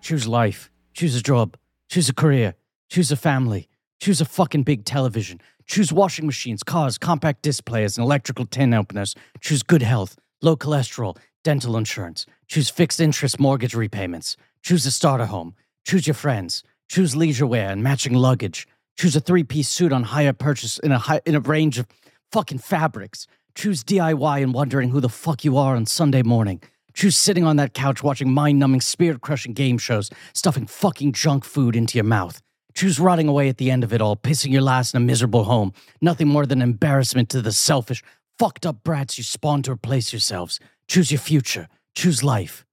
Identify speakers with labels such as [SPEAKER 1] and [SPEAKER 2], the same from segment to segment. [SPEAKER 1] Choose life. Choose a job. Choose a career. Choose a family. Choose a fucking big television. Choose washing machines, cars, compact disc players, and electrical tin openers. Choose good health, low cholesterol, dental insurance. Choose fixed interest mortgage repayments. Choose a starter home. Choose your friends. Choose leisure wear and matching luggage. Choose a three-piece suit on higher purchase in a high, in a range of fucking fabrics. Choose DIY and wondering who the fuck you are on Sunday morning. Choose sitting on that couch watching mind-numbing, spirit-crushing game shows, stuffing fucking junk food into your mouth. Choose rotting away at the end of it all, pissing your last in a miserable home. Nothing more than embarrassment to the selfish, fucked up brats you spawned to replace yourselves. Choose your future. Choose life.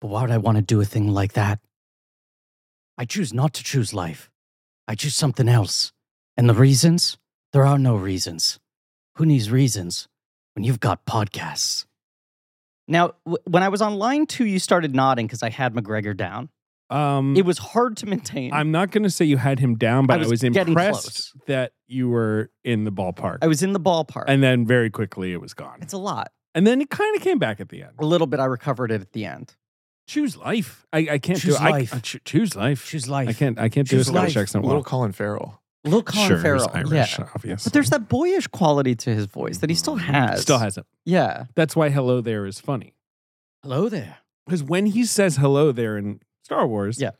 [SPEAKER 1] But why would I want to do a thing like that? I choose not to choose life. I choose something else. And the reasons? There are no reasons. Who needs reasons when you've got podcasts?
[SPEAKER 2] Now, w- when I was on line two, you started nodding because I had McGregor down.
[SPEAKER 3] Um,
[SPEAKER 2] It was hard to maintain.
[SPEAKER 3] I'm not going to say you had him down, but I
[SPEAKER 2] was
[SPEAKER 3] was,
[SPEAKER 2] getting
[SPEAKER 3] impressed
[SPEAKER 2] close.
[SPEAKER 3] that you were in the ballpark.
[SPEAKER 2] I was in the ballpark.
[SPEAKER 3] and then very quickly it was gone.
[SPEAKER 2] it's a lot.
[SPEAKER 3] And then it kind of came back at the end.
[SPEAKER 2] A little bit. I recovered it at the end.
[SPEAKER 3] Choose life. I, I can't
[SPEAKER 1] Choose
[SPEAKER 3] do it.
[SPEAKER 1] life.
[SPEAKER 3] I, I cho- choose life.
[SPEAKER 1] Choose life.
[SPEAKER 3] I can't. I can't
[SPEAKER 1] Choose
[SPEAKER 3] do a Scottish
[SPEAKER 1] life.
[SPEAKER 3] accent.
[SPEAKER 4] Little
[SPEAKER 3] well.
[SPEAKER 4] Colin Farrell.
[SPEAKER 2] Little Colin
[SPEAKER 3] sure,
[SPEAKER 2] Farrell.
[SPEAKER 3] He's Irish,
[SPEAKER 2] Yeah.
[SPEAKER 3] obviously.
[SPEAKER 2] But there's that boyish quality to his voice that he still has.
[SPEAKER 3] Still has it.
[SPEAKER 2] Yeah.
[SPEAKER 3] That's why hello there is funny.
[SPEAKER 1] Hello there.
[SPEAKER 3] Because when he says hello there in Star Wars,
[SPEAKER 2] Yeah.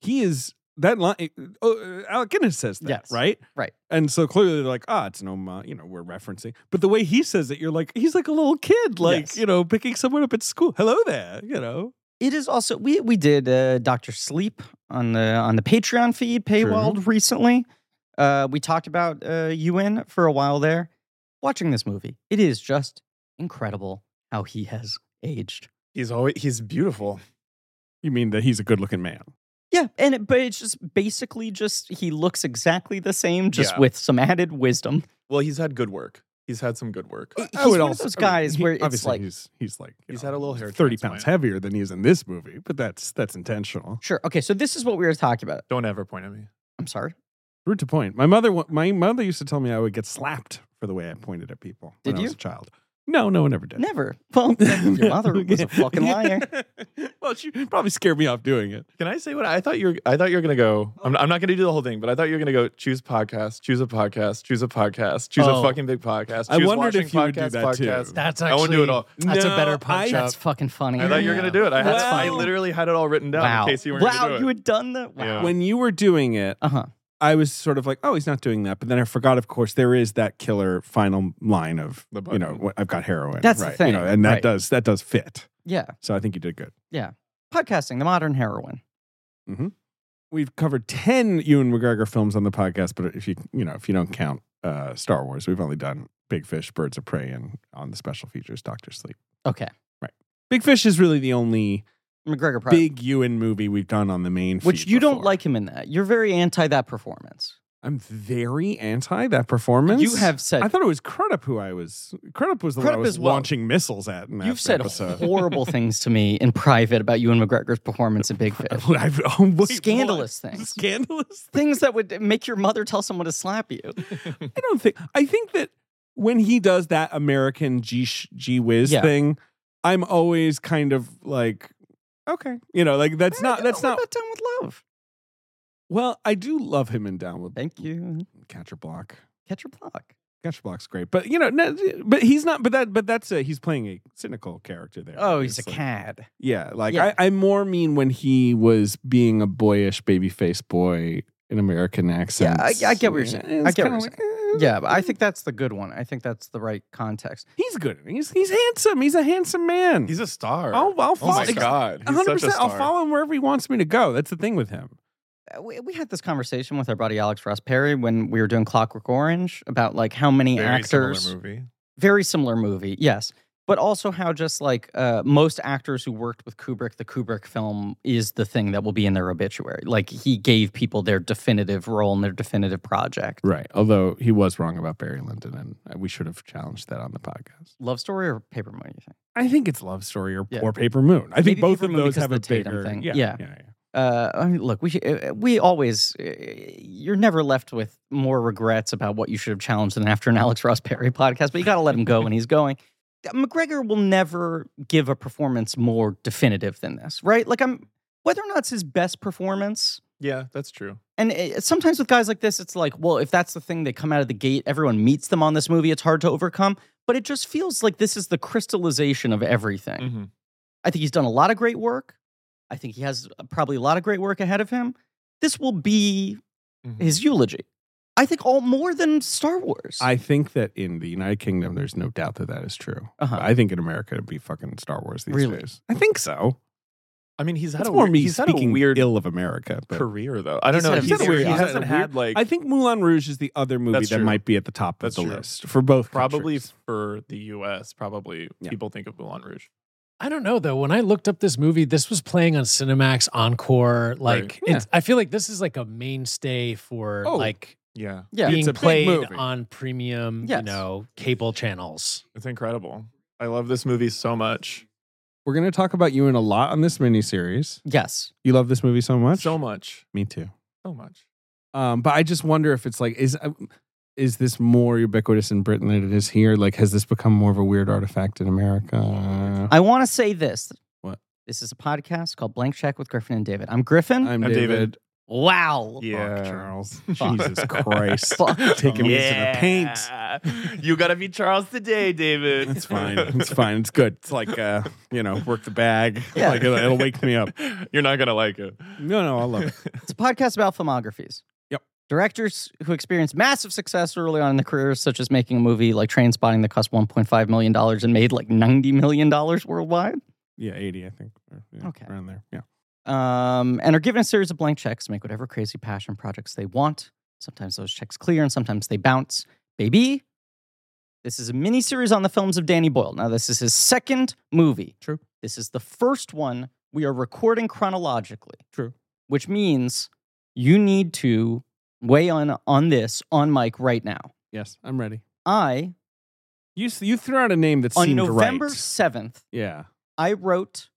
[SPEAKER 3] he is that line. Oh, uh, Alec Guinness says that,
[SPEAKER 2] Yes.
[SPEAKER 3] right?
[SPEAKER 2] Right.
[SPEAKER 3] And so clearly they're like, ah, it's no, ma, you know, we're referencing. But the way he says it, you're like, he's like a little kid, like
[SPEAKER 2] Yes.
[SPEAKER 3] you know, picking someone up at school. Hello there, you know.
[SPEAKER 2] It is also we we did uh, Doctor Sleep on the on the Patreon feed paywalled recently. Uh, we talked about uh, Ewan for a while there. Watching this movie, it is just incredible how he has aged.
[SPEAKER 4] He's always he's beautiful.
[SPEAKER 3] You mean that he's a good-looking man?
[SPEAKER 2] Yeah, and it, but it's just basically just he looks exactly the same, just
[SPEAKER 4] Yeah.
[SPEAKER 2] with some added wisdom.
[SPEAKER 4] Well, he's had good work. He's had some good work.
[SPEAKER 2] He's one of those guys where it's
[SPEAKER 3] obviously
[SPEAKER 2] like-
[SPEAKER 3] he's he's like you
[SPEAKER 4] He's had a little hair
[SPEAKER 3] thirty
[SPEAKER 4] transplant.
[SPEAKER 3] pounds heavier than he is in this movie, but that's that's intentional.
[SPEAKER 2] Sure. Okay, so this is what we were talking about.
[SPEAKER 4] Don't ever point at me.
[SPEAKER 2] I'm sorry.
[SPEAKER 3] Rude to point. My mother, wa- my mother used to tell me I would get slapped for the way I pointed at people when
[SPEAKER 2] Did
[SPEAKER 3] I was
[SPEAKER 2] you?
[SPEAKER 3] a child. No, no one ever did.
[SPEAKER 2] Never. Well, your mother was a fucking liar.
[SPEAKER 4] Uh,
[SPEAKER 3] well, she probably scared me off doing it.
[SPEAKER 4] Can I say what I thought you were? I thought you were gonna go. I'm, I'm not gonna do the whole thing, but I thought you were gonna go. Choose podcast. Choose a podcast. Choose a podcast. Choose
[SPEAKER 1] Oh.
[SPEAKER 4] a fucking big podcast.
[SPEAKER 3] I
[SPEAKER 4] choose
[SPEAKER 3] wondered
[SPEAKER 4] watching
[SPEAKER 3] if you would do that too.
[SPEAKER 1] That's
[SPEAKER 4] I
[SPEAKER 1] actually.
[SPEAKER 4] won't do it all.
[SPEAKER 1] That's
[SPEAKER 3] No,
[SPEAKER 1] a better
[SPEAKER 3] I-
[SPEAKER 1] punch That's
[SPEAKER 3] That's
[SPEAKER 1] fucking funny.
[SPEAKER 4] I thought you were gonna do it. I had,
[SPEAKER 3] That's
[SPEAKER 4] I
[SPEAKER 3] fine.
[SPEAKER 4] literally had it all written down
[SPEAKER 2] wow.
[SPEAKER 4] in case you were
[SPEAKER 2] wow,
[SPEAKER 4] gonna do
[SPEAKER 2] you
[SPEAKER 4] it.
[SPEAKER 2] had done that. Wow.
[SPEAKER 4] Yeah.
[SPEAKER 3] When you were doing it,
[SPEAKER 2] Uh huh.
[SPEAKER 3] I was sort of like, oh, he's not doing that. But then I forgot, of course, there is that killer final line of,
[SPEAKER 4] The
[SPEAKER 3] you
[SPEAKER 4] button.
[SPEAKER 3] know, what- I've got heroin.
[SPEAKER 2] That's the
[SPEAKER 3] right,
[SPEAKER 2] thing,
[SPEAKER 3] You know, and that
[SPEAKER 2] right.
[SPEAKER 3] does that does fit.
[SPEAKER 2] Yeah.
[SPEAKER 3] So I think you did good.
[SPEAKER 2] Podcasting, the modern heroine.
[SPEAKER 3] We've covered ten Ewan McGregor films on the podcast, but if you you know if you don't count uh, Star Wars, we've only done Big Fish, Birds of Prey, and on the special features, Doctor Sleep.
[SPEAKER 2] Okay.
[SPEAKER 3] Big Fish is really the only
[SPEAKER 2] McGregor Prime.
[SPEAKER 3] big Ewan movie we've done on the main.
[SPEAKER 2] which
[SPEAKER 3] feed
[SPEAKER 2] you don't
[SPEAKER 3] before.
[SPEAKER 2] like him in that. You're very anti that performance.
[SPEAKER 3] I'm very anti that performance.
[SPEAKER 2] You have said
[SPEAKER 3] I thought it was Crudup who I was. Crudup was the one I
[SPEAKER 2] Crudup
[SPEAKER 3] was
[SPEAKER 2] as well.
[SPEAKER 3] launching missiles at. In that
[SPEAKER 2] you've said
[SPEAKER 3] episode.
[SPEAKER 2] horrible things to me in private about Ewan McGregor's performance in Big Fish.
[SPEAKER 3] I've- oh, wait, what?
[SPEAKER 2] Scandalous things.
[SPEAKER 3] Scandalous.
[SPEAKER 2] Things that would make your mother tell someone to slap you.
[SPEAKER 3] I don't think. I think that when he does that American G G whiz
[SPEAKER 2] Yeah.
[SPEAKER 3] thing, I'm always kind of like, okay, you know, like
[SPEAKER 2] Eh,
[SPEAKER 3] that's not that's
[SPEAKER 2] What
[SPEAKER 3] not.
[SPEAKER 2] about Down with Love.
[SPEAKER 3] Well, I do love him in Down with
[SPEAKER 2] Thank you.
[SPEAKER 3] Catcher Block.
[SPEAKER 2] Catch your block.
[SPEAKER 3] Catcher Block's great, but you know, no, but he's not. But that, but that's a he's playing a cynical character there.
[SPEAKER 2] Oh, he's a
[SPEAKER 3] obviously.
[SPEAKER 2] cad.
[SPEAKER 3] Yeah, like
[SPEAKER 2] Yeah.
[SPEAKER 3] I, I more mean when he was being a boyish baby face boy in American Eh, accent.
[SPEAKER 2] I get what you're saying. I get what you're
[SPEAKER 3] saying.
[SPEAKER 2] Yeah, but I think that's the good one. I think that's the right context.
[SPEAKER 3] he's good. He's he's handsome. He's a handsome man.
[SPEAKER 4] He's a star.
[SPEAKER 3] I'll, I'll
[SPEAKER 4] oh
[SPEAKER 3] follow.
[SPEAKER 4] my god,
[SPEAKER 3] A
[SPEAKER 4] he's
[SPEAKER 3] hundred
[SPEAKER 4] such a
[SPEAKER 3] percent. I'll
[SPEAKER 4] star.
[SPEAKER 3] follow him wherever he wants me to go. That's the thing with him.
[SPEAKER 2] Uh, we, we had this conversation with our buddy Alex Ross Perry when we were doing Clockwork Orange about like how many
[SPEAKER 4] Very similar
[SPEAKER 2] actors
[SPEAKER 4] movie.
[SPEAKER 2] very similar movie, yes. But also how just like uh, most actors who worked with Kubrick, the Kubrick film is the thing that will be in their obituary. Like he gave people their definitive role and their definitive project.
[SPEAKER 3] Right. Although he was wrong about Barry Lyndon, and we should have challenged that on the podcast.
[SPEAKER 2] Love story or paper money? You think?
[SPEAKER 3] I think it's Love Story or,
[SPEAKER 2] Yeah.
[SPEAKER 3] or Paper Moon. I think
[SPEAKER 2] Maybe
[SPEAKER 3] both
[SPEAKER 2] Paper
[SPEAKER 3] of
[SPEAKER 2] Moon
[SPEAKER 3] those
[SPEAKER 2] because
[SPEAKER 3] have
[SPEAKER 2] of
[SPEAKER 3] a
[SPEAKER 2] the Tatum
[SPEAKER 3] bigger
[SPEAKER 2] thing.
[SPEAKER 3] Yeah,
[SPEAKER 2] Yeah. Uh, I mean, look, we should, uh, we always uh, you're never left with more regrets about what you should have challenged than after an Alex Ross Perry podcast. But you got to let him go when he's going. Uh, McGregor will never give a performance more definitive than this, right? Like I'm whether or not it's his best performance.
[SPEAKER 4] Yeah, that's true.
[SPEAKER 2] And it, sometimes with guys like this, it's like, well, if that's the thing they come out of the gate, everyone meets them on this movie, it's hard to overcome. But it just feels like this is the crystallization of everything.
[SPEAKER 3] Mm-hmm.
[SPEAKER 4] hmm
[SPEAKER 2] I think he's done a lot of great work. I think he has uh, probably a lot of great work ahead of him. This will be
[SPEAKER 3] Mm-hmm.
[SPEAKER 4] Mhm.
[SPEAKER 2] his eulogy. I think all more than Star Wars.
[SPEAKER 3] I think that in the United Kingdom, there's no doubt that that is true.
[SPEAKER 2] Uh-huh.
[SPEAKER 3] I think in America, it'd be fucking Star Wars these
[SPEAKER 2] Really?
[SPEAKER 3] days. I think so.
[SPEAKER 4] I mean, he's had
[SPEAKER 3] That's
[SPEAKER 4] a
[SPEAKER 3] more
[SPEAKER 4] weird,
[SPEAKER 3] me
[SPEAKER 4] he's had a
[SPEAKER 3] speaking
[SPEAKER 4] weird
[SPEAKER 3] ill of America. But
[SPEAKER 4] career though. I don't
[SPEAKER 2] He's
[SPEAKER 4] know.
[SPEAKER 2] had a
[SPEAKER 4] He's-
[SPEAKER 2] very-
[SPEAKER 4] he
[SPEAKER 2] he's had
[SPEAKER 4] hasn't
[SPEAKER 3] a
[SPEAKER 4] had like
[SPEAKER 3] I think Moulin Rouge is the other movie
[SPEAKER 4] That's
[SPEAKER 3] that
[SPEAKER 4] true.
[SPEAKER 3] might be at the top of
[SPEAKER 4] That's
[SPEAKER 3] the
[SPEAKER 4] true.
[SPEAKER 3] list for both.
[SPEAKER 4] probably
[SPEAKER 3] countries.
[SPEAKER 4] for the U.S. Probably
[SPEAKER 3] Yeah.
[SPEAKER 4] people think of Moulin Rouge.
[SPEAKER 5] I don't know though. When I looked up this movie, this was playing on Cinemax Encore. Like,
[SPEAKER 4] Right.
[SPEAKER 5] it's, I feel like this is like a mainstay for
[SPEAKER 3] Oh,
[SPEAKER 5] like
[SPEAKER 4] Yeah,
[SPEAKER 2] yeah.
[SPEAKER 5] being
[SPEAKER 3] It's a big
[SPEAKER 5] played
[SPEAKER 3] movie.
[SPEAKER 5] on premium, you
[SPEAKER 2] Yes.
[SPEAKER 5] know, cable channels.
[SPEAKER 4] it's incredible. I love this movie so much,
[SPEAKER 3] We're going to talk about you in a lot on this miniseries.
[SPEAKER 2] Yes.
[SPEAKER 3] You love this movie so much.
[SPEAKER 4] so much,
[SPEAKER 3] me too.
[SPEAKER 4] so much.
[SPEAKER 3] Um, but I just wonder if it's like is uh, is this more ubiquitous in Britain than it is here? Like, has this become more of a weird artifact in America?
[SPEAKER 2] I want to say this.
[SPEAKER 3] What?
[SPEAKER 2] This is a podcast called Blank Check with Griffin and David. I'm Griffin.
[SPEAKER 3] I'm
[SPEAKER 4] I'm David.
[SPEAKER 3] David.
[SPEAKER 2] wow.
[SPEAKER 3] Fuck,
[SPEAKER 4] Yeah,
[SPEAKER 3] Charles.
[SPEAKER 4] Fuck.
[SPEAKER 3] Jesus Christ.
[SPEAKER 2] Fuck.
[SPEAKER 3] Taking me to the paint.
[SPEAKER 4] paint. You gotta be Charles today, David.
[SPEAKER 3] It's fine. It's fine. It's good. It's like uh, you know, work the bag.
[SPEAKER 2] Yeah.
[SPEAKER 3] Like it'll, it'll wake me up.
[SPEAKER 4] You're not gonna like it.
[SPEAKER 3] No, no, I love it.
[SPEAKER 2] It's a podcast about filmographies.
[SPEAKER 3] Yep.
[SPEAKER 2] Directors who experienced massive success early on in their careers, such as making a movie like Train Spotting that cost $1.5 million and made like $90 million worldwide,
[SPEAKER 3] Yeah, eighty, I think. or, yeah,
[SPEAKER 2] Okay.
[SPEAKER 3] around there. Yeah.
[SPEAKER 2] um, and are given a series of blank checks to make whatever crazy passion projects they want. Sometimes those checks clear and sometimes they bounce. Baby, this is a mini series on the films of Danny Boyle. Now, this is his second movie.
[SPEAKER 3] True.
[SPEAKER 2] This is the first one we are recording chronologically.
[SPEAKER 3] True.
[SPEAKER 2] Which means you need to weigh on on this on mic right now.
[SPEAKER 3] Yes, I'm ready.
[SPEAKER 2] I
[SPEAKER 3] You s- you threw out a name that
[SPEAKER 2] on
[SPEAKER 3] seemed
[SPEAKER 2] November
[SPEAKER 3] right.
[SPEAKER 2] seventh,
[SPEAKER 3] Yeah.
[SPEAKER 2] I wrote.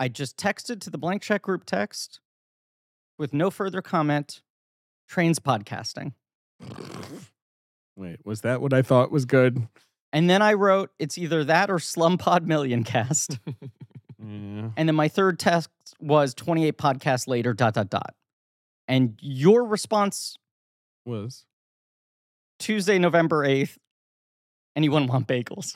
[SPEAKER 2] I just texted to the blank check group text with no further comment. Trains podcasting,
[SPEAKER 3] Wait, was that what I thought was good?
[SPEAKER 2] and then I wrote it's either that or Slumpod Million Cast.
[SPEAKER 3] Yeah.
[SPEAKER 2] And then my third test was 28 podcasts later, dot, dot, dot. And your response
[SPEAKER 3] Was.
[SPEAKER 2] Tuesday, November 8th, anyone want bagels?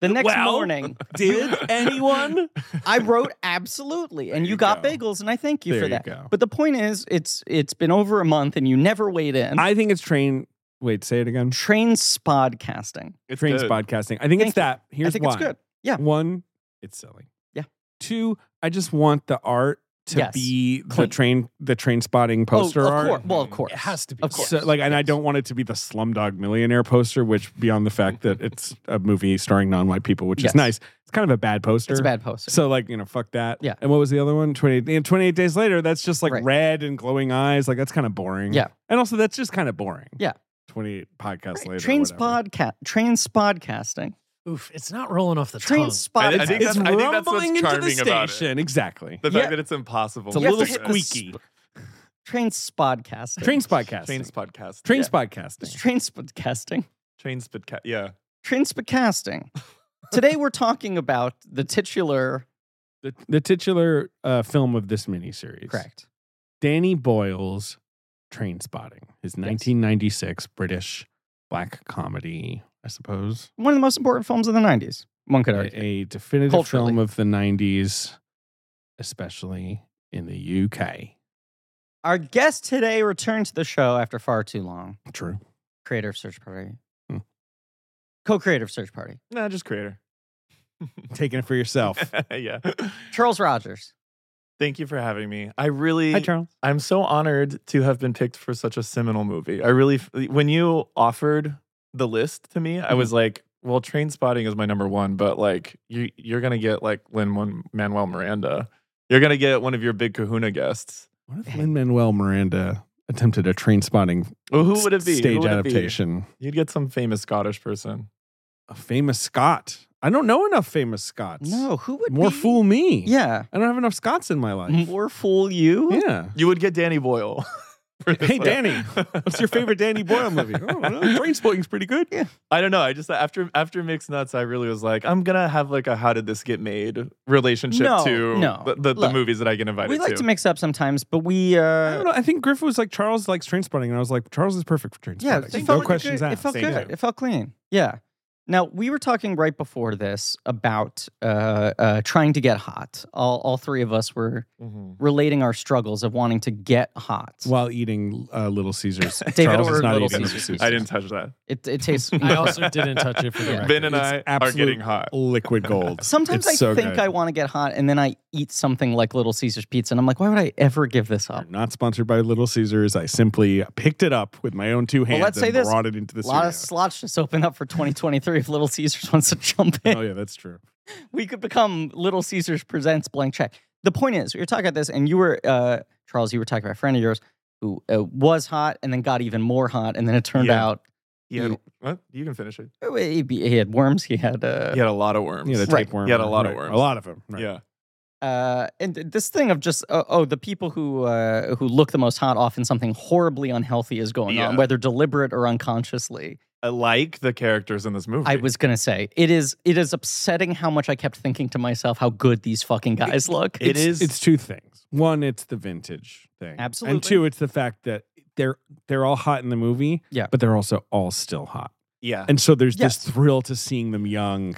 [SPEAKER 2] The next
[SPEAKER 5] Well,
[SPEAKER 2] morning,
[SPEAKER 5] Did anyone?
[SPEAKER 2] I wrote absolutely, and
[SPEAKER 3] There
[SPEAKER 2] you,
[SPEAKER 3] you
[SPEAKER 2] got
[SPEAKER 3] go.
[SPEAKER 2] bagels, and I thank you
[SPEAKER 3] there
[SPEAKER 2] for
[SPEAKER 3] you
[SPEAKER 2] that.
[SPEAKER 3] go.
[SPEAKER 2] But the point is, it's it's been over a month, and you never weighed in.
[SPEAKER 3] I think it's train. Wait, say it again.
[SPEAKER 2] Train spodcasting.
[SPEAKER 4] It's
[SPEAKER 3] Trains
[SPEAKER 4] good.
[SPEAKER 3] podcasting. I think
[SPEAKER 2] Thank
[SPEAKER 3] it's
[SPEAKER 2] you.
[SPEAKER 3] that. Here's
[SPEAKER 2] I think
[SPEAKER 3] why.
[SPEAKER 2] it's good. Yeah.
[SPEAKER 3] One, it's silly.
[SPEAKER 2] Yeah.
[SPEAKER 3] Two, I just want the art to
[SPEAKER 2] Yes.
[SPEAKER 3] be the
[SPEAKER 2] Clean.
[SPEAKER 3] train the train spotting poster
[SPEAKER 2] oh, of
[SPEAKER 3] art.
[SPEAKER 2] course. Well, of course.
[SPEAKER 5] It has to be.
[SPEAKER 2] Of course.
[SPEAKER 3] So, like, and I don't want it to be the Slumdog Millionaire poster, which beyond the fact that it's a movie starring non-white people, which
[SPEAKER 2] Yes.
[SPEAKER 3] is nice, it's kind of a bad poster.
[SPEAKER 2] It's a bad poster.
[SPEAKER 3] So, like, you know, fuck that.
[SPEAKER 2] Yeah.
[SPEAKER 3] And what was the other one? 28, and 28 Days Later. That's just like
[SPEAKER 2] Right.
[SPEAKER 3] red and glowing eyes. Like, that's kind of boring.
[SPEAKER 2] Yeah.
[SPEAKER 3] And also, that's just kind of boring.
[SPEAKER 2] Yeah.
[SPEAKER 3] 28 podcasts later.
[SPEAKER 2] Train
[SPEAKER 3] whatever.
[SPEAKER 2] spodca- train spodcasting.
[SPEAKER 5] Oof, it's not rolling off the
[SPEAKER 2] Train
[SPEAKER 5] tongue.
[SPEAKER 4] I
[SPEAKER 2] spotting.
[SPEAKER 4] think
[SPEAKER 3] it's
[SPEAKER 4] that's- I think that's what's
[SPEAKER 3] rumbling into the
[SPEAKER 4] charming about it.
[SPEAKER 3] station. Exactly.
[SPEAKER 4] The
[SPEAKER 2] Yeah.
[SPEAKER 4] fact that it's impossible.
[SPEAKER 3] It's a
[SPEAKER 2] You have
[SPEAKER 3] little
[SPEAKER 2] to hit
[SPEAKER 4] squeaky.
[SPEAKER 2] the
[SPEAKER 3] squeaky.
[SPEAKER 2] Train spodcasting.
[SPEAKER 3] Trains podcasting. Trains,
[SPEAKER 4] Trains podcast.
[SPEAKER 2] It's
[SPEAKER 3] podcasting.
[SPEAKER 2] train spodcasting.
[SPEAKER 4] Trains podcast. Yeah.
[SPEAKER 2] Train spodcasting. Today we're talking about the titular.
[SPEAKER 3] The, the titular uh, film of this miniseries. Danny Boyle's Train Spotting, his 1996 British black comedy, I suppose.
[SPEAKER 2] One of the most important films of the 90s, one could
[SPEAKER 3] A,
[SPEAKER 2] argue.
[SPEAKER 3] a definitive
[SPEAKER 2] Culturally.
[SPEAKER 3] film of the 90s, especially in the UK.
[SPEAKER 2] Our guest today returned to the show after far too long.
[SPEAKER 3] True.
[SPEAKER 2] Creator of Search Party.
[SPEAKER 3] Hmm.
[SPEAKER 2] Co creator of Search Party.
[SPEAKER 4] Nah, just creator.
[SPEAKER 3] Taking it for yourself.
[SPEAKER 4] yeah.
[SPEAKER 2] Charles Rogers.
[SPEAKER 4] Thank you for having me. I really,
[SPEAKER 3] Hi, Charles.
[SPEAKER 4] I'm so honored to have been picked for such a seminal movie. I really, f- when you offered the list to me, I
[SPEAKER 3] Mm-hmm.
[SPEAKER 4] was like, well, Train Spotting is my number one, but like, you, you're gonna get like Lin Manuel Miranda. You're gonna get one of your big Kahuna guests.
[SPEAKER 3] What if Lin Manuel Miranda attempted a train spotting
[SPEAKER 4] Well, who would it be? Who
[SPEAKER 3] stage
[SPEAKER 4] would it be?
[SPEAKER 3] adaptation?
[SPEAKER 4] You'd get some famous Scottish person.
[SPEAKER 3] A famous Scot. I don't know enough famous Scots.
[SPEAKER 2] No, who would
[SPEAKER 3] More
[SPEAKER 2] be-
[SPEAKER 3] fool me.
[SPEAKER 2] Yeah.
[SPEAKER 3] I don't have enough Scots in my life.
[SPEAKER 2] More fool you?
[SPEAKER 3] Yeah.
[SPEAKER 4] You would get Danny Boyle. for this
[SPEAKER 3] Hey,
[SPEAKER 4] one.
[SPEAKER 3] Danny, what's your favorite Danny Boyle movie? Oh, well, Trainspotting's pretty good. Yeah.
[SPEAKER 4] I don't know. I just after after Mixed Nuts, I really was like, I'm gonna have like a how did this get made relationship
[SPEAKER 2] No,
[SPEAKER 4] to
[SPEAKER 2] no.
[SPEAKER 4] the, the, the
[SPEAKER 2] Look,
[SPEAKER 4] movies that I get invited
[SPEAKER 2] we like
[SPEAKER 4] to.
[SPEAKER 2] to mix up sometimes, but we
[SPEAKER 3] I don't
[SPEAKER 2] uh,
[SPEAKER 3] know. I think Griff was like Charles likes Trainspotting, and I was like Charles is perfect for
[SPEAKER 2] yeah, it
[SPEAKER 3] Trainspotting. no
[SPEAKER 2] felt like a
[SPEAKER 3] questions
[SPEAKER 2] good,
[SPEAKER 3] asked.
[SPEAKER 2] It felt
[SPEAKER 3] Same
[SPEAKER 2] good.
[SPEAKER 3] time.
[SPEAKER 2] It felt clean. Yeah. Now we were talking right before this about uh, uh, trying to get hot. All, all three of us were
[SPEAKER 4] Mhm.
[SPEAKER 2] relating our struggles of wanting to get hot.
[SPEAKER 3] While eating uh, Little Caesars,
[SPEAKER 2] David
[SPEAKER 3] Charles is
[SPEAKER 2] ordered
[SPEAKER 3] not
[SPEAKER 2] Little
[SPEAKER 3] eating
[SPEAKER 2] Caesars.
[SPEAKER 4] I didn't touch that.
[SPEAKER 2] it, it tastes.
[SPEAKER 5] I also didn't touch it for the
[SPEAKER 2] Yeah.
[SPEAKER 5] record.
[SPEAKER 4] Ben and
[SPEAKER 3] It's
[SPEAKER 4] I are
[SPEAKER 3] absolute
[SPEAKER 4] getting hot.
[SPEAKER 3] liquid gold.
[SPEAKER 2] Sometimes
[SPEAKER 3] It's
[SPEAKER 2] I
[SPEAKER 3] so
[SPEAKER 2] think
[SPEAKER 3] good.
[SPEAKER 2] I want to get hot, and then I eat something like Little Caesars pizza, and I'm like, why would I ever give this up?
[SPEAKER 3] We're not sponsored by Little Caesars. I simply picked it up with my own two hands
[SPEAKER 2] let's say
[SPEAKER 3] and
[SPEAKER 2] this.
[SPEAKER 3] brought it into the
[SPEAKER 2] A lot
[SPEAKER 3] studio.
[SPEAKER 2] of slots just open up for 2023 if Little Caesars wants to jump in.
[SPEAKER 3] oh yeah, that's true.
[SPEAKER 2] we could become Little Caesars presents blank check. The point is, we were talking about this, and you were uh, Charles. You were talking about a friend of yours who uh, was hot, and then got even more hot, and then it turned
[SPEAKER 4] Yeah.
[SPEAKER 2] out
[SPEAKER 4] He had, what? You can finish it.
[SPEAKER 2] oh, he, he had worms. He had, uh,
[SPEAKER 4] He had a lot of worms.
[SPEAKER 3] Yeah, the
[SPEAKER 2] Right.
[SPEAKER 3] tapeworm.
[SPEAKER 4] He had a lot of
[SPEAKER 3] Right.
[SPEAKER 4] worms.
[SPEAKER 3] A lot of them. Right.
[SPEAKER 4] Yeah.
[SPEAKER 2] uh, and this thing of just oh, oh the people who uh, who look the most hot often something horribly unhealthy is going on,
[SPEAKER 4] Yeah.
[SPEAKER 2] whether deliberate or unconsciously.
[SPEAKER 4] I like the characters in this movie.
[SPEAKER 2] I was gonna say it is it is upsetting how much I kept thinking to myself how good these fucking guys look.
[SPEAKER 4] It
[SPEAKER 3] it's,
[SPEAKER 4] is-
[SPEAKER 3] It's two things. One, it's the vintage thing.
[SPEAKER 2] Absolutely.
[SPEAKER 3] And two, it's the fact that they're they're all hot in the movie.
[SPEAKER 2] Yeah.
[SPEAKER 3] But they're also all still hot.
[SPEAKER 4] yeah.
[SPEAKER 3] And so there's
[SPEAKER 2] Yes.
[SPEAKER 3] this thrill to seeing them young,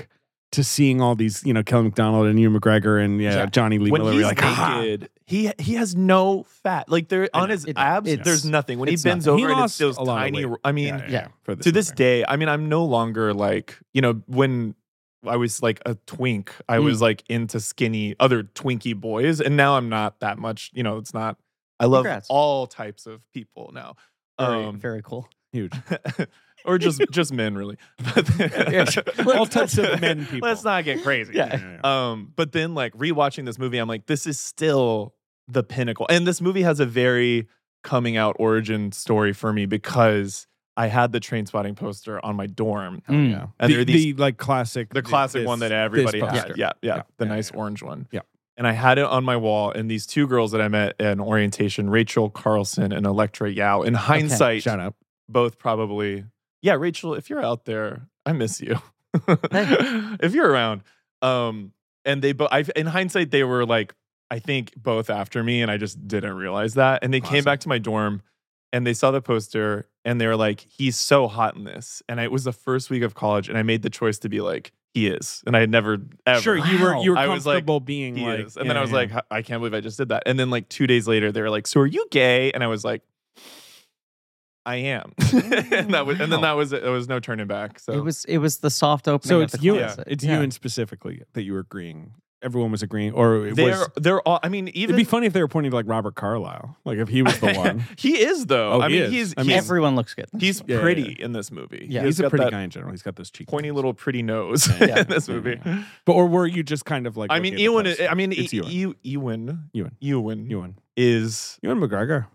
[SPEAKER 3] to seeing all these, you know, Kelly McDonald and Hugh McGregor and yeah,
[SPEAKER 2] Yeah.
[SPEAKER 3] Johnny Lee
[SPEAKER 4] when
[SPEAKER 3] Miller.
[SPEAKER 4] he's
[SPEAKER 3] like, "Ah."
[SPEAKER 4] naked, he he has no fat. Like there
[SPEAKER 3] I
[SPEAKER 4] on
[SPEAKER 3] know.
[SPEAKER 4] his
[SPEAKER 2] It-
[SPEAKER 4] abs,
[SPEAKER 2] it's-
[SPEAKER 4] there's nothing. When he
[SPEAKER 2] it's
[SPEAKER 4] bends
[SPEAKER 3] nothing. He
[SPEAKER 4] over, and it's
[SPEAKER 3] lost
[SPEAKER 4] those
[SPEAKER 3] a lot of
[SPEAKER 4] tiny.
[SPEAKER 3] weight.
[SPEAKER 4] I mean,
[SPEAKER 3] Yeah, yeah,
[SPEAKER 2] yeah.
[SPEAKER 3] for this
[SPEAKER 4] to this
[SPEAKER 3] movie.
[SPEAKER 4] day, I mean, I'm no longer like you know when I was like a twink, I
[SPEAKER 2] Mm.
[SPEAKER 4] was like into skinny other twinky boys, and now I'm not that much. You know, it's not. I love
[SPEAKER 2] Congrats.
[SPEAKER 4] all types of people now.
[SPEAKER 2] very,
[SPEAKER 4] Um,
[SPEAKER 2] very cool.
[SPEAKER 3] huge.
[SPEAKER 4] or just just men really. But
[SPEAKER 2] All
[SPEAKER 3] types of men people.
[SPEAKER 4] Let's not get crazy.
[SPEAKER 2] Yeah.
[SPEAKER 3] Yeah, yeah.
[SPEAKER 4] Um, but then like rewatching this movie, I'm like, this is still the pinnacle. And this movie has a very coming out origin story for me because I had the train spotting poster on my dorm.
[SPEAKER 3] Hell
[SPEAKER 2] Mm.
[SPEAKER 3] yeah.
[SPEAKER 4] And
[SPEAKER 3] the,
[SPEAKER 4] they're these-
[SPEAKER 3] the, like classic
[SPEAKER 4] The classic
[SPEAKER 3] this-
[SPEAKER 4] one that
[SPEAKER 3] this
[SPEAKER 4] everybody
[SPEAKER 3] poster.
[SPEAKER 4] had. Yeah, yeah.
[SPEAKER 3] Yeah,
[SPEAKER 4] The
[SPEAKER 3] yeah,
[SPEAKER 4] nice
[SPEAKER 3] yeah.
[SPEAKER 4] orange one.
[SPEAKER 3] Yeah.
[SPEAKER 4] And I had it on my wall, and these two girls that I met in orientation, Rachel Carlson and Electra Yao, in hindsight,
[SPEAKER 3] Shout out.
[SPEAKER 4] both probably yeah rachel if you're out there i miss you if you're around um and they both in hindsight they were like i think both after me and i just didn't realize that and they
[SPEAKER 3] Awesome.
[SPEAKER 4] came back to my dorm and they saw the poster and they were like he's so hot in this and I, it was the first week of college and i made the choice to be like he is and i had never ever
[SPEAKER 3] Sure, you were you were
[SPEAKER 4] I was like,
[SPEAKER 3] comfortable being
[SPEAKER 4] he
[SPEAKER 3] like,
[SPEAKER 4] is. And then
[SPEAKER 3] yeah,
[SPEAKER 4] I was
[SPEAKER 3] yeah.
[SPEAKER 4] like, "H- I can't believe I just did that. And then like two days later, they were like, So are you gay? And I was like, I am. and that was, and then
[SPEAKER 3] wow.
[SPEAKER 4] that was it. There was no turning back. So
[SPEAKER 2] It was it was the soft opening.
[SPEAKER 3] so
[SPEAKER 2] of
[SPEAKER 3] it's
[SPEAKER 2] the
[SPEAKER 3] you,
[SPEAKER 2] closet.
[SPEAKER 3] it's
[SPEAKER 2] Yeah.
[SPEAKER 3] you, and specifically that you were agreeing. Everyone was agreeing, or it
[SPEAKER 4] they're
[SPEAKER 3] was.
[SPEAKER 4] they're all. I mean, even
[SPEAKER 3] It'd be funny if they were pointing to like Robert Carlyle, like if he was the one.
[SPEAKER 4] he is though.
[SPEAKER 3] Oh,
[SPEAKER 4] I
[SPEAKER 3] he
[SPEAKER 4] mean,
[SPEAKER 3] is.
[SPEAKER 4] he's
[SPEAKER 3] I mean,
[SPEAKER 4] he's,
[SPEAKER 2] Everyone looks good.
[SPEAKER 4] he's
[SPEAKER 3] Yeah, yeah,
[SPEAKER 4] pretty in this movie.
[SPEAKER 2] Yeah.
[SPEAKER 4] He
[SPEAKER 3] He's
[SPEAKER 4] has
[SPEAKER 3] a
[SPEAKER 4] got
[SPEAKER 3] pretty
[SPEAKER 4] that
[SPEAKER 3] guy in general. He's got those cheeks.
[SPEAKER 4] Pointy little pretty nose
[SPEAKER 3] Yeah.
[SPEAKER 4] in this movie.
[SPEAKER 3] But or were you just kind of like?
[SPEAKER 4] I mean,
[SPEAKER 3] looking at the
[SPEAKER 4] Ewan.
[SPEAKER 3] poster?
[SPEAKER 4] I mean,
[SPEAKER 3] it's Ewan.
[SPEAKER 4] E- E- Ewan.
[SPEAKER 3] Ewan.
[SPEAKER 4] Ewan.
[SPEAKER 3] Ewan.
[SPEAKER 4] is
[SPEAKER 3] Ewan McGregor.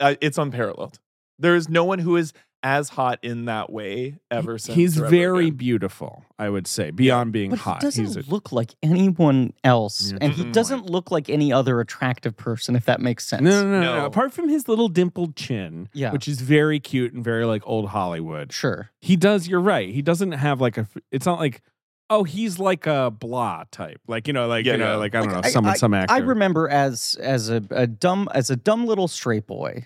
[SPEAKER 4] uh, it's unparalleled. There is no one who is as hot in that way ever since.
[SPEAKER 3] he's
[SPEAKER 4] or ever
[SPEAKER 3] very
[SPEAKER 4] been.
[SPEAKER 3] beautiful. I would say beyond being
[SPEAKER 2] but
[SPEAKER 3] hot.
[SPEAKER 2] he doesn't
[SPEAKER 3] he's a,
[SPEAKER 2] look like anyone else,
[SPEAKER 3] Yeah.
[SPEAKER 2] and he
[SPEAKER 4] Mm-mm.
[SPEAKER 2] doesn't look like any other attractive person, if that makes sense.
[SPEAKER 3] no, no, no, no,
[SPEAKER 4] No.
[SPEAKER 3] Apart from his little dimpled chin,
[SPEAKER 2] Yeah.
[SPEAKER 3] which is very cute and very like old Hollywood.
[SPEAKER 2] Sure.
[SPEAKER 3] He does. You're right. He doesn't have like a. f- It's not like. Oh, he's like a blah type, like you know, like
[SPEAKER 4] Yeah,
[SPEAKER 3] you know,
[SPEAKER 4] yeah.
[SPEAKER 3] like I don't
[SPEAKER 2] Like,
[SPEAKER 3] know,
[SPEAKER 2] I-
[SPEAKER 3] some some actor.
[SPEAKER 2] I remember as as a, a dumb as a dumb little straight boy,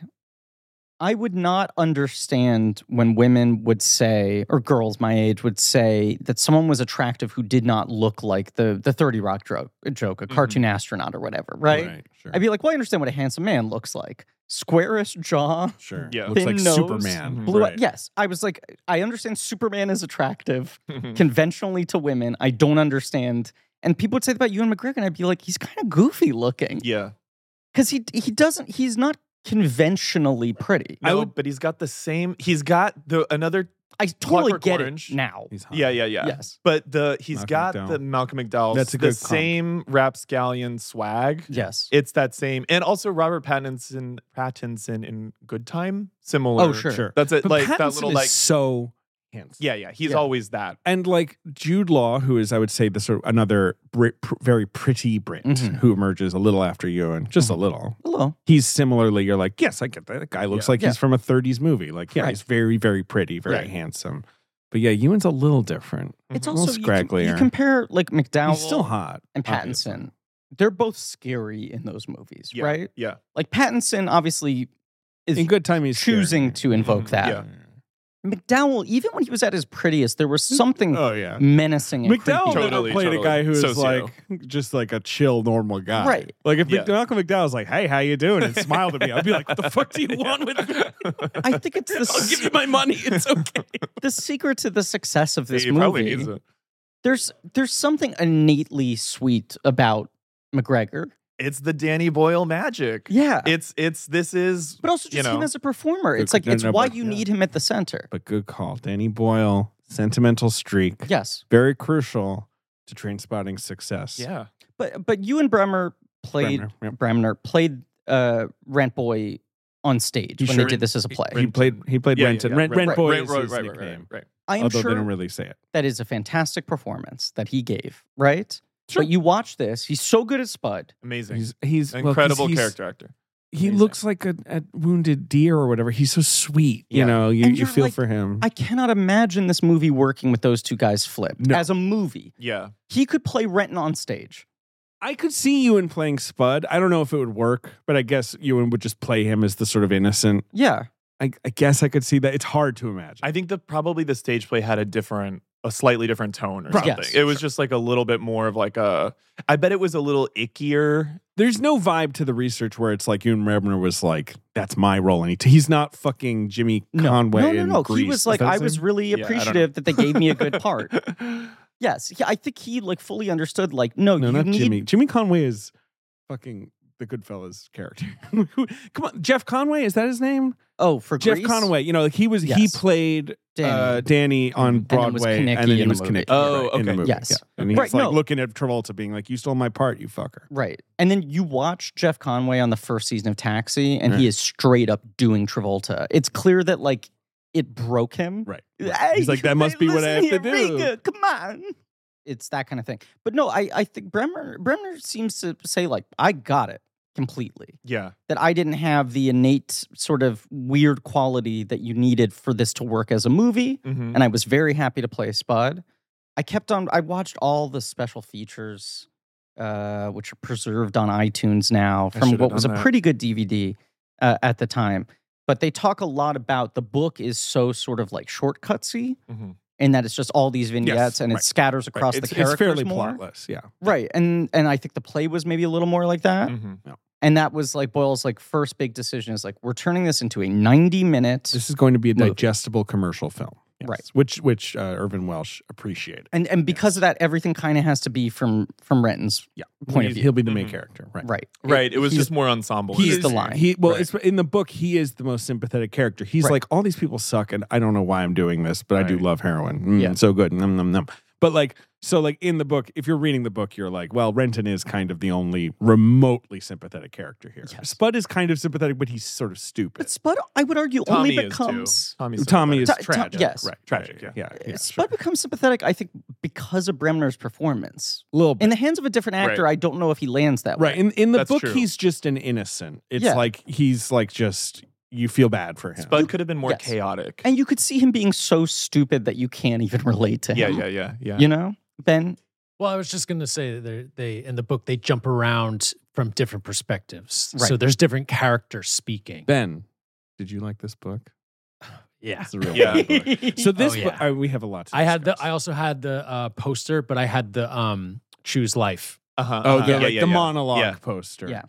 [SPEAKER 2] I would not understand when women would say or girls my age would say that someone was attractive who did not look like the the Thirty Rock joke, joke a
[SPEAKER 4] Mhm.
[SPEAKER 2] cartoon astronaut or whatever, Mm-hmm. right?
[SPEAKER 3] sure.
[SPEAKER 2] I'd be like, well, I understand what a handsome man looks like. Squarish jaw,
[SPEAKER 3] Sure.
[SPEAKER 4] Yeah.
[SPEAKER 3] Looks
[SPEAKER 2] Thin
[SPEAKER 3] like
[SPEAKER 2] nose,
[SPEAKER 3] Superman.
[SPEAKER 2] blue
[SPEAKER 3] Right.
[SPEAKER 2] eye. Yes. I was like, I understand Superman is attractive conventionally to women. I don't understand. And people would say that about Ewan McGregor, and I'd be like, he's kind of goofy looking.
[SPEAKER 4] yeah.
[SPEAKER 2] Because he he doesn't, he's not conventionally pretty.
[SPEAKER 4] No,
[SPEAKER 3] I would-
[SPEAKER 4] but he's got the same. He's got the another.
[SPEAKER 2] I totally
[SPEAKER 4] Clockwork
[SPEAKER 2] get
[SPEAKER 4] Orange.
[SPEAKER 2] it now.
[SPEAKER 3] He's hot.
[SPEAKER 4] Yeah, yeah, yeah.
[SPEAKER 2] Yes.
[SPEAKER 4] But the
[SPEAKER 3] Malcolm
[SPEAKER 4] he's got
[SPEAKER 3] McDowell.
[SPEAKER 4] the Malcolm McDowell.
[SPEAKER 3] That's a
[SPEAKER 4] the
[SPEAKER 3] good comp.
[SPEAKER 4] same rapscallion swag.
[SPEAKER 2] Yes.
[SPEAKER 4] It's that same, and also Robert Pattinson, Pattinson in Good Time, similar.
[SPEAKER 2] Oh, sure.
[SPEAKER 4] That's it.
[SPEAKER 3] Oh, But
[SPEAKER 4] like
[SPEAKER 3] Pattinson
[SPEAKER 4] that little
[SPEAKER 3] is
[SPEAKER 4] like
[SPEAKER 3] so Hands.
[SPEAKER 4] Yeah, yeah. He's
[SPEAKER 2] Yeah.
[SPEAKER 4] always that.
[SPEAKER 3] and like Jude Law, who is I would say the sort of another Brit, pr- very pretty Brit
[SPEAKER 2] Mhm.
[SPEAKER 3] who emerges a little after Ewan, just
[SPEAKER 2] Mm-hmm.
[SPEAKER 3] a little.
[SPEAKER 2] Hello.
[SPEAKER 3] He's similarly, you're like, yes, I get that. That guy looks
[SPEAKER 4] Yeah.
[SPEAKER 3] like he's from a 30s movie. Like, yeah,
[SPEAKER 2] Right.
[SPEAKER 3] he's very, very pretty, very
[SPEAKER 4] Right.
[SPEAKER 3] handsome. But yeah, Ewan's a little different.
[SPEAKER 2] It's
[SPEAKER 3] Mhm. A
[SPEAKER 2] also
[SPEAKER 3] little
[SPEAKER 2] you com- You,
[SPEAKER 3] scragglier.
[SPEAKER 2] compare like McDowell
[SPEAKER 3] He's still hot. Uh,
[SPEAKER 2] and Pattinson.
[SPEAKER 3] obviously.
[SPEAKER 2] They're both scary in those movies,
[SPEAKER 4] Yeah,
[SPEAKER 2] right?
[SPEAKER 4] Yeah.
[SPEAKER 2] Like Pattinson obviously is
[SPEAKER 3] In good time, he's Mm-hmm.
[SPEAKER 2] choosing to invoke
[SPEAKER 4] Mhm,
[SPEAKER 2] that. Mm-hmm.
[SPEAKER 4] yeah.
[SPEAKER 2] McDowell, even when he was at his prettiest, there was something
[SPEAKER 3] Oh yeah.
[SPEAKER 2] menacing and
[SPEAKER 3] McDowell
[SPEAKER 2] creepy.
[SPEAKER 3] never
[SPEAKER 4] Totally,
[SPEAKER 3] played a
[SPEAKER 4] totally.
[SPEAKER 3] guy who was
[SPEAKER 4] Socio.
[SPEAKER 3] like just like a chill, normal guy.
[SPEAKER 2] Right.
[SPEAKER 3] Like if
[SPEAKER 4] Yeah.
[SPEAKER 3] Mc- Malcolm McDowell was like, "Hey, how you doing?" and smiled at me, I'd be like, "What the fuck do you want with me?"
[SPEAKER 2] I think it's the,
[SPEAKER 3] I'll give
[SPEAKER 2] se-
[SPEAKER 3] you my money. It's okay.
[SPEAKER 2] the secret to the success of this
[SPEAKER 4] he probably needs
[SPEAKER 2] movie.
[SPEAKER 4] it.
[SPEAKER 2] There's there's something innately sweet about McGregor.
[SPEAKER 4] It's the Danny Boyle magic.
[SPEAKER 2] Yeah.
[SPEAKER 4] It's it's this is
[SPEAKER 2] but also
[SPEAKER 4] you
[SPEAKER 2] just him
[SPEAKER 4] know.
[SPEAKER 2] as a performer.
[SPEAKER 3] Good-
[SPEAKER 2] It's like
[SPEAKER 3] good
[SPEAKER 2] it's why
[SPEAKER 3] number,
[SPEAKER 2] you
[SPEAKER 3] yeah.
[SPEAKER 2] need him at the center.
[SPEAKER 3] but good call, Danny Boyle. Sentimental streak,
[SPEAKER 2] Yes.
[SPEAKER 3] very crucial to train spotting success.
[SPEAKER 4] yeah.
[SPEAKER 2] But but you and Bremer played
[SPEAKER 3] Bremner, yep.
[SPEAKER 2] Bremner played uh, Rent Boy on stage
[SPEAKER 3] He
[SPEAKER 2] when
[SPEAKER 3] sure-
[SPEAKER 2] they did this as a play.
[SPEAKER 3] He played. He played
[SPEAKER 4] Yeah, yeah,
[SPEAKER 3] Renton.
[SPEAKER 4] yeah.
[SPEAKER 3] Rent, Rent
[SPEAKER 4] Right,
[SPEAKER 3] Boy
[SPEAKER 4] right,
[SPEAKER 3] is
[SPEAKER 4] right,
[SPEAKER 3] his
[SPEAKER 4] right, right,
[SPEAKER 3] nickname.
[SPEAKER 4] right, right.
[SPEAKER 2] I am
[SPEAKER 3] Although they don't
[SPEAKER 2] sure
[SPEAKER 3] really say it.
[SPEAKER 2] that is a fantastic performance that he gave, right?
[SPEAKER 3] Sure.
[SPEAKER 2] But you watch this, he's so good at Spud.
[SPEAKER 4] Amazing.
[SPEAKER 3] He's he's well, 'cause
[SPEAKER 4] Incredible
[SPEAKER 3] he's-
[SPEAKER 4] character actor.
[SPEAKER 3] He
[SPEAKER 4] Amazing.
[SPEAKER 3] looks like a, a wounded deer or whatever. He's so sweet. You
[SPEAKER 4] Yeah.
[SPEAKER 3] know, you,
[SPEAKER 2] And
[SPEAKER 3] you
[SPEAKER 2] you're
[SPEAKER 3] feel
[SPEAKER 2] like,
[SPEAKER 3] for him.
[SPEAKER 2] I cannot imagine this movie working with those two guys flipped
[SPEAKER 3] No.
[SPEAKER 2] as a movie.
[SPEAKER 4] Yeah.
[SPEAKER 2] He could play Renton on stage.
[SPEAKER 3] I could see Ewan playing Spud. I don't know if it would work, but I guess Ewan would just play him as the sort of innocent.
[SPEAKER 2] Yeah.
[SPEAKER 3] I, I guess I could see that. It's hard to imagine.
[SPEAKER 4] I think the probably the stage play had a different, a slightly different tone or
[SPEAKER 2] Prob-
[SPEAKER 4] something.
[SPEAKER 2] yes,
[SPEAKER 4] it was just like a little bit more of like a. I bet it was a little ickier.
[SPEAKER 3] There's no vibe to the research where it's like Ewan Rebner was like, "That's my role," and he t- he's not fucking Jimmy Conway.
[SPEAKER 2] no, no,
[SPEAKER 3] in
[SPEAKER 2] no. He
[SPEAKER 3] Grease.
[SPEAKER 2] was like,
[SPEAKER 3] Is that
[SPEAKER 2] I
[SPEAKER 3] his
[SPEAKER 2] was
[SPEAKER 3] name?
[SPEAKER 2] really
[SPEAKER 4] Yeah, I don't know.
[SPEAKER 2] appreciative that they gave me a good part. yes, he, I think he like fully understood. Like, no,
[SPEAKER 3] No,
[SPEAKER 2] you
[SPEAKER 3] not
[SPEAKER 2] need
[SPEAKER 3] Jimmy. Jimmy Conway is fucking the Goodfellas character. Who- Come on, Jeff Conway is that his name?
[SPEAKER 2] oh for
[SPEAKER 3] Jeff
[SPEAKER 2] Grease?
[SPEAKER 3] Conway. uh, You know, like he was he
[SPEAKER 2] Yes.
[SPEAKER 3] played
[SPEAKER 2] Danny.
[SPEAKER 3] uh, Danny on
[SPEAKER 2] And then was
[SPEAKER 3] Broadway,
[SPEAKER 2] Konecki
[SPEAKER 3] and then he
[SPEAKER 2] in the
[SPEAKER 3] was
[SPEAKER 2] movie.
[SPEAKER 3] connected.
[SPEAKER 4] Oh,
[SPEAKER 3] in the
[SPEAKER 4] okay.
[SPEAKER 3] movie.
[SPEAKER 2] Yes.
[SPEAKER 3] and he's
[SPEAKER 2] Right,
[SPEAKER 3] like
[SPEAKER 2] no.
[SPEAKER 3] looking at Travolta, being like, "You stole my part, you fucker."
[SPEAKER 2] Right. And then you watch Jeff Conway on the first season of Taxi, and he is straight up doing Travolta. It's clear that like it broke him.
[SPEAKER 3] Right.
[SPEAKER 2] Hey,
[SPEAKER 3] He's like, "That must be what I have
[SPEAKER 2] listen
[SPEAKER 3] to
[SPEAKER 2] here,
[SPEAKER 3] do."
[SPEAKER 2] Rika, Come on. It's that kind of thing. But no, I, I think Bremer Bremer seems to say like I got it completely.
[SPEAKER 4] Yeah.
[SPEAKER 2] That I didn't have the innate sort of weird quality that you needed for this to work as a movie
[SPEAKER 3] Mm-hmm.
[SPEAKER 4] Mhm.
[SPEAKER 2] and I was very happy to play Spud. I kept on. I watched all the special features, uh, which are preserved on iTunes now
[SPEAKER 4] I
[SPEAKER 2] from
[SPEAKER 4] should've
[SPEAKER 2] what was a
[SPEAKER 4] done that.
[SPEAKER 2] pretty good DVD uh, at the time. But they talk a lot about the book is so sort of like shortcutsy,
[SPEAKER 4] Mhm.
[SPEAKER 2] and that it's just all these vignettes and
[SPEAKER 3] Mm-hmm. right,
[SPEAKER 2] it scatters
[SPEAKER 3] Right.
[SPEAKER 2] across
[SPEAKER 3] it's,
[SPEAKER 2] the
[SPEAKER 3] it's
[SPEAKER 2] characters
[SPEAKER 3] fairly
[SPEAKER 2] more.
[SPEAKER 3] plotless. Yeah,
[SPEAKER 2] Right, and and I think the play was maybe a little more like that.
[SPEAKER 4] Mhm.
[SPEAKER 2] And that was like Boyle's like first big decision is like we're turning this into a ninety minute.
[SPEAKER 3] this is going to be a
[SPEAKER 2] Movie.
[SPEAKER 3] digestible commercial film,
[SPEAKER 2] Right.
[SPEAKER 3] Which which uh, Irvin Welsh appreciated.
[SPEAKER 2] and and because of that, everything kind of has to be from from Renton's
[SPEAKER 3] Yeah,
[SPEAKER 2] Point of
[SPEAKER 3] He's-
[SPEAKER 2] view.
[SPEAKER 3] He'll be the main
[SPEAKER 4] Mhm.
[SPEAKER 3] character, right?
[SPEAKER 2] right.
[SPEAKER 4] Right. It was
[SPEAKER 2] he's-
[SPEAKER 4] just more ensemble.
[SPEAKER 2] he
[SPEAKER 3] He
[SPEAKER 2] is
[SPEAKER 3] is
[SPEAKER 2] the line.
[SPEAKER 3] He well,
[SPEAKER 4] Right.
[SPEAKER 3] it's in the book. He is the most sympathetic character. He's
[SPEAKER 2] Right.
[SPEAKER 3] like all these people suck, and I don't know why I'm doing this, but I do
[SPEAKER 4] Right.
[SPEAKER 3] love heroin. Mm,
[SPEAKER 2] Yeah.
[SPEAKER 3] so good. Num num num. But like, so like in the book, if you're reading the book, you're like, well, Renton is kind of the only remotely sympathetic character here.
[SPEAKER 2] Yes.
[SPEAKER 3] Spud is kind of sympathetic, but he's sort of stupid.
[SPEAKER 2] But Spud, I would argue,
[SPEAKER 4] Tommy
[SPEAKER 2] only
[SPEAKER 4] is too.
[SPEAKER 2] becomes
[SPEAKER 4] Tommy's
[SPEAKER 3] Tommy is
[SPEAKER 2] Tom- Tom-
[SPEAKER 3] tragic.
[SPEAKER 2] yes.
[SPEAKER 3] right,
[SPEAKER 4] Tragic,
[SPEAKER 3] right, yeah, yeah,
[SPEAKER 2] Spud becomes sympathetic. I think because of Bremner's performance.
[SPEAKER 3] little bit.
[SPEAKER 2] In the hands of a different actor, I don't know if he lands that
[SPEAKER 3] Right.
[SPEAKER 2] way.
[SPEAKER 3] In in the
[SPEAKER 4] That's
[SPEAKER 3] book,
[SPEAKER 4] true.
[SPEAKER 3] he's just an innocent. It's
[SPEAKER 2] Yeah.
[SPEAKER 3] like he's like just you feel bad for him.
[SPEAKER 4] Spud could have been more
[SPEAKER 2] Yes.
[SPEAKER 4] chaotic.
[SPEAKER 2] And you could see him being so stupid that you can't even relate to
[SPEAKER 4] yeah,
[SPEAKER 2] him.
[SPEAKER 4] yeah, yeah, yeah.
[SPEAKER 2] You know, Ben.
[SPEAKER 5] Well, I was just going to say that they're- they in the book they jump around from different perspectives. So
[SPEAKER 2] Right.
[SPEAKER 5] there's different characters speaking.
[SPEAKER 3] ben, did you like this book?
[SPEAKER 5] Yeah.
[SPEAKER 3] It's a real
[SPEAKER 4] Yeah.
[SPEAKER 3] good book. So this
[SPEAKER 5] Oh,
[SPEAKER 3] book-
[SPEAKER 5] yeah.
[SPEAKER 3] I- we have a lot. To
[SPEAKER 5] I had the
[SPEAKER 3] discuss.
[SPEAKER 5] I also had the uh, poster, but I had the um choose life.
[SPEAKER 4] Uh-huh,
[SPEAKER 3] oh
[SPEAKER 4] uh-huh.
[SPEAKER 3] the,
[SPEAKER 4] yeah,
[SPEAKER 3] like,
[SPEAKER 4] yeah,
[SPEAKER 3] the
[SPEAKER 4] yeah.
[SPEAKER 3] monologue
[SPEAKER 4] Yeah.
[SPEAKER 3] poster.
[SPEAKER 2] Yeah.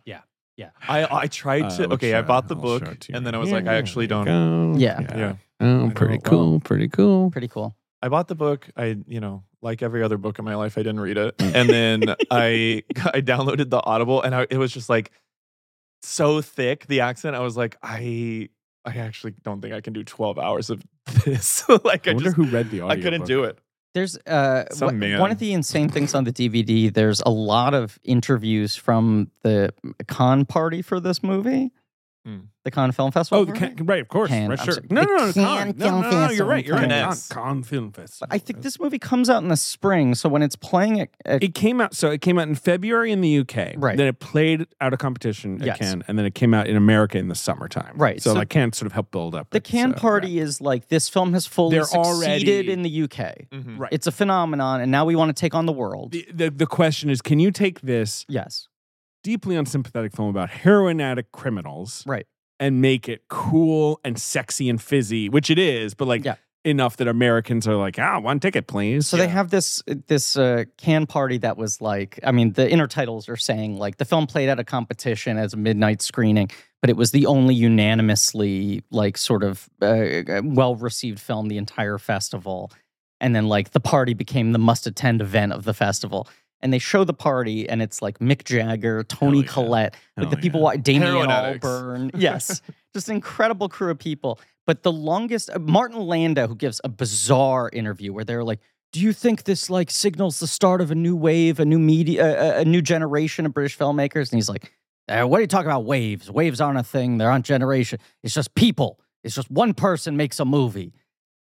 [SPEAKER 4] I I tried
[SPEAKER 3] Uh,
[SPEAKER 4] to.
[SPEAKER 3] which,
[SPEAKER 4] okay, I
[SPEAKER 3] uh,
[SPEAKER 4] bought the
[SPEAKER 3] I'll
[SPEAKER 4] book,
[SPEAKER 3] show it to you.
[SPEAKER 4] and then I was
[SPEAKER 3] Yeah,
[SPEAKER 4] like, I actually
[SPEAKER 3] there you
[SPEAKER 4] don't.
[SPEAKER 3] go.
[SPEAKER 2] Yeah.
[SPEAKER 4] Yeah.
[SPEAKER 3] Oh,
[SPEAKER 4] know
[SPEAKER 3] pretty
[SPEAKER 4] it well.
[SPEAKER 3] cool. Pretty cool.
[SPEAKER 2] Pretty cool.
[SPEAKER 4] I bought the book. I, you know, like every other book in my life, I didn't read it. And then I I downloaded the Audible and I, it was just like so thick the accent. I was like, I I actually don't think I can do 12 hours of this. like
[SPEAKER 3] I
[SPEAKER 4] I,
[SPEAKER 3] wonder
[SPEAKER 4] just
[SPEAKER 3] who read the audio.
[SPEAKER 4] I couldn't do it.
[SPEAKER 2] There's uh,
[SPEAKER 4] Some
[SPEAKER 2] wh-
[SPEAKER 4] man.
[SPEAKER 2] one of the insane things on the DVD. There's a lot of interviews from the con party for this movie,
[SPEAKER 4] Mm.
[SPEAKER 2] The Cannes Film Festival.
[SPEAKER 3] Hmm. Oh, the
[SPEAKER 2] right?
[SPEAKER 3] can, right, of course.
[SPEAKER 2] Can-
[SPEAKER 3] right,
[SPEAKER 2] I'm
[SPEAKER 3] sure.
[SPEAKER 2] sorry,
[SPEAKER 3] No,
[SPEAKER 2] the
[SPEAKER 3] no, no,
[SPEAKER 2] Cannes
[SPEAKER 3] Cannes. No,
[SPEAKER 2] Film
[SPEAKER 3] no, no, you're
[SPEAKER 2] Festival.
[SPEAKER 3] right. You're right. Cannes,
[SPEAKER 4] Cannes.
[SPEAKER 3] Cannes Film Festival.
[SPEAKER 2] But I think this movie comes out in the spring, so when it's playing at, at
[SPEAKER 3] It came out so it came out in February in the UK.
[SPEAKER 2] Right.
[SPEAKER 3] Then it played out of competition at
[SPEAKER 2] Yes.
[SPEAKER 3] Cannes, and then it came out in America in the summertime.
[SPEAKER 2] Right,
[SPEAKER 3] So,
[SPEAKER 2] so-
[SPEAKER 3] like Cannes sort of helped build up.
[SPEAKER 2] the
[SPEAKER 3] its,
[SPEAKER 2] can
[SPEAKER 3] uh,
[SPEAKER 2] party is like this film has fully
[SPEAKER 3] They're
[SPEAKER 2] succeeded
[SPEAKER 3] already-
[SPEAKER 2] in the UK.
[SPEAKER 4] Mhm.
[SPEAKER 3] Right.
[SPEAKER 2] It's a phenomenon, and now we want to take on the world.
[SPEAKER 3] The, the the question is, can you take this
[SPEAKER 2] yes,
[SPEAKER 3] deeply unsympathetic film about heroin addict criminals,
[SPEAKER 2] Right.
[SPEAKER 3] and make it cool and sexy and fizzy, which it is, but like
[SPEAKER 2] Yeah.
[SPEAKER 3] enough that Americans are like, ah, one ticket, please.
[SPEAKER 2] so they have this this uh, can party that was like, I mean, the inner titles are saying like the film played at a competition as a midnight screening, but it was the only unanimously like sort of uh, well received film the entire festival, and then like the party became the must attend event of the festival. And they show the party, and it's like Mick Jagger, Tony
[SPEAKER 3] Hell yeah.
[SPEAKER 2] Collette, like the
[SPEAKER 3] Hell
[SPEAKER 2] people,
[SPEAKER 3] Oh, yeah.
[SPEAKER 2] wa- Damien
[SPEAKER 4] Oh, Heroin addicts.
[SPEAKER 2] Albarn, yes, just an incredible crew of people. But the longest, uh, Martin Landau, who gives a bizarre interview where they're like, "Do you think this like signals the start of a new wave, a new media, uh, a, a new generation of British filmmakers?" And he's like, uh, "What are you talking about? Waves? Waves aren't a thing. There aren't generation. It's just people. It's just one person makes a movie."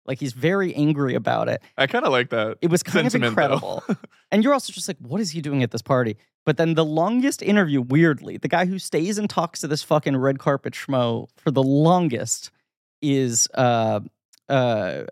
[SPEAKER 2] Like he's very angry about it.
[SPEAKER 4] I kind of like that.
[SPEAKER 2] It was kind of
[SPEAKER 4] Sentiment, though.
[SPEAKER 2] incredible. and you're also just like, what is he doing at this party? But then the longest interview, weirdly, the guy who stays and talks to this fucking red carpet schmo for the longest is uh, uh,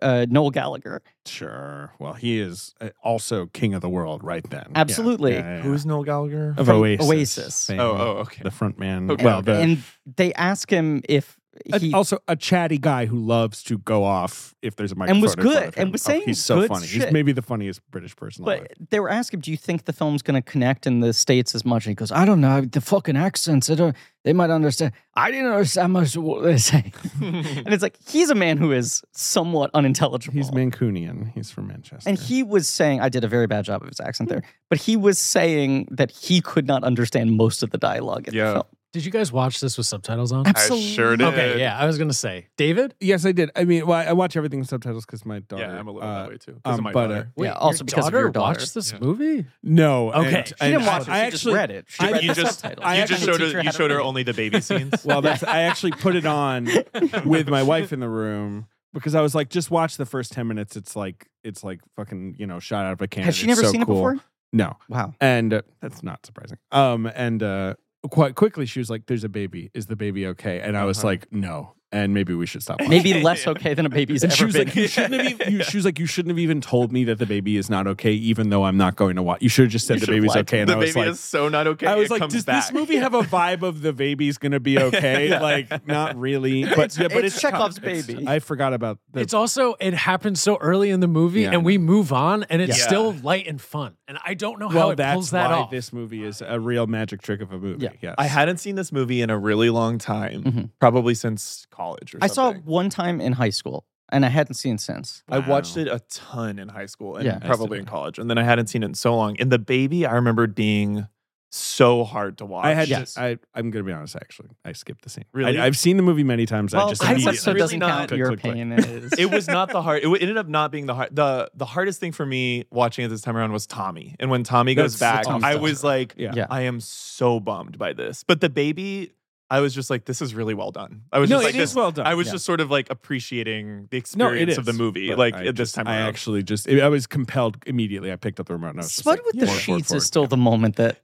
[SPEAKER 2] uh, Noel Gallagher.
[SPEAKER 3] Sure. Well, he is uh, also king of the world right then. Yeah.
[SPEAKER 2] Absolutely.
[SPEAKER 4] Who's Noel Gallagher?
[SPEAKER 3] of
[SPEAKER 2] From
[SPEAKER 3] Oasis?
[SPEAKER 2] Oasis.
[SPEAKER 3] fame.
[SPEAKER 4] Oh, oh, okay.
[SPEAKER 3] Oh, the front man.
[SPEAKER 4] Okay.
[SPEAKER 3] Well, the,
[SPEAKER 2] and they ask him if
[SPEAKER 3] a-
[SPEAKER 2] he.
[SPEAKER 3] also a chatty guy who loves to go off if there's a microphone.
[SPEAKER 2] was
[SPEAKER 3] in front
[SPEAKER 2] good,
[SPEAKER 3] of him.
[SPEAKER 2] and was
[SPEAKER 3] Oh,
[SPEAKER 2] saying
[SPEAKER 3] he's so
[SPEAKER 2] good
[SPEAKER 3] funny. He's
[SPEAKER 2] shit.
[SPEAKER 3] maybe the funniest British person. alive.
[SPEAKER 2] but they were asking, him, "Do you think the film's going to connect in the states as much?" And he goes,
[SPEAKER 1] I don't know the fucking accents. I don't. They might understand. I didn't understand much of what they say.
[SPEAKER 2] and it's like he's a man who is somewhat unintelligible.
[SPEAKER 3] he's Mancunian. He's from Manchester.
[SPEAKER 2] And he was saying, I did a very bad job of his accent
[SPEAKER 3] Hmm.
[SPEAKER 2] there, but he was saying that he could not understand most of the dialogue in the
[SPEAKER 4] Yeah.
[SPEAKER 2] film.
[SPEAKER 5] Did you guys watch this with subtitles on?
[SPEAKER 4] I sure did.
[SPEAKER 5] Okay, yeah, I was gonna say, David.
[SPEAKER 3] Yes, I did. I mean, well, I watch everything with subtitles because my daughter.
[SPEAKER 4] Yeah, I'm a little
[SPEAKER 3] uh,
[SPEAKER 4] that way too.
[SPEAKER 3] um,
[SPEAKER 4] 'cause of my
[SPEAKER 3] but, uh,
[SPEAKER 4] daughter.
[SPEAKER 2] Yeah, also because of your daughter.
[SPEAKER 5] watched this
[SPEAKER 4] Yeah.
[SPEAKER 5] movie.
[SPEAKER 3] no,
[SPEAKER 5] Okay.
[SPEAKER 3] and-
[SPEAKER 5] She
[SPEAKER 2] She
[SPEAKER 3] and
[SPEAKER 2] didn't watch it. She
[SPEAKER 3] I
[SPEAKER 2] just
[SPEAKER 3] actually
[SPEAKER 2] read it. She
[SPEAKER 3] I-
[SPEAKER 2] read
[SPEAKER 4] you
[SPEAKER 2] the
[SPEAKER 4] just-
[SPEAKER 2] subtitles.
[SPEAKER 3] I
[SPEAKER 4] you
[SPEAKER 3] actually
[SPEAKER 4] just showed her.
[SPEAKER 2] teacher
[SPEAKER 4] You
[SPEAKER 2] had to
[SPEAKER 4] showed her
[SPEAKER 2] read it.
[SPEAKER 4] only the baby scenes.
[SPEAKER 3] Well, that's I actually put it on with my wife in the room because I was like, just watch the first ten minutes. It's like it's like fucking you know shot out of a cannon.
[SPEAKER 2] Has she
[SPEAKER 3] It's
[SPEAKER 2] never
[SPEAKER 3] so
[SPEAKER 2] seen
[SPEAKER 3] cool.
[SPEAKER 2] it before?
[SPEAKER 3] No,
[SPEAKER 2] Wow.
[SPEAKER 3] and uh, that's not surprising. Um, and uh, quite quickly she was like, "There's a baby. Is the baby okay?" And I was
[SPEAKER 4] Uh-huh.
[SPEAKER 3] like, "No." And maybe we should stop. Watching.
[SPEAKER 2] Maybe less okay than a baby's
[SPEAKER 3] And
[SPEAKER 2] ever
[SPEAKER 3] she was
[SPEAKER 2] been.
[SPEAKER 3] like, you shouldn't have even, you, she was like, you shouldn't have even told me that the baby is not okay, even though I'm not going to watch. You should have just said
[SPEAKER 4] You
[SPEAKER 3] the
[SPEAKER 4] should've
[SPEAKER 3] baby's
[SPEAKER 4] lied.
[SPEAKER 3] okay. And
[SPEAKER 4] the
[SPEAKER 3] I was
[SPEAKER 4] baby
[SPEAKER 3] like,
[SPEAKER 4] is so not okay.
[SPEAKER 3] I was
[SPEAKER 4] it
[SPEAKER 3] like,
[SPEAKER 4] comes
[SPEAKER 3] does
[SPEAKER 4] back.
[SPEAKER 3] this movie have a vibe of the baby's gonna be okay?
[SPEAKER 4] Yeah.
[SPEAKER 3] Like, not really. But yeah, but
[SPEAKER 2] it's Chekhov's baby.
[SPEAKER 3] I forgot about the.
[SPEAKER 5] It's also it happens so early in the movie,
[SPEAKER 3] Yeah, I
[SPEAKER 5] and we move on, and it's
[SPEAKER 4] Yeah.
[SPEAKER 5] still light and fun. And I don't know how
[SPEAKER 3] well,
[SPEAKER 5] it
[SPEAKER 3] that's
[SPEAKER 5] pulls that
[SPEAKER 3] why
[SPEAKER 5] off.
[SPEAKER 3] this movie is a real magic trick of a movie.
[SPEAKER 2] Yeah.
[SPEAKER 3] Yes.
[SPEAKER 4] I hadn't seen this movie in a really long time,
[SPEAKER 2] Mhm.
[SPEAKER 4] probably since college or
[SPEAKER 2] I saw
[SPEAKER 4] something.
[SPEAKER 2] it one time in high school, and I hadn't seen it since.
[SPEAKER 4] I watched
[SPEAKER 3] Wow.
[SPEAKER 4] it a ton in high school and
[SPEAKER 2] Yeah.
[SPEAKER 4] probably in college, and then I hadn't seen it in so long. And the baby, I remember being so hard to watch.
[SPEAKER 3] I had.
[SPEAKER 2] Yes.
[SPEAKER 3] I, I'm gonna be honest. Actually, I skipped the scene.
[SPEAKER 4] Really?
[SPEAKER 3] I, have seen the movie many times. I
[SPEAKER 2] Well,
[SPEAKER 3] just
[SPEAKER 2] this
[SPEAKER 4] I was
[SPEAKER 3] immediately-
[SPEAKER 2] episode
[SPEAKER 4] really
[SPEAKER 2] doesn't
[SPEAKER 4] not-
[SPEAKER 2] count
[SPEAKER 3] Click,
[SPEAKER 2] your
[SPEAKER 3] click, click.
[SPEAKER 2] opinion. It is.
[SPEAKER 4] it was not the hard. It w- ended up not being the hard. the The hardest thing for me watching it this time around was Tommy. And when Tommy goes
[SPEAKER 3] That's-
[SPEAKER 4] back,
[SPEAKER 3] Tommy's
[SPEAKER 4] I
[SPEAKER 3] done.
[SPEAKER 4] was like,
[SPEAKER 3] Yeah.
[SPEAKER 2] Yeah.
[SPEAKER 4] I am so bummed by this. But the baby, I was just like, this is really well done. I was
[SPEAKER 3] no,
[SPEAKER 4] just
[SPEAKER 3] it
[SPEAKER 4] like,
[SPEAKER 3] is
[SPEAKER 4] this.
[SPEAKER 3] well done.
[SPEAKER 4] I was
[SPEAKER 3] Yeah.
[SPEAKER 4] just sort of like appreciating the
[SPEAKER 3] No, it
[SPEAKER 4] experience of the
[SPEAKER 3] is,
[SPEAKER 4] movie,
[SPEAKER 3] but
[SPEAKER 4] like
[SPEAKER 3] I
[SPEAKER 4] at this
[SPEAKER 3] just-
[SPEAKER 4] time.
[SPEAKER 3] I
[SPEAKER 4] around.
[SPEAKER 3] actually just. I was compelled immediately. I picked up the remote. And I was just
[SPEAKER 2] Spud
[SPEAKER 3] like,
[SPEAKER 2] with the
[SPEAKER 3] forward, forward,
[SPEAKER 2] sheets
[SPEAKER 3] forward.
[SPEAKER 2] is still the moment that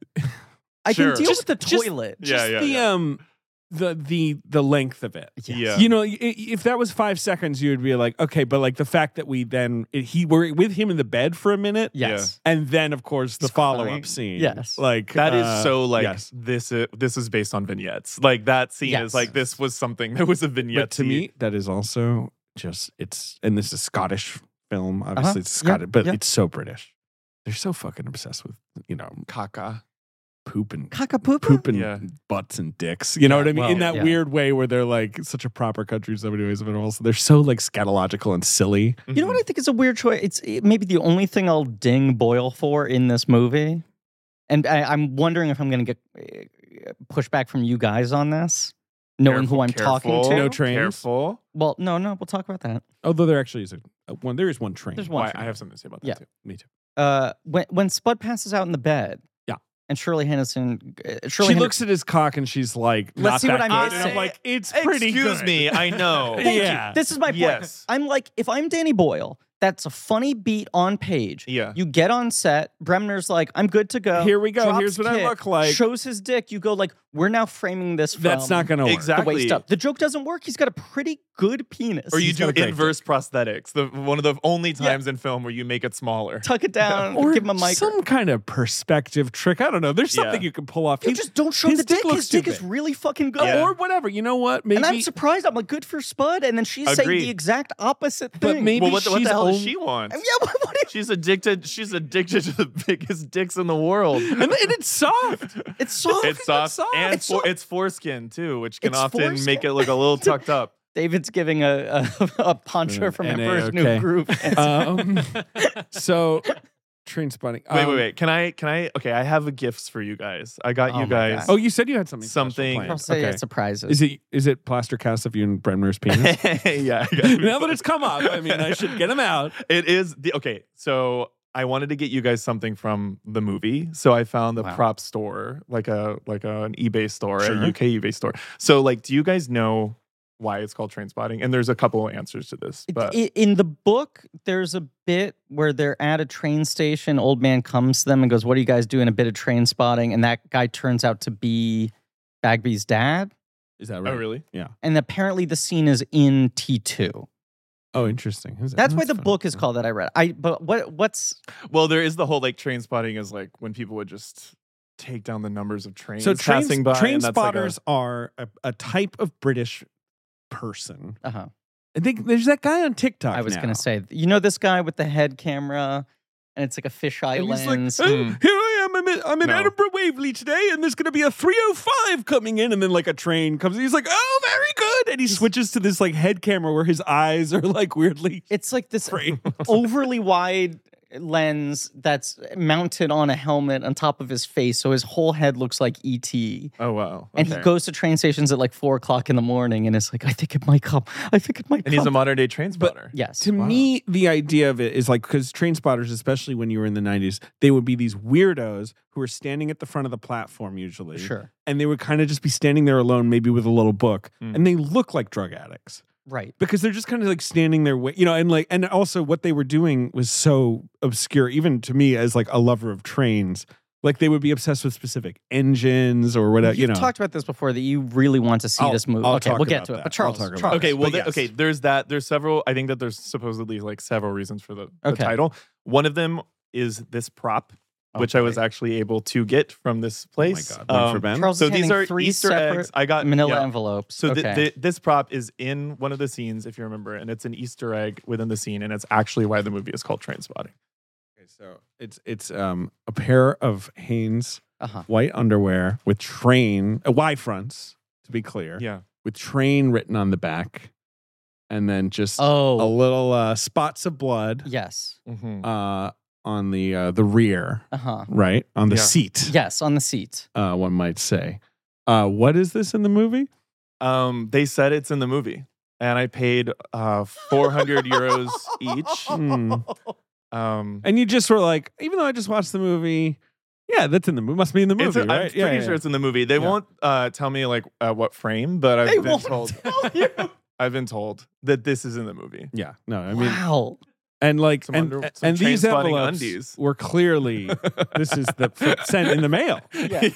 [SPEAKER 2] I
[SPEAKER 4] Sure.
[SPEAKER 2] can deal
[SPEAKER 3] Just-
[SPEAKER 2] with the
[SPEAKER 3] just-
[SPEAKER 2] toilet.
[SPEAKER 4] yeah,
[SPEAKER 3] Just
[SPEAKER 4] yeah,
[SPEAKER 3] the
[SPEAKER 4] yeah.
[SPEAKER 3] um, the the the length of it.
[SPEAKER 4] yeah.
[SPEAKER 3] You know, i- if that was five seconds, you would be like, okay, but like the fact that we then it, he were with him in the bed for a minute,
[SPEAKER 2] Yes.
[SPEAKER 3] and then of course the
[SPEAKER 2] He's
[SPEAKER 3] follow
[SPEAKER 2] crying.
[SPEAKER 3] up scene,
[SPEAKER 2] Yes.
[SPEAKER 3] like
[SPEAKER 4] That is
[SPEAKER 3] uh,
[SPEAKER 4] so like
[SPEAKER 3] yes.
[SPEAKER 4] this. Is, this is based on vignettes. Like that scene
[SPEAKER 2] Yes.
[SPEAKER 4] is like this was something that was a vignette
[SPEAKER 3] but to me, that is also just it's, and this is Scottish film, obviously
[SPEAKER 2] Uh-huh.
[SPEAKER 3] it's
[SPEAKER 2] Yeah,
[SPEAKER 3] Scottish, but
[SPEAKER 2] yeah.
[SPEAKER 3] it's so British. They're so fucking obsessed with you know
[SPEAKER 4] Kaka.
[SPEAKER 3] poop and
[SPEAKER 2] Cockapoo
[SPEAKER 3] poop and
[SPEAKER 4] Yeah.
[SPEAKER 3] butts and dicks. You know what I mean?
[SPEAKER 5] well,
[SPEAKER 3] In that
[SPEAKER 2] yeah.
[SPEAKER 3] weird way where they're like such a proper country in so many ways, but also they're so like scatological and silly.
[SPEAKER 2] You know what I think is a weird choice? It's it, maybe the only thing I'll ding Boyle for in this movie. And I, I'm wondering if I'm going to get uh, pushback from you guys on this, knowing who I'm talking to.
[SPEAKER 3] No trains.
[SPEAKER 4] Careful.
[SPEAKER 2] well, no, no, we'll talk about that.
[SPEAKER 3] Although there actually is a, a one. There is one train.
[SPEAKER 2] There's one.
[SPEAKER 4] Why,
[SPEAKER 2] train.
[SPEAKER 4] I have something to say about
[SPEAKER 2] Yeah.
[SPEAKER 4] that too.
[SPEAKER 3] Me too.
[SPEAKER 2] Uh, when, when Spud passes out in the bed,
[SPEAKER 3] Yeah.
[SPEAKER 2] and Shirley Henderson. uh,
[SPEAKER 3] She
[SPEAKER 2] Shirley Hen-
[SPEAKER 3] looks at his cock and she's like,
[SPEAKER 2] Let's
[SPEAKER 3] not
[SPEAKER 2] see what
[SPEAKER 3] that
[SPEAKER 2] I
[SPEAKER 3] good.
[SPEAKER 2] may
[SPEAKER 3] And I'm
[SPEAKER 2] say.
[SPEAKER 3] like, it's pretty
[SPEAKER 4] Excuse
[SPEAKER 3] good.
[SPEAKER 4] me, I know.
[SPEAKER 2] Thank you.
[SPEAKER 3] yeah.
[SPEAKER 2] This is my point.
[SPEAKER 4] Yes.
[SPEAKER 2] I'm like, if I'm Danny Boyle, that's a funny beat on page.
[SPEAKER 4] Yeah.
[SPEAKER 2] You get on set. Bremner's like, I'm good to go.
[SPEAKER 3] Here we go.
[SPEAKER 2] Drops
[SPEAKER 3] Here's what I
[SPEAKER 2] kick,
[SPEAKER 3] look like.
[SPEAKER 2] Shows his dick. You go like, we're now framing this. From
[SPEAKER 3] That's not going to work.
[SPEAKER 2] the
[SPEAKER 4] Exactly.
[SPEAKER 2] waist up. The joke doesn't work. He's got a pretty good penis.
[SPEAKER 4] Or you
[SPEAKER 3] He's got
[SPEAKER 4] do
[SPEAKER 3] a great
[SPEAKER 4] inverse prosthetics. The one of the only times in film where you make it smaller.
[SPEAKER 2] tuck it down.
[SPEAKER 3] Or
[SPEAKER 2] give him a mic.
[SPEAKER 3] some kind of perspective trick. I don't know. There's something
[SPEAKER 4] Yeah.
[SPEAKER 3] you can pull off.
[SPEAKER 2] you
[SPEAKER 3] He-
[SPEAKER 2] just don't show
[SPEAKER 3] his
[SPEAKER 2] the dick.
[SPEAKER 3] dick looks
[SPEAKER 2] his dick
[SPEAKER 3] too
[SPEAKER 2] is
[SPEAKER 3] big.
[SPEAKER 2] really fucking good.
[SPEAKER 3] Oh,
[SPEAKER 4] Yeah.
[SPEAKER 3] or whatever. You know what? Maybe
[SPEAKER 2] And I'm surprised. I'm like, good for Spud. And then she's saying
[SPEAKER 4] Agreed.
[SPEAKER 2] the exact opposite thing.
[SPEAKER 3] But maybe
[SPEAKER 4] well, what the, what
[SPEAKER 3] she's
[SPEAKER 4] the hell does
[SPEAKER 3] only-
[SPEAKER 4] she want?
[SPEAKER 2] Yeah, what, what do
[SPEAKER 4] She's addicted. She's addicted to the biggest dicks in the world.
[SPEAKER 3] and, and it's soft.
[SPEAKER 2] you- it's soft.
[SPEAKER 4] it's soft, and
[SPEAKER 2] It's
[SPEAKER 4] it's, for,
[SPEAKER 2] soft.
[SPEAKER 4] it's foreskin too, which can
[SPEAKER 2] It's
[SPEAKER 4] often make
[SPEAKER 2] foreskin.
[SPEAKER 4] it look a little tucked up.
[SPEAKER 2] David's giving a a, a poncho from
[SPEAKER 3] NA,
[SPEAKER 2] Emperor's
[SPEAKER 3] Mm, okay.
[SPEAKER 2] New Groove.
[SPEAKER 3] um, so train spotting.
[SPEAKER 4] Wait,
[SPEAKER 3] Um,
[SPEAKER 4] wait, wait. Can I? Can I? Okay, I have a gifts for you guys. I got
[SPEAKER 2] Oh
[SPEAKER 4] you
[SPEAKER 2] my
[SPEAKER 4] guys.
[SPEAKER 3] Oh, you said you had something. special
[SPEAKER 4] Something-
[SPEAKER 3] planned.
[SPEAKER 2] I'll say
[SPEAKER 3] Okay.
[SPEAKER 2] surprises.
[SPEAKER 3] Is it is it plaster cast of you and Bremner's penis?
[SPEAKER 4] yeah. I got you.
[SPEAKER 3] now that it's come up, I mean, I should get him out.
[SPEAKER 4] It is the okay. So I wanted to get you guys something from the movie. So I found the
[SPEAKER 2] Wow.
[SPEAKER 4] prop store, like a like a, an eBay store,
[SPEAKER 3] Sure.
[SPEAKER 4] a UK eBay store. So like, do you guys know why it's called train spotting? And there's a couple of answers to this,
[SPEAKER 2] It-
[SPEAKER 4] but
[SPEAKER 2] i- in the book, there's a bit where they're at a train station. Old man comes to them and goes, "What are you guys doing? A bit of train spotting." And that guy turns out to be Bagby's dad.
[SPEAKER 3] Is that
[SPEAKER 4] oh really?
[SPEAKER 2] And apparently, the scene is in T two.
[SPEAKER 3] Oh, interesting. Is it?
[SPEAKER 2] That's
[SPEAKER 3] Oh,
[SPEAKER 2] why the
[SPEAKER 3] fun.
[SPEAKER 2] book is called that. I read. I but what what's
[SPEAKER 4] Well, there is the whole like train spotting is like when people would just take down the numbers of trains
[SPEAKER 3] So train,
[SPEAKER 4] passing by.
[SPEAKER 3] train
[SPEAKER 4] and that's like a-
[SPEAKER 3] spotters are a, a type of British person.
[SPEAKER 2] uh huh.
[SPEAKER 3] I think there's that guy on TikTok.
[SPEAKER 2] I was
[SPEAKER 3] now.
[SPEAKER 2] gonna say, you know, this guy with the head camera, and it's like a fisheye
[SPEAKER 3] And he's like,
[SPEAKER 2] lens.
[SPEAKER 3] "Oh,
[SPEAKER 4] Mm.
[SPEAKER 3] here I am. I'm in, I'm in
[SPEAKER 4] No.
[SPEAKER 3] Edinburgh Waverley today, and there's going to be a 305 coming in, and then like a train comes. And he's like, "Oh, very good," and he switches to this like head camera where his eyes are like weirdly
[SPEAKER 2] it's like this
[SPEAKER 3] framed.
[SPEAKER 2] overly wide lens that's mounted on a helmet on top of his face, so his whole head looks like ET.
[SPEAKER 4] Oh wow.
[SPEAKER 2] And he
[SPEAKER 4] Okay.
[SPEAKER 2] goes to train stations at like four o'clock in the morning, and it's like, I think it might come. I think it might
[SPEAKER 4] And he's
[SPEAKER 2] come.
[SPEAKER 4] a modern day train spotter.
[SPEAKER 2] yes.
[SPEAKER 3] To me, the idea of it is like because train spotters, especially when you were in the 90s, they would be these weirdos who were standing at the front of the platform usually.
[SPEAKER 2] sure.
[SPEAKER 3] And they would kind of just be standing there alone, maybe with a little book.
[SPEAKER 4] Mm.
[SPEAKER 3] And they look like drug addicts
[SPEAKER 2] Right.
[SPEAKER 3] because they're just kind of like standing there, wait, you know, and like, and also what they were doing was so obscure, even to me as like a lover of trains. Like they would be obsessed with specific engines or whatever, uh, you
[SPEAKER 2] You've
[SPEAKER 3] know.
[SPEAKER 2] talked about this before that you really want to see
[SPEAKER 3] I'll-
[SPEAKER 2] this movie.
[SPEAKER 3] I'll
[SPEAKER 2] okay,
[SPEAKER 3] talk
[SPEAKER 2] we'll get
[SPEAKER 3] about
[SPEAKER 2] to it.
[SPEAKER 3] that.
[SPEAKER 2] But
[SPEAKER 3] I'll
[SPEAKER 2] Charles,
[SPEAKER 3] talk about
[SPEAKER 2] Charles.
[SPEAKER 3] that.
[SPEAKER 4] Okay,
[SPEAKER 3] But
[SPEAKER 4] well, the-
[SPEAKER 3] yes.
[SPEAKER 4] okay. There's that. There's several. I think that there's supposedly like several reasons for the, the
[SPEAKER 2] Okay.
[SPEAKER 4] title. One of them is this prop, which I was actually able to get from this
[SPEAKER 3] Oh my
[SPEAKER 4] place. Um,
[SPEAKER 3] God, one for Ben?
[SPEAKER 2] um, Charles
[SPEAKER 4] so
[SPEAKER 2] is
[SPEAKER 4] these
[SPEAKER 2] handing
[SPEAKER 4] are
[SPEAKER 2] three
[SPEAKER 4] Easter
[SPEAKER 2] separate
[SPEAKER 4] eggs. I got
[SPEAKER 2] Manila
[SPEAKER 4] yeah.
[SPEAKER 2] envelopes.
[SPEAKER 4] So
[SPEAKER 2] okay.
[SPEAKER 4] th- th- this prop is in one of the scenes, if you remember, and it's an Easter egg within the scene, and it's actually why the movie is called Train Spotting.
[SPEAKER 3] Okay, so it's it's um a pair of Hanes
[SPEAKER 2] uh-huh.
[SPEAKER 3] white underwear with train uh, Y fronts to be clear
[SPEAKER 4] Yeah.
[SPEAKER 3] with train written on the back and then just a
[SPEAKER 2] Oh,
[SPEAKER 3] little uh, spots of blood
[SPEAKER 2] yes.
[SPEAKER 4] Mhm.
[SPEAKER 3] uh, on the uh, the rear
[SPEAKER 2] Uh huh.
[SPEAKER 3] right on the
[SPEAKER 4] Yeah.
[SPEAKER 3] seat
[SPEAKER 2] Yes, on the seat.
[SPEAKER 3] uh, one might say uh, what is this in the movie
[SPEAKER 4] Um, they said it's in the movie, and I paid uh, 400 euros each.
[SPEAKER 3] Hmm.
[SPEAKER 4] Um,
[SPEAKER 3] and you just were like even though I just watched the movie yeah that's in the movie must be in the movie
[SPEAKER 4] it's-
[SPEAKER 3] right
[SPEAKER 4] I'm pretty
[SPEAKER 3] yeah, yeah,
[SPEAKER 4] sure it's in the movie. They
[SPEAKER 3] Yeah.
[SPEAKER 4] won't uh, tell me like uh, what frame, but I've
[SPEAKER 2] They
[SPEAKER 4] been
[SPEAKER 2] won't
[SPEAKER 4] told.
[SPEAKER 2] tell you.
[SPEAKER 4] I've been told that this is in the movie.
[SPEAKER 3] yeah no I mean
[SPEAKER 2] wow.
[SPEAKER 3] and like
[SPEAKER 4] Some
[SPEAKER 3] and,
[SPEAKER 4] under- some
[SPEAKER 3] and these
[SPEAKER 4] train-spotting
[SPEAKER 3] envelopes
[SPEAKER 4] undies.
[SPEAKER 3] were clearly this is the sent in the mail
[SPEAKER 4] Yeah.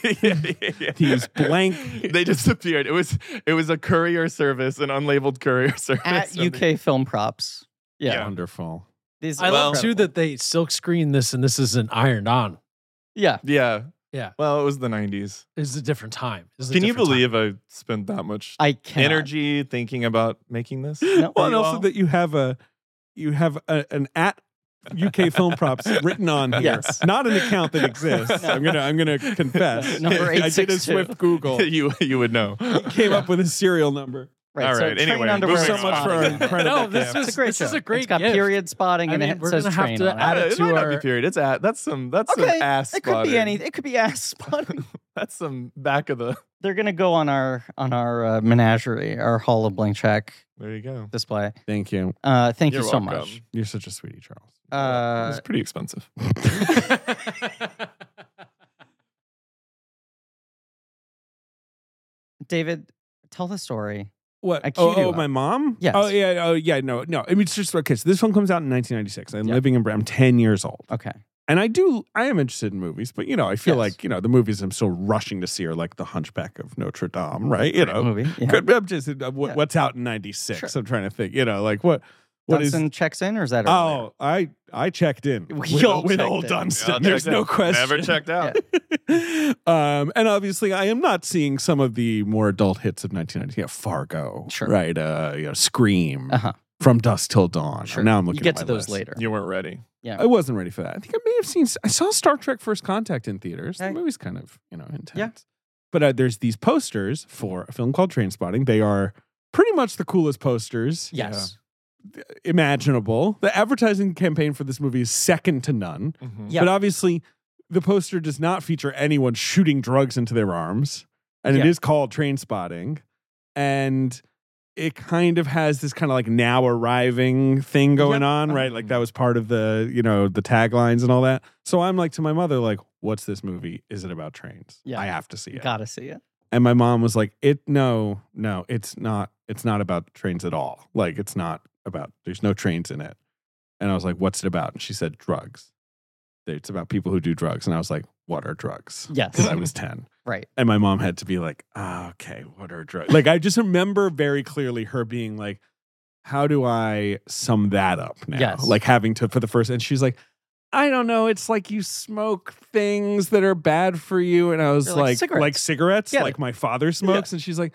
[SPEAKER 3] These blank-
[SPEAKER 4] They disappeared. It was it was a courier service, an unlabeled courier service
[SPEAKER 2] At
[SPEAKER 4] and
[SPEAKER 2] UK Film Props. Yeah.
[SPEAKER 4] Yeah.
[SPEAKER 3] wonderful
[SPEAKER 2] These
[SPEAKER 5] I
[SPEAKER 2] are
[SPEAKER 5] love too
[SPEAKER 2] incredible.
[SPEAKER 5] that they silk screen this and this isn't ironed on.
[SPEAKER 2] Yeah.
[SPEAKER 4] they- yeah.
[SPEAKER 5] Yeah.
[SPEAKER 4] Well, it was the 90s.
[SPEAKER 5] It's a different time. It's a
[SPEAKER 4] Can you
[SPEAKER 5] different time.
[SPEAKER 4] believe I spent that much
[SPEAKER 2] I can
[SPEAKER 4] energy thinking about making this?
[SPEAKER 2] No.
[SPEAKER 3] well, and
[SPEAKER 4] You
[SPEAKER 3] also
[SPEAKER 4] all?
[SPEAKER 3] that you have a you have a, an at UK film props written on here,
[SPEAKER 2] Yes.
[SPEAKER 3] not an account that exists.
[SPEAKER 2] No.
[SPEAKER 3] I'm gonna I'm gonna confess.
[SPEAKER 2] Number
[SPEAKER 3] I did a
[SPEAKER 2] 862.
[SPEAKER 3] swift Google.
[SPEAKER 4] you you would know.
[SPEAKER 3] Came up with a serial number.
[SPEAKER 2] Right.
[SPEAKER 4] All
[SPEAKER 2] so
[SPEAKER 4] right,
[SPEAKER 2] train
[SPEAKER 4] anyway,
[SPEAKER 2] underwear
[SPEAKER 4] moving
[SPEAKER 3] So much
[SPEAKER 2] spotting.
[SPEAKER 3] for our incredible.
[SPEAKER 5] No, this
[SPEAKER 2] It's a
[SPEAKER 3] gift.
[SPEAKER 5] was
[SPEAKER 2] great
[SPEAKER 5] this is
[SPEAKER 2] show.
[SPEAKER 5] a great
[SPEAKER 2] It's got
[SPEAKER 5] gift.
[SPEAKER 2] period spotting
[SPEAKER 5] I
[SPEAKER 2] and
[SPEAKER 5] mean,
[SPEAKER 2] it
[SPEAKER 5] we're
[SPEAKER 2] says
[SPEAKER 5] gonna have
[SPEAKER 2] train
[SPEAKER 5] to
[SPEAKER 2] on it.
[SPEAKER 5] add-
[SPEAKER 4] Uh,
[SPEAKER 5] it
[SPEAKER 4] it
[SPEAKER 5] to
[SPEAKER 4] might not be
[SPEAKER 5] our-
[SPEAKER 4] period. It's at that's some that's
[SPEAKER 2] Okay,
[SPEAKER 4] some ass.
[SPEAKER 2] it could be
[SPEAKER 4] spotting.
[SPEAKER 2] any. It could be ass spotting.
[SPEAKER 4] That's some back of the.
[SPEAKER 2] They're gonna go on our on our uh, menagerie, our hall of blank check
[SPEAKER 4] There you go.
[SPEAKER 2] display.
[SPEAKER 3] Thank you.
[SPEAKER 2] Uh, thank
[SPEAKER 4] You're
[SPEAKER 2] you so
[SPEAKER 4] welcome.
[SPEAKER 2] much.
[SPEAKER 3] You're such a sweetie, Charles.
[SPEAKER 2] Uh,
[SPEAKER 4] it's pretty expensive.
[SPEAKER 2] David, tell the story.
[SPEAKER 3] What?
[SPEAKER 2] I queued
[SPEAKER 3] oh,
[SPEAKER 2] you
[SPEAKER 3] oh,
[SPEAKER 2] up.
[SPEAKER 3] my mom?
[SPEAKER 2] Yes.
[SPEAKER 3] Oh, yeah. Oh, yeah. No, no. I mean, it's just okay. So this film comes out in 1996. I'm
[SPEAKER 2] Yeah.
[SPEAKER 3] living in, Bra- I'm 10 years old.
[SPEAKER 2] Okay.
[SPEAKER 3] And I do, I am interested in movies, but, you know, I feel
[SPEAKER 2] Yes.
[SPEAKER 3] like, you know, the movies I'm still rushing to see are like The Hunchback of Notre Dame, right? You know,
[SPEAKER 2] Movie. Yeah.
[SPEAKER 3] could, I'm just, uh, what,
[SPEAKER 2] Yeah.
[SPEAKER 3] what's out in 96?
[SPEAKER 2] Sure.
[SPEAKER 3] I'm trying to think, you know, like what, what is?
[SPEAKER 2] Dunstan checks in, or is that? earlier?
[SPEAKER 3] Oh, I I checked in
[SPEAKER 2] We
[SPEAKER 3] with,
[SPEAKER 2] all
[SPEAKER 3] with
[SPEAKER 2] checked
[SPEAKER 3] old
[SPEAKER 2] in.
[SPEAKER 3] Dunstan.
[SPEAKER 4] Yeah,
[SPEAKER 3] There's
[SPEAKER 4] checked
[SPEAKER 3] no
[SPEAKER 4] in.
[SPEAKER 3] question.
[SPEAKER 4] Never checked out.
[SPEAKER 3] um, and obviously, I am not seeing some of the more adult hits of 1990. Yeah, Fargo,
[SPEAKER 2] Sure.
[SPEAKER 3] right? Uh, you know, Scream,
[SPEAKER 2] Uh-huh.
[SPEAKER 3] From Dusk Till Dawn.
[SPEAKER 2] Sure.
[SPEAKER 3] Now I'm looking.
[SPEAKER 2] you get
[SPEAKER 3] at
[SPEAKER 2] to
[SPEAKER 3] my
[SPEAKER 2] those
[SPEAKER 3] list.
[SPEAKER 2] later.
[SPEAKER 4] You weren't ready.
[SPEAKER 3] I wasn't ready for that. I think I may have seen. I saw Star Trek: First Contact in theaters.
[SPEAKER 2] Hey.
[SPEAKER 3] The movie's kind of you know intense. But uh, there's these posters for a film called Trainspotting. They are pretty much the coolest posters uh,
[SPEAKER 2] Yes.
[SPEAKER 3] imaginable. The advertising campaign for this movie is second to none.
[SPEAKER 4] Mm-hmm.
[SPEAKER 2] Yeah.
[SPEAKER 3] But obviously, the poster does not feature anyone shooting drugs into their arms. And it
[SPEAKER 2] Yeah.
[SPEAKER 3] is called Train Spotting. And it kind of has this kind of like now arriving thing going
[SPEAKER 2] Yeah.
[SPEAKER 3] on, right? Like that was part of the, you know, the taglines and all that. So I'm like to my mother, like, what's this movie? Is it about trains?
[SPEAKER 2] Yeah.
[SPEAKER 3] I have to see it.
[SPEAKER 2] Gotta see it.
[SPEAKER 3] And my mom was like, "It no, no, it's not. It's not about trains at all. Like it's not about. There's no trains in it." And I was like, "What's it about?" And she said, "Drugs. It's about people who do drugs." And I was like, "What are drugs?"
[SPEAKER 2] Yes.
[SPEAKER 3] Because I was ten,
[SPEAKER 2] Right.
[SPEAKER 3] and my mom had to be like, "Ah, "Okay, what are drugs?" Like I just remember very clearly her being like, "How do I sum that up now?"
[SPEAKER 2] Yes.
[SPEAKER 3] Like having to for the first, and she's like. I don't know. It's like you smoke things that are bad for you. And I was
[SPEAKER 2] Or
[SPEAKER 3] like,
[SPEAKER 2] like
[SPEAKER 3] like cigarettes,
[SPEAKER 2] cigarettes. Yeah.
[SPEAKER 3] like my father smokes. And she's like,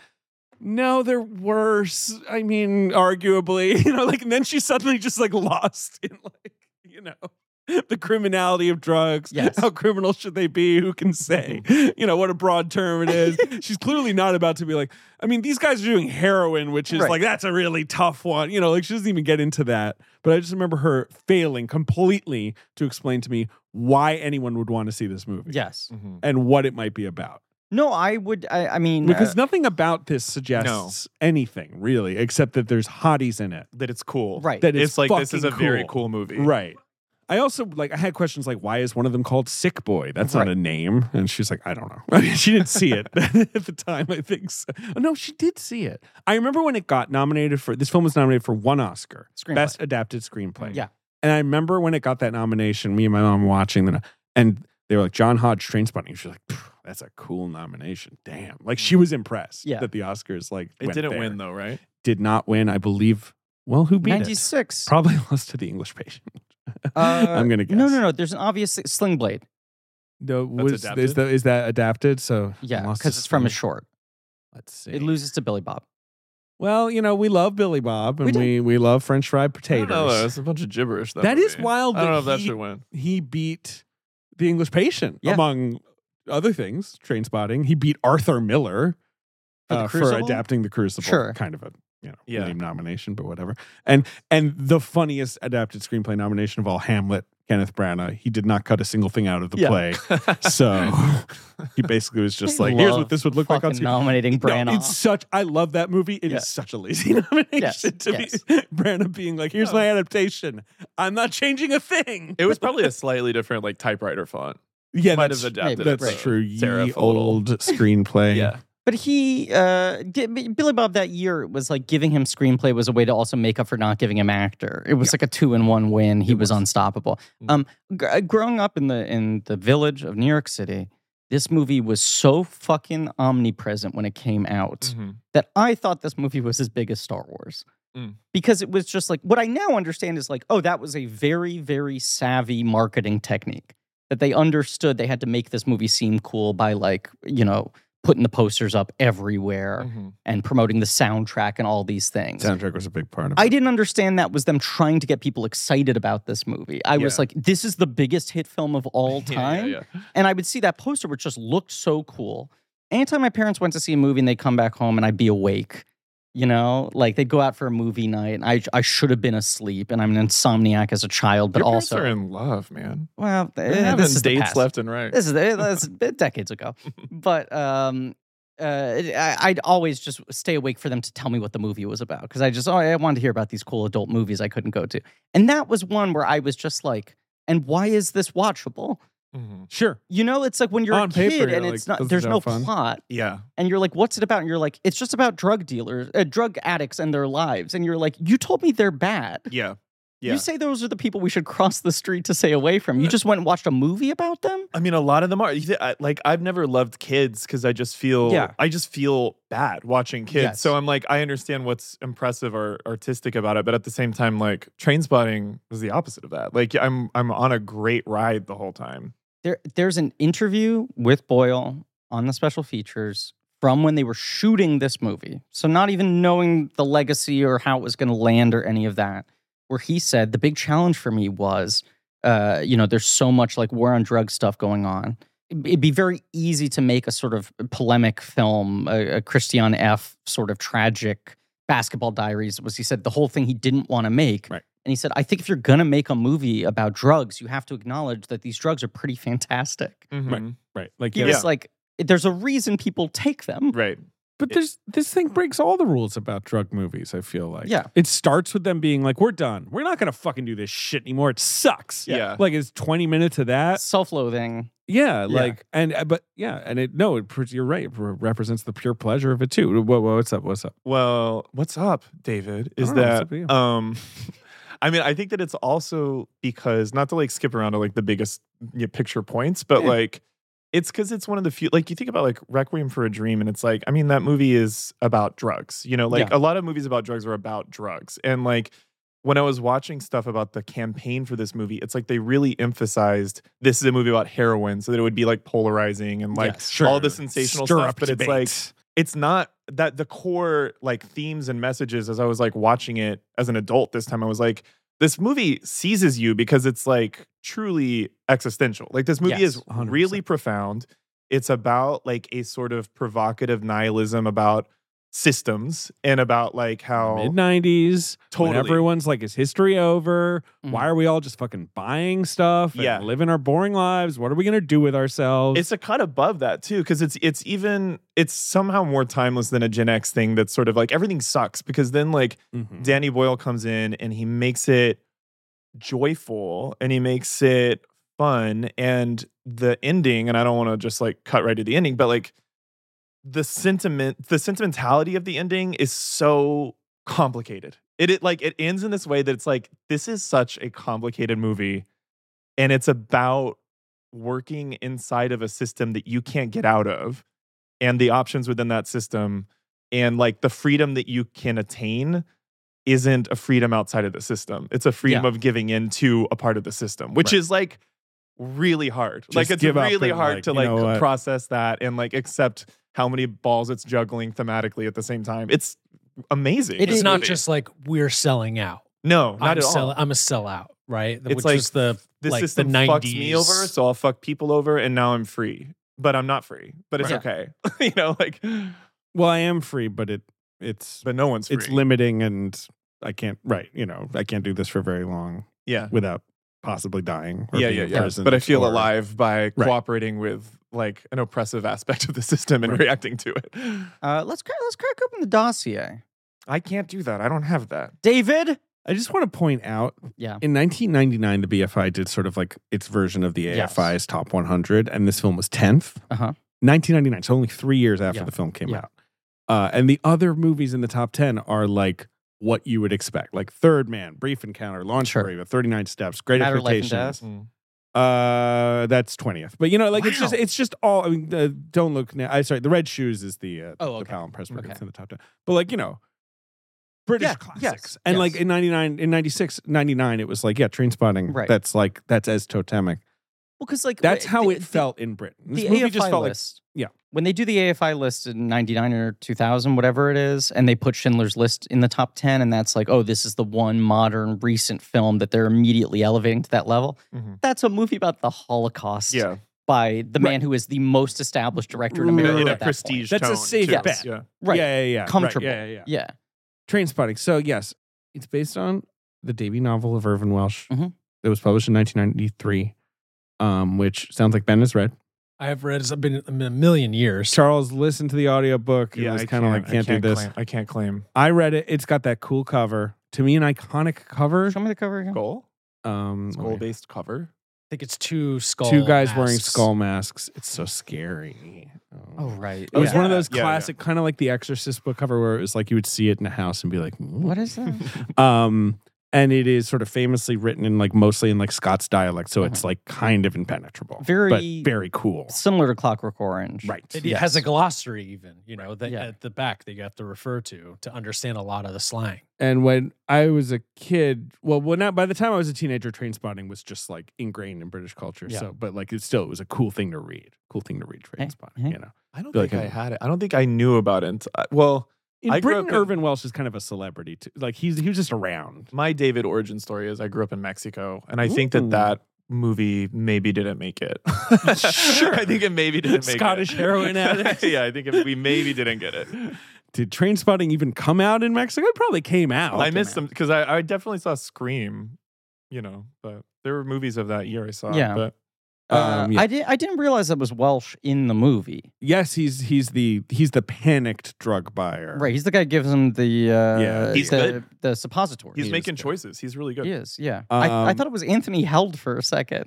[SPEAKER 3] no, they're worse. I mean, arguably, you know, like, and then she suddenly just like lost in like, you know, the criminality of drugs.
[SPEAKER 2] Yes.
[SPEAKER 3] How criminal should they be? Who can say?
[SPEAKER 4] Mm-hmm.
[SPEAKER 3] you know, what a broad term it is. She's clearly not about to be like, I mean, these guys are doing heroin, which is
[SPEAKER 2] Right.
[SPEAKER 3] like, that's a really tough one. You know, like she doesn't even get into that. But I just remember her failing completely to explain to me why anyone would want to see this movie
[SPEAKER 2] Yes.
[SPEAKER 4] Mm-hmm.
[SPEAKER 3] and what it might be about.
[SPEAKER 2] No, I would. I, I mean,
[SPEAKER 3] Because
[SPEAKER 2] uh,
[SPEAKER 3] nothing about this suggests anything really, except that there's hotties in it.
[SPEAKER 4] That it's cool.
[SPEAKER 2] right.
[SPEAKER 3] That it's
[SPEAKER 4] It's, like this is a
[SPEAKER 3] fucking
[SPEAKER 4] very cool movie.
[SPEAKER 3] Right. I also like I had questions like why is one of them called Sick Boy? That's not
[SPEAKER 2] Right.
[SPEAKER 3] a name. And she's like, I don't know. I mean, she didn't see it at the time, I think. So. Oh, no, she did see it. I remember when it got nominated for this film was nominated for one Oscar,
[SPEAKER 2] Screenplay.
[SPEAKER 3] Best Adapted Screenplay.
[SPEAKER 2] Yeah.
[SPEAKER 3] And I remember when it got that nomination, me and my mom watching the and they were like John Hodge Trainspotting. She's like, "Phew, that's a cool nomination. Damn. Like she was impressed
[SPEAKER 2] Yeah.
[SPEAKER 3] that the Oscars like
[SPEAKER 4] It
[SPEAKER 3] went
[SPEAKER 4] didn't
[SPEAKER 3] there.
[SPEAKER 4] win though, right?
[SPEAKER 3] Did not win, I believe. Well, who beat
[SPEAKER 2] ninety
[SPEAKER 3] it?
[SPEAKER 2] six.
[SPEAKER 3] Probably lost to the English patient. I'm gonna guess.
[SPEAKER 2] Uh, No, no, no. There's an obvious Sling Blade.
[SPEAKER 3] No,
[SPEAKER 4] That's
[SPEAKER 3] was, is,
[SPEAKER 4] adapted?
[SPEAKER 3] the, is that adapted? So
[SPEAKER 2] Yeah,
[SPEAKER 3] Lost
[SPEAKER 2] because
[SPEAKER 3] to
[SPEAKER 2] it's from a
[SPEAKER 3] Sleep.
[SPEAKER 2] short.
[SPEAKER 3] Let's see.
[SPEAKER 2] It loses to Billy Bob.
[SPEAKER 3] well, you know, we love Billy Bob and
[SPEAKER 2] We do.
[SPEAKER 3] we, we, love French fried
[SPEAKER 4] I don't know, though.
[SPEAKER 3] potatoes.
[SPEAKER 4] It's a bunch of gibberish. That,
[SPEAKER 3] That is
[SPEAKER 4] movie.
[SPEAKER 3] wild
[SPEAKER 4] I don't
[SPEAKER 3] that
[SPEAKER 4] know if that
[SPEAKER 3] he-
[SPEAKER 4] should win.
[SPEAKER 3] He beat the English patient
[SPEAKER 2] Yeah.
[SPEAKER 3] among other things. Train spotting. He beat Arthur Miller
[SPEAKER 2] For The
[SPEAKER 3] uh, for
[SPEAKER 2] Crucible?
[SPEAKER 3] adapting the Crucible.
[SPEAKER 2] Sure.
[SPEAKER 3] kind of a you know
[SPEAKER 4] Yeah.
[SPEAKER 3] name nomination, but whatever. And and the funniest adapted screenplay nomination of all, Hamlet. Kenneth Branagh. He did not cut a single thing out of the
[SPEAKER 2] Yeah.
[SPEAKER 3] play, so he basically was just
[SPEAKER 2] I
[SPEAKER 3] like, "Here's
[SPEAKER 2] love
[SPEAKER 3] what this would look like on
[SPEAKER 2] fucking
[SPEAKER 3] screen."
[SPEAKER 2] nominating
[SPEAKER 3] No,
[SPEAKER 2] Branagh.
[SPEAKER 3] it's such. I love that movie. It is
[SPEAKER 2] Yeah.
[SPEAKER 3] such a lazy nomination
[SPEAKER 2] Yes,
[SPEAKER 3] to
[SPEAKER 2] yes.
[SPEAKER 3] be Branagh being like, "Here's my adaptation. I'm not changing a thing."
[SPEAKER 4] It was probably a slightly different like typewriter font.
[SPEAKER 3] yeah,
[SPEAKER 4] Might
[SPEAKER 3] that's,
[SPEAKER 4] have adapted.
[SPEAKER 2] maybe,
[SPEAKER 4] it
[SPEAKER 3] that's
[SPEAKER 4] for
[SPEAKER 3] true. Ye
[SPEAKER 4] Sarah
[SPEAKER 3] old screenplay.
[SPEAKER 4] Yeah.
[SPEAKER 2] But he, uh, did, B- Billy Bob that year was like giving him screenplay was a way to also make up for not giving him actor. It was like a two in one win. He
[SPEAKER 4] It
[SPEAKER 2] was,
[SPEAKER 4] was.
[SPEAKER 2] unstoppable.
[SPEAKER 4] Mm.
[SPEAKER 2] Um, gr- uh, growing up in the in the village of New York City, this movie was so fucking omnipresent when it came
[SPEAKER 3] Mm-hmm.
[SPEAKER 2] out
[SPEAKER 4] Mhm.
[SPEAKER 2] that I thought this movie was as big as Star Wars.
[SPEAKER 4] Mm.
[SPEAKER 2] Because it was just like what I now understand is like, oh, that was a very, very savvy marketing technique that they understood they had to make this movie seem cool by like, you know, putting the posters up everywhere
[SPEAKER 4] Mhm.
[SPEAKER 2] and promoting the soundtrack and all these things.
[SPEAKER 3] soundtrack was a big part of it.
[SPEAKER 2] I didn't understand that was them trying to get people excited about this movie. I was
[SPEAKER 4] Yeah.
[SPEAKER 2] like, this is the biggest hit film of all
[SPEAKER 4] Yeah,
[SPEAKER 2] time.
[SPEAKER 4] Yeah, yeah.
[SPEAKER 2] And I would see that poster, which just looked so cool. Anytime my parents went to see a movie and they'd come back home and I'd be awake, you know, like they'd go out for a movie night and I, I should have been asleep and I'm an insomniac as a child, but
[SPEAKER 4] Your parents
[SPEAKER 2] also,
[SPEAKER 4] are in love, man.
[SPEAKER 2] well, eh,
[SPEAKER 4] They're having
[SPEAKER 2] this is the
[SPEAKER 4] dates
[SPEAKER 2] past.
[SPEAKER 4] left and right.
[SPEAKER 2] This is that's decades ago, but um, uh, it- I, I'd always just stay awake for them to tell me what the movie was about because I just oh, I wanted to hear about these cool adult movies I couldn't go to, and that was one where I was just like, and why is this watchable?
[SPEAKER 4] Mhm.
[SPEAKER 3] Sure.
[SPEAKER 2] You know, it's like when you're
[SPEAKER 3] On
[SPEAKER 2] a
[SPEAKER 3] paper,
[SPEAKER 2] kid
[SPEAKER 3] you're
[SPEAKER 2] and
[SPEAKER 3] like,
[SPEAKER 2] it's not
[SPEAKER 3] "Doesn't
[SPEAKER 2] there's
[SPEAKER 3] sound
[SPEAKER 2] no
[SPEAKER 3] fun."
[SPEAKER 2] plot,
[SPEAKER 4] Yeah.
[SPEAKER 2] and you're like, "What's it about?" And you're like, "It's just about drug dealers, uh, drug addicts, and their lives." And you're like, "You told me they're bad.
[SPEAKER 4] Yeah. Yeah.
[SPEAKER 2] You say those are the people we should cross the street to stay away from. You
[SPEAKER 3] Uh,
[SPEAKER 2] just went and watched a movie about them.
[SPEAKER 4] I mean, a lot of them are. You thi- I- Like, I've never loved kids because I just feel,
[SPEAKER 2] Yeah.
[SPEAKER 4] I just feel bad watching kids.
[SPEAKER 2] Yes.
[SPEAKER 4] So I'm like, I understand what's impressive or artistic about it, but at the same time, like, train spotting was the opposite of that. Like, I'm I'm on a great ride the whole time.
[SPEAKER 2] There, there's an interview with Boyle on the special features from when they were shooting this movie. So not even knowing the legacy or how it was going to land or any of that, where he said the big challenge for me was, uh, you know, there's so much like war on drug stuff going on. It'd be very easy to make a sort of polemic film, a, a Christian F. sort of tragic basketball diaries. Was he said the whole thing he didn't want to make.
[SPEAKER 3] Right.
[SPEAKER 2] And he said, I think if you're going to make a movie about drugs, you have to acknowledge that these drugs are pretty fantastic.
[SPEAKER 4] Mhm.
[SPEAKER 3] Right. Like,
[SPEAKER 2] He
[SPEAKER 3] yeah.
[SPEAKER 2] was like, there's a reason people take them.
[SPEAKER 4] Right.
[SPEAKER 3] But there's this thing breaks all the rules about drug movies, I feel like.
[SPEAKER 2] Yeah.
[SPEAKER 3] It starts with them being like, we're done. We're not going to fucking do this shit anymore. It sucks.
[SPEAKER 4] Yeah.
[SPEAKER 3] Like, it's 20 minutes of that.
[SPEAKER 2] Self loathing.
[SPEAKER 3] Yeah,
[SPEAKER 4] Yeah.
[SPEAKER 3] like and uh, but yeah, and it no, it, pre- you're right. It re- represents the pure pleasure of it too. Whoa, whoa, what's up? What's up?
[SPEAKER 4] Well, what's up, David?
[SPEAKER 3] I
[SPEAKER 4] Is
[SPEAKER 3] don't know, Oh, what's up
[SPEAKER 4] that
[SPEAKER 3] with you?
[SPEAKER 4] um I mean, I think that it's also because not to like skip around to like the biggest you know, picture points, but
[SPEAKER 3] Yeah.
[SPEAKER 4] like it's because it's one of the few like you think about like Requiem for a Dream, and it's like, I mean, that movie is about drugs. You know, like a lot of movies about drugs are about drugs. And like when I was watching stuff about the campaign for this movie, it's like they really emphasized this is a movie about heroin, so that it would be like polarizing and like
[SPEAKER 3] Yes.
[SPEAKER 4] all the sensational
[SPEAKER 3] Stir
[SPEAKER 4] stuff.
[SPEAKER 3] up
[SPEAKER 4] But it's
[SPEAKER 3] debate.
[SPEAKER 4] like it's not that the core like themes and messages as I was like watching it as an adult this time, I was like, this movie seizes you because it's like truly existential. Like this movie
[SPEAKER 2] Yes,
[SPEAKER 4] is
[SPEAKER 3] 100%.
[SPEAKER 4] really profound. It's about like a sort of provocative nihilism about systems and about like how
[SPEAKER 3] mid '90s,
[SPEAKER 4] Totally. Mm-hmm.
[SPEAKER 3] when everyone's like, "Is history over?
[SPEAKER 2] Mhm.
[SPEAKER 3] Why are we all just fucking buying stuff? and
[SPEAKER 4] Yeah.
[SPEAKER 3] living our boring lives. What are we gonna do with ourselves?"
[SPEAKER 4] it's a cut above that too because it's it's even it's somehow more timeless than a Gen X thing that's sort of like everything sucks because then like
[SPEAKER 3] Mhm.
[SPEAKER 4] Danny Boyle comes in and he makes it joyful and he makes it fun. And the ending, and I don't want to just like cut right to the ending, but like the sentiment, the sentimentality of the ending is so complicated. It, it like it ends in this way that it's like this is such a complicated movie, and it's about working inside of a system that you can't get out of, and the options within that system, and like the freedom that you can attain isn't a freedom outside of the system. It's a freedom
[SPEAKER 2] Yeah.
[SPEAKER 4] of giving in to a part of the system, which
[SPEAKER 3] Right.
[SPEAKER 4] is like really hard. like
[SPEAKER 3] Just
[SPEAKER 4] it's
[SPEAKER 3] give up
[SPEAKER 4] really
[SPEAKER 3] and,
[SPEAKER 4] hard
[SPEAKER 3] like,
[SPEAKER 4] to
[SPEAKER 3] you
[SPEAKER 4] like
[SPEAKER 3] know what?
[SPEAKER 4] process that and like accept how many balls it's juggling thematically at the same time. It's amazing.
[SPEAKER 2] It
[SPEAKER 5] It's
[SPEAKER 2] is-
[SPEAKER 5] not just like we're selling out.
[SPEAKER 4] no, not
[SPEAKER 5] I'm,
[SPEAKER 4] at all.
[SPEAKER 5] sell- I'm a sellout, right?
[SPEAKER 4] It's
[SPEAKER 5] Which
[SPEAKER 4] like,
[SPEAKER 5] is the
[SPEAKER 4] this
[SPEAKER 5] like
[SPEAKER 4] system
[SPEAKER 5] the 90s.
[SPEAKER 4] fucks me over, so I'll fuck people over, and now I'm free. But I'm not free. But it's
[SPEAKER 2] Right.
[SPEAKER 4] okay. you know, like,
[SPEAKER 3] well, I am free, but it it's
[SPEAKER 4] but no one's free.
[SPEAKER 3] it's limiting, and I can't. Right, you know, I can't do this for very long
[SPEAKER 4] yeah,
[SPEAKER 3] without possibly dying. Or
[SPEAKER 4] yeah,
[SPEAKER 3] being
[SPEAKER 4] yeah,
[SPEAKER 3] in
[SPEAKER 4] yeah.
[SPEAKER 3] prison
[SPEAKER 4] But I feel
[SPEAKER 3] or-
[SPEAKER 4] alive by cooperating with like an oppressive aspect of the system and
[SPEAKER 3] Right.
[SPEAKER 4] reacting to it.
[SPEAKER 2] Uh, let's, cra- let's crack open the dossier.
[SPEAKER 4] I can't do that. I don't have that.
[SPEAKER 2] David?
[SPEAKER 3] I just want to point out
[SPEAKER 2] Yeah.
[SPEAKER 3] In 1999, the BFI did sort of like its version of the
[SPEAKER 2] Yes.
[SPEAKER 3] AFI's top 100, and this film was 10th.
[SPEAKER 2] Uh-huh.
[SPEAKER 3] 1999, so only three years after
[SPEAKER 2] Yeah.
[SPEAKER 3] the film came
[SPEAKER 2] Yeah.
[SPEAKER 3] out. Uh, and the other movies in the top 10 are like what you would expect, like Third Man, Brief Encounter, Launch
[SPEAKER 2] Sure.
[SPEAKER 3] Parade, 39 Steps, Great
[SPEAKER 2] Matter, Life, and
[SPEAKER 3] Expectations.
[SPEAKER 4] Mm,
[SPEAKER 3] Uh, that's 20th. But you know, like it's just
[SPEAKER 2] Wow.
[SPEAKER 3] it's just all. I mean, uh, don't look now. I sorry, the Red Shoes is the uh,
[SPEAKER 2] Oh,
[SPEAKER 3] the
[SPEAKER 2] okay.
[SPEAKER 3] Powell and Pressburger.
[SPEAKER 2] Okay.
[SPEAKER 3] It's in the top ten. But like you know, British
[SPEAKER 2] Yeah,
[SPEAKER 3] classics.
[SPEAKER 2] yes,
[SPEAKER 3] and
[SPEAKER 2] yes.
[SPEAKER 3] like in 99, in 96, 99, it was like yeah, Train Spotting.
[SPEAKER 2] Right.
[SPEAKER 3] That's like that's as totemic.
[SPEAKER 2] Well, because like uh,
[SPEAKER 3] That's
[SPEAKER 2] the-
[SPEAKER 3] how
[SPEAKER 2] the-
[SPEAKER 3] it felt in Britain.
[SPEAKER 2] The,
[SPEAKER 3] This
[SPEAKER 2] the
[SPEAKER 3] movie
[SPEAKER 2] AFI
[SPEAKER 3] just felt
[SPEAKER 2] list.
[SPEAKER 3] yeah.
[SPEAKER 2] When they do the AFI list in 99 or 2000, whatever it is, and they put Schindler's List in the top 10, and that's like, oh, this is the one modern recent film that they're immediately elevating to that level.
[SPEAKER 4] Mhm.
[SPEAKER 2] That's a movie about the Holocaust
[SPEAKER 4] Yeah,
[SPEAKER 2] by the man who is the most established director in
[SPEAKER 3] Right.
[SPEAKER 4] in
[SPEAKER 2] America.
[SPEAKER 4] a, in a
[SPEAKER 2] at that point.
[SPEAKER 4] prestige.
[SPEAKER 3] That's a
[SPEAKER 4] tone,
[SPEAKER 3] safe
[SPEAKER 4] too.
[SPEAKER 3] bet.
[SPEAKER 4] Yeah.
[SPEAKER 3] like
[SPEAKER 2] Right.
[SPEAKER 3] yeah, yeah, yeah, right,
[SPEAKER 2] Comfortable.
[SPEAKER 3] yeah, yeah, yeah.
[SPEAKER 2] yeah.
[SPEAKER 3] Train Spotting. So yes, it's based on the debut novel of Irvin Welsh.
[SPEAKER 2] Mhm.
[SPEAKER 3] It was published in 1993, um, which sounds like Ben has read.
[SPEAKER 5] I have read it's been a million years.
[SPEAKER 3] Charles listened to the audiobook. It
[SPEAKER 4] Yeah,
[SPEAKER 3] was
[SPEAKER 4] I
[SPEAKER 3] kind of like,
[SPEAKER 4] I
[SPEAKER 3] can't, do this.
[SPEAKER 4] Claim, I can't claim
[SPEAKER 3] I read it. It's got that cool cover. To me, an iconic cover.
[SPEAKER 2] Show me the cover again.
[SPEAKER 4] goal.
[SPEAKER 3] Um,
[SPEAKER 4] Goal based cover.
[SPEAKER 5] think it's two skull.
[SPEAKER 3] Two guys wearing
[SPEAKER 5] masks.
[SPEAKER 3] skull masks. It's so scary. Oh.
[SPEAKER 2] right.
[SPEAKER 3] It was
[SPEAKER 4] Yeah.
[SPEAKER 3] one of those
[SPEAKER 4] Yeah, yeah.
[SPEAKER 3] classic, kind of like the Exorcist book cover, where it was like you would see it in a house and be like,
[SPEAKER 2] What is that?
[SPEAKER 3] Um, and it is sort of famously written in like mostly in like Scots dialect, so it's
[SPEAKER 2] Uh-huh.
[SPEAKER 3] like kind of impenetrable, but
[SPEAKER 2] Very-
[SPEAKER 3] very cool,
[SPEAKER 2] Similar to Clockwork Orange.
[SPEAKER 3] right?
[SPEAKER 5] It
[SPEAKER 3] Yeah.
[SPEAKER 5] has a glossary, even you know, that
[SPEAKER 2] Yeah.
[SPEAKER 5] at the back that you have to refer to to understand a lot of the slang.
[SPEAKER 3] And when I was a kid, well, well, not by the time I was a teenager, train spotting was just like ingrained in British culture.
[SPEAKER 2] Yeah.
[SPEAKER 3] So, but like it still it was a cool thing to read, cool thing to read. Train spotting,
[SPEAKER 2] hey.
[SPEAKER 3] you know.
[SPEAKER 4] I don't
[SPEAKER 3] Feel like
[SPEAKER 4] think I
[SPEAKER 3] I'm-
[SPEAKER 4] had it. I don't think I knew about it. until- I- Well,
[SPEAKER 3] In
[SPEAKER 4] I grew
[SPEAKER 3] Britain,
[SPEAKER 4] up in-
[SPEAKER 3] Irvin Welsh is kind of a celebrity too. Like he's he was just around.
[SPEAKER 4] my David origin story is I grew up in Mexico, and I think that
[SPEAKER 3] Ooh.
[SPEAKER 4] that movie maybe didn't make it.
[SPEAKER 3] Sure.
[SPEAKER 4] I think it maybe didn't make
[SPEAKER 3] Scottish
[SPEAKER 4] it.
[SPEAKER 3] heroin addict.
[SPEAKER 4] yeah, I think it, we maybe didn't get it.
[SPEAKER 3] Did train spotting even come out in Mexico? It probably came out.
[SPEAKER 4] I missed some because I, I definitely saw Scream, you know, but there were movies of that year I saw.
[SPEAKER 2] Yeah.
[SPEAKER 4] But
[SPEAKER 2] Uh,
[SPEAKER 3] Um, yeah.
[SPEAKER 2] I didn't. I didn't realize that was Welsh in the movie.
[SPEAKER 3] Yes, he's he's the he's the panicked drug buyer.
[SPEAKER 2] Right. He's the guy who gives him the. Uh,
[SPEAKER 3] Yeah.
[SPEAKER 4] He's
[SPEAKER 2] the,
[SPEAKER 4] good.
[SPEAKER 2] The suppository.
[SPEAKER 4] he's
[SPEAKER 2] He
[SPEAKER 4] making
[SPEAKER 2] is good.
[SPEAKER 4] choices. He's really good.
[SPEAKER 2] He is. Yeah. I, I
[SPEAKER 3] Um,
[SPEAKER 2] thought it was Anthony Held for a second.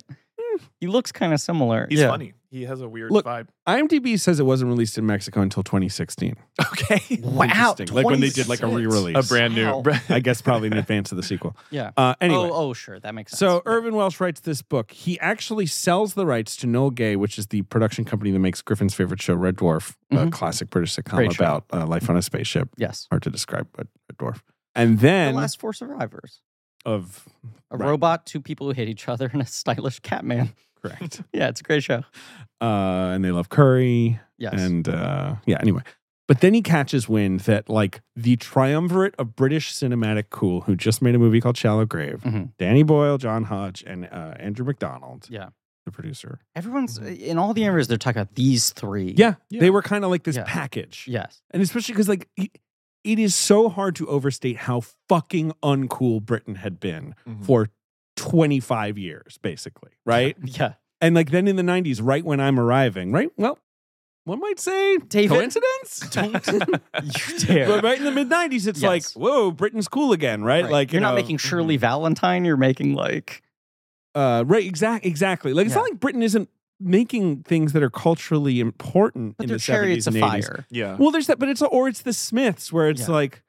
[SPEAKER 2] He looks kind of similar.
[SPEAKER 4] He's
[SPEAKER 2] yeah.
[SPEAKER 4] funny. He has a weird
[SPEAKER 3] Look-
[SPEAKER 4] vibe.
[SPEAKER 3] IMDb says it wasn't released in Mexico until 2016.
[SPEAKER 4] Okay.
[SPEAKER 2] Wow,
[SPEAKER 3] Interesting. like when they did like a
[SPEAKER 2] 26.
[SPEAKER 3] re-release,
[SPEAKER 4] A brand new.
[SPEAKER 2] Wow.
[SPEAKER 3] I guess probably in advance of the sequel.
[SPEAKER 2] Yeah.
[SPEAKER 3] Uh, anyway,
[SPEAKER 2] Oh, oh, sure. That makes sense.
[SPEAKER 3] so
[SPEAKER 2] Yeah.
[SPEAKER 3] Irvin Welsh writes this book. He actually sells the rights to Noel Gay, which is the production company that makes Griffin's favorite show, Red Dwarf, a
[SPEAKER 2] Mhm.
[SPEAKER 3] classic British sitcom
[SPEAKER 2] Great show.
[SPEAKER 3] about uh, life on a spaceship.
[SPEAKER 2] Yes.
[SPEAKER 3] Hard to describe, but Red Dwarf. And
[SPEAKER 2] The
[SPEAKER 3] then
[SPEAKER 2] last four survivors.
[SPEAKER 3] of
[SPEAKER 2] A
[SPEAKER 3] Right.
[SPEAKER 2] robot, two people who hate each other, and a stylish cat man.
[SPEAKER 3] correct,
[SPEAKER 2] Yeah, it's a great show.
[SPEAKER 3] uh, and they love curry.
[SPEAKER 2] Yes.
[SPEAKER 3] And uh, yeah, anyway. But then he catches wind that like the triumvirate of British cinematic cool, who just made a movie called Shallow Grave,
[SPEAKER 2] Mhm.
[SPEAKER 3] Danny Boyle, John Hodge, and uh, Andrew McDonald,
[SPEAKER 2] Yeah.
[SPEAKER 3] the producer.
[SPEAKER 2] Everyone's uh, in all the interviews. They're talking about these three.
[SPEAKER 3] Yeah, they were kind of like this
[SPEAKER 2] Yeah.
[SPEAKER 3] package,
[SPEAKER 2] Yes.
[SPEAKER 3] and especially because like he- it is so hard to overstate how fucking uncool Britain had been
[SPEAKER 4] Mhm.
[SPEAKER 3] for twenty five years, basically, right?
[SPEAKER 2] Mm-hmm. Yeah.
[SPEAKER 3] and like then in the nineties, right when I'm arriving, right? Well, one might say
[SPEAKER 2] David,
[SPEAKER 3] coincidence.
[SPEAKER 2] You dare.
[SPEAKER 3] But right in the mid '90s, it's like,
[SPEAKER 2] Yes.
[SPEAKER 3] whoa, Britain's cool again, right?
[SPEAKER 2] Right.
[SPEAKER 3] Like
[SPEAKER 2] you're
[SPEAKER 3] you
[SPEAKER 2] not
[SPEAKER 3] know, mm-hmm.
[SPEAKER 2] making Shirley Valentine. You're making like
[SPEAKER 3] uh, right, exact, exactly. Like it's
[SPEAKER 2] Yeah.
[SPEAKER 3] not like Britain isn't making things that are culturally important
[SPEAKER 2] but
[SPEAKER 3] in
[SPEAKER 2] they're
[SPEAKER 3] the
[SPEAKER 2] chariots
[SPEAKER 3] 70s
[SPEAKER 2] of
[SPEAKER 3] and 80s.
[SPEAKER 2] fire.
[SPEAKER 4] Yeah.
[SPEAKER 3] Well, there's that, but it's or it's the Smiths where it's
[SPEAKER 2] Yeah.
[SPEAKER 3] like,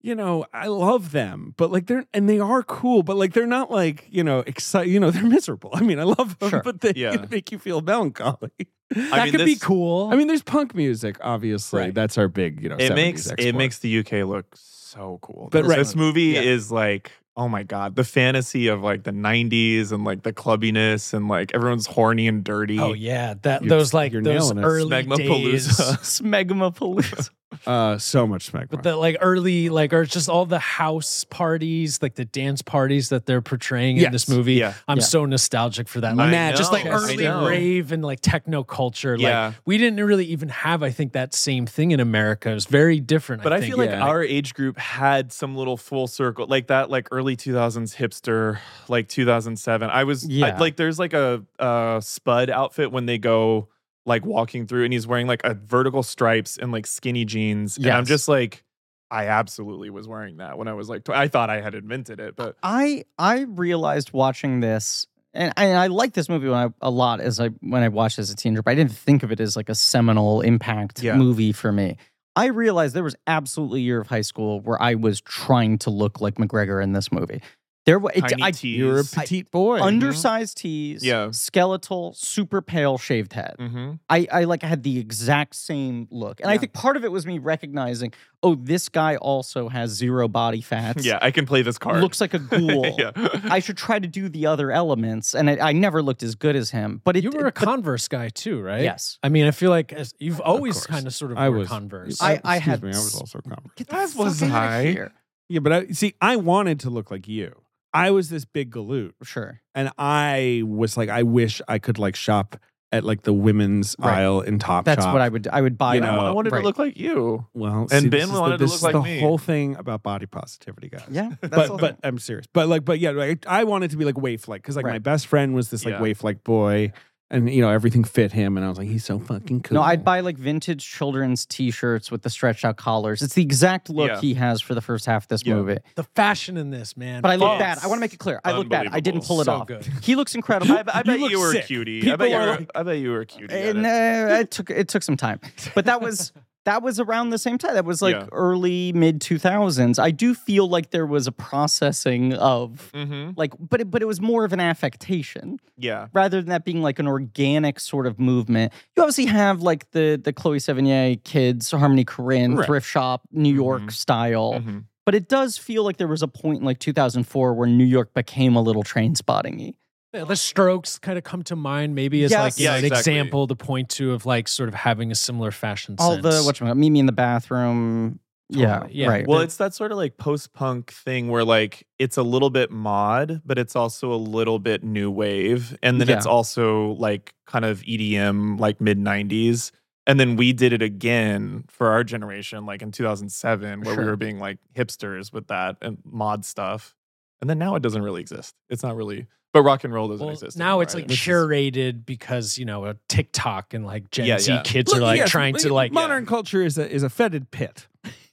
[SPEAKER 3] you know, I love them, but like they're and they are cool, but like they're not like you know excited. You know, they're miserable. I mean, I love them,
[SPEAKER 2] Sure.
[SPEAKER 3] but they
[SPEAKER 4] Yeah.
[SPEAKER 3] make you feel melancholy.
[SPEAKER 4] I
[SPEAKER 3] that
[SPEAKER 4] mean,
[SPEAKER 3] could be
[SPEAKER 4] this-
[SPEAKER 3] cool. I mean, there's punk music, obviously.
[SPEAKER 2] Right.
[SPEAKER 3] That's our big, you know.
[SPEAKER 4] it
[SPEAKER 3] 70s
[SPEAKER 4] makes it
[SPEAKER 3] export.
[SPEAKER 4] makes the UK look so cool.
[SPEAKER 3] But
[SPEAKER 4] This-
[SPEAKER 3] right.
[SPEAKER 4] this movie
[SPEAKER 2] Yeah.
[SPEAKER 4] is like, oh my god, the fantasy of like the '90s and like the clubbiness and like everyone's horny and dirty.
[SPEAKER 5] Oh yeah, that
[SPEAKER 3] You're-
[SPEAKER 5] those like
[SPEAKER 3] you're
[SPEAKER 5] those
[SPEAKER 3] nailing it.
[SPEAKER 5] early days,
[SPEAKER 4] Smegmapalooza.
[SPEAKER 2] Smegmapalooza.
[SPEAKER 3] uh, so much smegma.
[SPEAKER 5] but the like early like or just all the house parties, like the dance parties that they're portraying in this
[SPEAKER 3] Yes.
[SPEAKER 5] movie.
[SPEAKER 4] Yeah.
[SPEAKER 5] I'm
[SPEAKER 2] Yeah.
[SPEAKER 5] so nostalgic for that.
[SPEAKER 4] I
[SPEAKER 5] Like, just like
[SPEAKER 4] know, I
[SPEAKER 5] early
[SPEAKER 4] know.
[SPEAKER 5] rave and like techno culture.
[SPEAKER 4] Yeah.
[SPEAKER 5] Like we didn't really even have, I think, that same thing in America. It was very different.
[SPEAKER 4] But I,
[SPEAKER 5] think.
[SPEAKER 4] feel like
[SPEAKER 3] yeah.
[SPEAKER 4] our age group had some little full circle, like that, like early 2000s hipster, like 2007. I was I-
[SPEAKER 2] Yeah.
[SPEAKER 4] like, there's like a, uh Spud outfit when they go like walking through, and he's wearing like a vertical stripes and like skinny jeans. And I'm
[SPEAKER 2] Yes.
[SPEAKER 4] just like, I absolutely was wearing that when I was like, tw- I thought I had invented it, but
[SPEAKER 2] I I realized watching this, and, and I like this movie when I, a lot as I when I watched it as a teenager, but I didn't think of it as like a seminal impact
[SPEAKER 4] Yeah.
[SPEAKER 2] movie for me. I realized there was absolutely a year of high school where I was trying to look like McGregor in this movie. There was
[SPEAKER 4] tiny
[SPEAKER 2] I,
[SPEAKER 4] tees.
[SPEAKER 3] You're a
[SPEAKER 2] I-
[SPEAKER 3] petite boy.
[SPEAKER 2] undersized tees,
[SPEAKER 4] Mm-hmm. Yeah.
[SPEAKER 2] skeletal, super pale shaved head.
[SPEAKER 4] Mhm.
[SPEAKER 2] I, I like had the exact same look. And I
[SPEAKER 4] Yeah.
[SPEAKER 2] think part of it was me recognizing, oh, this guy also has zero body fat.
[SPEAKER 4] Yeah, I can play this card.
[SPEAKER 2] Looks like a ghoul.
[SPEAKER 4] yeah.
[SPEAKER 2] I should try to do the other elements. And I, I never looked as good as him. But it
[SPEAKER 5] you were a Converse guy too, right?
[SPEAKER 2] Yes.
[SPEAKER 5] I mean, I feel like as, you've always
[SPEAKER 3] course.
[SPEAKER 5] kind of sort of
[SPEAKER 3] I
[SPEAKER 5] wore
[SPEAKER 3] was-
[SPEAKER 5] Converse.
[SPEAKER 2] I- I
[SPEAKER 3] excuse
[SPEAKER 2] had
[SPEAKER 3] Me, I was
[SPEAKER 2] s-
[SPEAKER 3] also common.
[SPEAKER 2] Get the
[SPEAKER 4] That
[SPEAKER 2] fuck
[SPEAKER 4] was
[SPEAKER 2] outta
[SPEAKER 4] high.
[SPEAKER 2] here.
[SPEAKER 3] Yeah, but I see. I wanted to look like you. I was this big galoot,
[SPEAKER 2] Sure.
[SPEAKER 3] and I was like, I wish I could like shop at like the women's
[SPEAKER 2] Right.
[SPEAKER 3] aisle in Top
[SPEAKER 2] That's
[SPEAKER 3] Shop.
[SPEAKER 2] what I would I would buy.
[SPEAKER 3] You
[SPEAKER 4] I,
[SPEAKER 3] know,
[SPEAKER 4] I wanted
[SPEAKER 2] right.
[SPEAKER 4] to look like you.
[SPEAKER 3] Well,
[SPEAKER 4] And
[SPEAKER 3] see,
[SPEAKER 4] Ben
[SPEAKER 3] this is
[SPEAKER 4] wanted
[SPEAKER 3] the,
[SPEAKER 4] to
[SPEAKER 3] this
[SPEAKER 4] look
[SPEAKER 3] is
[SPEAKER 4] like
[SPEAKER 3] the
[SPEAKER 4] me.
[SPEAKER 3] whole thing about body positivity, guys.
[SPEAKER 2] Yeah. That's all-
[SPEAKER 3] but but I'm serious. But like but yeah, like, I wanted to be like waif like because like my
[SPEAKER 2] Right.
[SPEAKER 3] best friend was this like
[SPEAKER 4] Yeah.
[SPEAKER 3] waif like boy, and you know everything fit him. And I was like, he's so fucking cool.
[SPEAKER 2] No, I'd buy like vintage children's T-shirts with the stretched out collars. It's the exact look
[SPEAKER 4] Yeah.
[SPEAKER 2] he has for the first half of this
[SPEAKER 3] Yeah.
[SPEAKER 2] movie.
[SPEAKER 5] The fashion in this, man.
[SPEAKER 2] But I look
[SPEAKER 4] Yes.
[SPEAKER 2] bad. I want to make it clear. I look bad. I didn't pull it
[SPEAKER 5] so
[SPEAKER 2] off.
[SPEAKER 5] good.
[SPEAKER 2] He looks incredible.
[SPEAKER 4] I, I bet
[SPEAKER 5] look
[SPEAKER 4] you were
[SPEAKER 5] sick.
[SPEAKER 4] a cutie. I
[SPEAKER 5] People
[SPEAKER 4] bet you
[SPEAKER 5] are
[SPEAKER 4] were.
[SPEAKER 5] like-
[SPEAKER 4] I bet you were a cutie. at
[SPEAKER 2] And
[SPEAKER 4] it.
[SPEAKER 2] uh, it took it took some time, but that was that was around the same time. That was like
[SPEAKER 4] Yeah.
[SPEAKER 2] early mid two thousands. I do feel like there was a processing of
[SPEAKER 4] Mhm.
[SPEAKER 2] like, but it, but it was more of an affectation
[SPEAKER 4] Yeah.
[SPEAKER 2] rather than that being like an organic sort of movement. You obviously have like the the Chloe Sevigny kids, Harmony Korine,
[SPEAKER 3] Right.
[SPEAKER 2] thrift shop, New York
[SPEAKER 4] Mhm.
[SPEAKER 2] style,
[SPEAKER 4] Mhm.
[SPEAKER 2] but it does feel like there was a point in like two thousand four where New York became a little train spotting
[SPEAKER 5] Yeah, the strokes kind of come to mind, maybe as like
[SPEAKER 2] Yes.
[SPEAKER 5] you know,
[SPEAKER 4] Yeah,
[SPEAKER 5] an
[SPEAKER 4] exactly.
[SPEAKER 5] example to point to of like sort of having a similar fashion
[SPEAKER 2] All
[SPEAKER 5] sense.
[SPEAKER 2] the what Mimi in the bathroom. Yeah,
[SPEAKER 5] Totally, yeah.
[SPEAKER 2] right.
[SPEAKER 4] Well, it's that sort of like post punk thing where like it's a little bit mod, but it's also a little bit new wave. And then it's
[SPEAKER 2] Yeah.
[SPEAKER 4] also like kind of EDM, like mid 90s. And then we did it again for our generation, like in 2007, where we
[SPEAKER 2] Sure.
[SPEAKER 4] were being like hipsters with that and mod stuff. And then now it doesn't really exist. It's not really, but rock and roll doesn't
[SPEAKER 5] Well,
[SPEAKER 4] exist.
[SPEAKER 5] now
[SPEAKER 4] anymore
[SPEAKER 5] it's like
[SPEAKER 4] either.
[SPEAKER 5] curated because you know a TikTok and like Gen
[SPEAKER 4] Yeah,
[SPEAKER 5] Z
[SPEAKER 4] yeah.
[SPEAKER 5] kids
[SPEAKER 3] Look,
[SPEAKER 5] are like
[SPEAKER 3] yes,
[SPEAKER 5] trying to like
[SPEAKER 3] modern culture is a is a fetid pit.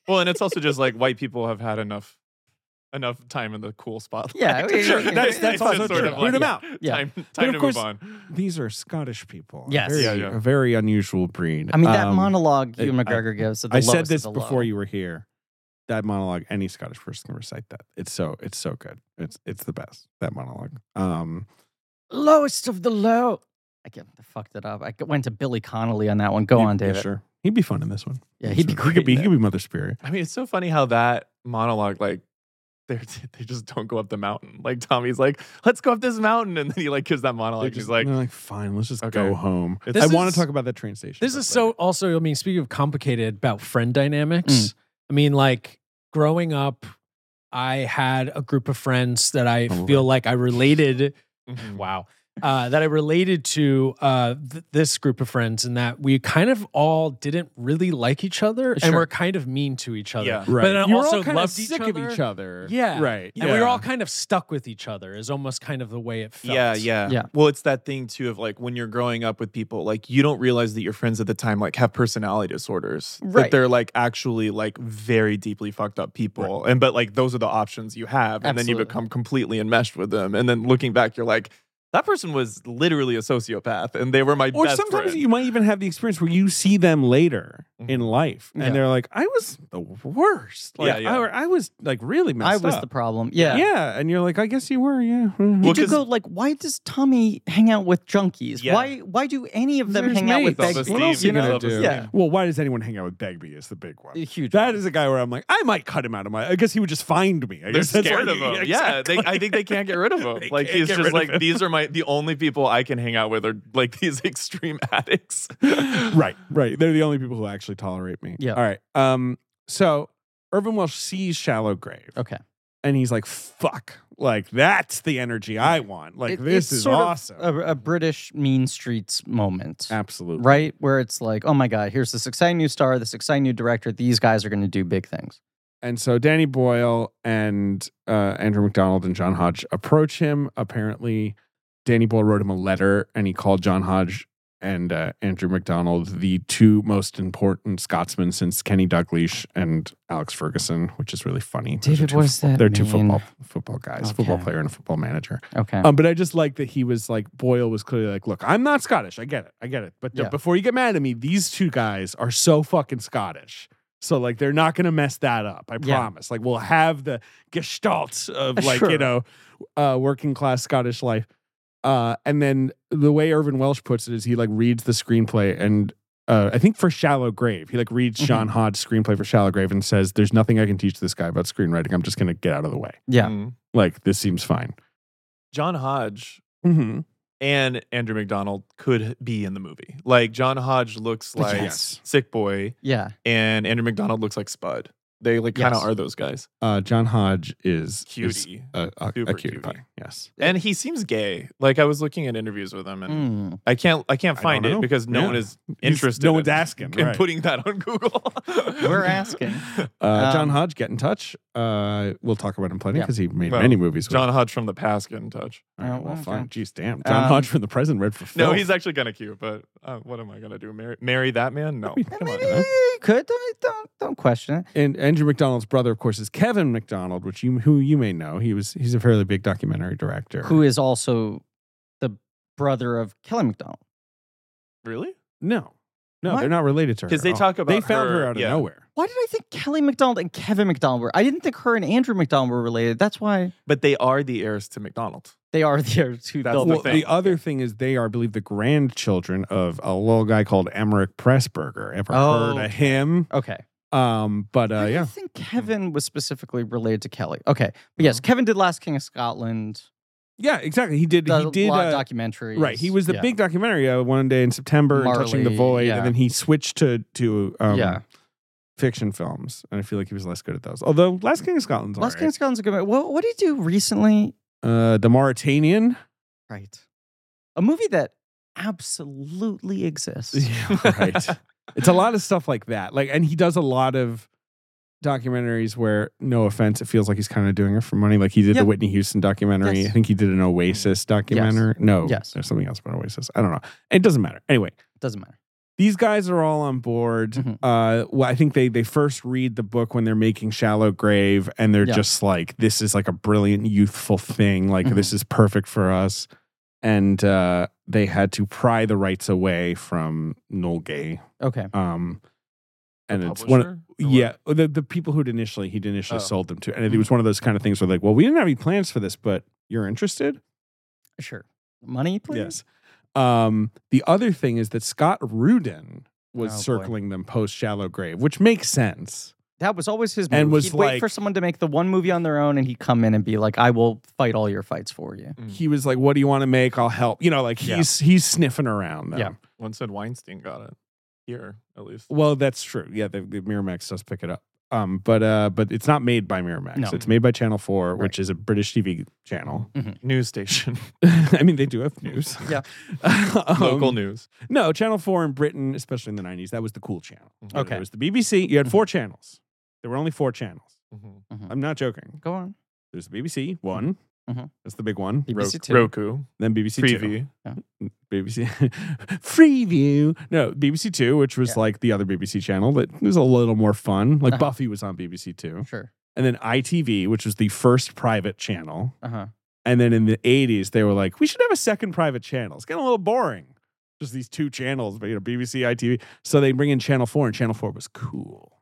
[SPEAKER 4] Well, and it's also just like white people have had enough enough time in the cool spotlight.
[SPEAKER 2] Yeah, we- Sure, we- that's-
[SPEAKER 3] that's
[SPEAKER 4] It's
[SPEAKER 3] also
[SPEAKER 4] just
[SPEAKER 3] true. Root 'em out.
[SPEAKER 2] Yeah.
[SPEAKER 4] Time, time
[SPEAKER 3] But of
[SPEAKER 4] to
[SPEAKER 3] course-
[SPEAKER 4] move on.
[SPEAKER 3] These are Scottish people. a
[SPEAKER 2] Yes.
[SPEAKER 3] very-
[SPEAKER 4] Yeah, yeah.
[SPEAKER 3] a very unusual breed.
[SPEAKER 2] I mean, that
[SPEAKER 3] Um,
[SPEAKER 2] monologue Hugh
[SPEAKER 3] I-
[SPEAKER 2] McGregor gives. At the
[SPEAKER 3] I said
[SPEAKER 2] lowest
[SPEAKER 3] this
[SPEAKER 2] of the
[SPEAKER 3] before
[SPEAKER 2] low.
[SPEAKER 3] you were here. That monologue, any Scottish person can recite that. It's so it's so good. It's it's the best. That monologue. Um,
[SPEAKER 2] Lowest of the low. I can't, I fucked it up. I went to Billy Connolly on that one. Go
[SPEAKER 3] he-
[SPEAKER 2] on,
[SPEAKER 3] yeah,
[SPEAKER 2] David. Yeah,
[SPEAKER 3] sure, he'd be fun in this one.
[SPEAKER 2] he'd be
[SPEAKER 3] Sure. He could
[SPEAKER 2] great.
[SPEAKER 3] be, he
[SPEAKER 2] there.
[SPEAKER 3] could be Mother Spirit.
[SPEAKER 4] I mean, it's so funny how that monologue, like, they they just don't go up the mountain. Like Tommy's like, let's go up this mountain, and then he like gives that monologue. He's like,
[SPEAKER 3] they're like, fine, let's just
[SPEAKER 4] Okay.
[SPEAKER 3] go home.
[SPEAKER 4] This
[SPEAKER 3] I want
[SPEAKER 5] is-
[SPEAKER 3] to talk about that train station.
[SPEAKER 5] This
[SPEAKER 3] but
[SPEAKER 5] is so also, I mean, speaking of complicated about friend dynamics,
[SPEAKER 2] Mm.
[SPEAKER 5] I mean, like growing up, I had a group of friends that I
[SPEAKER 3] Oh,
[SPEAKER 5] feel like I related.
[SPEAKER 4] "Mhm."
[SPEAKER 5] Wow. Uh, that I related to uh, th- this group of friends, and that we kind of all didn't really like each other, and
[SPEAKER 2] Sure.
[SPEAKER 5] we're kind of mean to each other.
[SPEAKER 4] Yeah.
[SPEAKER 3] Right.
[SPEAKER 5] But then
[SPEAKER 3] You're
[SPEAKER 5] also
[SPEAKER 3] all kind
[SPEAKER 5] loved
[SPEAKER 3] of
[SPEAKER 5] each
[SPEAKER 3] sick
[SPEAKER 5] other.
[SPEAKER 3] of each other.
[SPEAKER 5] Yeah.
[SPEAKER 3] Right.
[SPEAKER 5] And we were
[SPEAKER 3] yeah.
[SPEAKER 5] all kind of stuck with each other, is almost kind of the way it felt.
[SPEAKER 4] Yeah, yeah,
[SPEAKER 2] Yeah.
[SPEAKER 4] Well, it's that thing too of like when you're growing up with people, like you don't realize that your friends at the time like have personality disorders. That
[SPEAKER 2] Right.
[SPEAKER 4] they're like actually like very deeply fucked up people. And but like those are the options you have. And then you
[SPEAKER 2] Absolutely.
[SPEAKER 4] become completely enmeshed with them. And then looking back, you're like, that person was literally a sociopath and they were my
[SPEAKER 3] Or
[SPEAKER 4] best
[SPEAKER 3] sometimes
[SPEAKER 4] friend.
[SPEAKER 3] you might even have the experience where you see them later
[SPEAKER 4] Mhm.
[SPEAKER 3] in life, and
[SPEAKER 2] Yeah.
[SPEAKER 3] they're like, "I was the worst. Like,
[SPEAKER 4] Yeah, yeah.
[SPEAKER 3] I, I was like really messed
[SPEAKER 2] I was
[SPEAKER 3] up.
[SPEAKER 2] the problem. Yeah.
[SPEAKER 3] yeah, and you're like, I guess you were, yeah. mhm."
[SPEAKER 4] Well,
[SPEAKER 2] Did you
[SPEAKER 4] 'cause-
[SPEAKER 2] go like? Why does Tommy hang out with junkies?
[SPEAKER 4] Yeah.
[SPEAKER 2] Why? Why do any of them
[SPEAKER 3] There's
[SPEAKER 2] hang out with?
[SPEAKER 3] mates.
[SPEAKER 2] Beg-
[SPEAKER 4] Elvis
[SPEAKER 3] what else
[SPEAKER 4] Steve,
[SPEAKER 3] you gonna
[SPEAKER 4] Elvis
[SPEAKER 3] do?
[SPEAKER 4] Steve.
[SPEAKER 2] Yeah.
[SPEAKER 3] Well, why does anyone hang out with Begbie? Is the big one.
[SPEAKER 2] A huge.
[SPEAKER 3] That is a guy where I'm like, I might cut him out of my. I guess he would just find me. I
[SPEAKER 4] They're
[SPEAKER 3] guess that's
[SPEAKER 4] scared
[SPEAKER 3] why
[SPEAKER 4] of
[SPEAKER 3] he-
[SPEAKER 4] him. Yeah,
[SPEAKER 3] exactly.
[SPEAKER 4] they, I think they can't get rid of him.
[SPEAKER 3] They
[SPEAKER 4] like
[SPEAKER 3] can't
[SPEAKER 4] he's
[SPEAKER 3] get rid
[SPEAKER 4] just
[SPEAKER 3] of
[SPEAKER 4] like
[SPEAKER 3] him.
[SPEAKER 4] these are my the only people I can hang out with are like these extreme addicts.
[SPEAKER 3] right, right. They're the only people who actually tolerate me.
[SPEAKER 2] Yeah.
[SPEAKER 3] All right. Um. So Irvin Welsh sees Shallow Grave,
[SPEAKER 2] Okay.
[SPEAKER 3] and he's like, "Fuck! Like that's the energy I want. Like
[SPEAKER 2] It-
[SPEAKER 3] this
[SPEAKER 2] it's
[SPEAKER 3] is
[SPEAKER 2] sort of
[SPEAKER 3] awesome."
[SPEAKER 2] A, a British mean streets moment.
[SPEAKER 3] Absolutely.
[SPEAKER 2] Right where it's like, oh my god, here's this exciting new star, this exciting new director. These guys are going to do big things.
[SPEAKER 3] And so Danny Boyle and uh, Andrew McDonald and John Hodge approach him. Apparently, Danny Boyle wrote him a letter and he called John Hodge and uh, Andrew McDonald the two most important Scotsmen since Kenny Dalglish and Alex Ferguson, which is really funny. Those
[SPEAKER 2] David,
[SPEAKER 3] are two
[SPEAKER 2] what does
[SPEAKER 3] football-
[SPEAKER 2] that
[SPEAKER 3] They're two
[SPEAKER 2] mean?
[SPEAKER 3] football football guys, football
[SPEAKER 2] Okay.
[SPEAKER 3] player and a football manager.
[SPEAKER 2] Okay.
[SPEAKER 3] Um, but I just like that he was like Boyle was clearly like, look, I'm not Scottish. I get it. I get it. But uh,
[SPEAKER 2] Yeah.
[SPEAKER 3] before you get mad at me, these two guys are so fucking Scottish. So like they're not gonna mess that up. I
[SPEAKER 2] Yeah.
[SPEAKER 3] promise. Like we'll have the gestalt of
[SPEAKER 2] Uh,
[SPEAKER 3] like you
[SPEAKER 2] sure.
[SPEAKER 3] know, uh, working class Scottish life. Uh, and then the way Irvin Welsh puts it is he like reads the screenplay and. Uh, I think for Shallow Grave, he like reads
[SPEAKER 2] Mhm.
[SPEAKER 3] John Hodge's screenplay for Shallow Grave and says, "There's nothing I can teach this guy about screenwriting. I'm just gonna get out of the way.
[SPEAKER 2] yeah.
[SPEAKER 4] Mm.
[SPEAKER 3] Like this seems fine."
[SPEAKER 4] John Hodge
[SPEAKER 3] Mm-hmm.
[SPEAKER 4] and Andrew McDonald could be in the movie. Like John Hodge looks like
[SPEAKER 3] Yes.
[SPEAKER 4] Sick Boy,
[SPEAKER 2] Yeah.
[SPEAKER 4] and Andrew McDonald looks like Spud. They like kind of
[SPEAKER 2] Yes.
[SPEAKER 4] are those guys.
[SPEAKER 3] uh, John Hodge is is
[SPEAKER 4] Cutie.
[SPEAKER 3] a, a, a
[SPEAKER 4] Super
[SPEAKER 3] cutie
[SPEAKER 4] cutie.
[SPEAKER 3] pie. Yes.
[SPEAKER 4] And he seems gay. Like I was looking at interviews with him, and
[SPEAKER 2] Mm.
[SPEAKER 4] I can't I can't
[SPEAKER 3] I don't
[SPEAKER 4] find
[SPEAKER 3] know.
[SPEAKER 4] it because no
[SPEAKER 3] Yeah.
[SPEAKER 4] one is
[SPEAKER 3] He's-
[SPEAKER 4] interested.
[SPEAKER 3] No one's
[SPEAKER 4] in,
[SPEAKER 3] asking.
[SPEAKER 4] in
[SPEAKER 3] right.
[SPEAKER 4] putting that on Google.
[SPEAKER 2] We're asking.
[SPEAKER 3] uh, John
[SPEAKER 2] um,
[SPEAKER 3] Hodge, get in touch. Uh, we'll talk about him plenty
[SPEAKER 2] Yeah.
[SPEAKER 3] because he made
[SPEAKER 4] Well,
[SPEAKER 3] many movies. With
[SPEAKER 4] John Hodge from the past get in touch.
[SPEAKER 3] All right,
[SPEAKER 2] Oh,
[SPEAKER 3] well,
[SPEAKER 2] okay.
[SPEAKER 3] fine. Jeez, damn. John
[SPEAKER 2] Um,
[SPEAKER 3] Hodge from the present read for Phil.
[SPEAKER 4] No, he's actually kind of cute, but uh, what am I gonna do? Marry, marry that man? No.
[SPEAKER 3] Maybe-
[SPEAKER 4] Come on.
[SPEAKER 2] Maybe you could. Don't, don't, don't question it.
[SPEAKER 3] and Andrew McDonald's brother, of course, is Kevin McDonald, which you who you may know. He was he's a fairly big documentary director.
[SPEAKER 2] Who is also the brother of Kelly McDonald.
[SPEAKER 4] Really?
[SPEAKER 3] No, no,
[SPEAKER 2] What?
[SPEAKER 3] they're not related to her.
[SPEAKER 4] 'Cause they
[SPEAKER 3] at all.
[SPEAKER 4] talk about
[SPEAKER 3] they found her,
[SPEAKER 4] her,
[SPEAKER 3] out of
[SPEAKER 4] yeah.
[SPEAKER 3] nowhere.
[SPEAKER 2] Why did I think Kelly McDonald and Kevin McDonald were? I didn't think her and Andrew McDonald were related. That's why
[SPEAKER 4] But they are the heirs to McDonald's.
[SPEAKER 2] they are the other two.
[SPEAKER 4] That's
[SPEAKER 2] adult
[SPEAKER 4] the
[SPEAKER 3] Well,
[SPEAKER 4] thing.
[SPEAKER 2] McDonalds.
[SPEAKER 3] the other thing is they are, I believe, the grandchildren of a little guy called Emmerich Pressburger. Ever
[SPEAKER 2] Oh.
[SPEAKER 3] heard of him?
[SPEAKER 2] Okay.
[SPEAKER 3] Um, but uh,
[SPEAKER 2] I
[SPEAKER 3] yeah,
[SPEAKER 2] think Kevin was specifically related to Kelly. Okay. But yes, Kevin did Last King of Scotland.
[SPEAKER 3] yeah, exactly. He did.
[SPEAKER 2] Does
[SPEAKER 3] He did.
[SPEAKER 2] a lot
[SPEAKER 3] uh,
[SPEAKER 2] of documentaries.
[SPEAKER 3] Right, he was the
[SPEAKER 2] Yeah.
[SPEAKER 3] big documentary uh, one day in September, and touching the
[SPEAKER 2] Marley,
[SPEAKER 3] void,
[SPEAKER 2] yeah.
[SPEAKER 3] and then he switched to to um,
[SPEAKER 2] yeah.
[SPEAKER 3] fiction films, and I feel like he was less good at those. Although Last King of Scotland's
[SPEAKER 2] Last
[SPEAKER 3] all
[SPEAKER 2] King of
[SPEAKER 3] right.
[SPEAKER 2] Scotland's a good movie. What, what did he do recently?
[SPEAKER 3] uh, the Mauritanian.
[SPEAKER 2] Right. A movie that absolutely exists.
[SPEAKER 3] Yeah, right. it's a lot of stuff like that. Like, and he does a lot of documentaries where, no offense, it feels like he's kind of doing it for money. Like he did
[SPEAKER 2] Yeah.
[SPEAKER 3] the Whitney Houston documentary.
[SPEAKER 2] Yes.
[SPEAKER 3] I think he did an Oasis documentary. No,
[SPEAKER 2] Yes.
[SPEAKER 3] there's something else about Oasis. I don't know. It doesn't matter. Anyway,
[SPEAKER 2] Doesn't matter.
[SPEAKER 3] these guys are all on board.
[SPEAKER 2] Mhm.
[SPEAKER 3] Uh, well, I think they they first read the book when they're making Shallow Grave, and they're
[SPEAKER 2] Yeah.
[SPEAKER 3] just like, "This is like a brilliant, youthful thing. Like
[SPEAKER 2] Mhm.
[SPEAKER 3] this is perfect for us." And uh, they had to pry the rights away from Nolgay.
[SPEAKER 2] Okay.
[SPEAKER 3] Um, and it's one, of,
[SPEAKER 4] Publisher?
[SPEAKER 3] yeah, the the people who'd initially he'd initially
[SPEAKER 4] Oh.
[SPEAKER 3] sold them to, and it was one of those kind of things where like, "Well, we didn't have any plans for this, but you're interested."
[SPEAKER 2] Sure. Money, please?
[SPEAKER 3] Yes. Um, the other thing is that Scott Rudin was
[SPEAKER 2] Oh, boy.
[SPEAKER 3] circling them post Shallow Grave, which makes sense.
[SPEAKER 2] That was always his move.
[SPEAKER 3] And was
[SPEAKER 2] He'd
[SPEAKER 3] like-
[SPEAKER 2] wait for someone to make the one movie on their own and he'd come in and be like, I will fight all your fights for you.
[SPEAKER 4] Mm.
[SPEAKER 3] He was like, "What do you want to make? I'll help." You know, like
[SPEAKER 2] Hmm. Yeah.
[SPEAKER 3] he's he's sniffing around. Them.
[SPEAKER 2] Yeah.
[SPEAKER 4] One said Weinstein got it here, at least.
[SPEAKER 3] Well, that's true. Yeah, the, the Miramax does pick it up. Um, but uh, but it's not made by Miramax.
[SPEAKER 2] No.
[SPEAKER 3] It's made by Channel Four, which is a British TV channel.
[SPEAKER 4] News station,
[SPEAKER 3] I mean, they do have news.
[SPEAKER 2] Yeah.
[SPEAKER 3] Um,
[SPEAKER 4] local news.
[SPEAKER 3] No, Channel 4 in Britain, especially in the 90s, that was the cool channel.
[SPEAKER 4] Mm-hmm.
[SPEAKER 2] Okay. Mm-hmm.
[SPEAKER 3] It was the BBC. You had four channels. There were only four channels.
[SPEAKER 4] Mhm.
[SPEAKER 3] I'm not joking.
[SPEAKER 2] Go on.
[SPEAKER 3] There's the BBC, one.
[SPEAKER 2] Mhm.
[SPEAKER 3] That's the big one.
[SPEAKER 2] BBC Two.
[SPEAKER 4] Roku,
[SPEAKER 3] Then BBC Two.
[SPEAKER 4] Freevee.
[SPEAKER 3] BBC. Freeview. No, BBC Two, which was
[SPEAKER 2] Yeah.
[SPEAKER 3] like the other BBC channel that was a little more fun. Like
[SPEAKER 2] Uh-huh.
[SPEAKER 3] Buffy was on BBC Two.
[SPEAKER 2] Sure.
[SPEAKER 3] And then ITV, which was the first private channel.
[SPEAKER 2] Uh huh.
[SPEAKER 3] And then in the 80s, they were like, we should have a second private channel. It's getting a little boring. Just these two channels, but you know, BBC, ITV. So they bring in Channel 4, and Channel 4 was cool.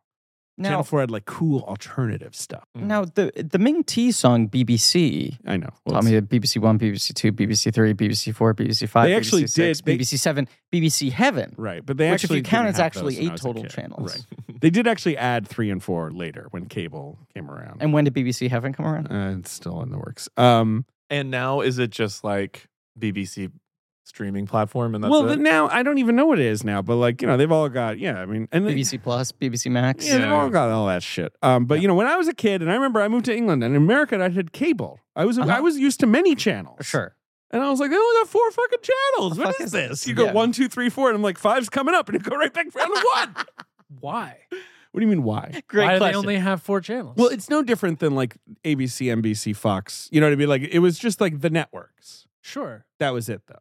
[SPEAKER 3] Channel
[SPEAKER 2] Now,
[SPEAKER 3] 4 had like cool alternative stuff.
[SPEAKER 2] now the the Ming T song BBC
[SPEAKER 3] I know. Well,
[SPEAKER 2] taught me that BBC One, BBC Two, BBC Three, BBC Four, BBC Five.
[SPEAKER 3] They actually
[SPEAKER 2] BBC six,
[SPEAKER 3] did- they-
[SPEAKER 2] BBC Seven, BBC Heaven.
[SPEAKER 3] right. But they
[SPEAKER 2] Which if
[SPEAKER 3] actually.
[SPEAKER 2] you count,
[SPEAKER 3] didn't
[SPEAKER 2] it's
[SPEAKER 3] have
[SPEAKER 2] actually
[SPEAKER 3] those when
[SPEAKER 2] eight
[SPEAKER 3] I was a
[SPEAKER 2] total
[SPEAKER 3] kid.
[SPEAKER 2] channels.
[SPEAKER 3] Right. they did actually add 3 and 4 later when cable came around.
[SPEAKER 2] And when did BBC Heaven come around?
[SPEAKER 3] uh, it's still in the works. Um,
[SPEAKER 4] And now is it just like BBC streaming platform and that's
[SPEAKER 3] well,
[SPEAKER 4] it?
[SPEAKER 3] then now I don't even know what it is now, but like, you know, they've all got, yeah, I mean, and they-
[SPEAKER 2] BBC Plus, BBC Max.
[SPEAKER 3] Yeah, they've
[SPEAKER 4] Yeah.
[SPEAKER 3] all got all that shit. Um, but you know, when I was a kid, and I remember I moved to England, and in America, I had cable. I was
[SPEAKER 2] Uh-huh.
[SPEAKER 3] I was used to many channels.
[SPEAKER 2] Sure.
[SPEAKER 3] And I was like, they only got four fucking channels.
[SPEAKER 2] The
[SPEAKER 3] What
[SPEAKER 2] fuck
[SPEAKER 3] is
[SPEAKER 2] is
[SPEAKER 3] this?
[SPEAKER 2] this?
[SPEAKER 3] You go
[SPEAKER 2] Yeah.
[SPEAKER 3] one, two, three, four, and I'm like, five's coming up, and it go right back down to one.
[SPEAKER 5] Why?
[SPEAKER 3] What do you mean? Why?
[SPEAKER 2] Great
[SPEAKER 5] Why
[SPEAKER 2] question.
[SPEAKER 5] do they only have four channels?
[SPEAKER 3] Well, it's no different than like ABC, NBC, Fox. You know what I mean? Like it was just like the networks.
[SPEAKER 5] sure.
[SPEAKER 3] That was it, though.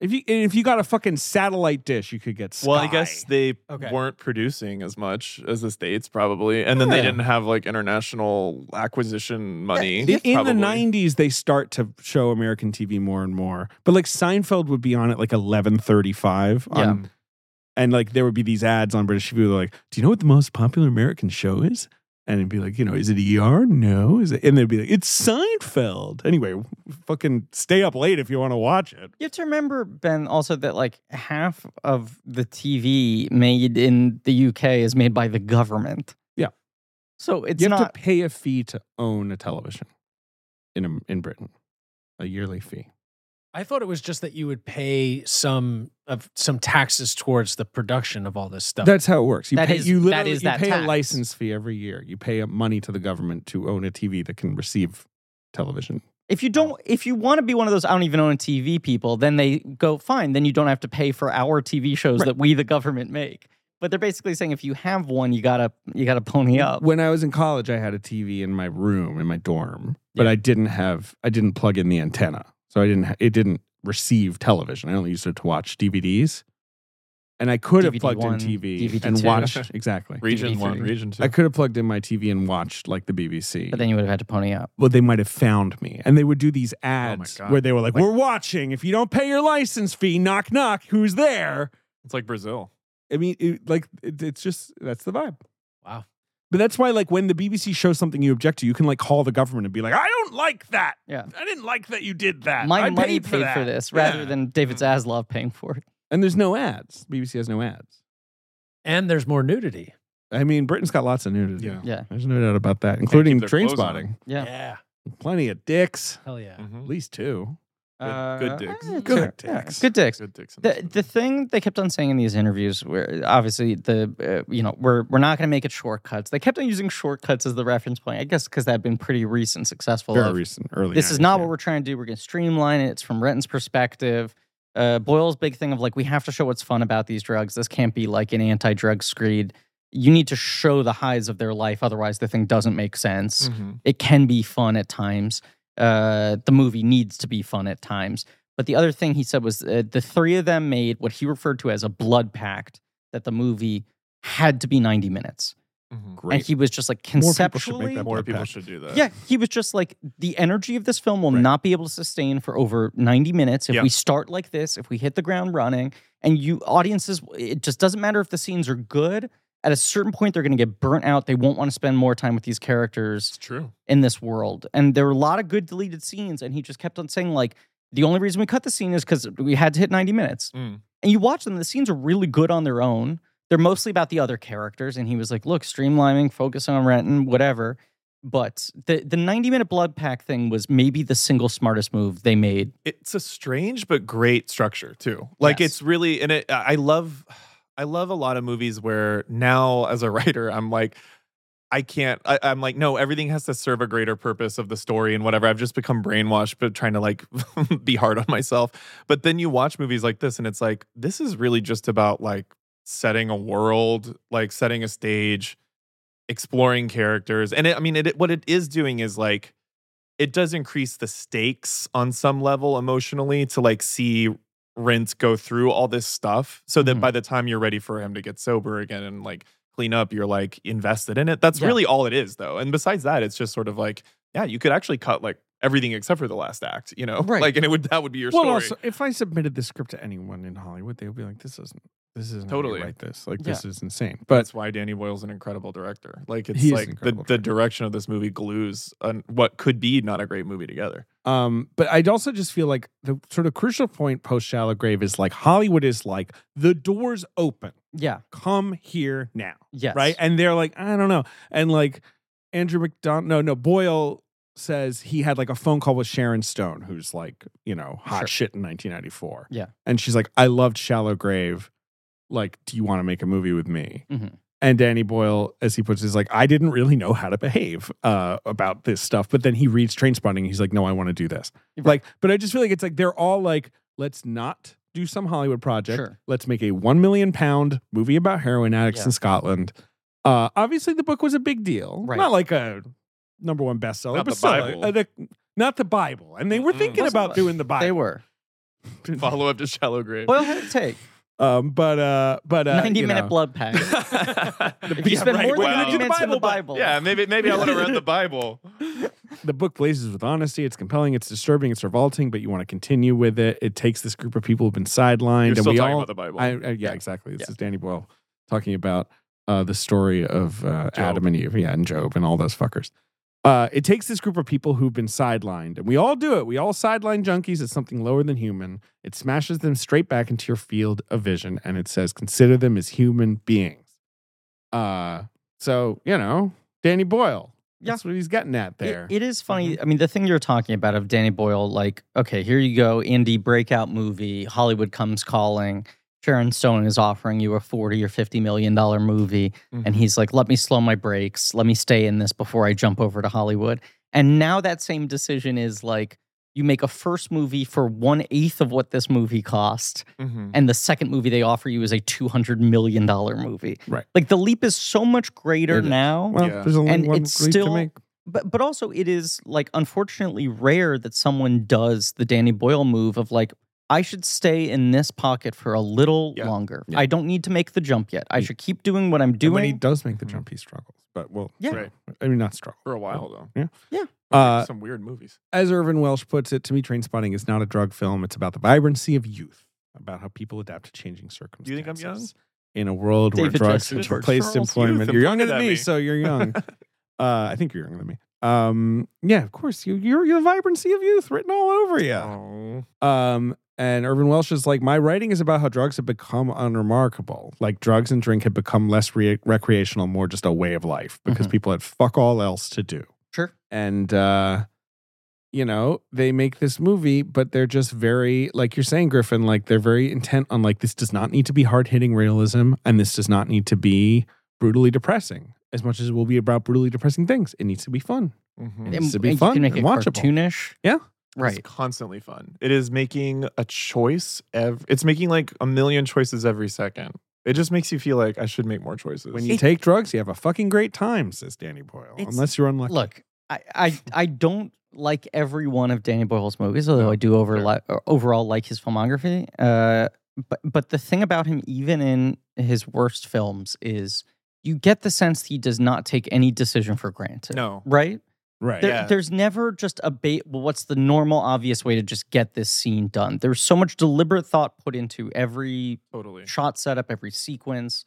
[SPEAKER 3] If you and if you got a fucking satellite dish, you could get. Sky.
[SPEAKER 4] Well, I guess they
[SPEAKER 5] Okay.
[SPEAKER 4] weren't producing as much as the states probably, and then they
[SPEAKER 3] Yeah.
[SPEAKER 4] didn't have like international acquisition money.
[SPEAKER 3] In, in the
[SPEAKER 4] probably.
[SPEAKER 3] 90s, they start to show American TV more and more. But like Seinfeld would be on at like 11:35 on and like there would be these ads on British TV that were like, "Do you know what the most popular American show is?" And it'd be like, you know, is it ER? No, is it? And they'd be like, it's Seinfeld. Anyway, fucking stay up late if you want to watch it.
[SPEAKER 2] You have to remember, Ben, also that like half of the TV made in the UK is made by the government.
[SPEAKER 3] Yeah.
[SPEAKER 2] So it's
[SPEAKER 3] you have
[SPEAKER 2] not
[SPEAKER 3] to pay a fee to own a television in um, in Britain, a yearly fee.
[SPEAKER 5] I thought it was just that you would pay some of some taxes towards the production of all this stuff.
[SPEAKER 3] That's how it works. You
[SPEAKER 2] That
[SPEAKER 3] pay,
[SPEAKER 2] is-
[SPEAKER 3] you
[SPEAKER 2] that
[SPEAKER 3] literally
[SPEAKER 2] is
[SPEAKER 3] you
[SPEAKER 2] that
[SPEAKER 3] pay a
[SPEAKER 2] tax.
[SPEAKER 3] license fee every year. You pay money to the government to own a TV that can receive television
[SPEAKER 2] If you don't, if you want to be one of those I don't even own TV people, then they go fine. Then you don't have to pay for our TV shows that we, the government, make. But they're basically saying if you have one, you gotta you gotta pony up.
[SPEAKER 3] When I was in college, I had a TV in my room in my dorm, but I didn't have I didn't plug in the antenna, so I didn't ha- it didn't receive television. I only used it to watch DVDs, and I could have
[SPEAKER 2] DVD
[SPEAKER 3] plugged
[SPEAKER 2] one,
[SPEAKER 3] in TV
[SPEAKER 2] DVD
[SPEAKER 3] and
[SPEAKER 2] two.
[SPEAKER 3] watched exactly.
[SPEAKER 4] Region one,
[SPEAKER 2] TV3.
[SPEAKER 4] region two.
[SPEAKER 3] I could have plugged in my TV and watched like the BBC.
[SPEAKER 2] But then you would have had to pony up.
[SPEAKER 3] well, they might have found me, and they would do these ads
[SPEAKER 4] Oh God.
[SPEAKER 3] where they were like, "We're watching. If you don't pay your license fee, knock knock. Who's there?"
[SPEAKER 4] it's like Brazil.
[SPEAKER 3] I mean, it, like it, it's just that's the vibe.
[SPEAKER 5] Wow.
[SPEAKER 3] But that's why, like, when the BBC shows something you object to, you can like call the government and be like, "I don't like that.
[SPEAKER 2] Yeah.
[SPEAKER 3] I didn't like that you did that.
[SPEAKER 2] My
[SPEAKER 3] I
[SPEAKER 2] money
[SPEAKER 3] paid for, that.
[SPEAKER 2] this
[SPEAKER 3] Yeah. Mm-hmm.
[SPEAKER 2] rather than David Zaslav paying for it.
[SPEAKER 3] And there's no ads. BBC has no ads.
[SPEAKER 5] And there's more nudity.
[SPEAKER 3] I mean, Britain's got lots of nudity.
[SPEAKER 4] Yeah.
[SPEAKER 2] Yeah.
[SPEAKER 3] There's no doubt about that, including
[SPEAKER 4] their
[SPEAKER 3] train
[SPEAKER 4] clothes on.
[SPEAKER 3] spotting.
[SPEAKER 2] Yeah.
[SPEAKER 3] Plenty of dicks,
[SPEAKER 5] Hell yeah.
[SPEAKER 3] at
[SPEAKER 4] Mhm.
[SPEAKER 3] least two.
[SPEAKER 4] Good- good dicks.
[SPEAKER 2] eh,
[SPEAKER 3] Good
[SPEAKER 2] sure, yeah,
[SPEAKER 3] dicks.
[SPEAKER 2] Good dicks.
[SPEAKER 4] Good dicks. in this
[SPEAKER 2] The,
[SPEAKER 4] movie.
[SPEAKER 2] the thing they kept on saying in these interviews where obviously the uh, you know we're we're not going to make it shortcuts. They kept on using shortcuts as the reference point. I guess because that had been pretty recent, successful.
[SPEAKER 3] Very
[SPEAKER 2] of,
[SPEAKER 3] recent, early.
[SPEAKER 2] This is not what
[SPEAKER 3] 90s,
[SPEAKER 2] we're trying to do. We're going to streamline it. It's from Renton's perspective. Uh, Boyle's big thing of like we have to show what's fun about these drugs. This can't be like an anti-drug screed. You need to show the highs of their life, otherwise the thing doesn't make sense
[SPEAKER 4] Mhm.
[SPEAKER 2] it can be fun at times. Uh, the movie needs to be fun at times. But the other thing he said was uh, the three of them made what he referred to as a blood pact that the movie had to be 90 minutes.
[SPEAKER 3] yeah.
[SPEAKER 4] Mhm.
[SPEAKER 2] And
[SPEAKER 3] Great.
[SPEAKER 2] he was just like
[SPEAKER 3] More people should
[SPEAKER 2] conceptually.
[SPEAKER 3] make that
[SPEAKER 4] More
[SPEAKER 3] blood
[SPEAKER 4] people
[SPEAKER 3] pact.
[SPEAKER 4] should do that.
[SPEAKER 2] Yeah, he was just like the energy of this film will
[SPEAKER 3] Right.
[SPEAKER 2] not be able to sustain for over 90 minutes if
[SPEAKER 4] Yeah.
[SPEAKER 2] we start like this, if we hit the ground running and you audiences it just doesn't matter if the scenes are good, at a certain point they're going to get burnt out. They won't want to spend more time with these characters
[SPEAKER 4] it's true.
[SPEAKER 2] in this world. And there were a lot of good deleted scenes. And he just kept on saying, like, the only reason we cut the scene is because we had to hit 90 minutes.
[SPEAKER 4] Mm.
[SPEAKER 2] And you watch them, the scenes are really good on their own. They're mostly about the other characters. And he was like, look, streamlining, focus on Renton, whatever. But the, the 90 minute blood pack thing was maybe the single smartest move they made.
[SPEAKER 4] it's a strange but great structure too. Like
[SPEAKER 2] Yes.
[SPEAKER 4] it's really and it I I love I love a lot of movies where now as a writer I'm like I can't I, I'm like no everything has to serve a greater purpose of the story and whatever. I've just become brainwashed but trying to like be hard on myself. But then you watch movies like this and it's like this is really just about like setting a world, like setting a stage, exploring characters. And it, I mean it what it is doing is like it does increase the stakes on some level emotionally to like see Rent go through all this stuff so that
[SPEAKER 3] Mm-hmm.
[SPEAKER 2] Mhm.
[SPEAKER 4] by the time you're ready for him to get sober again and like clean up, you're like invested in it. That's
[SPEAKER 2] Yeah.
[SPEAKER 4] really all it is though. And besides that, it's just sort of like, yeah, you could actually cut like everything except for the last act, you know?
[SPEAKER 2] Right.
[SPEAKER 4] Like and it would that would be your
[SPEAKER 3] Well,
[SPEAKER 4] story.
[SPEAKER 3] also, if I submitted this script to anyone in Hollywood, they would be like, "This isn't. This isn't how you
[SPEAKER 4] Totally.
[SPEAKER 3] write this. Like,
[SPEAKER 2] Yeah.
[SPEAKER 3] this is insane." But
[SPEAKER 4] that's why Danny Boyle's an incredible director. Like it's
[SPEAKER 3] He is an
[SPEAKER 4] like the,
[SPEAKER 3] incredible
[SPEAKER 4] the
[SPEAKER 3] director.
[SPEAKER 4] direction of this movie glues an, what could be not a great movie together.
[SPEAKER 3] Um, but I'd also just feel like the sort of crucial point post Shallow Grave is like Hollywood is like the doors open,
[SPEAKER 2] Yeah.
[SPEAKER 3] come here now,
[SPEAKER 2] Yes.
[SPEAKER 3] right? And they're like, I don't know, and like Andrew McDonald, no, no, Boyle says he had like a phone call with Sharon Stone, who's like you know hot
[SPEAKER 2] Sure.
[SPEAKER 3] shit in 1994,
[SPEAKER 2] Yeah.
[SPEAKER 3] and she's like, I loved Shallow Grave, like, do you want to make a movie with me?
[SPEAKER 4] Mm-hmm.
[SPEAKER 2] Mhm.
[SPEAKER 3] And Danny Boyle, as he puts it, is like, I didn't really know how to behave uh, about this stuff. But then he reads Train Spotting. He's like, no, I want to do this.
[SPEAKER 2] Right.
[SPEAKER 3] Like, but I just feel like it's like they're all like, let's not do some Hollywood project.
[SPEAKER 2] Sure.
[SPEAKER 3] Let's make a one million pound movie about heroin addicts
[SPEAKER 2] Yeah.
[SPEAKER 3] in Scotland. Uh, obviously, the book was a big deal.
[SPEAKER 2] Right.
[SPEAKER 3] Not like a number one bestseller,
[SPEAKER 4] Not
[SPEAKER 3] but
[SPEAKER 4] the
[SPEAKER 3] still,
[SPEAKER 4] Bible.
[SPEAKER 3] uh, the- not the Bible. And they were
[SPEAKER 4] Mm-mm.
[SPEAKER 3] thinking
[SPEAKER 2] Wasn't
[SPEAKER 3] about
[SPEAKER 2] the-
[SPEAKER 3] doing the
[SPEAKER 2] They
[SPEAKER 3] Bible.
[SPEAKER 2] were.
[SPEAKER 4] Follow up to Shallow Grave.
[SPEAKER 2] Boyle had a take.
[SPEAKER 3] Um, but uh, but uh,
[SPEAKER 2] 90
[SPEAKER 3] you
[SPEAKER 2] minute
[SPEAKER 3] know.
[SPEAKER 2] blood pack. If you
[SPEAKER 3] Yeah,
[SPEAKER 2] spend
[SPEAKER 3] right.
[SPEAKER 2] more than
[SPEAKER 4] Wow.
[SPEAKER 2] 90
[SPEAKER 4] Do the
[SPEAKER 2] minutes in the
[SPEAKER 3] Bible,
[SPEAKER 2] Bible.
[SPEAKER 4] Yeah, maybe maybe I would have read the Bible.
[SPEAKER 3] the book blazes with honesty. It's compelling. It's disturbing. It's revolting. But you want to continue with it. It takes this group of people who've been sidelined,
[SPEAKER 4] You're
[SPEAKER 3] and
[SPEAKER 4] still
[SPEAKER 3] we
[SPEAKER 4] talking
[SPEAKER 3] all.
[SPEAKER 4] about the Bible.
[SPEAKER 3] I, I, yeah,
[SPEAKER 4] Yeah.
[SPEAKER 3] exactly. This
[SPEAKER 4] Yeah.
[SPEAKER 3] is Danny Boyle talking about uh, the story of uh,
[SPEAKER 4] Job.
[SPEAKER 3] Adam and Eve, yeah, and Job and all those fuckers. Uh, it takes this group of people who've been sidelined, and we all do it. We all sideline junkies as something lower than human. It smashes them straight back into your field of vision, and it says, "Consider them as human beings." Uh, so you know, Danny Boyle.
[SPEAKER 2] Yeah.
[SPEAKER 3] That's what he's getting at
[SPEAKER 2] It-
[SPEAKER 3] there. Mm-hmm.
[SPEAKER 2] it is funny. I mean, the thing you're talking about of Danny Boyle, like, okay, here you go, indie breakout movie. Hollywood comes calling. Sharon Stone is offering you a 40 or 50 million
[SPEAKER 3] Mm-hmm.
[SPEAKER 2] dollar movie. And he's like, let me slow my brakes. Let me stay in this before I jump over to Hollywood. And now that same decision is like you make a first movie for one eighth of what this movie cost,
[SPEAKER 3] Mm-hmm.
[SPEAKER 4] Mhm.
[SPEAKER 2] and the second movie they offer you is a two hundred million dollar movie.
[SPEAKER 3] Right.
[SPEAKER 2] Like the leap is so much greater
[SPEAKER 3] It is.
[SPEAKER 2] now.
[SPEAKER 3] Well,
[SPEAKER 4] Yeah.
[SPEAKER 3] there's only
[SPEAKER 2] And
[SPEAKER 3] one
[SPEAKER 2] it's
[SPEAKER 3] leap to
[SPEAKER 2] still-
[SPEAKER 3] make.
[SPEAKER 2] But but also it is like unfortunately rare that someone does the Danny Boyle move of like I should stay in this pocket for a little
[SPEAKER 4] Yeah.
[SPEAKER 2] longer.
[SPEAKER 3] Yeah.
[SPEAKER 2] I don't need to make the jump yet. I
[SPEAKER 3] Yeah.
[SPEAKER 2] should keep doing what I'm
[SPEAKER 3] And when he
[SPEAKER 2] doing.
[SPEAKER 3] does make the jump, he struggles. But well,
[SPEAKER 2] Yeah.
[SPEAKER 4] Right.
[SPEAKER 3] I mean, not struggle.
[SPEAKER 4] for a while though.
[SPEAKER 3] Yeah.
[SPEAKER 2] Yeah.
[SPEAKER 3] Uh,
[SPEAKER 4] Some weird movies.
[SPEAKER 3] as Irvin Welsh puts it, to me, train spotting is not a drug film. It's about the vibrancy of youth, about how people adapt to changing circumstances.
[SPEAKER 4] you think I'm young?
[SPEAKER 3] In a world
[SPEAKER 2] David
[SPEAKER 3] where drugs
[SPEAKER 2] Justice.
[SPEAKER 3] have
[SPEAKER 4] David
[SPEAKER 3] replaced
[SPEAKER 4] Charles
[SPEAKER 3] employment.
[SPEAKER 4] Youth,
[SPEAKER 3] You're younger
[SPEAKER 4] look
[SPEAKER 3] than
[SPEAKER 4] at
[SPEAKER 3] me,
[SPEAKER 4] me.
[SPEAKER 3] so you're young. uh, I think you're younger than me. Um, yeah, of course. You, you're, you're the vibrancy of youth written all over you.
[SPEAKER 4] Oh.
[SPEAKER 3] Um, and Irvin Welsh is like, my writing is about how drugs have become unremarkable. Like drugs and drink have become less re- recreational, more just a way of life because
[SPEAKER 2] Mhm.
[SPEAKER 3] people had fuck all else to do.
[SPEAKER 2] Sure.
[SPEAKER 3] And, uh, you know, they make this movie, but they're just very, like you're saying, Griffin, like they're very intent on like, this does not need to be hard hitting realism and this does not need to be brutally depressing. As much as it will be about brutally depressing things, it needs to be fun.
[SPEAKER 4] Mhm.
[SPEAKER 3] It needs to
[SPEAKER 2] And-
[SPEAKER 3] be
[SPEAKER 2] and
[SPEAKER 3] fun
[SPEAKER 2] you can make
[SPEAKER 3] and
[SPEAKER 2] it
[SPEAKER 3] watchable.
[SPEAKER 2] cartoonish.
[SPEAKER 3] Yeah.
[SPEAKER 2] Right.
[SPEAKER 4] It's constantly fun. It is making a choice. Ev- it's making like a million choices every second. It just makes you feel like I should make more choices.
[SPEAKER 3] When you take drugs, you have a fucking great time, says Danny Boyle.
[SPEAKER 2] It's-
[SPEAKER 3] Unless you're unlucky.
[SPEAKER 2] Look, I, I I don't like every one of Danny Boyle's movies, although I do overli- or overall like his filmography. Uh, but but the thing about him, even in his worst films, is you get the sense he does not take any decision for granted.
[SPEAKER 4] no,
[SPEAKER 2] Right?
[SPEAKER 3] Right.
[SPEAKER 2] There,
[SPEAKER 4] Yeah.
[SPEAKER 2] There's never just a bait. Well, what's the normal, obvious way to just get this scene done? There's so much deliberate thought put into every
[SPEAKER 4] totally.
[SPEAKER 2] shot setup, every sequence.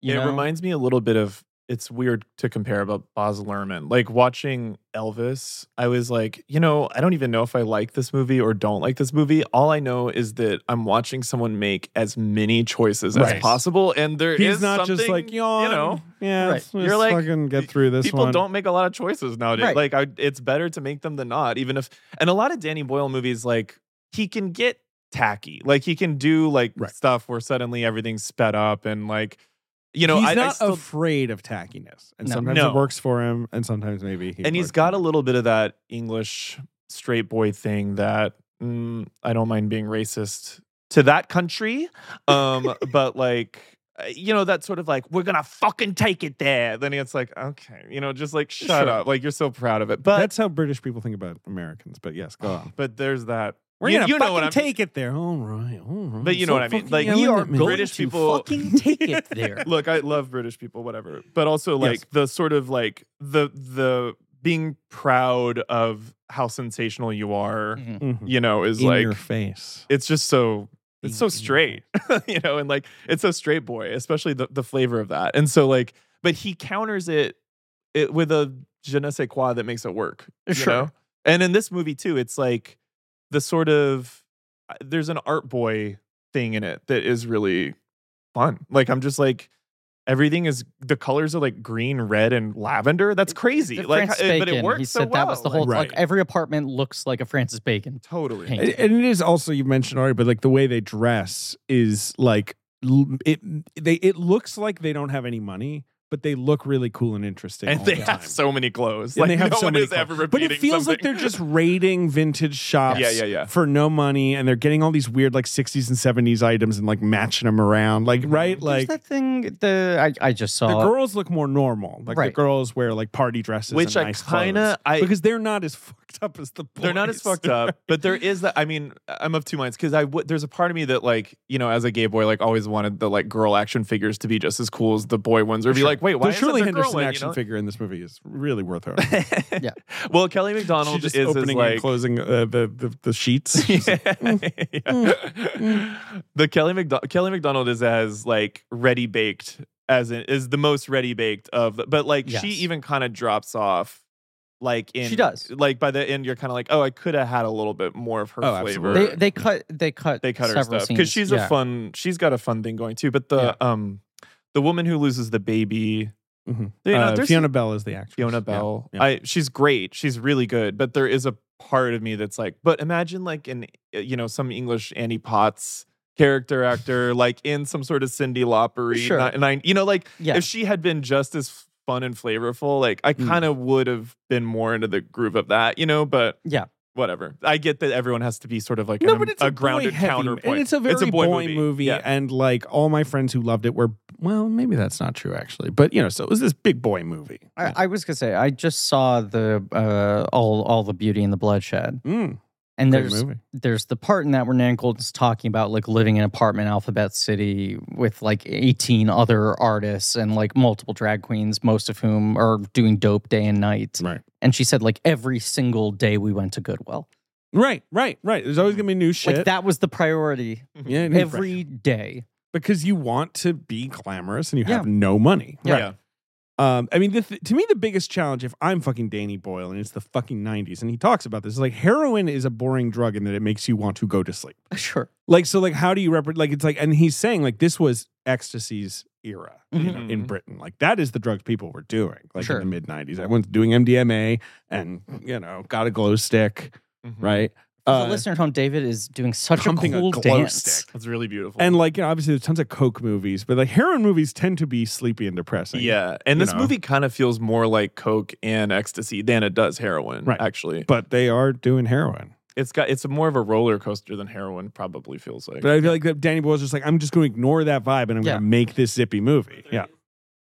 [SPEAKER 2] You
[SPEAKER 4] it
[SPEAKER 2] know?
[SPEAKER 4] reminds me a little bit of it's weird to compare about Boz Lerman. Like watching Elvis, I was like, you know, I don't even know if I like this movie or don't like this movie. All I know is that I'm watching someone make as many choices
[SPEAKER 3] Right.
[SPEAKER 4] as possible, and there is
[SPEAKER 3] He's not just
[SPEAKER 4] something,
[SPEAKER 3] like, yawn.
[SPEAKER 4] you know.
[SPEAKER 3] yeah,
[SPEAKER 2] Right.
[SPEAKER 3] let's,
[SPEAKER 4] You're
[SPEAKER 3] let's
[SPEAKER 4] like,
[SPEAKER 3] fucking get through this
[SPEAKER 4] people
[SPEAKER 3] one.
[SPEAKER 4] don't make a lot of choices nowadays.
[SPEAKER 2] Right.
[SPEAKER 4] Like, I, it's better to make them than not. Even if, and a lot of Danny Boyle movies, like he can get tacky. Like he can do like
[SPEAKER 3] Right.
[SPEAKER 4] stuff where suddenly everything's sped up and like, you know,
[SPEAKER 3] he's
[SPEAKER 4] I, I
[SPEAKER 3] not
[SPEAKER 4] still-
[SPEAKER 3] afraid of tackiness. And
[SPEAKER 2] No.
[SPEAKER 3] sometimes
[SPEAKER 4] No.
[SPEAKER 3] it works for him, and sometimes maybe he
[SPEAKER 4] and he's
[SPEAKER 3] works
[SPEAKER 4] got
[SPEAKER 3] for
[SPEAKER 4] a
[SPEAKER 3] him.
[SPEAKER 4] little bit of that English straight boy thing that mm, I don't mind being racist to that country, um, but like. uh, You know that sort of like we're gonna fucking take it there. Then it's like okay, you know, just like shut
[SPEAKER 3] Sure.
[SPEAKER 4] up. Like you're so proud of it, but
[SPEAKER 3] That's how British people think about Americans. But yes, go on.
[SPEAKER 4] but there's that.
[SPEAKER 3] We're
[SPEAKER 4] you,
[SPEAKER 3] gonna
[SPEAKER 4] you know what
[SPEAKER 3] fucking
[SPEAKER 4] I'm
[SPEAKER 3] take it there. All right. All right.
[SPEAKER 4] But you know
[SPEAKER 3] Stop
[SPEAKER 4] what I mean.
[SPEAKER 3] fucking
[SPEAKER 4] Like,
[SPEAKER 2] we
[SPEAKER 3] yelling
[SPEAKER 2] are
[SPEAKER 3] at me.
[SPEAKER 2] going
[SPEAKER 4] British
[SPEAKER 2] to
[SPEAKER 4] people-
[SPEAKER 2] fucking take it there.
[SPEAKER 4] Look, I love British people, whatever. But also like
[SPEAKER 3] Yes.
[SPEAKER 4] the sort of like the the being proud of how sensational you are,
[SPEAKER 2] Mhm.
[SPEAKER 3] Mhm.
[SPEAKER 4] you know, is
[SPEAKER 3] in
[SPEAKER 4] like
[SPEAKER 3] your face.
[SPEAKER 4] it's just so it's so
[SPEAKER 2] Being in your
[SPEAKER 4] straight, you know, and like it's so straight boy, especially the the flavor of that. And so like, but he counters it it with a je ne sais quoi that makes it work. You
[SPEAKER 2] Eh, Sure.
[SPEAKER 4] know? And in this movie too, it's like the sort of uh, there's an art boy thing in it that is really fun. Like I'm just like everything is the colors are like green, red, and lavender. That's crazy.
[SPEAKER 2] The
[SPEAKER 4] like,
[SPEAKER 2] Francis
[SPEAKER 4] uh, but it
[SPEAKER 2] Bacon,
[SPEAKER 4] works
[SPEAKER 2] He
[SPEAKER 4] so
[SPEAKER 2] said that was
[SPEAKER 4] well.
[SPEAKER 2] the whole
[SPEAKER 4] Like,
[SPEAKER 2] like
[SPEAKER 3] Right.
[SPEAKER 2] every apartment looks like a Francis Bacon.
[SPEAKER 4] totally.
[SPEAKER 2] Paint.
[SPEAKER 3] And, and it is also you mentioned already, but like the way they dress is like l- it. They it looks like they don't have any money, but they look really cool and interesting.
[SPEAKER 4] And
[SPEAKER 3] all
[SPEAKER 4] they
[SPEAKER 3] the
[SPEAKER 4] have
[SPEAKER 3] time.
[SPEAKER 4] so many clothes.
[SPEAKER 3] And
[SPEAKER 4] like
[SPEAKER 3] they have
[SPEAKER 4] no
[SPEAKER 3] so
[SPEAKER 4] one
[SPEAKER 3] many
[SPEAKER 4] is ever repeating.
[SPEAKER 3] But it feels like
[SPEAKER 4] something.
[SPEAKER 3] they're just raiding vintage shops
[SPEAKER 4] Yeah, yeah, yeah.
[SPEAKER 3] for no money and they're getting all these weird like 60s and 70s items and like matching them around. Like,
[SPEAKER 4] Mm-hmm.
[SPEAKER 3] right?
[SPEAKER 2] There's
[SPEAKER 3] Like
[SPEAKER 2] that thing the I, I just
[SPEAKER 3] the
[SPEAKER 2] saw.
[SPEAKER 3] girls look more normal. Like the
[SPEAKER 2] Right.
[SPEAKER 3] girls wear like party dresses
[SPEAKER 4] Which
[SPEAKER 3] and
[SPEAKER 4] I
[SPEAKER 3] nice
[SPEAKER 4] kinda-
[SPEAKER 3] clothes.
[SPEAKER 4] I-
[SPEAKER 3] because they're not as fucked up as the boys.
[SPEAKER 4] They're not as fucked up, but there is that. I mean, I'm of two minds because I would. There's a part of me that like you know, as a gay boy, like always wanted the like girl action figures to be just as cool as the boy ones, or be like, wait, why
[SPEAKER 3] the
[SPEAKER 4] is
[SPEAKER 3] Shirley
[SPEAKER 4] there
[SPEAKER 3] Henderson
[SPEAKER 4] girl one, you
[SPEAKER 3] action
[SPEAKER 4] know?
[SPEAKER 3] figure in this movie is really worth her.
[SPEAKER 2] Yeah.
[SPEAKER 4] Well, Kelly
[SPEAKER 3] She
[SPEAKER 4] McDonald
[SPEAKER 3] just
[SPEAKER 4] is as
[SPEAKER 3] opening and
[SPEAKER 4] like.
[SPEAKER 3] closing uh, the, the the sheets.
[SPEAKER 4] Yeah.
[SPEAKER 2] Mm.
[SPEAKER 4] Yeah. The Kelly McDonald Kelly McDonald is as like ready baked as in, is the most ready baked of the, but like she
[SPEAKER 2] Yes.
[SPEAKER 4] even kind of drops off like in
[SPEAKER 2] She does.
[SPEAKER 4] like by the end you're kind of like oh I could have had a little bit more of her
[SPEAKER 3] Oh,
[SPEAKER 4] flavor
[SPEAKER 2] They
[SPEAKER 3] absolutely.
[SPEAKER 2] they cut they cut
[SPEAKER 4] they cut her
[SPEAKER 2] several because
[SPEAKER 4] stuff because she's
[SPEAKER 2] yeah.
[SPEAKER 4] a fun she's got a fun thing going too but the um the woman who loses the baby
[SPEAKER 2] Mm-hmm.
[SPEAKER 3] Mhm.
[SPEAKER 4] You know,
[SPEAKER 3] Uh,
[SPEAKER 4] there's-
[SPEAKER 3] Fiona Bell is the actress.
[SPEAKER 4] Fiona
[SPEAKER 3] Yeah.
[SPEAKER 4] Bell.
[SPEAKER 3] yeah.
[SPEAKER 4] I she's great. She's really good. But there is a part of me that's like, but imagine like an uh, you know some English Annie Potts character actor like in some sort of Cindy Lauper,
[SPEAKER 2] Sure.
[SPEAKER 4] and I, you know, like
[SPEAKER 2] Yeah.
[SPEAKER 4] if she had been just as fun and flavorful. Like I
[SPEAKER 3] Mm.
[SPEAKER 4] kind of would have been more into the groove of that, you know. But
[SPEAKER 2] Yeah.
[SPEAKER 4] whatever. I get that everyone has to be sort of like an- a, grounded
[SPEAKER 3] heavy-
[SPEAKER 4] counterpoint.
[SPEAKER 3] And it's a very boy, movie.
[SPEAKER 4] Yeah.
[SPEAKER 3] And like all my friends who loved it were, well, maybe that's not true actually. But you know, so it was this big boy movie.
[SPEAKER 2] I, I was gonna say I just saw the uh, all all the beauty and the bloodshed,
[SPEAKER 3] Mm,
[SPEAKER 2] and
[SPEAKER 3] great
[SPEAKER 2] there's
[SPEAKER 3] movie.
[SPEAKER 2] there's the part in that where Nan Golden's talking about like living in apartment Alphabet City with like 18 other artists and like multiple drag queens, most of whom are doing dope day and night.
[SPEAKER 3] Right.
[SPEAKER 2] And she said like every single day we went to Goodwill,
[SPEAKER 3] Right, right, right. There's always gonna be new shit.
[SPEAKER 2] like that was the priority
[SPEAKER 3] Yeah, new friends.
[SPEAKER 2] every day.
[SPEAKER 3] because you want to be glamorous and you
[SPEAKER 2] Yeah.
[SPEAKER 3] have no money.
[SPEAKER 4] yeah.
[SPEAKER 3] Um, I mean, the th- to me, the biggest challenge, if I'm fucking Danny Boyle and it's the fucking 90s, and he talks about this, is like heroin is a boring drug in that it makes you want to go to sleep.
[SPEAKER 2] Sure.
[SPEAKER 3] Like, so, like, how do you represent? Like, it's like, and he's saying, like, this was ecstasy's era
[SPEAKER 2] Mm-hmm.
[SPEAKER 3] you know, in
[SPEAKER 4] Mhm.
[SPEAKER 3] Britain. Like, that is the drugs people were doing, like,
[SPEAKER 2] Sure.
[SPEAKER 3] in the mid 90s. Everyone's doing MDMA and, you know, got a glow stick,
[SPEAKER 4] Mhm.
[SPEAKER 3] right? Uh,
[SPEAKER 2] For the listener at home, David is doing such a
[SPEAKER 3] pumping a
[SPEAKER 2] cool
[SPEAKER 3] glow
[SPEAKER 2] dance.
[SPEAKER 3] stick.
[SPEAKER 4] That's really beautiful.
[SPEAKER 3] and, like, you know, obviously there's tons of Coke movies, but like, heroin movies tend to be sleepy and depressing.
[SPEAKER 4] yeah, and
[SPEAKER 3] you
[SPEAKER 4] this
[SPEAKER 3] know.
[SPEAKER 4] movie kind of feels more like coke and ecstasy than it does heroin.
[SPEAKER 3] Right.
[SPEAKER 4] Actually,
[SPEAKER 3] But they are doing heroin.
[SPEAKER 4] it's got it's more of a roller coaster than heroin probably feels like.
[SPEAKER 3] But I feel like that Danny Boyle's just like, I'm just going to ignore that vibe and I'm
[SPEAKER 2] Yeah.
[SPEAKER 3] going to make this zippy movie. Yeah.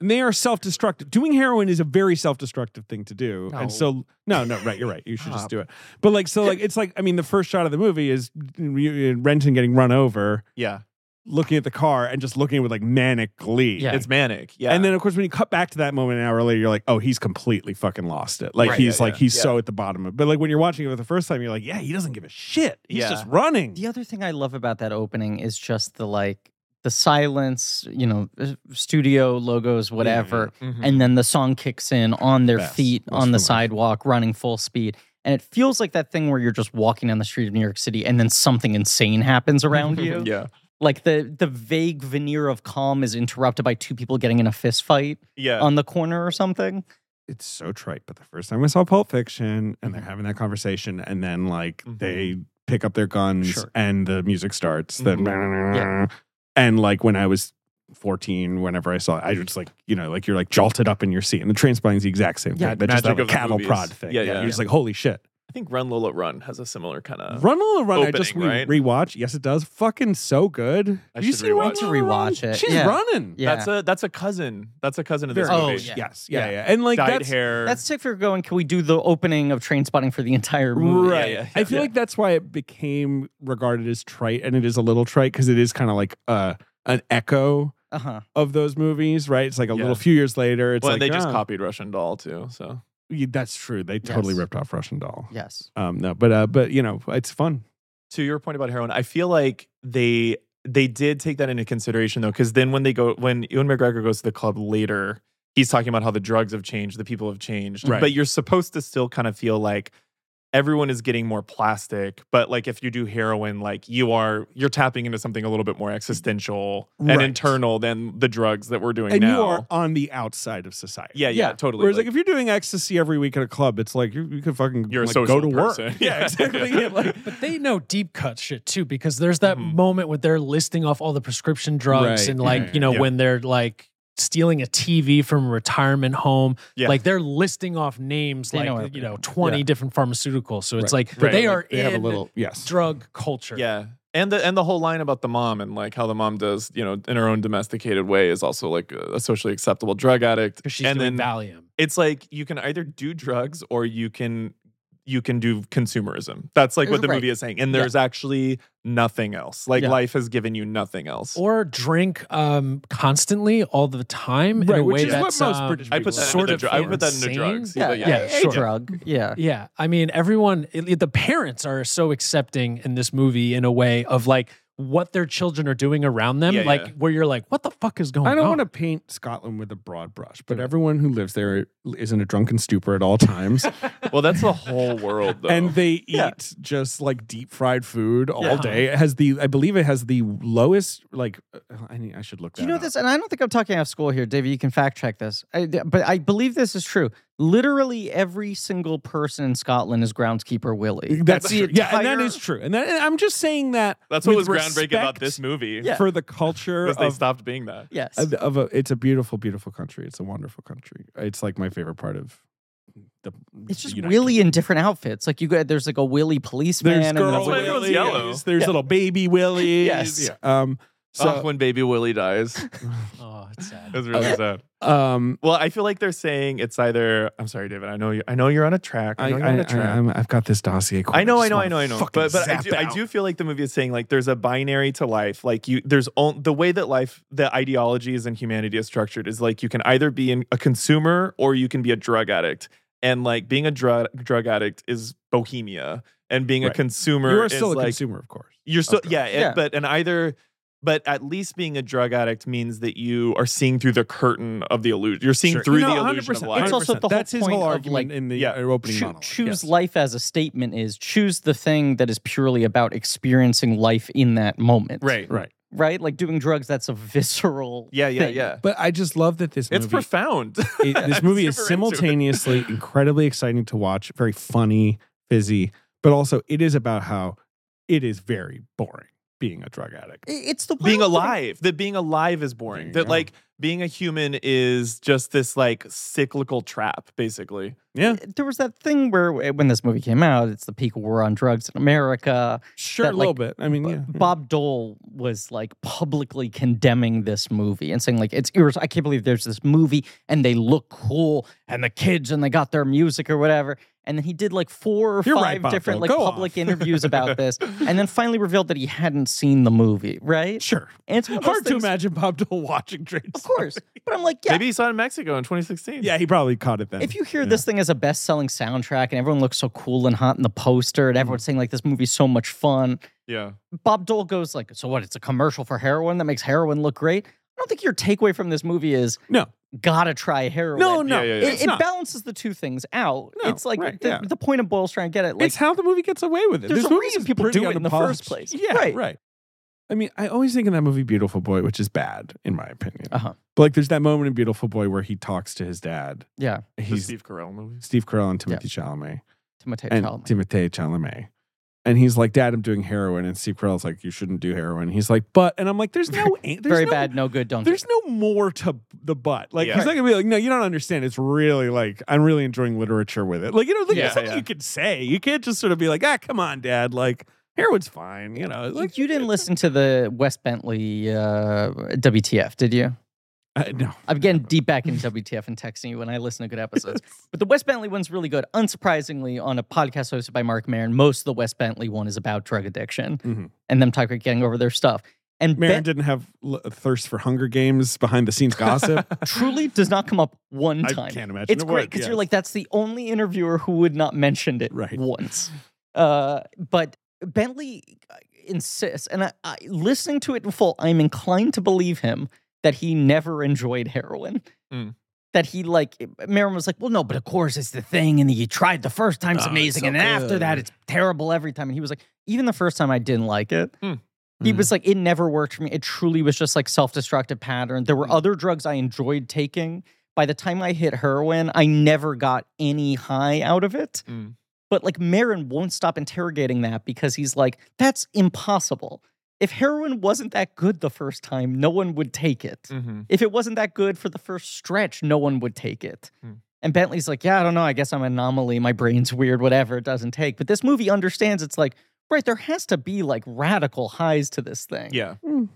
[SPEAKER 3] And they are self destructive. Doing heroin is a very self destructive thing to do.
[SPEAKER 4] No.
[SPEAKER 3] And so, no, no, right. You're right. You should just do it. But like, so, like, it's like, I mean, the first shot of the movie is you- Renton getting run over,
[SPEAKER 4] yeah.
[SPEAKER 3] looking at the car and just looking with like manic glee.
[SPEAKER 2] Yeah.
[SPEAKER 4] it's manic. Yeah,
[SPEAKER 3] And then, of course, when you cut back to that moment an hour later, you're like, oh, he's completely fucking lost it. Like,
[SPEAKER 4] Right.
[SPEAKER 3] he's
[SPEAKER 4] Yeah,
[SPEAKER 3] like,
[SPEAKER 4] yeah,
[SPEAKER 3] he's
[SPEAKER 4] yeah.
[SPEAKER 3] so at the bottom of But like, when you're watching it for the first time, you're like, yeah, he doesn't give a shit. He's
[SPEAKER 4] Yeah.
[SPEAKER 3] just running.
[SPEAKER 2] The other thing I love about that opening is just the like the silence, you know, uh, studio logos, whatever,
[SPEAKER 4] Mhm.
[SPEAKER 2] and then the song kicks in on their
[SPEAKER 3] Best.
[SPEAKER 2] feet
[SPEAKER 3] Most
[SPEAKER 2] on the
[SPEAKER 3] amazing.
[SPEAKER 2] sidewalk, running full speed, and it feels like that thing where you're just walking down the street of New York City, and then something insane happens around you.
[SPEAKER 4] yeah,
[SPEAKER 2] Like the the vague veneer of calm is interrupted by two people getting in a fist fight
[SPEAKER 4] yeah.
[SPEAKER 3] Um,
[SPEAKER 2] on the corner or something.
[SPEAKER 3] it's so trite, but the first time I saw Pulp Fiction and
[SPEAKER 4] Mm-hmm.
[SPEAKER 3] they're having that conversation, and then like
[SPEAKER 4] Mhm.
[SPEAKER 3] they pick up their guns
[SPEAKER 2] Sure.
[SPEAKER 3] and the music starts.
[SPEAKER 4] Mhm.
[SPEAKER 3] Then and like when I was 14, whenever I saw it, I was like, you know, like you're like jolted up in your seat. And the train spotting's the exact same
[SPEAKER 2] Yeah,
[SPEAKER 3] thing. They just
[SPEAKER 4] magic
[SPEAKER 3] have a
[SPEAKER 4] of the
[SPEAKER 3] cattle
[SPEAKER 4] movies.
[SPEAKER 3] prod thing.
[SPEAKER 4] Yeah, yeah.
[SPEAKER 3] You're just like, holy shit.
[SPEAKER 4] I think Run Lola Run has a similar kind of.
[SPEAKER 3] Run Lola Run, I just re-
[SPEAKER 4] Uh, Opening, right?
[SPEAKER 3] rewatch. Yes, it does. Fucking so good.
[SPEAKER 4] I
[SPEAKER 3] Have you
[SPEAKER 4] should
[SPEAKER 3] seen Run
[SPEAKER 4] rewatch it.
[SPEAKER 3] Lola Run?
[SPEAKER 2] Rewatch it.
[SPEAKER 3] She's
[SPEAKER 2] Yeah.
[SPEAKER 3] running.
[SPEAKER 2] Yeah,
[SPEAKER 4] That's a that's a cousin. That's a cousin of this
[SPEAKER 3] Very
[SPEAKER 2] Oh,
[SPEAKER 4] movie.
[SPEAKER 2] yeah.
[SPEAKER 3] Yes. Yeah,
[SPEAKER 4] Yeah.
[SPEAKER 3] yeah. And like
[SPEAKER 4] Dyed
[SPEAKER 3] that's
[SPEAKER 4] hair.
[SPEAKER 2] That's sick for going. Can we do the opening of Train Spotting for the entire movie?
[SPEAKER 3] Right.
[SPEAKER 4] yeah,
[SPEAKER 3] I
[SPEAKER 4] yeah,
[SPEAKER 3] feel
[SPEAKER 4] yeah.
[SPEAKER 3] like that's why it became regarded as trite, and it is a little trite because it is kind of like uh, an echo
[SPEAKER 2] Uh huh.
[SPEAKER 3] of those movies, right? It's like a
[SPEAKER 4] Yeah.
[SPEAKER 3] little few years later. It's
[SPEAKER 4] well,
[SPEAKER 3] like
[SPEAKER 4] and they just
[SPEAKER 3] "Ah,
[SPEAKER 4] copied Russian Doll too. So
[SPEAKER 3] yeah, That's true. They totally
[SPEAKER 2] Yes.
[SPEAKER 3] ripped off Russian Doll.
[SPEAKER 2] Yes.
[SPEAKER 3] Um, no, but uh, but you know, it's fun.
[SPEAKER 4] to your point about heroin, I feel like they they did take that into consideration though, because then when they go when Ewan McGregor goes to the club later, he's talking about how the drugs have changed, the people have changed,
[SPEAKER 3] Right.
[SPEAKER 4] but you're supposed to still kind of feel like everyone is getting more plastic but like if you do heroin like you are you're tapping into something a little bit more existential
[SPEAKER 3] Right.
[SPEAKER 4] and internal than the drugs that we're doing
[SPEAKER 3] And
[SPEAKER 4] now
[SPEAKER 3] you are on the outside of society.
[SPEAKER 4] yeah, yeah
[SPEAKER 2] Yeah.
[SPEAKER 4] totally
[SPEAKER 3] Whereas, like, if you're doing ecstasy every week at a club, it's like you, you could fucking
[SPEAKER 4] You're a
[SPEAKER 3] like,
[SPEAKER 4] social
[SPEAKER 3] go to
[SPEAKER 4] person.
[SPEAKER 3] work. Yeah, exactly. Yeah, like,
[SPEAKER 5] But they know deep cut shit too, because there's that
[SPEAKER 4] Mhm.
[SPEAKER 5] moment where they're listing off all the prescription drugs
[SPEAKER 3] Right.
[SPEAKER 5] and like,
[SPEAKER 3] Yeah.
[SPEAKER 5] you know,
[SPEAKER 3] Yeah.
[SPEAKER 5] when they're like stealing a TV from a retirement home.
[SPEAKER 4] Yeah.
[SPEAKER 5] Like they're listing off names
[SPEAKER 2] They know
[SPEAKER 5] like,
[SPEAKER 2] everything.
[SPEAKER 5] you know, 20 different pharmaceuticals. So it's like
[SPEAKER 4] Right.
[SPEAKER 5] they
[SPEAKER 4] Like,
[SPEAKER 5] are
[SPEAKER 3] they
[SPEAKER 5] in
[SPEAKER 3] have a little yes.
[SPEAKER 5] drug culture.
[SPEAKER 4] Yeah. And the and the whole line about the mom and like how the mom does, you know, in her own domesticated way is also like a socially acceptable drug addict.
[SPEAKER 5] Because she's
[SPEAKER 4] and
[SPEAKER 5] doing
[SPEAKER 4] then
[SPEAKER 5] Valium.
[SPEAKER 4] it's like you can either do drugs or you can you can do consumerism. That's like what the
[SPEAKER 2] Right.
[SPEAKER 4] movie is saying. And there's actually nothing else. Like life has given you nothing else.
[SPEAKER 5] Or drink um, constantly all the time in
[SPEAKER 3] Right,
[SPEAKER 5] a
[SPEAKER 3] which
[SPEAKER 5] way
[SPEAKER 3] is what
[SPEAKER 5] that's
[SPEAKER 3] most
[SPEAKER 5] um,
[SPEAKER 3] British
[SPEAKER 4] I put
[SPEAKER 3] people
[SPEAKER 4] that
[SPEAKER 5] sort
[SPEAKER 4] into
[SPEAKER 5] of
[SPEAKER 4] dr- I put that into
[SPEAKER 5] insane.
[SPEAKER 4] drugs.
[SPEAKER 2] Yeah,
[SPEAKER 4] But
[SPEAKER 2] yeah,
[SPEAKER 4] yeah,
[SPEAKER 5] yeah,
[SPEAKER 2] a
[SPEAKER 5] sure.
[SPEAKER 2] drug. Yeah.
[SPEAKER 5] Yeah, I mean, everyone, it- the parents are so accepting in this movie in a way of like what their children are doing around them,
[SPEAKER 4] Yeah,
[SPEAKER 5] like
[SPEAKER 4] yeah.
[SPEAKER 5] where you're like, what the fuck is going on?
[SPEAKER 3] I don't want to paint Scotland with a broad brush, but everyone who lives there is in a drunken stupor at all times.
[SPEAKER 4] Well, that's the whole world though.
[SPEAKER 3] and they eat
[SPEAKER 2] Yeah.
[SPEAKER 3] just like deep fried food all
[SPEAKER 5] Yeah.
[SPEAKER 3] day. It has the, I believe it has the lowest, like, uh, I, need, I should look
[SPEAKER 2] Do you
[SPEAKER 3] that
[SPEAKER 2] know
[SPEAKER 3] up.
[SPEAKER 2] this? And I don't think I'm talking out of school here, David. You can fact check this, I, but I believe this is true. literally every single person in Scotland is groundskeeper Willie.
[SPEAKER 3] That's
[SPEAKER 4] true.
[SPEAKER 3] true. yeah, and that
[SPEAKER 4] entire-
[SPEAKER 3] is true. And, that, and I'm just saying that
[SPEAKER 4] That's what
[SPEAKER 3] with
[SPEAKER 4] was groundbreaking about
[SPEAKER 3] respect
[SPEAKER 4] this movie.
[SPEAKER 2] Yeah.
[SPEAKER 3] for the culture
[SPEAKER 4] Because they
[SPEAKER 3] of
[SPEAKER 4] stopped being that.
[SPEAKER 2] Yes.
[SPEAKER 3] of, of a, it's a beautiful, beautiful country. It's a wonderful country. It's like my favorite part of the.
[SPEAKER 2] It's just
[SPEAKER 3] the United
[SPEAKER 2] Willie
[SPEAKER 3] Kingdom.
[SPEAKER 2] in different outfits. Like you got there's like a Willie policeman.
[SPEAKER 3] There's
[SPEAKER 2] and then a
[SPEAKER 3] girl
[SPEAKER 4] why
[SPEAKER 2] Willy-
[SPEAKER 4] everyone's
[SPEAKER 3] Willies.
[SPEAKER 4] yellow.
[SPEAKER 3] There's little baby Willies.
[SPEAKER 2] Yes.
[SPEAKER 3] Yeah. Um.
[SPEAKER 4] So
[SPEAKER 3] So
[SPEAKER 4] when baby Willie dies,
[SPEAKER 5] Oh, it's sad.
[SPEAKER 4] it was really sad.
[SPEAKER 3] um.
[SPEAKER 4] Well, I feel like they're saying it's either. I'm sorry, David. I know you. I know you're on a track. I
[SPEAKER 3] I,
[SPEAKER 4] know you're
[SPEAKER 3] I,
[SPEAKER 4] on
[SPEAKER 3] I,
[SPEAKER 4] a track.
[SPEAKER 3] I'm- I've got this dossier. corner.
[SPEAKER 4] I know, I
[SPEAKER 3] Just
[SPEAKER 4] know, I
[SPEAKER 3] wanna
[SPEAKER 4] know, I know.
[SPEAKER 3] fucking
[SPEAKER 4] But but I
[SPEAKER 3] zap
[SPEAKER 4] do, I
[SPEAKER 3] out.
[SPEAKER 4] do feel like the movie is saying like there's a binary to life. Like you, there's on, the way that life, the ideologies and humanity is structured is like you can either be an, a consumer or you can be a drug addict. And like being a drug drug addict is bohemia, and being a
[SPEAKER 3] Right.
[SPEAKER 4] consumer
[SPEAKER 3] You are
[SPEAKER 4] is
[SPEAKER 3] still a
[SPEAKER 4] like
[SPEAKER 3] consumer, of course.
[SPEAKER 4] you're still
[SPEAKER 3] drugs.
[SPEAKER 4] yeah, and-
[SPEAKER 2] Yeah.
[SPEAKER 4] but and either. But at least being a drug addict means that you are seeing through the curtain of the illusion. You're seeing
[SPEAKER 3] Sure.
[SPEAKER 4] through
[SPEAKER 3] No,
[SPEAKER 4] the
[SPEAKER 3] 100%,
[SPEAKER 4] illusion of life.
[SPEAKER 2] It's also the whole
[SPEAKER 3] That's his
[SPEAKER 2] point
[SPEAKER 3] whole
[SPEAKER 2] of,
[SPEAKER 3] argument
[SPEAKER 2] like,
[SPEAKER 3] in the
[SPEAKER 4] yeah,
[SPEAKER 3] uh, opening
[SPEAKER 2] Choo-
[SPEAKER 3] monologue.
[SPEAKER 2] choose
[SPEAKER 3] yes.
[SPEAKER 2] life as a statement is choose the thing that is purely about experiencing life in that moment.
[SPEAKER 4] right.
[SPEAKER 3] Right.
[SPEAKER 2] Right? Like doing drugs, that's a visceral
[SPEAKER 4] Yeah, yeah,
[SPEAKER 2] thing.
[SPEAKER 4] yeah.
[SPEAKER 3] But I just love that this
[SPEAKER 4] It's
[SPEAKER 3] movie
[SPEAKER 4] profound.
[SPEAKER 3] it- this movie is
[SPEAKER 4] Super into it.
[SPEAKER 3] simultaneously incredibly exciting to watch, very funny, fizzy, but also it is about how it is very boring being a drug addict.
[SPEAKER 2] I- It's the
[SPEAKER 4] being
[SPEAKER 2] wild thing.
[SPEAKER 4] alive that being alive is boring
[SPEAKER 3] you
[SPEAKER 4] that
[SPEAKER 3] go.
[SPEAKER 4] like being a human is just this like cyclical trap basically
[SPEAKER 3] Yeah,
[SPEAKER 2] There was that thing where eh, when this movie came out, it's the peak war on drugs in America.
[SPEAKER 3] sure,
[SPEAKER 2] That,
[SPEAKER 3] a little
[SPEAKER 2] like,
[SPEAKER 3] bit. I mean, yeah,
[SPEAKER 2] Bob Dole was like publicly condemning this movie and saying like it's irres- I can't believe there's this movie and they look cool and the kids and they got their music or whatever. And then he did like four or
[SPEAKER 3] You're right,
[SPEAKER 2] five
[SPEAKER 3] Bob
[SPEAKER 2] different
[SPEAKER 3] Dole.
[SPEAKER 2] like
[SPEAKER 3] Go
[SPEAKER 2] public
[SPEAKER 3] off.
[SPEAKER 2] interviews about this, and then finally revealed that he hadn't seen the movie. Right?
[SPEAKER 3] sure.
[SPEAKER 2] And it's one of those
[SPEAKER 3] Hard to
[SPEAKER 2] things-
[SPEAKER 3] imagine Bob Dole watching Train.
[SPEAKER 2] Of course, but I'm like, yeah.
[SPEAKER 4] maybe you saw it in mexico in 2016
[SPEAKER 3] Yeah, he probably caught it then.
[SPEAKER 2] if you hear
[SPEAKER 3] Yeah.
[SPEAKER 2] this thing as a best-selling soundtrack and everyone looks so cool and hot in the poster and everyone's saying like this movie's so much fun,
[SPEAKER 4] yeah
[SPEAKER 2] Bob Dole goes like, "So what? It's a commercial for heroin that makes heroin look great." I don't think your takeaway from this movie is
[SPEAKER 3] no,
[SPEAKER 2] gotta try heroin.
[SPEAKER 3] no, no,
[SPEAKER 4] Yeah, yeah, yeah.
[SPEAKER 2] it,
[SPEAKER 3] it's
[SPEAKER 2] it
[SPEAKER 3] not.
[SPEAKER 2] balances the two things out.
[SPEAKER 3] No,
[SPEAKER 2] it's like
[SPEAKER 3] right,
[SPEAKER 2] the,
[SPEAKER 3] yeah.
[SPEAKER 2] the point of Boyle's trying to get at. Like,
[SPEAKER 3] it's how the movie gets away with it.
[SPEAKER 2] There's a
[SPEAKER 3] This movie
[SPEAKER 2] reason
[SPEAKER 3] is
[SPEAKER 2] people do
[SPEAKER 3] pretty
[SPEAKER 2] it in the first
[SPEAKER 3] unapologist-
[SPEAKER 2] place.
[SPEAKER 3] Yeah,
[SPEAKER 2] Right.
[SPEAKER 3] right. I mean, I always think of that movie Beautiful Boy, which is bad in my opinion.
[SPEAKER 2] Uh-huh.
[SPEAKER 3] But like, there's that moment in Beautiful Boy where he talks to his dad.
[SPEAKER 2] yeah,
[SPEAKER 4] the
[SPEAKER 3] He's
[SPEAKER 4] steve carell movies
[SPEAKER 3] Steve Carell and Timothy Chalamet
[SPEAKER 2] Timothée
[SPEAKER 3] and
[SPEAKER 2] Chalamet.
[SPEAKER 3] Timothée Chalamet. And he's like, "Dad, I'm doing heroin." And Steve Carell's like, "You shouldn't do heroin." He's like, "But," and I'm like, "There's no, there's
[SPEAKER 2] Very
[SPEAKER 3] no-
[SPEAKER 2] bad, no good. Don't. do
[SPEAKER 3] There's no more to the but. Like,
[SPEAKER 4] Yeah.
[SPEAKER 3] he's not gonna be like, "No, you don't understand. It's really like I'm really enjoying literature with it." Like, you know, like,
[SPEAKER 4] Yeah,
[SPEAKER 3] there's something
[SPEAKER 4] yeah.
[SPEAKER 3] you could say. You can't just sort of be like, "Ah, come on, Dad. Like, heroin's fine." You know,
[SPEAKER 2] it.
[SPEAKER 3] like
[SPEAKER 2] you didn't listen to the West Bentley uh, WTF, did you?
[SPEAKER 3] I- no,
[SPEAKER 2] I'm getting deep back in WTF and texting you when I listen to good episodes. but the West Bentley one's really good. Unsurprisingly, on a podcast hosted by Mark Maron, most of the West Bentley one is about drug addiction
[SPEAKER 3] Mhm.
[SPEAKER 2] and them talking about getting over their stuff. And
[SPEAKER 3] Marin
[SPEAKER 2] Ben
[SPEAKER 3] didn't have l- a thirst for Hunger Games behind the scenes gossip.
[SPEAKER 2] truly does not come up one
[SPEAKER 3] I
[SPEAKER 2] time.
[SPEAKER 3] can't imagine
[SPEAKER 2] It's
[SPEAKER 3] it
[SPEAKER 2] great
[SPEAKER 3] would,
[SPEAKER 2] because
[SPEAKER 3] yes.
[SPEAKER 2] you're like, that's the only interviewer who would not mention it
[SPEAKER 3] Right.
[SPEAKER 2] once. Uh, but Bentley uh, insists, and I, I, listening to it in full, I'm inclined to believe him that he never enjoyed heroin.
[SPEAKER 4] Mm.
[SPEAKER 2] That he like, Merrim was like, well, no, but of course it's the thing, and you tried the first time, it's
[SPEAKER 3] Oh, it's
[SPEAKER 2] amazing,
[SPEAKER 3] so
[SPEAKER 2] and then after that
[SPEAKER 3] good.
[SPEAKER 2] it's terrible every time. And he was like, even the first time I didn't like it.
[SPEAKER 4] Mm.
[SPEAKER 2] He
[SPEAKER 3] Mm.
[SPEAKER 2] was like, it never worked for me. It truly was just like self-destructive pattern. There were other drugs I enjoyed taking. By the time I hit heroin, I never got any high out of it.
[SPEAKER 4] Mm.
[SPEAKER 2] But like Marin won't stop interrogating that because he's like, that's impossible. If heroin wasn't that good the first time, no one would take it.
[SPEAKER 4] mm-hmm.
[SPEAKER 2] If it wasn't that good for the first stretch, no one would take it.
[SPEAKER 4] Hmm.
[SPEAKER 2] And Bentley's like, yeah, I don't know. I guess I'm an anomaly. My brain's weird, whatever. It doesn't take. But this movie understands it's like, right, there has to be like radical highs to this thing.
[SPEAKER 4] yeah
[SPEAKER 2] It-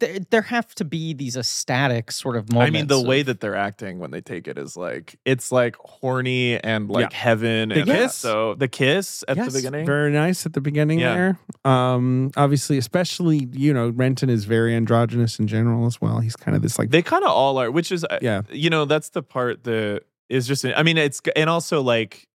[SPEAKER 2] there, there have to be these ecstatic sort of
[SPEAKER 4] i
[SPEAKER 2] moments.
[SPEAKER 4] mean the
[SPEAKER 2] of-
[SPEAKER 4] way that they're acting when they take it is like it's like horny and like heaven
[SPEAKER 3] The
[SPEAKER 4] and
[SPEAKER 3] kiss.
[SPEAKER 4] so the kiss at
[SPEAKER 3] Yes,
[SPEAKER 4] the beginning
[SPEAKER 3] Very nice at the beginning
[SPEAKER 4] Yeah.
[SPEAKER 3] there. Um, obviously, especially, you know, Renton is very androgynous in general as well. He's kind of this like
[SPEAKER 4] they kind of all are which is uh,
[SPEAKER 3] Yeah.
[SPEAKER 4] you know that's the part that is just i mean it's and also like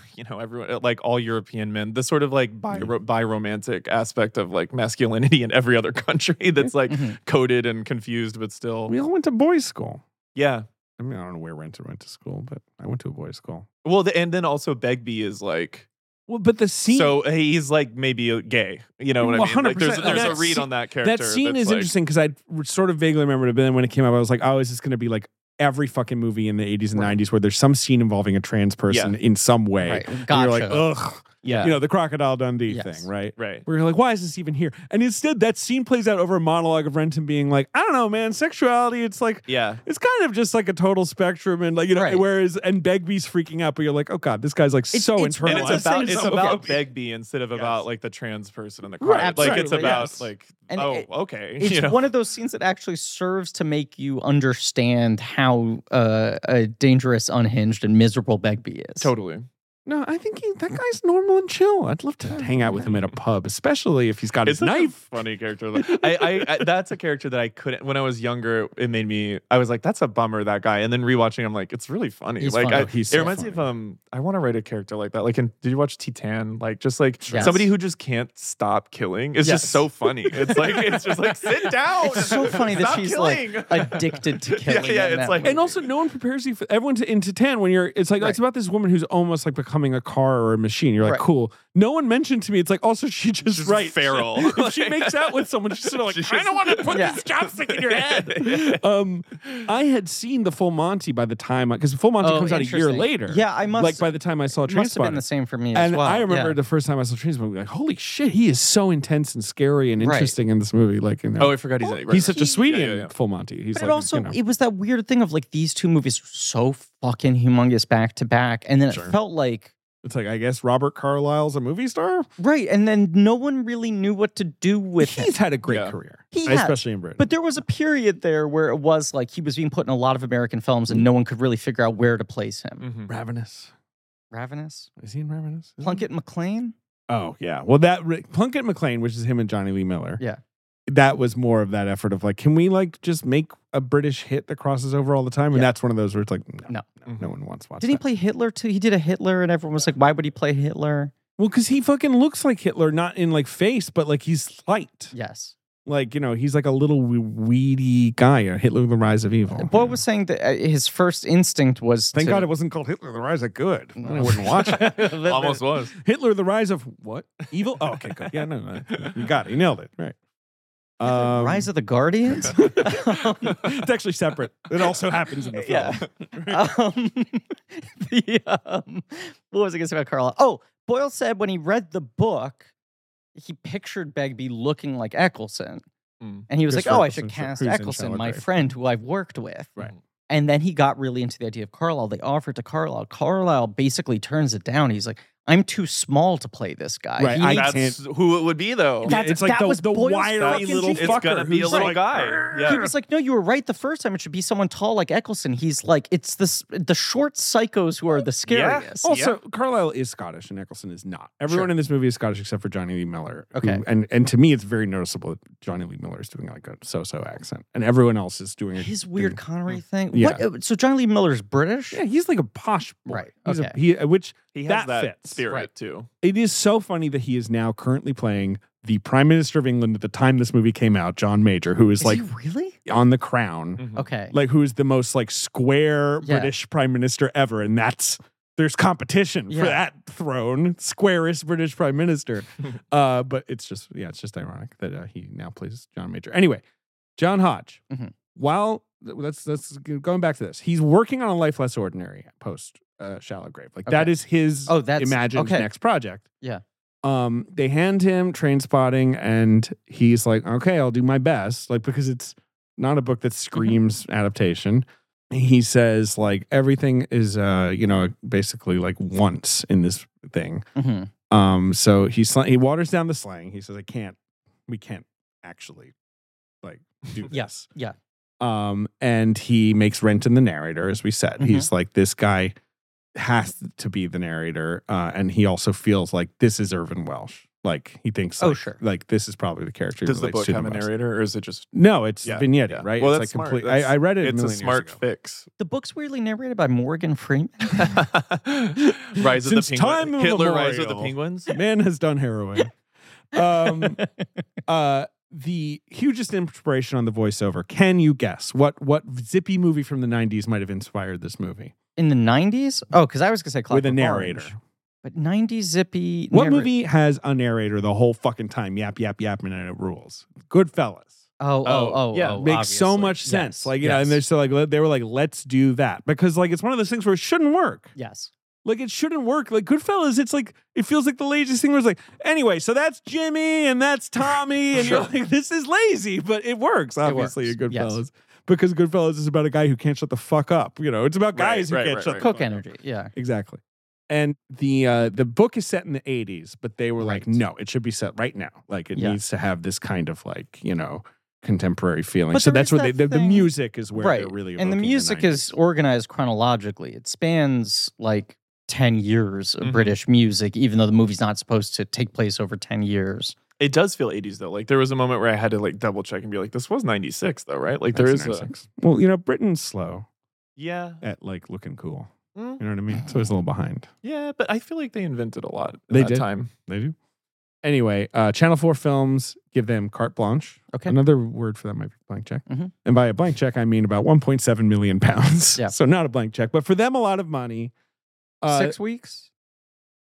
[SPEAKER 4] you know everyone uh, like all european men the sort of like bi,
[SPEAKER 3] Mhm.
[SPEAKER 4] ro- bi romantic aspect of like masculinity in every other country that's like
[SPEAKER 3] Mm-hmm.
[SPEAKER 2] Mhm.
[SPEAKER 4] coded and confused but still
[SPEAKER 3] we all went to boys' school.
[SPEAKER 4] yeah
[SPEAKER 3] I mean, I don't know where Renton went to school, but I went to a boys' school.
[SPEAKER 4] well the, and then also begbie is like
[SPEAKER 3] Well, but the scene
[SPEAKER 4] so uh, he's like maybe uh, gay you know what i mean like there's,
[SPEAKER 3] 100%.
[SPEAKER 4] there's a
[SPEAKER 3] That
[SPEAKER 4] read
[SPEAKER 3] scene-
[SPEAKER 4] on that character
[SPEAKER 3] that scene
[SPEAKER 4] that's
[SPEAKER 3] is
[SPEAKER 4] like-
[SPEAKER 3] interesting because I sort of vaguely remembered it, but then when it came up, I was like, oh, is this going to be like every fucking movie in the 80s and 90s where there's some scene involving a trans person in some way.
[SPEAKER 2] Right.
[SPEAKER 3] And
[SPEAKER 2] Gotcha.
[SPEAKER 3] you're like, ugh.
[SPEAKER 2] yeah.
[SPEAKER 3] You know, the Crocodile Dundee
[SPEAKER 2] Yes.
[SPEAKER 3] thing, right?
[SPEAKER 4] Right.
[SPEAKER 3] Where you're like, why is this even here? And instead, that scene plays out over a monologue of Renton being like, I don't know, man, sexuality, it's like,
[SPEAKER 4] Yeah.
[SPEAKER 3] it's kind of just like a total spectrum. And like, you know,
[SPEAKER 2] Right.
[SPEAKER 3] whereas, and Begbie's freaking out, but you're like, oh God, this guy's like so
[SPEAKER 2] it's-
[SPEAKER 3] internalized.
[SPEAKER 4] And it's about
[SPEAKER 2] thing
[SPEAKER 4] it's
[SPEAKER 2] so-
[SPEAKER 4] about
[SPEAKER 3] Okay.
[SPEAKER 4] Begbie instead of about like the trans person in the crowd.
[SPEAKER 2] Right,
[SPEAKER 4] like it's
[SPEAKER 3] absolutely,
[SPEAKER 4] about
[SPEAKER 3] yes.
[SPEAKER 4] like
[SPEAKER 2] And
[SPEAKER 4] oh
[SPEAKER 2] it-
[SPEAKER 4] okay.
[SPEAKER 2] It's
[SPEAKER 4] you know?
[SPEAKER 2] one of those scenes that actually serves to make you understand how uh, a dangerous, unhinged, and miserable Begbie is.
[SPEAKER 4] totally.
[SPEAKER 3] No, I think he, that guy's normal and chill. I'd love to hang out with him at a pub, especially if he's got his
[SPEAKER 4] such a
[SPEAKER 3] knife.
[SPEAKER 4] funny character. though. I, I, I that's a character that I couldn't. When I was younger, it made me. I was like, "That's a bummer, that guy." And then rewatching, I'm like, "It's really funny."
[SPEAKER 2] He's
[SPEAKER 4] like,
[SPEAKER 2] funny.
[SPEAKER 4] I,
[SPEAKER 3] Oh, he's
[SPEAKER 4] it
[SPEAKER 3] so
[SPEAKER 4] reminds me of um. I want to write a character like that. Like, in, did you watch Titan? Like, just like
[SPEAKER 2] Sure.
[SPEAKER 4] somebody
[SPEAKER 2] Yes.
[SPEAKER 4] who just can't stop killing. It's
[SPEAKER 2] Yes.
[SPEAKER 4] just so funny. It's like it's just like sit down.
[SPEAKER 2] It's so funny that
[SPEAKER 4] Stop
[SPEAKER 2] she's
[SPEAKER 4] killing.
[SPEAKER 2] like addicted to killing.
[SPEAKER 4] yeah,
[SPEAKER 2] in
[SPEAKER 4] it's
[SPEAKER 2] that
[SPEAKER 4] like-
[SPEAKER 2] movie.
[SPEAKER 3] And also, no one prepares you for everyone to, in Titan when you're. It's like
[SPEAKER 2] Right.
[SPEAKER 3] it's about this woman who's almost like becoming a car or a machine. You're like,
[SPEAKER 2] Right.
[SPEAKER 3] cool. No one mentioned to me. It's like also she just
[SPEAKER 4] She's
[SPEAKER 3] right
[SPEAKER 4] feral.
[SPEAKER 3] if she makes out with someone, she's sort of like,
[SPEAKER 4] She's
[SPEAKER 3] I don't want to put
[SPEAKER 2] Yeah.
[SPEAKER 3] this chopstick in your head. Um, I had seen the Full Monty by the time because Full Monty
[SPEAKER 2] Oh,
[SPEAKER 3] comes out a year
[SPEAKER 2] interesting.
[SPEAKER 3] later.
[SPEAKER 2] Yeah, I must.
[SPEAKER 3] like by the time I saw
[SPEAKER 2] it must have been
[SPEAKER 3] Transpotting.
[SPEAKER 2] the same for me as
[SPEAKER 3] And
[SPEAKER 2] well.
[SPEAKER 3] I
[SPEAKER 2] yeah.
[SPEAKER 3] remember the first time I saw Transpotting, like, holy shit, he is so intense and scary and
[SPEAKER 2] Right.
[SPEAKER 3] interesting in this movie. Like, you know,
[SPEAKER 4] Oh, I forgot he's.
[SPEAKER 3] he's such a sweetie
[SPEAKER 4] Yeah, yeah,
[SPEAKER 3] in
[SPEAKER 4] yeah.
[SPEAKER 3] Full Monty. He's
[SPEAKER 2] But
[SPEAKER 3] like,
[SPEAKER 2] it also
[SPEAKER 3] you know.
[SPEAKER 2] it was that weird thing of like these two movies were so fucking humongous back to back, and then
[SPEAKER 3] Sure.
[SPEAKER 2] it felt like
[SPEAKER 3] It's like I guess Robert Carlyle's a movie star.
[SPEAKER 2] right, and then no one really knew what to do with him.
[SPEAKER 3] He's had a great
[SPEAKER 4] Yeah.
[SPEAKER 3] career,
[SPEAKER 2] He has.
[SPEAKER 3] especially in Britain.
[SPEAKER 2] But there was a period there where it was like he was being put in a lot of American films, and no one could really figure out where to place
[SPEAKER 3] Mm.
[SPEAKER 2] him.
[SPEAKER 4] Mhm.
[SPEAKER 3] Ravenous
[SPEAKER 2] Ravenous,
[SPEAKER 3] is he in Ravenous? Is he-
[SPEAKER 2] Plunkett McLean.
[SPEAKER 3] Oh yeah. Well, that Plunkett McLean, which is him and Johnny Lee Miller.
[SPEAKER 2] Yeah.
[SPEAKER 3] That was more of that effort of like, can we like just make a British hit that crosses over all the time? And
[SPEAKER 2] Yeah.
[SPEAKER 3] that's one of those where it's like, no, no,
[SPEAKER 2] No.
[SPEAKER 3] no one wants to watch.
[SPEAKER 2] Did he
[SPEAKER 3] that.
[SPEAKER 2] play Hitler too? He did a Hitler, and everyone was like, "Why would he play Hitler?"
[SPEAKER 3] Well, because he fucking looks like Hitler, not in like face, but like he's slight.
[SPEAKER 2] Yes.
[SPEAKER 3] Like you know, he's like a little we- weedy guy. You know, Hitler: The Rise of Evil.
[SPEAKER 2] Boy
[SPEAKER 3] you know.
[SPEAKER 2] was saying that uh, his first instinct was
[SPEAKER 3] Oh, Thank
[SPEAKER 2] to,
[SPEAKER 3] God it wasn't called Hitler: The Rise of Good. Then I
[SPEAKER 2] No.
[SPEAKER 3] wouldn't watch it.
[SPEAKER 4] Almost was.
[SPEAKER 3] Hitler, the rise of what? Evil? Oh, okay, good. Yeah, no, no. You got it. You nailed it. Right. Um,
[SPEAKER 2] Rise of the Guardians.
[SPEAKER 3] it's actually separate. It also happens in the film.
[SPEAKER 2] Yeah. um, the, um, what was I going to say about Carlisle? Oh, Boyle said when he read the book, he pictured Begbie looking like Eccleston.
[SPEAKER 4] Mm.
[SPEAKER 2] And he was
[SPEAKER 3] Chris
[SPEAKER 2] like, oh, I should
[SPEAKER 3] Eccleston,
[SPEAKER 2] cast
[SPEAKER 3] who's in
[SPEAKER 2] Eccleston,
[SPEAKER 3] Shallow
[SPEAKER 2] my
[SPEAKER 3] Grave.
[SPEAKER 2] friend who I've worked with.
[SPEAKER 3] Right.
[SPEAKER 2] And then he got really into the idea of Carlisle. They offered to Carlisle. Carlisle basically turns it down. He's like, I'm too small to play this guy.
[SPEAKER 3] Right,
[SPEAKER 2] He-
[SPEAKER 3] I
[SPEAKER 4] That's who it would be though.
[SPEAKER 2] That's-
[SPEAKER 3] it's like
[SPEAKER 2] that
[SPEAKER 3] the,
[SPEAKER 2] was
[SPEAKER 3] the
[SPEAKER 2] Boyle's
[SPEAKER 3] wiry
[SPEAKER 2] fucking
[SPEAKER 3] little
[SPEAKER 2] genius.
[SPEAKER 4] It's
[SPEAKER 3] fucker
[SPEAKER 4] gonna be a
[SPEAKER 3] who's
[SPEAKER 4] little
[SPEAKER 3] like,
[SPEAKER 4] guy.
[SPEAKER 2] he
[SPEAKER 4] Yeah.
[SPEAKER 2] was like, "No, you were right the first time. It should be someone tall like Eccleston." He's like, "It's the s- the short psychos who are the scariest."
[SPEAKER 3] Also, Carlisle is Scottish and Eccleston is not. Everyone
[SPEAKER 2] Sure.
[SPEAKER 3] in this movie is Scottish except for Johnny Lee Miller. who-
[SPEAKER 2] Okay.
[SPEAKER 3] and and to me, it's very noticeable that Johnny Lee Miller is doing like a so-so accent, and everyone else is doing it.
[SPEAKER 2] his weird Connery thing.
[SPEAKER 3] Mm. Yeah.
[SPEAKER 2] What? uh, So Johnny Lee Miller's British.
[SPEAKER 3] Yeah, he's like a posh boy.
[SPEAKER 2] Right,
[SPEAKER 3] He's a,
[SPEAKER 2] okay.
[SPEAKER 3] he, which
[SPEAKER 4] he has that,
[SPEAKER 3] fits.
[SPEAKER 4] spirit
[SPEAKER 2] Right.
[SPEAKER 4] too.
[SPEAKER 3] it is so funny that he is now currently playing the Prime Minister of England at the time this movie came out, John Major, who is,
[SPEAKER 2] Is
[SPEAKER 3] like Mm.
[SPEAKER 2] he Mm. really?
[SPEAKER 3] on the crown,
[SPEAKER 2] Okay.
[SPEAKER 3] like who is the most like square
[SPEAKER 2] Yeah.
[SPEAKER 3] British Prime Minister ever, and that's there's competition
[SPEAKER 2] Yeah.
[SPEAKER 3] for that throne, squarest British Prime Minister. uh, but it's just yeah, it's just ironic that uh, he now plays John Major. Anyway, John Hodge,
[SPEAKER 2] Mhm.
[SPEAKER 3] while that's that's going back to this, he's working on a life less ordinary post uh, Shallow Grave. Like that
[SPEAKER 2] Okay.
[SPEAKER 3] is his
[SPEAKER 2] Oh, that's
[SPEAKER 3] imagined
[SPEAKER 2] okay.
[SPEAKER 3] next project.
[SPEAKER 2] Yeah.
[SPEAKER 3] Um, they hand him train spotting and he's like, okay, I'll do my best. Like, because it's not a book that
[SPEAKER 2] Mm-hmm.
[SPEAKER 3] screams adaptation. He says, like, everything is uh, you know, basically like once in this thing.
[SPEAKER 2] Mhm.
[SPEAKER 3] Um, so he sl- he waters down the slang. He says, I can't, we can't actually like do
[SPEAKER 2] Yeah,
[SPEAKER 3] this.
[SPEAKER 2] yeah.
[SPEAKER 3] Um, and he makes Renton the narrator, as we said.
[SPEAKER 2] Mm-hmm.
[SPEAKER 3] He's like, this guy has to be the narrator. Uh, and he also feels like this is Irvin Welsh. Like he thinks,
[SPEAKER 2] Oh,
[SPEAKER 3] like,
[SPEAKER 2] sure.
[SPEAKER 3] like this is probably the character. he
[SPEAKER 4] Does the
[SPEAKER 3] relates
[SPEAKER 4] book
[SPEAKER 3] to
[SPEAKER 4] have a
[SPEAKER 3] most.
[SPEAKER 4] narrator, or is it just?
[SPEAKER 3] No, it's
[SPEAKER 4] Yeah,
[SPEAKER 3] Vignetti,
[SPEAKER 4] yeah.
[SPEAKER 3] right?
[SPEAKER 4] Well,
[SPEAKER 3] it's like
[SPEAKER 4] that's smart.
[SPEAKER 3] complete.
[SPEAKER 4] That's-
[SPEAKER 3] I, I read it.
[SPEAKER 4] It's a
[SPEAKER 3] million years
[SPEAKER 4] smart
[SPEAKER 3] ago.
[SPEAKER 4] fix.
[SPEAKER 2] The book's weirdly narrated by Morgan Freeman.
[SPEAKER 4] Rise of
[SPEAKER 3] Since
[SPEAKER 4] the Penguins.
[SPEAKER 3] time
[SPEAKER 4] Hitler, Rise of the
[SPEAKER 3] immemorial.
[SPEAKER 4] Penguins.
[SPEAKER 3] Man has done heroin. Um, uh, the hugest inspiration on the voiceover. Can you guess what what zippy movie from the '90s might have inspired this movie
[SPEAKER 2] In the nineties? Oh, because I was gonna say Clockwork
[SPEAKER 3] with a narrator?
[SPEAKER 2] Orange. but nineties zippy.
[SPEAKER 3] What
[SPEAKER 2] narr-
[SPEAKER 3] movie has a narrator the whole fucking time? Yap yap yap, and it rules. Goodfellas.
[SPEAKER 2] Oh, oh,
[SPEAKER 4] Oh,
[SPEAKER 2] oh,
[SPEAKER 4] yeah,
[SPEAKER 2] oh,
[SPEAKER 3] makes so
[SPEAKER 2] obviously.
[SPEAKER 3] much sense.
[SPEAKER 2] Yes,
[SPEAKER 3] Like you know, and
[SPEAKER 2] yes,
[SPEAKER 3] they're still like le- they were like, let's do that because like it's one of those things where it shouldn't work.
[SPEAKER 2] yes,
[SPEAKER 3] Like it shouldn't work. Like Goodfellas, it's like it feels like the laziest thing. Where it's like anyway, so that's Jimmy and that's Tommy, and
[SPEAKER 4] Sure.
[SPEAKER 3] you're like, this is lazy, but it works obviously
[SPEAKER 2] works,
[SPEAKER 3] in
[SPEAKER 2] yes.
[SPEAKER 3] Goodfellas because Goodfellas is about a guy who can't shut the fuck up. You know, it's about
[SPEAKER 4] Right,
[SPEAKER 3] guys who
[SPEAKER 4] right,
[SPEAKER 3] can't
[SPEAKER 4] right,
[SPEAKER 3] shut
[SPEAKER 4] right.
[SPEAKER 3] the
[SPEAKER 2] Coke
[SPEAKER 3] fuck up.
[SPEAKER 2] energy. Yeah,
[SPEAKER 3] Exactly. And the uh, the book is set in the 80s, but they were like,
[SPEAKER 2] Right.
[SPEAKER 3] no, it should be set right now. Like it
[SPEAKER 2] Yeah.
[SPEAKER 3] needs to have this kind of like, you know, contemporary feeling.
[SPEAKER 2] But
[SPEAKER 3] so
[SPEAKER 2] there
[SPEAKER 3] that's
[SPEAKER 2] is
[SPEAKER 3] where they,
[SPEAKER 2] that
[SPEAKER 3] the, the
[SPEAKER 2] thing-
[SPEAKER 3] music is where they're
[SPEAKER 2] Right.
[SPEAKER 3] really
[SPEAKER 2] and the
[SPEAKER 3] evoking
[SPEAKER 2] music
[SPEAKER 3] 90s.
[SPEAKER 2] is organized chronologically. It spans like ten years of
[SPEAKER 3] Mm-hmm.
[SPEAKER 4] Mhm.
[SPEAKER 2] British music, even though the movie's not supposed to take place over ten years.
[SPEAKER 4] It does feel 80s though. Like there was a moment where I had to like double check and be like, this was 96 though, right? Like there
[SPEAKER 3] That's
[SPEAKER 4] is a
[SPEAKER 3] 96. Well, you know, Britain's slow
[SPEAKER 4] yeah,
[SPEAKER 3] at like looking cool.
[SPEAKER 4] Mm.
[SPEAKER 3] You know what I mean? So it's a little behind.
[SPEAKER 4] yeah, but I feel like they invented a lot. At
[SPEAKER 3] They
[SPEAKER 4] that
[SPEAKER 3] did.
[SPEAKER 4] time.
[SPEAKER 3] They do. Anyway, uh, Channel 4 films give them carte blanche.
[SPEAKER 2] Okay.
[SPEAKER 3] Another word for that might be blank check.
[SPEAKER 2] Mhm.
[SPEAKER 3] And by a blank check, I mean about 1.7 million pounds.
[SPEAKER 2] Yeah.
[SPEAKER 3] So not a blank check, but for them, a lot of money. Uh,
[SPEAKER 2] Six weeks.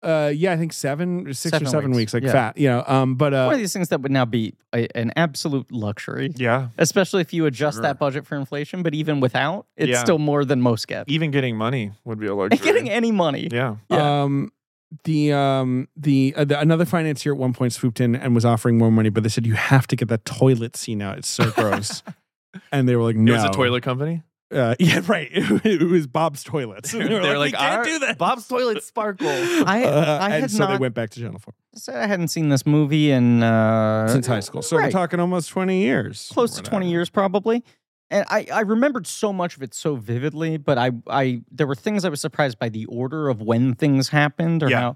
[SPEAKER 3] Uh, yeah, I think seven, or six
[SPEAKER 2] Seven
[SPEAKER 3] or seven
[SPEAKER 2] weeks.
[SPEAKER 3] weeks, like
[SPEAKER 2] Yeah.
[SPEAKER 3] fat. You know, um, but
[SPEAKER 2] One
[SPEAKER 3] uh,
[SPEAKER 2] of these things that would now be a, an absolute luxury,
[SPEAKER 4] Yeah,
[SPEAKER 2] especially if you adjust
[SPEAKER 4] Sure.
[SPEAKER 2] that budget for inflation. But even without, it's
[SPEAKER 4] Yeah.
[SPEAKER 2] still more than most get.
[SPEAKER 4] even getting money would be a luxury.
[SPEAKER 2] Getting any money.
[SPEAKER 4] yeah,
[SPEAKER 3] um, the um, the, uh, the another financier at one point swooped in and was offering more money, but they said you have to get that toilet scene out. It's so gross. and they were like,
[SPEAKER 4] it
[SPEAKER 3] no,
[SPEAKER 4] was a toilet company.
[SPEAKER 3] Uh, yeah, right. It was Bob's toilets. And they were
[SPEAKER 4] They were
[SPEAKER 3] like, we
[SPEAKER 4] like,
[SPEAKER 3] can't
[SPEAKER 4] "Our-
[SPEAKER 3] do that.
[SPEAKER 4] Bob's toilet sparkles."
[SPEAKER 2] I-
[SPEAKER 3] uh,
[SPEAKER 2] I
[SPEAKER 3] and
[SPEAKER 2] had
[SPEAKER 3] so they
[SPEAKER 2] not-
[SPEAKER 3] went back to Channel Four
[SPEAKER 2] said uh, I hadn't seen this movie in uh,
[SPEAKER 3] since high school. So we're
[SPEAKER 2] right.
[SPEAKER 3] talking almost twenty years,
[SPEAKER 2] close to
[SPEAKER 3] Whatever.
[SPEAKER 2] 20 years probably. And I, I remembered so much of it so vividly, but I, I there were things I was surprised by the order of when things happened or
[SPEAKER 4] Yeah.
[SPEAKER 2] how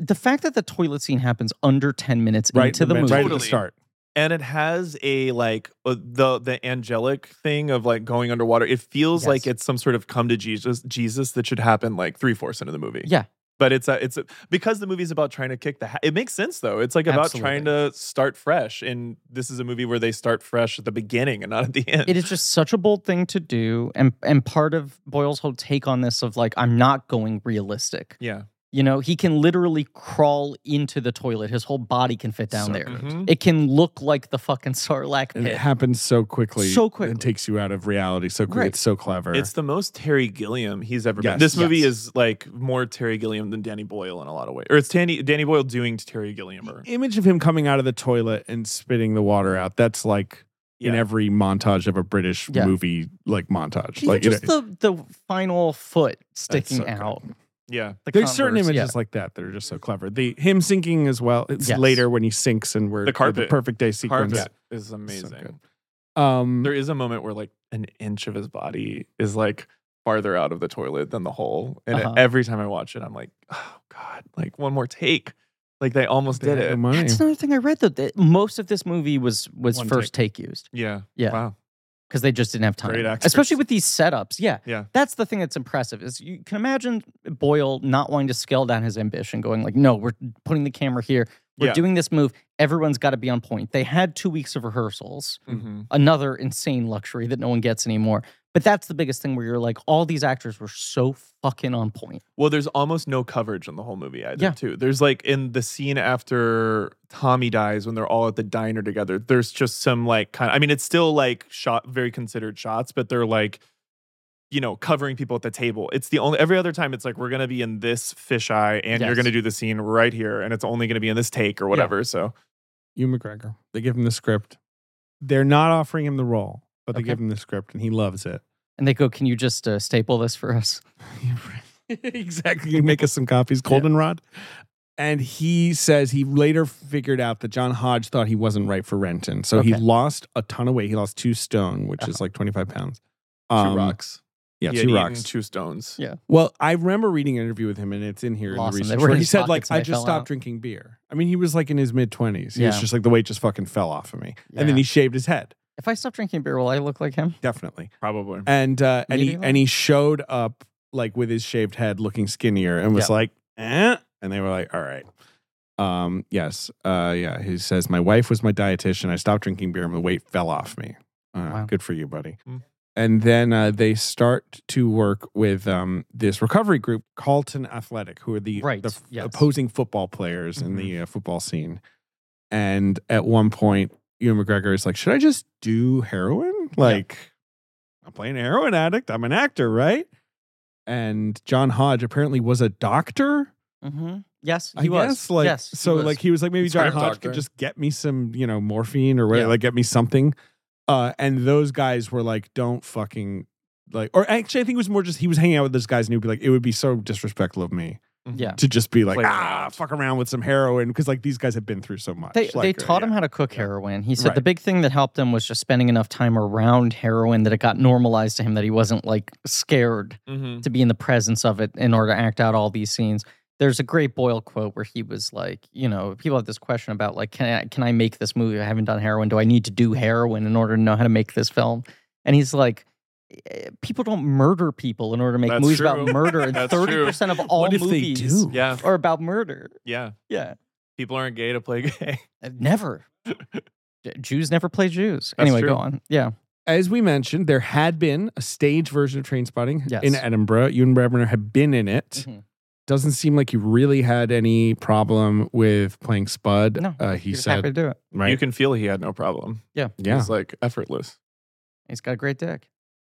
[SPEAKER 2] the fact that the toilet scene happens under 10 minutes
[SPEAKER 3] Right
[SPEAKER 2] into the
[SPEAKER 3] right
[SPEAKER 2] movie.
[SPEAKER 3] at the
[SPEAKER 4] Totally.
[SPEAKER 3] start.
[SPEAKER 4] and it has a like uh, the the angelic thing of like going underwater. It feels
[SPEAKER 2] Yes.
[SPEAKER 4] like it's some sort of come to Jesus Jesus that should happen like three fourths into the movie.
[SPEAKER 2] Yeah.
[SPEAKER 4] but it's a, it's a, because the movie's about trying to kick the. Ha- it makes sense though. It's like about trying to start fresh, and this is a movie where they start fresh at the beginning and not at the end.
[SPEAKER 2] It is just such a bold thing to do. And and part of Boyle's whole take on this of like, I'm not going realistic.
[SPEAKER 4] yeah,
[SPEAKER 2] You know, he can literally crawl into the toilet. His whole body can fit down
[SPEAKER 3] So
[SPEAKER 2] there.
[SPEAKER 3] good.
[SPEAKER 4] Mhm.
[SPEAKER 2] It can look like the fucking Sarlacc
[SPEAKER 3] And it
[SPEAKER 2] pit.
[SPEAKER 3] happens so quickly.
[SPEAKER 2] So quickly.
[SPEAKER 3] It takes you out of reality so quickly.
[SPEAKER 2] Right.
[SPEAKER 3] It's so clever.
[SPEAKER 4] It's the most Terry Gilliam he's ever been.
[SPEAKER 3] Yes.
[SPEAKER 4] This movie
[SPEAKER 2] Yes.
[SPEAKER 4] is like more Terry Gilliam than Danny Boyle in a lot of ways, or it's Danny Danny Boyle doing Terry Gilliam. Or,
[SPEAKER 3] The image of him coming out of the toilet and spitting the water out. That's like in
[SPEAKER 4] Yeah.
[SPEAKER 3] every montage of a British
[SPEAKER 2] Yeah.
[SPEAKER 3] movie, like montage.
[SPEAKER 2] Even
[SPEAKER 3] Like you
[SPEAKER 2] just
[SPEAKER 3] know,
[SPEAKER 2] the, the final foot
[SPEAKER 3] that's
[SPEAKER 2] sticking
[SPEAKER 3] so good.
[SPEAKER 2] out.
[SPEAKER 4] yeah,
[SPEAKER 2] The
[SPEAKER 3] There's certain
[SPEAKER 2] Converse,
[SPEAKER 3] images
[SPEAKER 2] yeah.
[SPEAKER 3] like that that are just so clever. The him sinking as well. It's
[SPEAKER 2] Yes.
[SPEAKER 3] later when he sinks and we're
[SPEAKER 4] The carpet.
[SPEAKER 3] perfect day sequence.
[SPEAKER 4] Carpet is
[SPEAKER 3] So
[SPEAKER 4] amazing.
[SPEAKER 3] good. Um,
[SPEAKER 4] There is a moment where like an inch of his body is like farther out of the toilet than the hole, and
[SPEAKER 2] Uh-huh.
[SPEAKER 4] every time I watch it, I'm like, oh god, like one more take. Like they almost
[SPEAKER 3] they
[SPEAKER 4] did
[SPEAKER 3] had
[SPEAKER 4] it.
[SPEAKER 3] the money.
[SPEAKER 2] That's another thing I read though. That most of this movie was was
[SPEAKER 3] One
[SPEAKER 2] first take, used
[SPEAKER 4] yeah.
[SPEAKER 2] Yeah.
[SPEAKER 4] Wow.
[SPEAKER 2] because they just didn't have time.
[SPEAKER 4] Great actors.
[SPEAKER 2] Especially with these setups. Yeah.
[SPEAKER 4] Yeah.
[SPEAKER 2] That's the thing that's impressive is you can imagine Boyle not wanting to scale down his ambition, going like, no, we're putting the camera here. We're
[SPEAKER 4] Yeah.
[SPEAKER 2] doing this move. Everyone's got to be on point. They had two weeks of rehearsals.
[SPEAKER 4] Mhm.
[SPEAKER 2] another insane luxury that no one gets anymore. But that's the biggest thing where you're like, all these actors were so fucking on point.
[SPEAKER 4] Well, there's almost no coverage in the whole movie either,
[SPEAKER 2] Yeah.
[SPEAKER 4] too. There's like in the scene after Tommy dies when they're all at the diner together, there's just some like kind I mean, it's still like shot very considered shots, but they're like, you know, covering people at the table. It's the only every other time it's like we're gonna be in this fisheye and you're
[SPEAKER 2] Yes.
[SPEAKER 4] gonna do the scene right here, and it's only gonna be in this take or whatever. So
[SPEAKER 3] Hugh McGregor. They give him the script. They're not offering him the role, but they
[SPEAKER 2] Okay.
[SPEAKER 3] give him the script and he loves it.
[SPEAKER 2] And they go, can you just uh, staple this for us?
[SPEAKER 3] exactly. You make us some copies, Goldenrod. And he says he later figured out that John Hodge thought he wasn't right for Renton. So he
[SPEAKER 2] Okay. Uh-huh.
[SPEAKER 3] lost a ton of weight. He lost two stone, which is like 25 pounds. Um,
[SPEAKER 4] two rocks.
[SPEAKER 3] Yeah,
[SPEAKER 4] He had
[SPEAKER 3] two
[SPEAKER 4] eaten
[SPEAKER 3] rocks.
[SPEAKER 4] Two stones.
[SPEAKER 2] Yeah.
[SPEAKER 3] Well, I remember reading an interview with him, and it's in here
[SPEAKER 2] Lost them.
[SPEAKER 3] in
[SPEAKER 2] They
[SPEAKER 3] the research.
[SPEAKER 2] were in
[SPEAKER 3] Where he
[SPEAKER 2] his
[SPEAKER 3] said, like,
[SPEAKER 2] pockets and
[SPEAKER 3] I
[SPEAKER 2] they
[SPEAKER 3] just
[SPEAKER 2] fell
[SPEAKER 3] stopped
[SPEAKER 2] out.
[SPEAKER 3] drinking beer. I mean, he was like in his mid 20s. He was
[SPEAKER 2] Yeah.
[SPEAKER 3] just like, the weight just fucking fell off of me. And
[SPEAKER 2] Yeah.
[SPEAKER 3] then he shaved his head.
[SPEAKER 2] If I stop drinking beer, will I look like him?
[SPEAKER 3] Definitely.
[SPEAKER 4] Probably.
[SPEAKER 3] and uh, and he
[SPEAKER 2] Meeting?
[SPEAKER 3] and he showed up like with his shaved head, looking skinnier, and was
[SPEAKER 2] Yeah.
[SPEAKER 3] like, eh? and they were like, all right, um, yes, uh, yeah. He says, my wife was my dietitian. I stopped drinking beer, and the weight fell off me. Uh,
[SPEAKER 2] Wow.
[SPEAKER 3] Good for you, buddy.
[SPEAKER 4] Mm.
[SPEAKER 3] And then uh, they start to work with um, this recovery group, Carlton Athletic, who are the,
[SPEAKER 2] Right,
[SPEAKER 3] the f-
[SPEAKER 2] yes. Mm-hmm.
[SPEAKER 3] opposing football players in the uh, football scene. And at one point, Ewan McGregor is like, should I just do heroin? Like, I'm playing a heroin addict. I'm an actor, right? And John Hodge apparently was a doctor.
[SPEAKER 2] Mm-hmm. Yes,
[SPEAKER 3] I
[SPEAKER 2] he was.
[SPEAKER 3] guess. Like,
[SPEAKER 2] yes, he
[SPEAKER 3] so
[SPEAKER 4] was.
[SPEAKER 3] like he was like, maybe
[SPEAKER 4] He's
[SPEAKER 3] John
[SPEAKER 4] kind of
[SPEAKER 3] Hodge
[SPEAKER 4] doctor.
[SPEAKER 3] could just get me some, you know, morphine or whatever,
[SPEAKER 4] Yeah.
[SPEAKER 3] like get me something. Uh, and those guys were like, don't fucking like, or actually, I think it was more just he was hanging out with those guys and he'd be like, it would be so disrespectful of me
[SPEAKER 2] yeah.
[SPEAKER 3] to just be like,
[SPEAKER 4] Play
[SPEAKER 3] ah,
[SPEAKER 4] around.
[SPEAKER 3] fuck around with some heroin because like these guys have been through so much.
[SPEAKER 2] They, they
[SPEAKER 3] Like,
[SPEAKER 2] taught
[SPEAKER 3] yeah.
[SPEAKER 2] him how to cook
[SPEAKER 3] Yeah.
[SPEAKER 2] heroin. He said the
[SPEAKER 3] Right.
[SPEAKER 2] big thing that helped him was just spending enough time around heroin that it got normalized to him that he wasn't like scared
[SPEAKER 4] Mm-hmm.
[SPEAKER 2] to be in the presence of it in order to act out all these scenes. There's a great Boyle quote where he was like, you know, people have this question about like, can I can I make this movie? I haven't done heroin. Do I need to do heroin in order to know how to make this film? And he's like, "Eh, people don't murder people in order to make
[SPEAKER 4] That's
[SPEAKER 2] movies
[SPEAKER 4] true.
[SPEAKER 2] about murder, and
[SPEAKER 4] That's
[SPEAKER 2] thirty
[SPEAKER 4] true.
[SPEAKER 2] percent of all
[SPEAKER 5] what if
[SPEAKER 2] movies
[SPEAKER 5] they do?
[SPEAKER 4] Yeah.
[SPEAKER 2] are about murder.
[SPEAKER 4] Yeah.
[SPEAKER 2] Yeah,
[SPEAKER 4] People aren't gay to play gay.
[SPEAKER 2] never. J- Jews never play Jews. anyway,
[SPEAKER 4] true.
[SPEAKER 2] go on. Yeah,
[SPEAKER 3] as we mentioned, there had been a stage version of Train Spotting
[SPEAKER 2] Yes.
[SPEAKER 3] in Edinburgh. You and Brebner had been in it.
[SPEAKER 2] Mhm.
[SPEAKER 3] Doesn't seem like you really had any problem with playing Spud.
[SPEAKER 2] No,
[SPEAKER 3] uh, he
[SPEAKER 2] he's happy to
[SPEAKER 3] said,
[SPEAKER 2] do it.
[SPEAKER 3] right?
[SPEAKER 4] You can feel he had no problem.
[SPEAKER 3] yeah,
[SPEAKER 4] He's like effortless.
[SPEAKER 2] He's got a great dick.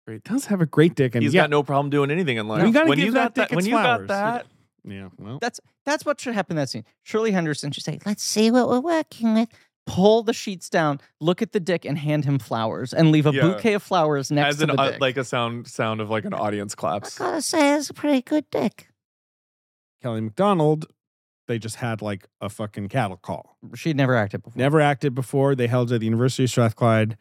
[SPEAKER 3] he does have a great dick, and
[SPEAKER 4] He's
[SPEAKER 3] yeah,
[SPEAKER 4] got no problem doing anything in life.
[SPEAKER 3] we gotta
[SPEAKER 4] when
[SPEAKER 3] give
[SPEAKER 4] you
[SPEAKER 3] that
[SPEAKER 4] got
[SPEAKER 3] dick
[SPEAKER 4] that, when
[SPEAKER 3] its
[SPEAKER 4] you
[SPEAKER 3] flowers.
[SPEAKER 4] got that,
[SPEAKER 3] yeah, well,
[SPEAKER 2] That's that's what should happen in that scene. Shirley Henderson should say, "Let's see what we're working with." Pull the sheets down, look at the dick, and hand him flowers, and leave a
[SPEAKER 4] Yeah.
[SPEAKER 2] bouquet of flowers next
[SPEAKER 4] as
[SPEAKER 2] to
[SPEAKER 4] an
[SPEAKER 2] the
[SPEAKER 4] uh,
[SPEAKER 2] dick.
[SPEAKER 4] like a sound sound of like an audience claps.
[SPEAKER 2] gotta say, it's a pretty good dick.
[SPEAKER 3] Kelly McDonald. They just had like a fucking cattle call.
[SPEAKER 2] She'd never acted before.
[SPEAKER 3] never acted before. They held it at the University of Strathclyde.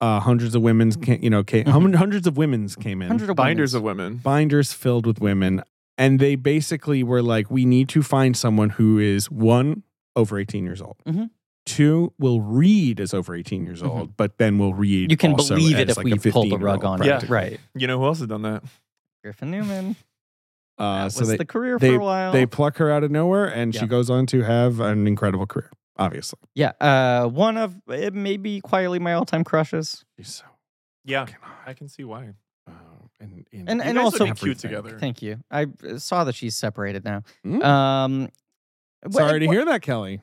[SPEAKER 3] Uh, hundreds of women's, ca- you know, came,
[SPEAKER 2] Mhm.
[SPEAKER 3] hundreds of women's came in.
[SPEAKER 2] Hundred of
[SPEAKER 4] Binders
[SPEAKER 2] women's.
[SPEAKER 4] of women.
[SPEAKER 3] binders filled with women, and they basically were like, "We need to find someone who is one over eighteen years old,
[SPEAKER 2] Mhm.
[SPEAKER 3] two will read as over eighteen years
[SPEAKER 2] Mhm.
[SPEAKER 3] old, but then will read.
[SPEAKER 2] You can
[SPEAKER 3] also
[SPEAKER 2] believe it
[SPEAKER 3] as,
[SPEAKER 2] if
[SPEAKER 3] like,
[SPEAKER 2] we
[SPEAKER 3] a
[SPEAKER 2] pull the
[SPEAKER 3] 15-year-old,
[SPEAKER 2] rug on
[SPEAKER 3] right?
[SPEAKER 2] it. Right.
[SPEAKER 4] You know who else has done that?
[SPEAKER 2] Griffin Newman.
[SPEAKER 3] Uh,
[SPEAKER 2] that
[SPEAKER 3] so
[SPEAKER 2] was
[SPEAKER 3] they
[SPEAKER 2] the career
[SPEAKER 3] they-
[SPEAKER 2] for a while.
[SPEAKER 3] they pluck her out of nowhere, and
[SPEAKER 2] Yeah.
[SPEAKER 3] she goes on to have an incredible career. Obviously,
[SPEAKER 2] yeah. Uh, one of uh, maybe quietly my all-time crushes.
[SPEAKER 3] she's so
[SPEAKER 4] Yeah,
[SPEAKER 3] fucking
[SPEAKER 4] I
[SPEAKER 3] hot.
[SPEAKER 4] can see why.
[SPEAKER 3] Uh, Oh, and and,
[SPEAKER 2] And-
[SPEAKER 4] You
[SPEAKER 2] and
[SPEAKER 4] guys
[SPEAKER 2] also-
[SPEAKER 4] would be cute
[SPEAKER 3] Everything.
[SPEAKER 4] together.
[SPEAKER 2] Thank you. I uh, saw that she's separated now.
[SPEAKER 3] Mm.
[SPEAKER 2] Um, wh-
[SPEAKER 3] sorry to
[SPEAKER 2] wh-
[SPEAKER 3] hear that, Kelly.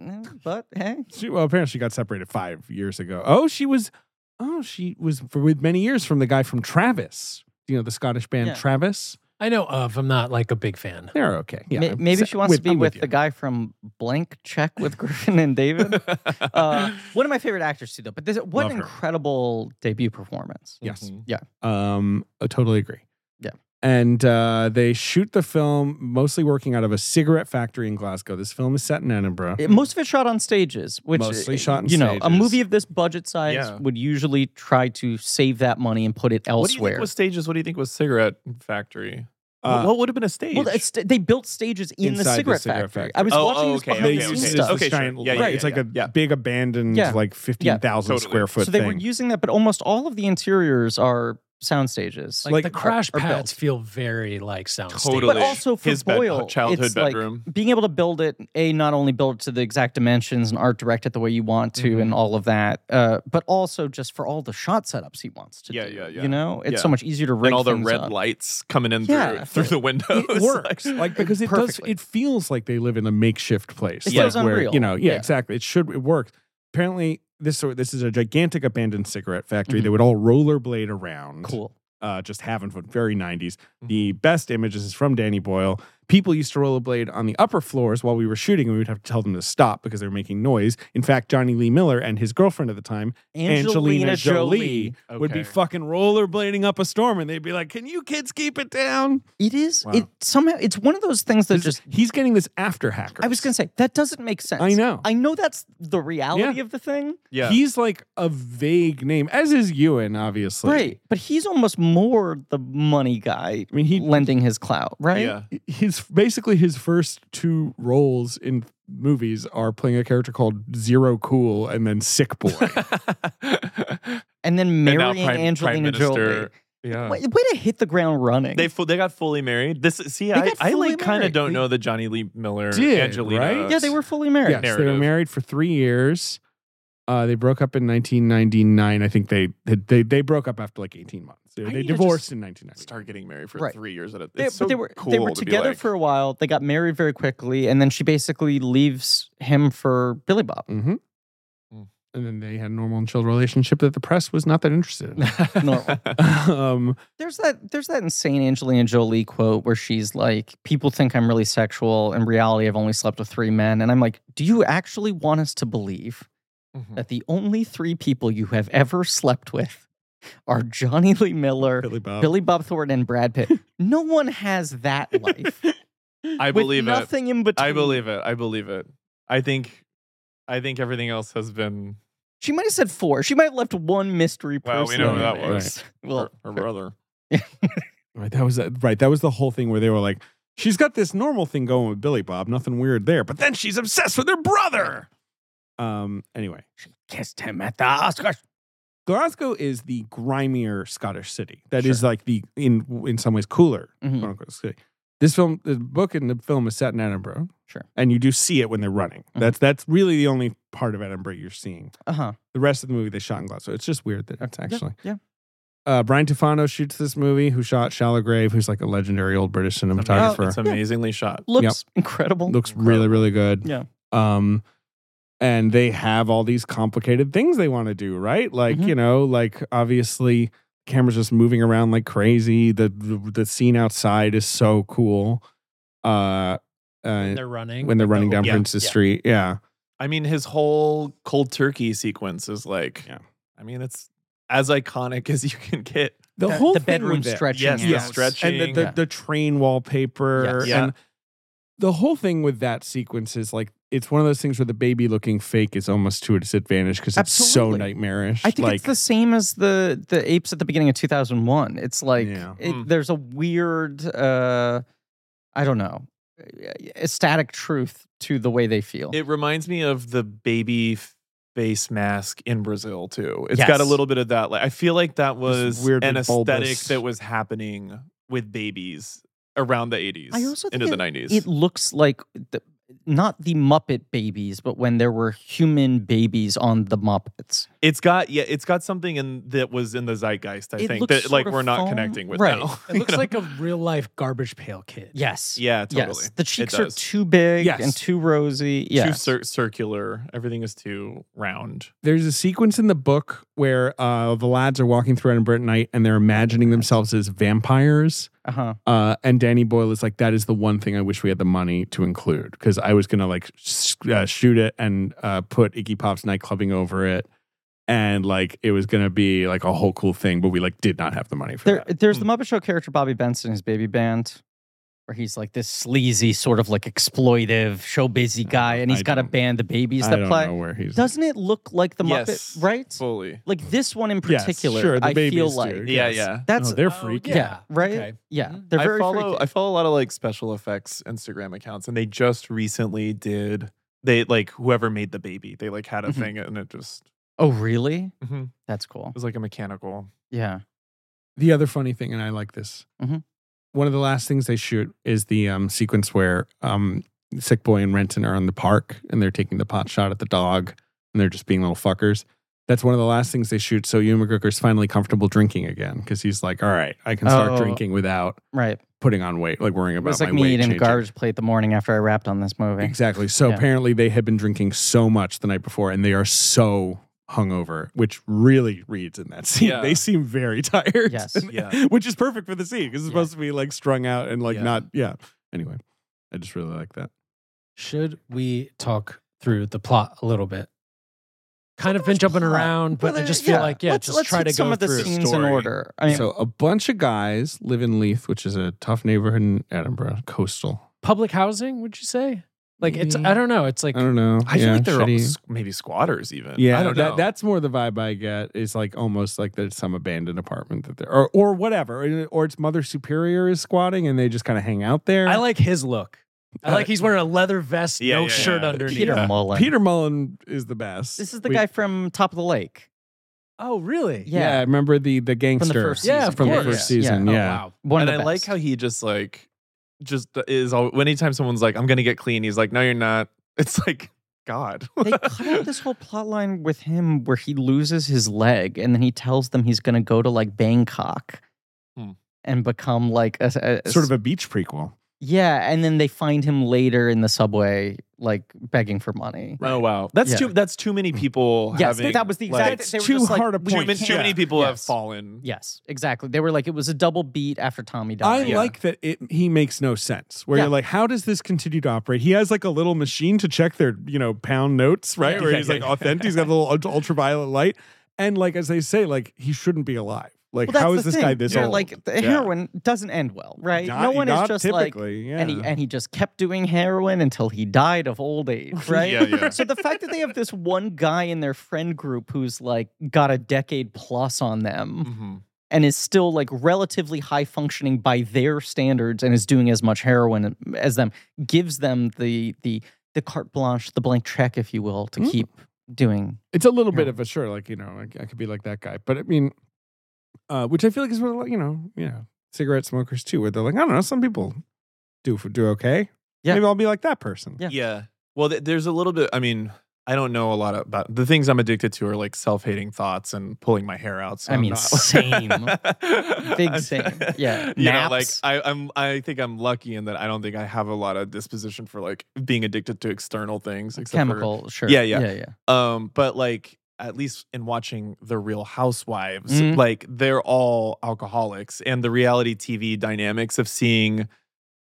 [SPEAKER 2] Mm, But hey,
[SPEAKER 3] She, well, apparently she got separated five years ago. Oh, she was. Oh, she was for with many years from the guy from Travis. You know the Scottish band
[SPEAKER 2] Yeah.
[SPEAKER 3] Travis.
[SPEAKER 5] I know of. I'm not like a big fan.
[SPEAKER 3] They're okay. Yeah,
[SPEAKER 2] Ma-
[SPEAKER 3] I'm
[SPEAKER 2] maybe
[SPEAKER 3] sa-
[SPEAKER 2] she wants to be
[SPEAKER 3] I'm
[SPEAKER 2] with,
[SPEAKER 3] you.
[SPEAKER 2] the guy from Blank Check with Griffin and David. Uh, one of my favorite actors too, though. But this what
[SPEAKER 3] Love
[SPEAKER 2] an
[SPEAKER 3] her.
[SPEAKER 2] incredible debut performance.
[SPEAKER 3] Yes.
[SPEAKER 4] Mhm.
[SPEAKER 3] Um, I totally agree.
[SPEAKER 2] Yeah.
[SPEAKER 3] And uh, they shoot the film mostly working out of a cigarette factory in Glasgow. This film is set in Edinburgh.
[SPEAKER 2] It- most of it shot on stages, which uh,
[SPEAKER 3] Mostly shot on
[SPEAKER 2] you know a
[SPEAKER 3] stages.
[SPEAKER 2] movie of this budget size
[SPEAKER 4] Yeah.
[SPEAKER 2] would usually try to save that money and put it
[SPEAKER 4] What do you think
[SPEAKER 2] elsewhere.
[SPEAKER 4] was stages? What do you think was cigarette factory?
[SPEAKER 3] Uh,
[SPEAKER 4] What- what would have been a stage?
[SPEAKER 2] well, it's, they built stages in the
[SPEAKER 3] Inside the
[SPEAKER 2] cigarette,
[SPEAKER 3] cigarette
[SPEAKER 2] factory.
[SPEAKER 3] factory.
[SPEAKER 2] I was
[SPEAKER 4] Oh,
[SPEAKER 2] watching
[SPEAKER 4] oh,
[SPEAKER 2] this
[SPEAKER 4] okay,
[SPEAKER 2] behind
[SPEAKER 3] they
[SPEAKER 4] okay,
[SPEAKER 2] the
[SPEAKER 3] use
[SPEAKER 2] scenes
[SPEAKER 4] okay.
[SPEAKER 3] it as
[SPEAKER 2] stuff.
[SPEAKER 3] this
[SPEAKER 4] Okay, sure.
[SPEAKER 3] giant,
[SPEAKER 4] Yeah, yeah,
[SPEAKER 3] right,
[SPEAKER 4] yeah,
[SPEAKER 3] it's like
[SPEAKER 4] yeah,
[SPEAKER 3] a
[SPEAKER 4] yeah.
[SPEAKER 3] big abandoned,
[SPEAKER 2] Yeah.
[SPEAKER 3] like fifteen thousand
[SPEAKER 4] Totally.
[SPEAKER 3] square foot
[SPEAKER 2] So they
[SPEAKER 3] thing.
[SPEAKER 2] were using that, but almost all of the interiors are sound stages.
[SPEAKER 5] Like,
[SPEAKER 3] Like,
[SPEAKER 5] the crash
[SPEAKER 2] are- are built.
[SPEAKER 5] pads feel very like sound.
[SPEAKER 4] Totally.
[SPEAKER 5] stable.
[SPEAKER 2] but also for
[SPEAKER 4] His bed-
[SPEAKER 2] Boyle,
[SPEAKER 4] childhood
[SPEAKER 2] it's
[SPEAKER 4] bedroom.
[SPEAKER 2] Like being able to build it, a not only build it to the exact dimensions and art direct it the way you want to,
[SPEAKER 4] Mm-hmm.
[SPEAKER 2] and all of that, uh, but also just for all the shot setups he wants to
[SPEAKER 4] Yeah,
[SPEAKER 2] do.
[SPEAKER 4] yeah, yeah.
[SPEAKER 2] You know, it's
[SPEAKER 4] Yeah.
[SPEAKER 2] so much easier to rig
[SPEAKER 4] and all the
[SPEAKER 2] things
[SPEAKER 4] red
[SPEAKER 2] up.
[SPEAKER 4] lights coming in
[SPEAKER 2] Yeah.
[SPEAKER 4] through, through the windows.
[SPEAKER 3] it works like because it
[SPEAKER 2] perfectly.
[SPEAKER 3] does it feels like they live in a makeshift place
[SPEAKER 2] It
[SPEAKER 3] like,
[SPEAKER 2] feels
[SPEAKER 3] where
[SPEAKER 2] unreal.
[SPEAKER 3] you know yeah,
[SPEAKER 2] Yeah.
[SPEAKER 3] exactly it should it works apparently this so this is a gigantic abandoned cigarette factory they would all rollerblade around
[SPEAKER 2] Cool.
[SPEAKER 3] uh, just having fun very 90s the best images is from danny boyle people used to rollerblade on the upper floors while we were shooting and we would have to tell them to stop because they were making noise in fact johnny lee miller and his girlfriend at the time Angelina, Jolie, would be
[SPEAKER 4] Okay.
[SPEAKER 3] fucking rollerblading up a storm, and they'd be like, "Can you kids keep it down?"
[SPEAKER 2] It is.
[SPEAKER 3] Wow.
[SPEAKER 2] It somehow. It's one of those things that
[SPEAKER 3] This-
[SPEAKER 2] just.
[SPEAKER 3] he's getting this after hacker.
[SPEAKER 2] I was gonna say that doesn't make sense.
[SPEAKER 3] I know.
[SPEAKER 2] I know that's the reality of the thing.
[SPEAKER 4] yeah.
[SPEAKER 3] He's like a vague name, as is Ewan, obviously.
[SPEAKER 2] right. But he's almost more the money guy
[SPEAKER 3] I mean, he
[SPEAKER 2] lending his clout, right?
[SPEAKER 4] yeah.
[SPEAKER 3] his basically his first two roles in movies are playing a character called Zero Cool and then Sick Boy.
[SPEAKER 2] And then
[SPEAKER 4] And now
[SPEAKER 2] marrying
[SPEAKER 4] Prime- Prime
[SPEAKER 2] Angelina Jolie.
[SPEAKER 4] Minister- Uh, Yeah.
[SPEAKER 2] Way, way to hit the ground running.
[SPEAKER 4] They fu- they got fully married. This see, I,
[SPEAKER 2] got
[SPEAKER 4] I
[SPEAKER 2] fully
[SPEAKER 4] like kind
[SPEAKER 2] married.
[SPEAKER 4] of don't
[SPEAKER 3] They
[SPEAKER 4] know the Johnny Lee Miller
[SPEAKER 3] did,
[SPEAKER 4] Angelina.
[SPEAKER 3] right?
[SPEAKER 2] yeah, they were fully married.
[SPEAKER 3] yes, they were
[SPEAKER 4] Narrative.
[SPEAKER 3] married for three years. Uh, they broke up in 1999. I think they they they broke up after like 18 months. They,
[SPEAKER 4] I
[SPEAKER 3] they
[SPEAKER 4] need to
[SPEAKER 3] divorced
[SPEAKER 4] just
[SPEAKER 3] in 1999.
[SPEAKER 4] start getting married for
[SPEAKER 2] Right.
[SPEAKER 4] three years at a. It's
[SPEAKER 2] They,
[SPEAKER 4] so
[SPEAKER 2] but they were
[SPEAKER 4] cool
[SPEAKER 2] they were
[SPEAKER 4] to be
[SPEAKER 2] together
[SPEAKER 4] like-
[SPEAKER 2] for a while. They got married very quickly, and then she basically leaves him for Billy Bob.
[SPEAKER 3] Mm-hmm.
[SPEAKER 4] Mm.
[SPEAKER 3] and then they had a normal and chilled relationship that the press was not that interested in.
[SPEAKER 2] Normal.
[SPEAKER 3] um,
[SPEAKER 2] There's that there's that insane Angelina Jolie quote where she's like, "People think I'm really sexual. In reality, I've only slept with three men." And I'm like, "Do you actually want us to believe
[SPEAKER 4] Mm-hmm.
[SPEAKER 2] that the only three people you have ever slept with are Johnny Lee Miller,
[SPEAKER 3] Billy Bob.
[SPEAKER 2] Billy Bob Thornton, and Brad Pitt? no one has that life.
[SPEAKER 4] I believe
[SPEAKER 2] with
[SPEAKER 4] it.
[SPEAKER 2] nothing in between.
[SPEAKER 4] I believe it. I believe it. I think I think everything else has been
[SPEAKER 2] She might have said four. She might have left one mystery person.
[SPEAKER 4] Well, we know
[SPEAKER 3] who that
[SPEAKER 2] in
[SPEAKER 3] was.
[SPEAKER 2] there. Well,
[SPEAKER 4] her, her brother.
[SPEAKER 3] Right. That was that. Right. That was the whole thing where they were like, she's got this normal thing going with Billy Bob, nothing weird there, but then she's obsessed with her brother. Um. Anyway,
[SPEAKER 2] she kissed him at the Oscars.
[SPEAKER 3] Glasgow is the grimier Scottish city. That is like the in in some ways cooler.
[SPEAKER 2] Mhm.
[SPEAKER 3] quote unquote, city. This film, the book and the film is set in Edinburgh.
[SPEAKER 2] Sure.
[SPEAKER 3] And you do see it when they're running. That's that's really the only part of Edinburgh you're seeing.
[SPEAKER 2] Uh huh.
[SPEAKER 3] The rest of the movie they shot in Glasgow. It's just weird that that's actually.
[SPEAKER 2] yeah.
[SPEAKER 3] Uh, Brian Tufano shoots this movie, who shot Shallow Grave, who's like a legendary old British cinematographer.
[SPEAKER 4] It's amazingly shot.
[SPEAKER 2] Looks incredible.
[SPEAKER 3] Looks really, really good.
[SPEAKER 2] Yeah.
[SPEAKER 3] Um, and they have all these complicated things they want to do, right? Like
[SPEAKER 2] Mhm.
[SPEAKER 3] you know, like obviously cameras just moving around like crazy. The the, the scene outside is so cool. Uh, uh,
[SPEAKER 5] they're running.
[SPEAKER 3] when they're running
[SPEAKER 5] the-
[SPEAKER 3] down
[SPEAKER 5] yeah,
[SPEAKER 3] Princess
[SPEAKER 5] yeah.
[SPEAKER 3] Street, yeah.
[SPEAKER 4] I mean, his whole cold turkey sequence is like,
[SPEAKER 3] Yeah.
[SPEAKER 4] I mean, it's as iconic as you can get.
[SPEAKER 3] The,
[SPEAKER 2] the,
[SPEAKER 3] whole
[SPEAKER 2] the
[SPEAKER 3] thing
[SPEAKER 2] bedroom
[SPEAKER 3] with it-
[SPEAKER 2] stretching.
[SPEAKER 4] Yes,
[SPEAKER 2] out.
[SPEAKER 4] the stretch-
[SPEAKER 3] and the, the,
[SPEAKER 4] Yeah.
[SPEAKER 3] the train wallpaper
[SPEAKER 2] Yes.
[SPEAKER 4] Yeah.
[SPEAKER 3] and the whole thing with that sequence is like it's one of those things where the baby looking fake is almost to a disadvantage because it's so
[SPEAKER 2] Absolutely.
[SPEAKER 3] nightmarish.
[SPEAKER 2] I think
[SPEAKER 3] like
[SPEAKER 2] it's the same as the the apes at the beginning of 2001. It's like
[SPEAKER 3] Yeah.
[SPEAKER 2] it,
[SPEAKER 4] Mm.
[SPEAKER 2] there's a weird, uh, I don't know, static truth to the way they feel.
[SPEAKER 4] It reminds me of the baby f- face mask in Brazil too. It's got a
[SPEAKER 2] Yes.
[SPEAKER 4] little bit of that. Like I feel like that was
[SPEAKER 3] weirdly
[SPEAKER 4] an aesthetic
[SPEAKER 3] bulbous-
[SPEAKER 4] that was happening with babies around the 80s
[SPEAKER 2] I also
[SPEAKER 4] into
[SPEAKER 2] think
[SPEAKER 4] the 90s.
[SPEAKER 2] it looks like the, not the Muppet babies, but when there were human babies on the Muppets.
[SPEAKER 4] it's got yeah, it's got something in that was in the zeitgeist, I
[SPEAKER 2] It
[SPEAKER 4] think,
[SPEAKER 2] looks
[SPEAKER 4] that
[SPEAKER 2] sort
[SPEAKER 4] like
[SPEAKER 2] of
[SPEAKER 4] we're not
[SPEAKER 2] foam-
[SPEAKER 4] connecting with
[SPEAKER 2] right.
[SPEAKER 4] now.
[SPEAKER 5] It looks like a real life garbage pail kid.
[SPEAKER 2] Yes.
[SPEAKER 4] yeah, totally.
[SPEAKER 2] Yes. The cheeks
[SPEAKER 4] it
[SPEAKER 2] are
[SPEAKER 4] does.
[SPEAKER 2] too big
[SPEAKER 3] Yes.
[SPEAKER 2] and too rosy. Yes.
[SPEAKER 4] too cir- circular. Everything is too round.
[SPEAKER 3] there's a sequence in the book where uh, the lads are walking through Edinburgh at night and they're imagining themselves as vampires.
[SPEAKER 2] uh huh.
[SPEAKER 3] Uh, and Danny Boyle is like, that is the one thing I wish we had the money to include because I was gonna like sh- uh, shoot it and uh, put Iggy Pop's nightclubbing over it, and like it was gonna be like a whole cool thing, but we like did not have the money for
[SPEAKER 2] There,
[SPEAKER 3] that. Hmm.
[SPEAKER 2] there's the Muppet Show character Bobby Benson, his baby band, where he's like this sleazy, sort of like exploitive, showbizy guy, and he's
[SPEAKER 3] I
[SPEAKER 2] got a
[SPEAKER 3] don't-
[SPEAKER 2] band, the babies
[SPEAKER 3] I
[SPEAKER 2] that
[SPEAKER 3] don't
[SPEAKER 2] play.
[SPEAKER 3] know where he's.
[SPEAKER 2] Doesn't it look like the
[SPEAKER 4] Yes.
[SPEAKER 2] Muppet, right?
[SPEAKER 4] Fully.
[SPEAKER 2] Like this one in
[SPEAKER 3] Yes,
[SPEAKER 2] particular,
[SPEAKER 3] sure, the
[SPEAKER 2] I feel
[SPEAKER 3] babies do.
[SPEAKER 2] like
[SPEAKER 3] Yeah, Yes. yeah.
[SPEAKER 2] that's
[SPEAKER 3] oh, they're
[SPEAKER 5] Oh,
[SPEAKER 3] freaky.
[SPEAKER 2] yeah, right.
[SPEAKER 5] Okay.
[SPEAKER 2] Yeah,
[SPEAKER 5] Mhm.
[SPEAKER 3] Mm-hmm.
[SPEAKER 2] they're
[SPEAKER 4] I
[SPEAKER 2] very
[SPEAKER 4] follow
[SPEAKER 2] freaky.
[SPEAKER 4] I follow a lot of like special effects Instagram accounts and they just recently did they like whoever made the baby, they like had a
[SPEAKER 2] Mhm.
[SPEAKER 4] thing and it just
[SPEAKER 2] oh, really?
[SPEAKER 3] Mm-hmm.
[SPEAKER 4] mhm, it
[SPEAKER 2] That's cool.
[SPEAKER 4] was like a mechanical.
[SPEAKER 2] Yeah.
[SPEAKER 3] The other funny thing, and I like this.
[SPEAKER 2] Mhm.
[SPEAKER 3] One of the last things they shoot is the um, sequence where um, Sick Boy and Renton are in the park and they're taking the pot shot at the dog and they're just being little fuckers. That's one of the last things they shoot. So Ewan McGregor's finally comfortable drinking again because he's like, all right, I can start
[SPEAKER 2] Oh.
[SPEAKER 3] drinking without
[SPEAKER 2] Right.
[SPEAKER 3] putting on weight, like worrying
[SPEAKER 2] It
[SPEAKER 3] about
[SPEAKER 2] was
[SPEAKER 3] my
[SPEAKER 2] like me
[SPEAKER 3] weight.
[SPEAKER 2] eating
[SPEAKER 3] changing."
[SPEAKER 2] garbage plate the morning after I wrapped on this movie.
[SPEAKER 3] Exactly. So
[SPEAKER 2] Yeah.
[SPEAKER 3] apparently they had been drinking so much the night before and they are so hungover, which really reads in that scene.
[SPEAKER 4] Yeah.
[SPEAKER 3] They seem very tired.
[SPEAKER 2] Yes.
[SPEAKER 4] Yeah.
[SPEAKER 3] which is perfect for the scene because it's
[SPEAKER 2] Yeah.
[SPEAKER 3] supposed to be like strung out and like
[SPEAKER 4] Yeah.
[SPEAKER 3] not. Yeah. Anyway, I just really like that.
[SPEAKER 5] Should we talk through the plot a little bit? Kind of been jumping
[SPEAKER 2] plot?
[SPEAKER 5] around, but I
[SPEAKER 2] Well,
[SPEAKER 5] just
[SPEAKER 2] yeah,
[SPEAKER 5] feel like yeah,
[SPEAKER 2] let's,
[SPEAKER 5] just
[SPEAKER 2] let's
[SPEAKER 5] try
[SPEAKER 2] hit
[SPEAKER 5] to
[SPEAKER 2] some
[SPEAKER 5] go
[SPEAKER 2] of the
[SPEAKER 5] through.
[SPEAKER 2] scenes
[SPEAKER 4] story.
[SPEAKER 2] in order. I mean,
[SPEAKER 3] so a bunch of guys live in Leith, which is a tough neighborhood in Edinburgh, coastal.
[SPEAKER 5] Public housing, would you say? Like it's
[SPEAKER 2] Mm.
[SPEAKER 3] Maybe.
[SPEAKER 5] I don't know. It's like
[SPEAKER 2] Um,
[SPEAKER 3] I don't know.
[SPEAKER 4] I feel
[SPEAKER 3] yeah,
[SPEAKER 4] like they're all
[SPEAKER 3] shitty.
[SPEAKER 4] s- maybe squatters even.
[SPEAKER 3] Yeah,
[SPEAKER 4] I don't
[SPEAKER 3] that,
[SPEAKER 4] know.
[SPEAKER 3] that's more the vibe I get. Is like almost like there's some abandoned apartment that they're or or whatever, or, or it's Mother Superior is squatting and they just kind of hang out there.
[SPEAKER 5] I like his look.
[SPEAKER 2] Uh,
[SPEAKER 5] I like he's wearing a leather vest,
[SPEAKER 4] Yeah,
[SPEAKER 5] no
[SPEAKER 4] yeah,
[SPEAKER 5] shirt
[SPEAKER 4] yeah.
[SPEAKER 5] underneath.
[SPEAKER 2] Peter Mullen.
[SPEAKER 3] Peter Mullen is the best.
[SPEAKER 2] This is the
[SPEAKER 3] We-
[SPEAKER 2] guy from Top of the Lake.
[SPEAKER 5] Oh, really?
[SPEAKER 2] Yeah.
[SPEAKER 3] Yeah, remember the the gangster
[SPEAKER 2] first
[SPEAKER 5] Yeah,
[SPEAKER 2] season.
[SPEAKER 5] of
[SPEAKER 3] from the
[SPEAKER 5] course.
[SPEAKER 3] first
[SPEAKER 2] Yeah.
[SPEAKER 3] season.
[SPEAKER 5] Oh,
[SPEAKER 3] Yeah,
[SPEAKER 5] wow.
[SPEAKER 2] One
[SPEAKER 4] and
[SPEAKER 2] of
[SPEAKER 4] I
[SPEAKER 2] the
[SPEAKER 4] like
[SPEAKER 2] best.
[SPEAKER 4] how he just like just is all anytime someone's like, I'm gonna get clean, he's like, No, you're not. It's like God.
[SPEAKER 2] they cut out this whole plot line with him where he loses his leg and then he tells them he's going to go to like Bangkok
[SPEAKER 4] Hmm.
[SPEAKER 2] and become like a, a- a
[SPEAKER 3] sort of
[SPEAKER 2] s-
[SPEAKER 3] a beach prequel.
[SPEAKER 2] yeah and then they find him later in the subway like begging for money.
[SPEAKER 4] Oh wow, that's
[SPEAKER 2] Yeah. Mm.
[SPEAKER 4] too that's too many people.
[SPEAKER 2] Yes,
[SPEAKER 4] having,
[SPEAKER 2] that was the
[SPEAKER 4] like,
[SPEAKER 2] exact.
[SPEAKER 3] That's
[SPEAKER 2] they were
[SPEAKER 3] too
[SPEAKER 2] just like,
[SPEAKER 3] hard a
[SPEAKER 2] we
[SPEAKER 4] too,
[SPEAKER 3] point.
[SPEAKER 4] many- too many people have
[SPEAKER 2] Yes.
[SPEAKER 4] fallen.
[SPEAKER 2] Yes, exactly. They were like it was a double beat after Tommy
[SPEAKER 3] I
[SPEAKER 2] died.
[SPEAKER 3] like that it he makes no sense. Where
[SPEAKER 2] Yeah.
[SPEAKER 3] you're like, how does this continue to operate? He has like a little machine to check their, you know, pound notes, right?
[SPEAKER 4] Yeah,
[SPEAKER 3] Where
[SPEAKER 4] yeah,
[SPEAKER 3] he's
[SPEAKER 4] yeah,
[SPEAKER 3] like
[SPEAKER 4] yeah.
[SPEAKER 3] authentic. He's got a little ult- ultraviolet light. And like as they say, like he shouldn't be alive. Like,
[SPEAKER 2] Well, that's
[SPEAKER 3] how is
[SPEAKER 2] the
[SPEAKER 3] this guy
[SPEAKER 2] thing.
[SPEAKER 3] this
[SPEAKER 2] Yeah,
[SPEAKER 3] old?
[SPEAKER 2] Like the heroin doesn't end well, right?
[SPEAKER 3] Not-
[SPEAKER 2] no one is
[SPEAKER 3] not
[SPEAKER 2] just like
[SPEAKER 3] typically, yeah.
[SPEAKER 2] and he and he just kept doing heroin until he died of old age, right?
[SPEAKER 4] Yeah, yeah.
[SPEAKER 2] So the fact that they have this one guy in their friend group who's like got a decade plus on them
[SPEAKER 3] Mm-hmm.
[SPEAKER 4] Mhm.
[SPEAKER 2] and is still like relatively high functioning by their standards and is doing as much heroin as them gives them the the the carte blanche, the blank check, if you will, to
[SPEAKER 3] Mm.
[SPEAKER 2] keep doing.
[SPEAKER 3] it's a little bit
[SPEAKER 2] Yeah.
[SPEAKER 3] of a sure, like you know, like, I could be like that guy, but I mean, uh, which I feel like is what you know, you know, cigarette smokers too, where they're like, I don't know, some people do do okay.
[SPEAKER 2] Yeah.
[SPEAKER 3] Maybe I'll be like that person.
[SPEAKER 2] Yeah.
[SPEAKER 4] Yeah. Well, th- there's a little bit. I mean, I don't know a lot about the things I'm addicted to are like self hating thoughts and pulling my hair out. So
[SPEAKER 2] I
[SPEAKER 4] I'm
[SPEAKER 2] mean,
[SPEAKER 4] not-
[SPEAKER 2] same. Big same. Yeah.
[SPEAKER 4] You know, like
[SPEAKER 2] Naps.
[SPEAKER 4] I, I'm. I think I'm lucky in that I don't think I have a lot of disposition for like being addicted to external things, except for
[SPEAKER 2] Chemical, sure.
[SPEAKER 4] Yeah, yeah.
[SPEAKER 2] Yeah, yeah.
[SPEAKER 4] um, but like at least in watching The Real Housewives,
[SPEAKER 2] Mhm.
[SPEAKER 4] like they're all alcoholics, and the reality TV dynamics of seeing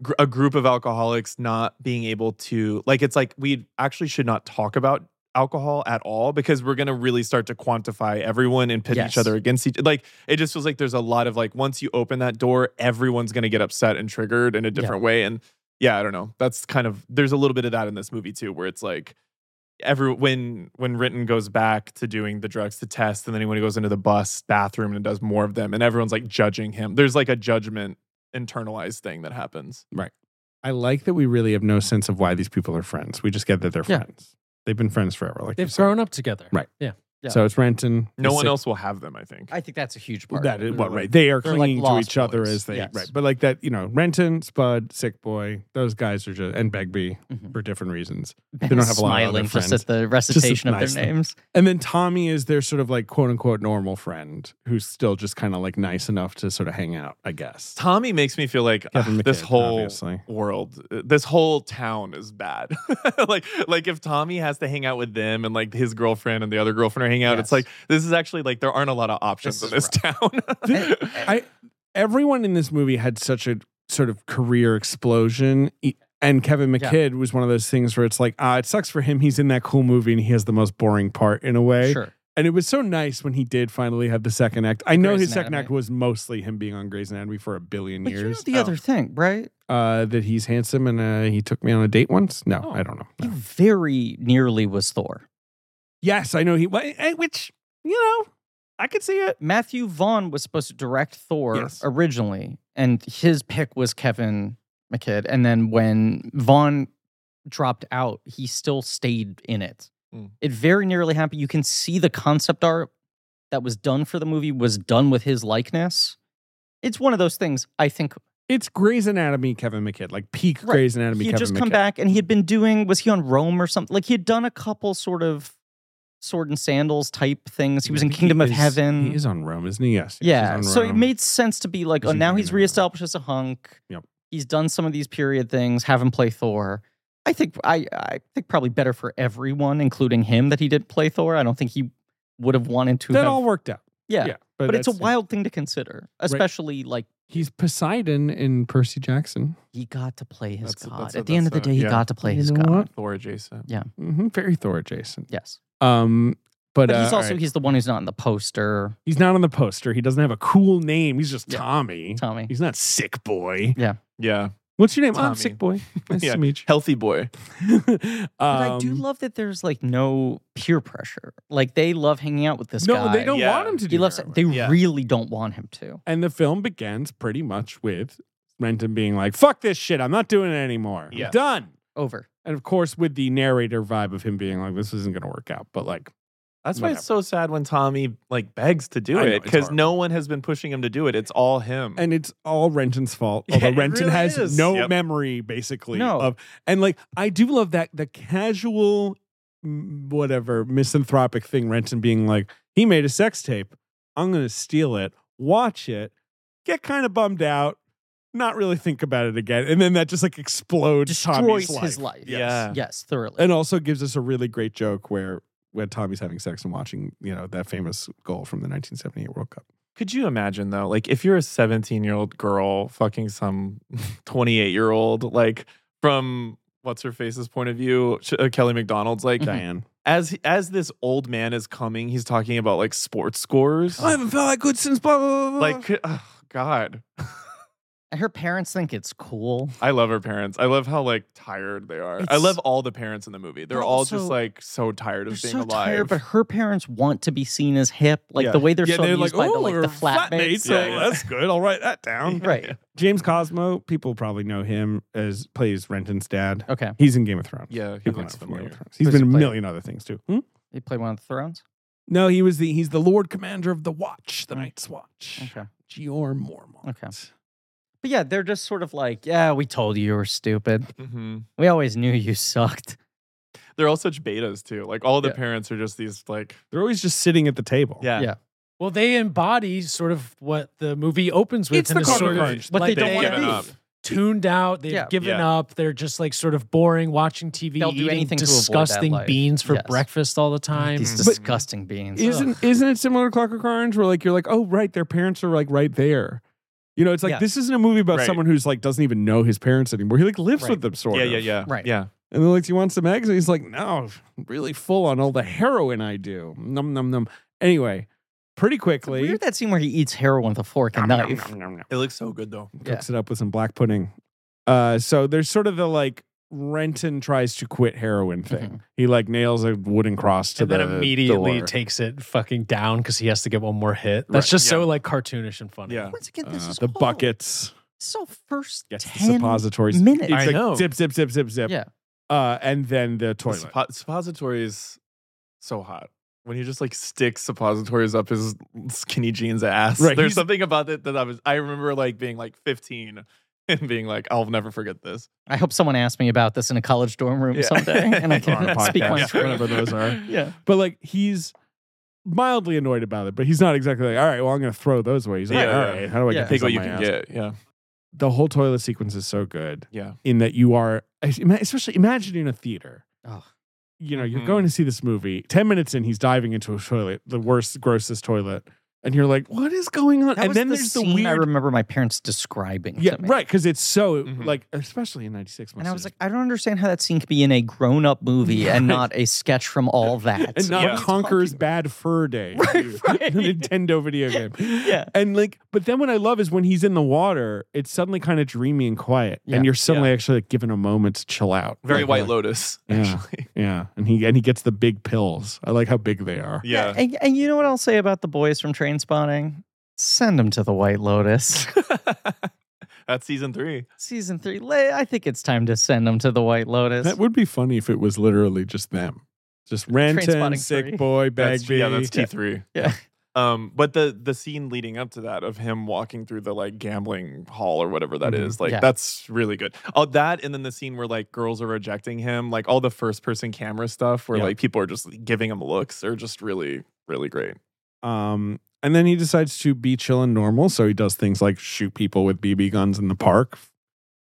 [SPEAKER 4] gr- a group of alcoholics not being able to like it's like we actually should not talk about alcohol at all because we're gonna really start to quantify everyone and pit
[SPEAKER 2] Yes.
[SPEAKER 4] each other against each like it just feels like there's a lot of like once you open that door everyone's gonna get upset and triggered in a different way and yeah i don't know that's kind of there's a little bit of that in this movie too where it's like every when when Ritten goes back to doing the drugs to test, and then when he goes into the bus bathroom and does more of them, and everyone's like judging him. There's like a judgment internalized thing that happens.
[SPEAKER 3] I like that we really have no sense of why these people are friends. We just get that they're
[SPEAKER 2] Yeah.
[SPEAKER 3] friends. They've been friends forever. Like you
[SPEAKER 5] They've
[SPEAKER 3] said.
[SPEAKER 5] grown up together.
[SPEAKER 3] Right.
[SPEAKER 5] Yeah.
[SPEAKER 2] Yeah.
[SPEAKER 3] So it's Renton.
[SPEAKER 4] No
[SPEAKER 3] the
[SPEAKER 4] one
[SPEAKER 3] six-
[SPEAKER 4] else will have them. I think.
[SPEAKER 2] I think that's a huge part.
[SPEAKER 3] That is
[SPEAKER 2] They're
[SPEAKER 3] what
[SPEAKER 2] like-
[SPEAKER 3] right. They are
[SPEAKER 2] they're like
[SPEAKER 3] clinging to
[SPEAKER 2] lost
[SPEAKER 3] each other
[SPEAKER 2] boys.
[SPEAKER 3] as they
[SPEAKER 2] Yes.
[SPEAKER 3] right. But like that, you know, Renton, Spud, Sick Boy, those guys are just and Begbie
[SPEAKER 2] Mhm.
[SPEAKER 3] for different reasons. They don't have a lot of other
[SPEAKER 2] smiling just
[SPEAKER 3] friends.
[SPEAKER 2] at the recitation of
[SPEAKER 3] nice
[SPEAKER 2] their
[SPEAKER 3] thing.
[SPEAKER 2] names.
[SPEAKER 3] And then Tommy is their sort of like quote unquote normal friend who's still just kind of like nice enough to sort of hang out, I guess.
[SPEAKER 4] Tommy makes me feel like
[SPEAKER 3] Kevin
[SPEAKER 4] ugh, this
[SPEAKER 3] McKidd,
[SPEAKER 4] whole
[SPEAKER 3] obviously.
[SPEAKER 4] world, uh, this whole town is bad. like, like if Tommy has to hang out with them and like his girlfriend and the other girlfriend are hanging out, it's
[SPEAKER 2] Yes.
[SPEAKER 4] like this is actually like there aren't a lot of options
[SPEAKER 2] This
[SPEAKER 4] in
[SPEAKER 2] is
[SPEAKER 4] this town.
[SPEAKER 3] I everyone in this movie had such a sort of career explosion. E- And Kevin
[SPEAKER 2] Yeah.
[SPEAKER 3] McKidd was one of those things where it's like, ah, it sucks for him. He's in that cool movie and he has the most boring part in a way.
[SPEAKER 2] Sure.
[SPEAKER 3] And it was so nice when he did finally have the second act. I know
[SPEAKER 2] Grey's
[SPEAKER 3] his second
[SPEAKER 2] Anatomy.
[SPEAKER 3] act was mostly him being on Grey's Anatomy for a billion
[SPEAKER 2] But you know
[SPEAKER 3] years. Oh.
[SPEAKER 2] the other thing, right?
[SPEAKER 3] uh, that he's handsome and uh, he took me on a date once. No,
[SPEAKER 4] Oh.
[SPEAKER 3] I don't know.
[SPEAKER 2] He
[SPEAKER 3] No.
[SPEAKER 2] very nearly was Thor.
[SPEAKER 3] Yes, I know he. wh- eh, Which you know, I could see it.
[SPEAKER 2] Matthew Vaughn was supposed to direct Thor
[SPEAKER 3] Yes.
[SPEAKER 2] originally, and his pick was Kevin McKidd. And then when Vaughn dropped out, he still stayed in it.
[SPEAKER 4] Mm.
[SPEAKER 2] It very nearly happened. You can see the concept art that was done for the movie was done with his likeness. It's one of those things I think
[SPEAKER 3] It's Grey's Anatomy, Kevin McKidd, like peak
[SPEAKER 2] Right.
[SPEAKER 3] Grey's Anatomy.
[SPEAKER 2] he had
[SPEAKER 3] Kevin
[SPEAKER 2] just
[SPEAKER 3] McKidd.
[SPEAKER 2] come back and he had been doing was he on rome or something like he had done a couple sort of sword and sandals type things he was
[SPEAKER 3] I
[SPEAKER 2] in
[SPEAKER 3] think
[SPEAKER 2] kingdom of
[SPEAKER 3] is-
[SPEAKER 2] heaven
[SPEAKER 3] He is on Rome, isn't he? Yes. yes, he's
[SPEAKER 2] yeah
[SPEAKER 3] on
[SPEAKER 2] so it
[SPEAKER 3] Rome.
[SPEAKER 2] made sense to be like
[SPEAKER 3] Is
[SPEAKER 2] oh
[SPEAKER 3] he
[SPEAKER 2] now
[SPEAKER 3] doing
[SPEAKER 2] he's
[SPEAKER 3] it now?
[SPEAKER 2] reestablished as a hunk
[SPEAKER 3] Yep.
[SPEAKER 2] he's done some of these period things have him play thor i think i i think probably better for everyone including him that he did play thor i don't think he would have wanted to
[SPEAKER 3] that
[SPEAKER 2] have-
[SPEAKER 3] all worked out.
[SPEAKER 2] yeah, but, it's a
[SPEAKER 3] that's-
[SPEAKER 2] wild thing to consider especially like
[SPEAKER 3] He's Poseidon in Percy Jackson.
[SPEAKER 2] he got to play his
[SPEAKER 4] That's-
[SPEAKER 2] god
[SPEAKER 4] that's-
[SPEAKER 2] at the end of the
[SPEAKER 4] that's a-
[SPEAKER 2] day he
[SPEAKER 4] yeah.
[SPEAKER 2] got to play
[SPEAKER 3] You
[SPEAKER 2] his
[SPEAKER 3] know
[SPEAKER 2] god
[SPEAKER 3] what?
[SPEAKER 4] Thor adjacent.
[SPEAKER 3] hmm very Thor adjacent.
[SPEAKER 2] yes
[SPEAKER 3] Um, but,
[SPEAKER 2] But
[SPEAKER 3] uh,
[SPEAKER 2] he's
[SPEAKER 3] all
[SPEAKER 2] also
[SPEAKER 3] right.
[SPEAKER 2] he's the one who's not in the poster,
[SPEAKER 3] he's not on the poster. He doesn't have a cool name. He's just
[SPEAKER 2] Yeah.
[SPEAKER 3] Tommy.
[SPEAKER 2] Tommy.
[SPEAKER 3] He's not sick boy.
[SPEAKER 4] Yeah,
[SPEAKER 3] What's your name? I'm
[SPEAKER 4] Tommy.
[SPEAKER 3] sick boy. Nice
[SPEAKER 4] Yeah.
[SPEAKER 3] to meet you.
[SPEAKER 4] healthy boy.
[SPEAKER 2] But I
[SPEAKER 3] Um,
[SPEAKER 2] do love that there's like no peer pressure. Like they love hanging out with this
[SPEAKER 3] no,
[SPEAKER 2] guy.
[SPEAKER 3] they don't
[SPEAKER 4] Yeah.
[SPEAKER 3] want him to do.
[SPEAKER 2] He loves.
[SPEAKER 3] heroin.
[SPEAKER 2] They
[SPEAKER 4] Yeah.
[SPEAKER 2] really don't want him to.
[SPEAKER 3] And the film begins pretty much with Renton being like, "Fuck this shit. I'm not doing it anymore. I'm
[SPEAKER 4] Yes.
[SPEAKER 3] done."
[SPEAKER 2] Over.
[SPEAKER 3] And of course, with the narrator vibe of him being like, "This isn't going to work out," but like,
[SPEAKER 4] That's why it's so sad when Tommy like begs to do
[SPEAKER 3] I know,
[SPEAKER 4] it
[SPEAKER 3] it's
[SPEAKER 4] because no one has been pushing him to do it. It's all him.
[SPEAKER 3] and it's all Renton's fault.
[SPEAKER 4] Yeah,
[SPEAKER 3] Although
[SPEAKER 4] it
[SPEAKER 3] Renton
[SPEAKER 4] really
[SPEAKER 3] has
[SPEAKER 4] is.
[SPEAKER 3] no
[SPEAKER 4] Yep.
[SPEAKER 3] memory, basically.
[SPEAKER 2] No.
[SPEAKER 3] Of and like, I do love that the casual, mm, whatever misanthropic thing. Renton being like, "He made a sex tape. I'm going to steal it. Watch it. Get kind of bummed out." not really think about it again. And then that just like explodes
[SPEAKER 2] Destroys
[SPEAKER 3] Tommy's life.
[SPEAKER 2] his life.
[SPEAKER 3] Yes.
[SPEAKER 4] Yeah.
[SPEAKER 2] Yes, thoroughly.
[SPEAKER 3] And uh, also gives us a really great joke where when Tommy's having sex and watching, you know, that famous goal from the 1978 World Cup.
[SPEAKER 4] Could you imagine though, like if you're a 17 year old girl fucking some 28 year old, like from what's her face's point of view, Sh- uh, Kelly McDonald's,
[SPEAKER 2] Mm-hmm.
[SPEAKER 4] like
[SPEAKER 3] Diane.
[SPEAKER 4] as as this old man is coming, he's talking about like sports scores,
[SPEAKER 3] I haven't felt like good since blah blah blah. blah.
[SPEAKER 4] like oh, God,
[SPEAKER 2] her parents think it's cool.
[SPEAKER 4] I love her parents. I love how like tired they are. I
[SPEAKER 2] It's-
[SPEAKER 4] love all the parents in the movie. They're
[SPEAKER 2] But
[SPEAKER 4] all
[SPEAKER 2] also-
[SPEAKER 4] just like so tired
[SPEAKER 2] They're
[SPEAKER 4] of being
[SPEAKER 2] so
[SPEAKER 4] alive.
[SPEAKER 2] tired, but her parents want to be seen as hip. Like
[SPEAKER 3] Yeah.
[SPEAKER 2] the way they're
[SPEAKER 3] yeah,
[SPEAKER 2] so
[SPEAKER 3] they're like,
[SPEAKER 2] amused by the
[SPEAKER 3] oh,
[SPEAKER 2] like the flatmates.
[SPEAKER 3] flatmates. So
[SPEAKER 4] Yeah.
[SPEAKER 3] that's good. I'll write that down.
[SPEAKER 2] Right.
[SPEAKER 3] James Cosmo, people probably know him as plays Renton's dad.
[SPEAKER 2] Okay.
[SPEAKER 3] He's in Game of Thrones.
[SPEAKER 4] yeah, he
[SPEAKER 3] People know
[SPEAKER 4] looks
[SPEAKER 3] him from Game
[SPEAKER 4] familiar.
[SPEAKER 3] of Thrones. He's
[SPEAKER 2] Does he
[SPEAKER 3] been in a
[SPEAKER 2] play-
[SPEAKER 3] million other things too. Hmm?
[SPEAKER 2] They play one of the thrones.
[SPEAKER 3] No, he was the he's the Lord Commander of the Watch, the Night's Watch.
[SPEAKER 2] Okay.
[SPEAKER 3] Gior Mormont.
[SPEAKER 2] Mm. Okay. But yeah, they're just sort of like, yeah, we told you you were stupid.
[SPEAKER 4] hmm
[SPEAKER 2] We always knew you sucked.
[SPEAKER 4] They're all such betas too. Like all the
[SPEAKER 2] Yeah.
[SPEAKER 4] parents are just these like
[SPEAKER 3] They're always just sitting at the table.
[SPEAKER 4] yeah.
[SPEAKER 2] Yeah.
[SPEAKER 5] Well, they embody sort of what the movie opens with.
[SPEAKER 3] It's
[SPEAKER 5] and
[SPEAKER 3] the
[SPEAKER 5] is
[SPEAKER 3] Carter
[SPEAKER 5] sort of
[SPEAKER 3] Crunch,
[SPEAKER 2] but
[SPEAKER 5] like
[SPEAKER 2] they don't
[SPEAKER 4] They've
[SPEAKER 5] wanna
[SPEAKER 4] given
[SPEAKER 5] be
[SPEAKER 4] up.
[SPEAKER 5] tuned out. They've
[SPEAKER 2] Yeah.
[SPEAKER 5] given
[SPEAKER 4] Yeah.
[SPEAKER 5] up. They're just like sort of boring, watching TV,
[SPEAKER 2] They'll do
[SPEAKER 5] eating
[SPEAKER 2] anything to avoid that
[SPEAKER 5] disgusting
[SPEAKER 2] life.
[SPEAKER 5] beans for
[SPEAKER 2] Yes.
[SPEAKER 5] breakfast all the time.
[SPEAKER 2] These
[SPEAKER 4] But-
[SPEAKER 2] disgusting beans.
[SPEAKER 3] Mm. Isn't isn't it similar to Clockwork Orange where like you're like, oh right, their parents are like right there. You know, it's like
[SPEAKER 2] Yes.
[SPEAKER 3] this isn't a movie about
[SPEAKER 4] Right.
[SPEAKER 3] someone who's like doesn't even know his parents anymore. He like lives
[SPEAKER 2] Right.
[SPEAKER 3] with them sort
[SPEAKER 4] Yeah,
[SPEAKER 3] of.
[SPEAKER 4] yeah, yeah.
[SPEAKER 2] Right.
[SPEAKER 4] Yeah.
[SPEAKER 3] And they're like, "Do you want some eggs?" And he's like, "No, I'm really full on all the heroin I do." Num num num. Anyway, pretty
[SPEAKER 2] It's
[SPEAKER 3] quickly,
[SPEAKER 2] weird that scene where he eats heroin with a fork and
[SPEAKER 3] Nom, nom,
[SPEAKER 2] knife.
[SPEAKER 3] nom, nom, nom.
[SPEAKER 4] It looks so good though.
[SPEAKER 2] Yeah.
[SPEAKER 3] cooks it up with some black pudding. Uh, so there's sort of the like Renton tries to quit heroin thing. He like nails a wooden cross to
[SPEAKER 5] and
[SPEAKER 3] the
[SPEAKER 5] then immediately
[SPEAKER 3] door.
[SPEAKER 5] takes it fucking down because he has to get one more hit. That's
[SPEAKER 3] Right,
[SPEAKER 5] just so
[SPEAKER 4] yeah.
[SPEAKER 5] like cartoonish and funny.
[SPEAKER 4] Yeah.
[SPEAKER 2] Once again, this
[SPEAKER 3] Uh,
[SPEAKER 2] is
[SPEAKER 3] the
[SPEAKER 2] all-
[SPEAKER 3] buckets.
[SPEAKER 2] So first
[SPEAKER 3] Yes, the
[SPEAKER 2] ten
[SPEAKER 3] suppositories.
[SPEAKER 2] minutes.
[SPEAKER 3] It's
[SPEAKER 4] I
[SPEAKER 3] like
[SPEAKER 4] know.
[SPEAKER 3] zip, zip, zip, zip, zip.
[SPEAKER 2] Yeah.
[SPEAKER 3] Uh, and then the toilet.
[SPEAKER 4] The suppo- suppository is so hot. When he just like sticks suppositories up his skinny jeans ass.
[SPEAKER 3] Right,
[SPEAKER 4] There's
[SPEAKER 3] he's-
[SPEAKER 4] something about it that I was I remember like being like 15 and being like, I'll never forget this.
[SPEAKER 2] I hope someone asks me about this in a college dorm room
[SPEAKER 4] Yeah.
[SPEAKER 2] someday, and I
[SPEAKER 3] On a
[SPEAKER 2] can speak
[SPEAKER 3] podcast,
[SPEAKER 2] my
[SPEAKER 3] whatever those are.
[SPEAKER 2] Yeah.
[SPEAKER 3] but like he's mildly annoyed about it, but he's not exactly like, all right, well, I'm going to throw those away. He's like,
[SPEAKER 4] Yeah,
[SPEAKER 3] all
[SPEAKER 4] yeah.
[SPEAKER 3] right, how do I
[SPEAKER 2] Yeah.
[SPEAKER 3] get these
[SPEAKER 4] Take what
[SPEAKER 3] on
[SPEAKER 4] you
[SPEAKER 3] my
[SPEAKER 4] can
[SPEAKER 3] ass?
[SPEAKER 4] get. Yeah.
[SPEAKER 3] The whole toilet sequence is so good
[SPEAKER 4] Yeah.
[SPEAKER 3] in that you are, especially imagine in a theater.
[SPEAKER 2] Oh.
[SPEAKER 3] You know,
[SPEAKER 4] Mhm.
[SPEAKER 3] you're going to see this movie. Ten minutes in, he's diving into a toilet, the worst, grossest toilet, and you're like, "What is going on?"
[SPEAKER 2] That
[SPEAKER 3] and
[SPEAKER 2] was
[SPEAKER 3] then
[SPEAKER 2] the
[SPEAKER 3] there's
[SPEAKER 2] scene
[SPEAKER 3] the weird,
[SPEAKER 2] I remember my parents describing.
[SPEAKER 3] yeah,
[SPEAKER 2] to me.
[SPEAKER 3] right, because it's so
[SPEAKER 4] Mhm.
[SPEAKER 3] like, especially in '96.
[SPEAKER 2] And I was like, I don't understand how that scene could be in a grown-up movie and not a sketch from all that.
[SPEAKER 3] and not
[SPEAKER 4] Yeah.
[SPEAKER 3] Conker's Bad Fur Day,
[SPEAKER 2] Right, right.
[SPEAKER 3] the Nintendo video game.
[SPEAKER 2] Yeah.
[SPEAKER 3] And like, but then what I love is when he's in the water, it's suddenly kind of dreamy and quiet,
[SPEAKER 2] Yeah.
[SPEAKER 3] and you're suddenly actually like, given a moment to chill out.
[SPEAKER 4] Very
[SPEAKER 3] Like,
[SPEAKER 4] White
[SPEAKER 3] like,
[SPEAKER 4] Lotus,
[SPEAKER 3] Yeah.
[SPEAKER 4] actually.
[SPEAKER 3] Yeah, and he and he gets the big pills. I like how big they are.
[SPEAKER 4] Yeah.
[SPEAKER 2] And, and you know what I'll say about the boys from Train Spotting? Send them to the White Lotus.
[SPEAKER 4] That's season three.
[SPEAKER 2] Season three. la- I think it's time to send them to the White Lotus.
[SPEAKER 3] That would be funny if it was literally just them, just Renton,
[SPEAKER 2] Trainspotting
[SPEAKER 3] sick
[SPEAKER 2] three.
[SPEAKER 3] boy,
[SPEAKER 4] That's,
[SPEAKER 3] Bagby.
[SPEAKER 4] yeah, that's T three.
[SPEAKER 2] Yeah.
[SPEAKER 4] Um, but the the scene leading up to that of him walking through the like gambling hall or whatever that is,
[SPEAKER 3] Mhm.
[SPEAKER 4] like
[SPEAKER 2] Yeah.
[SPEAKER 4] that's really good. Oh, that and then the scene where like girls are rejecting him, like all the first person camera stuff where
[SPEAKER 3] Yeah.
[SPEAKER 4] like people are just giving him looks are just really, really great.
[SPEAKER 3] Um, and then he decides to be chill and normal, so he does things like shoot people with BB guns in the park.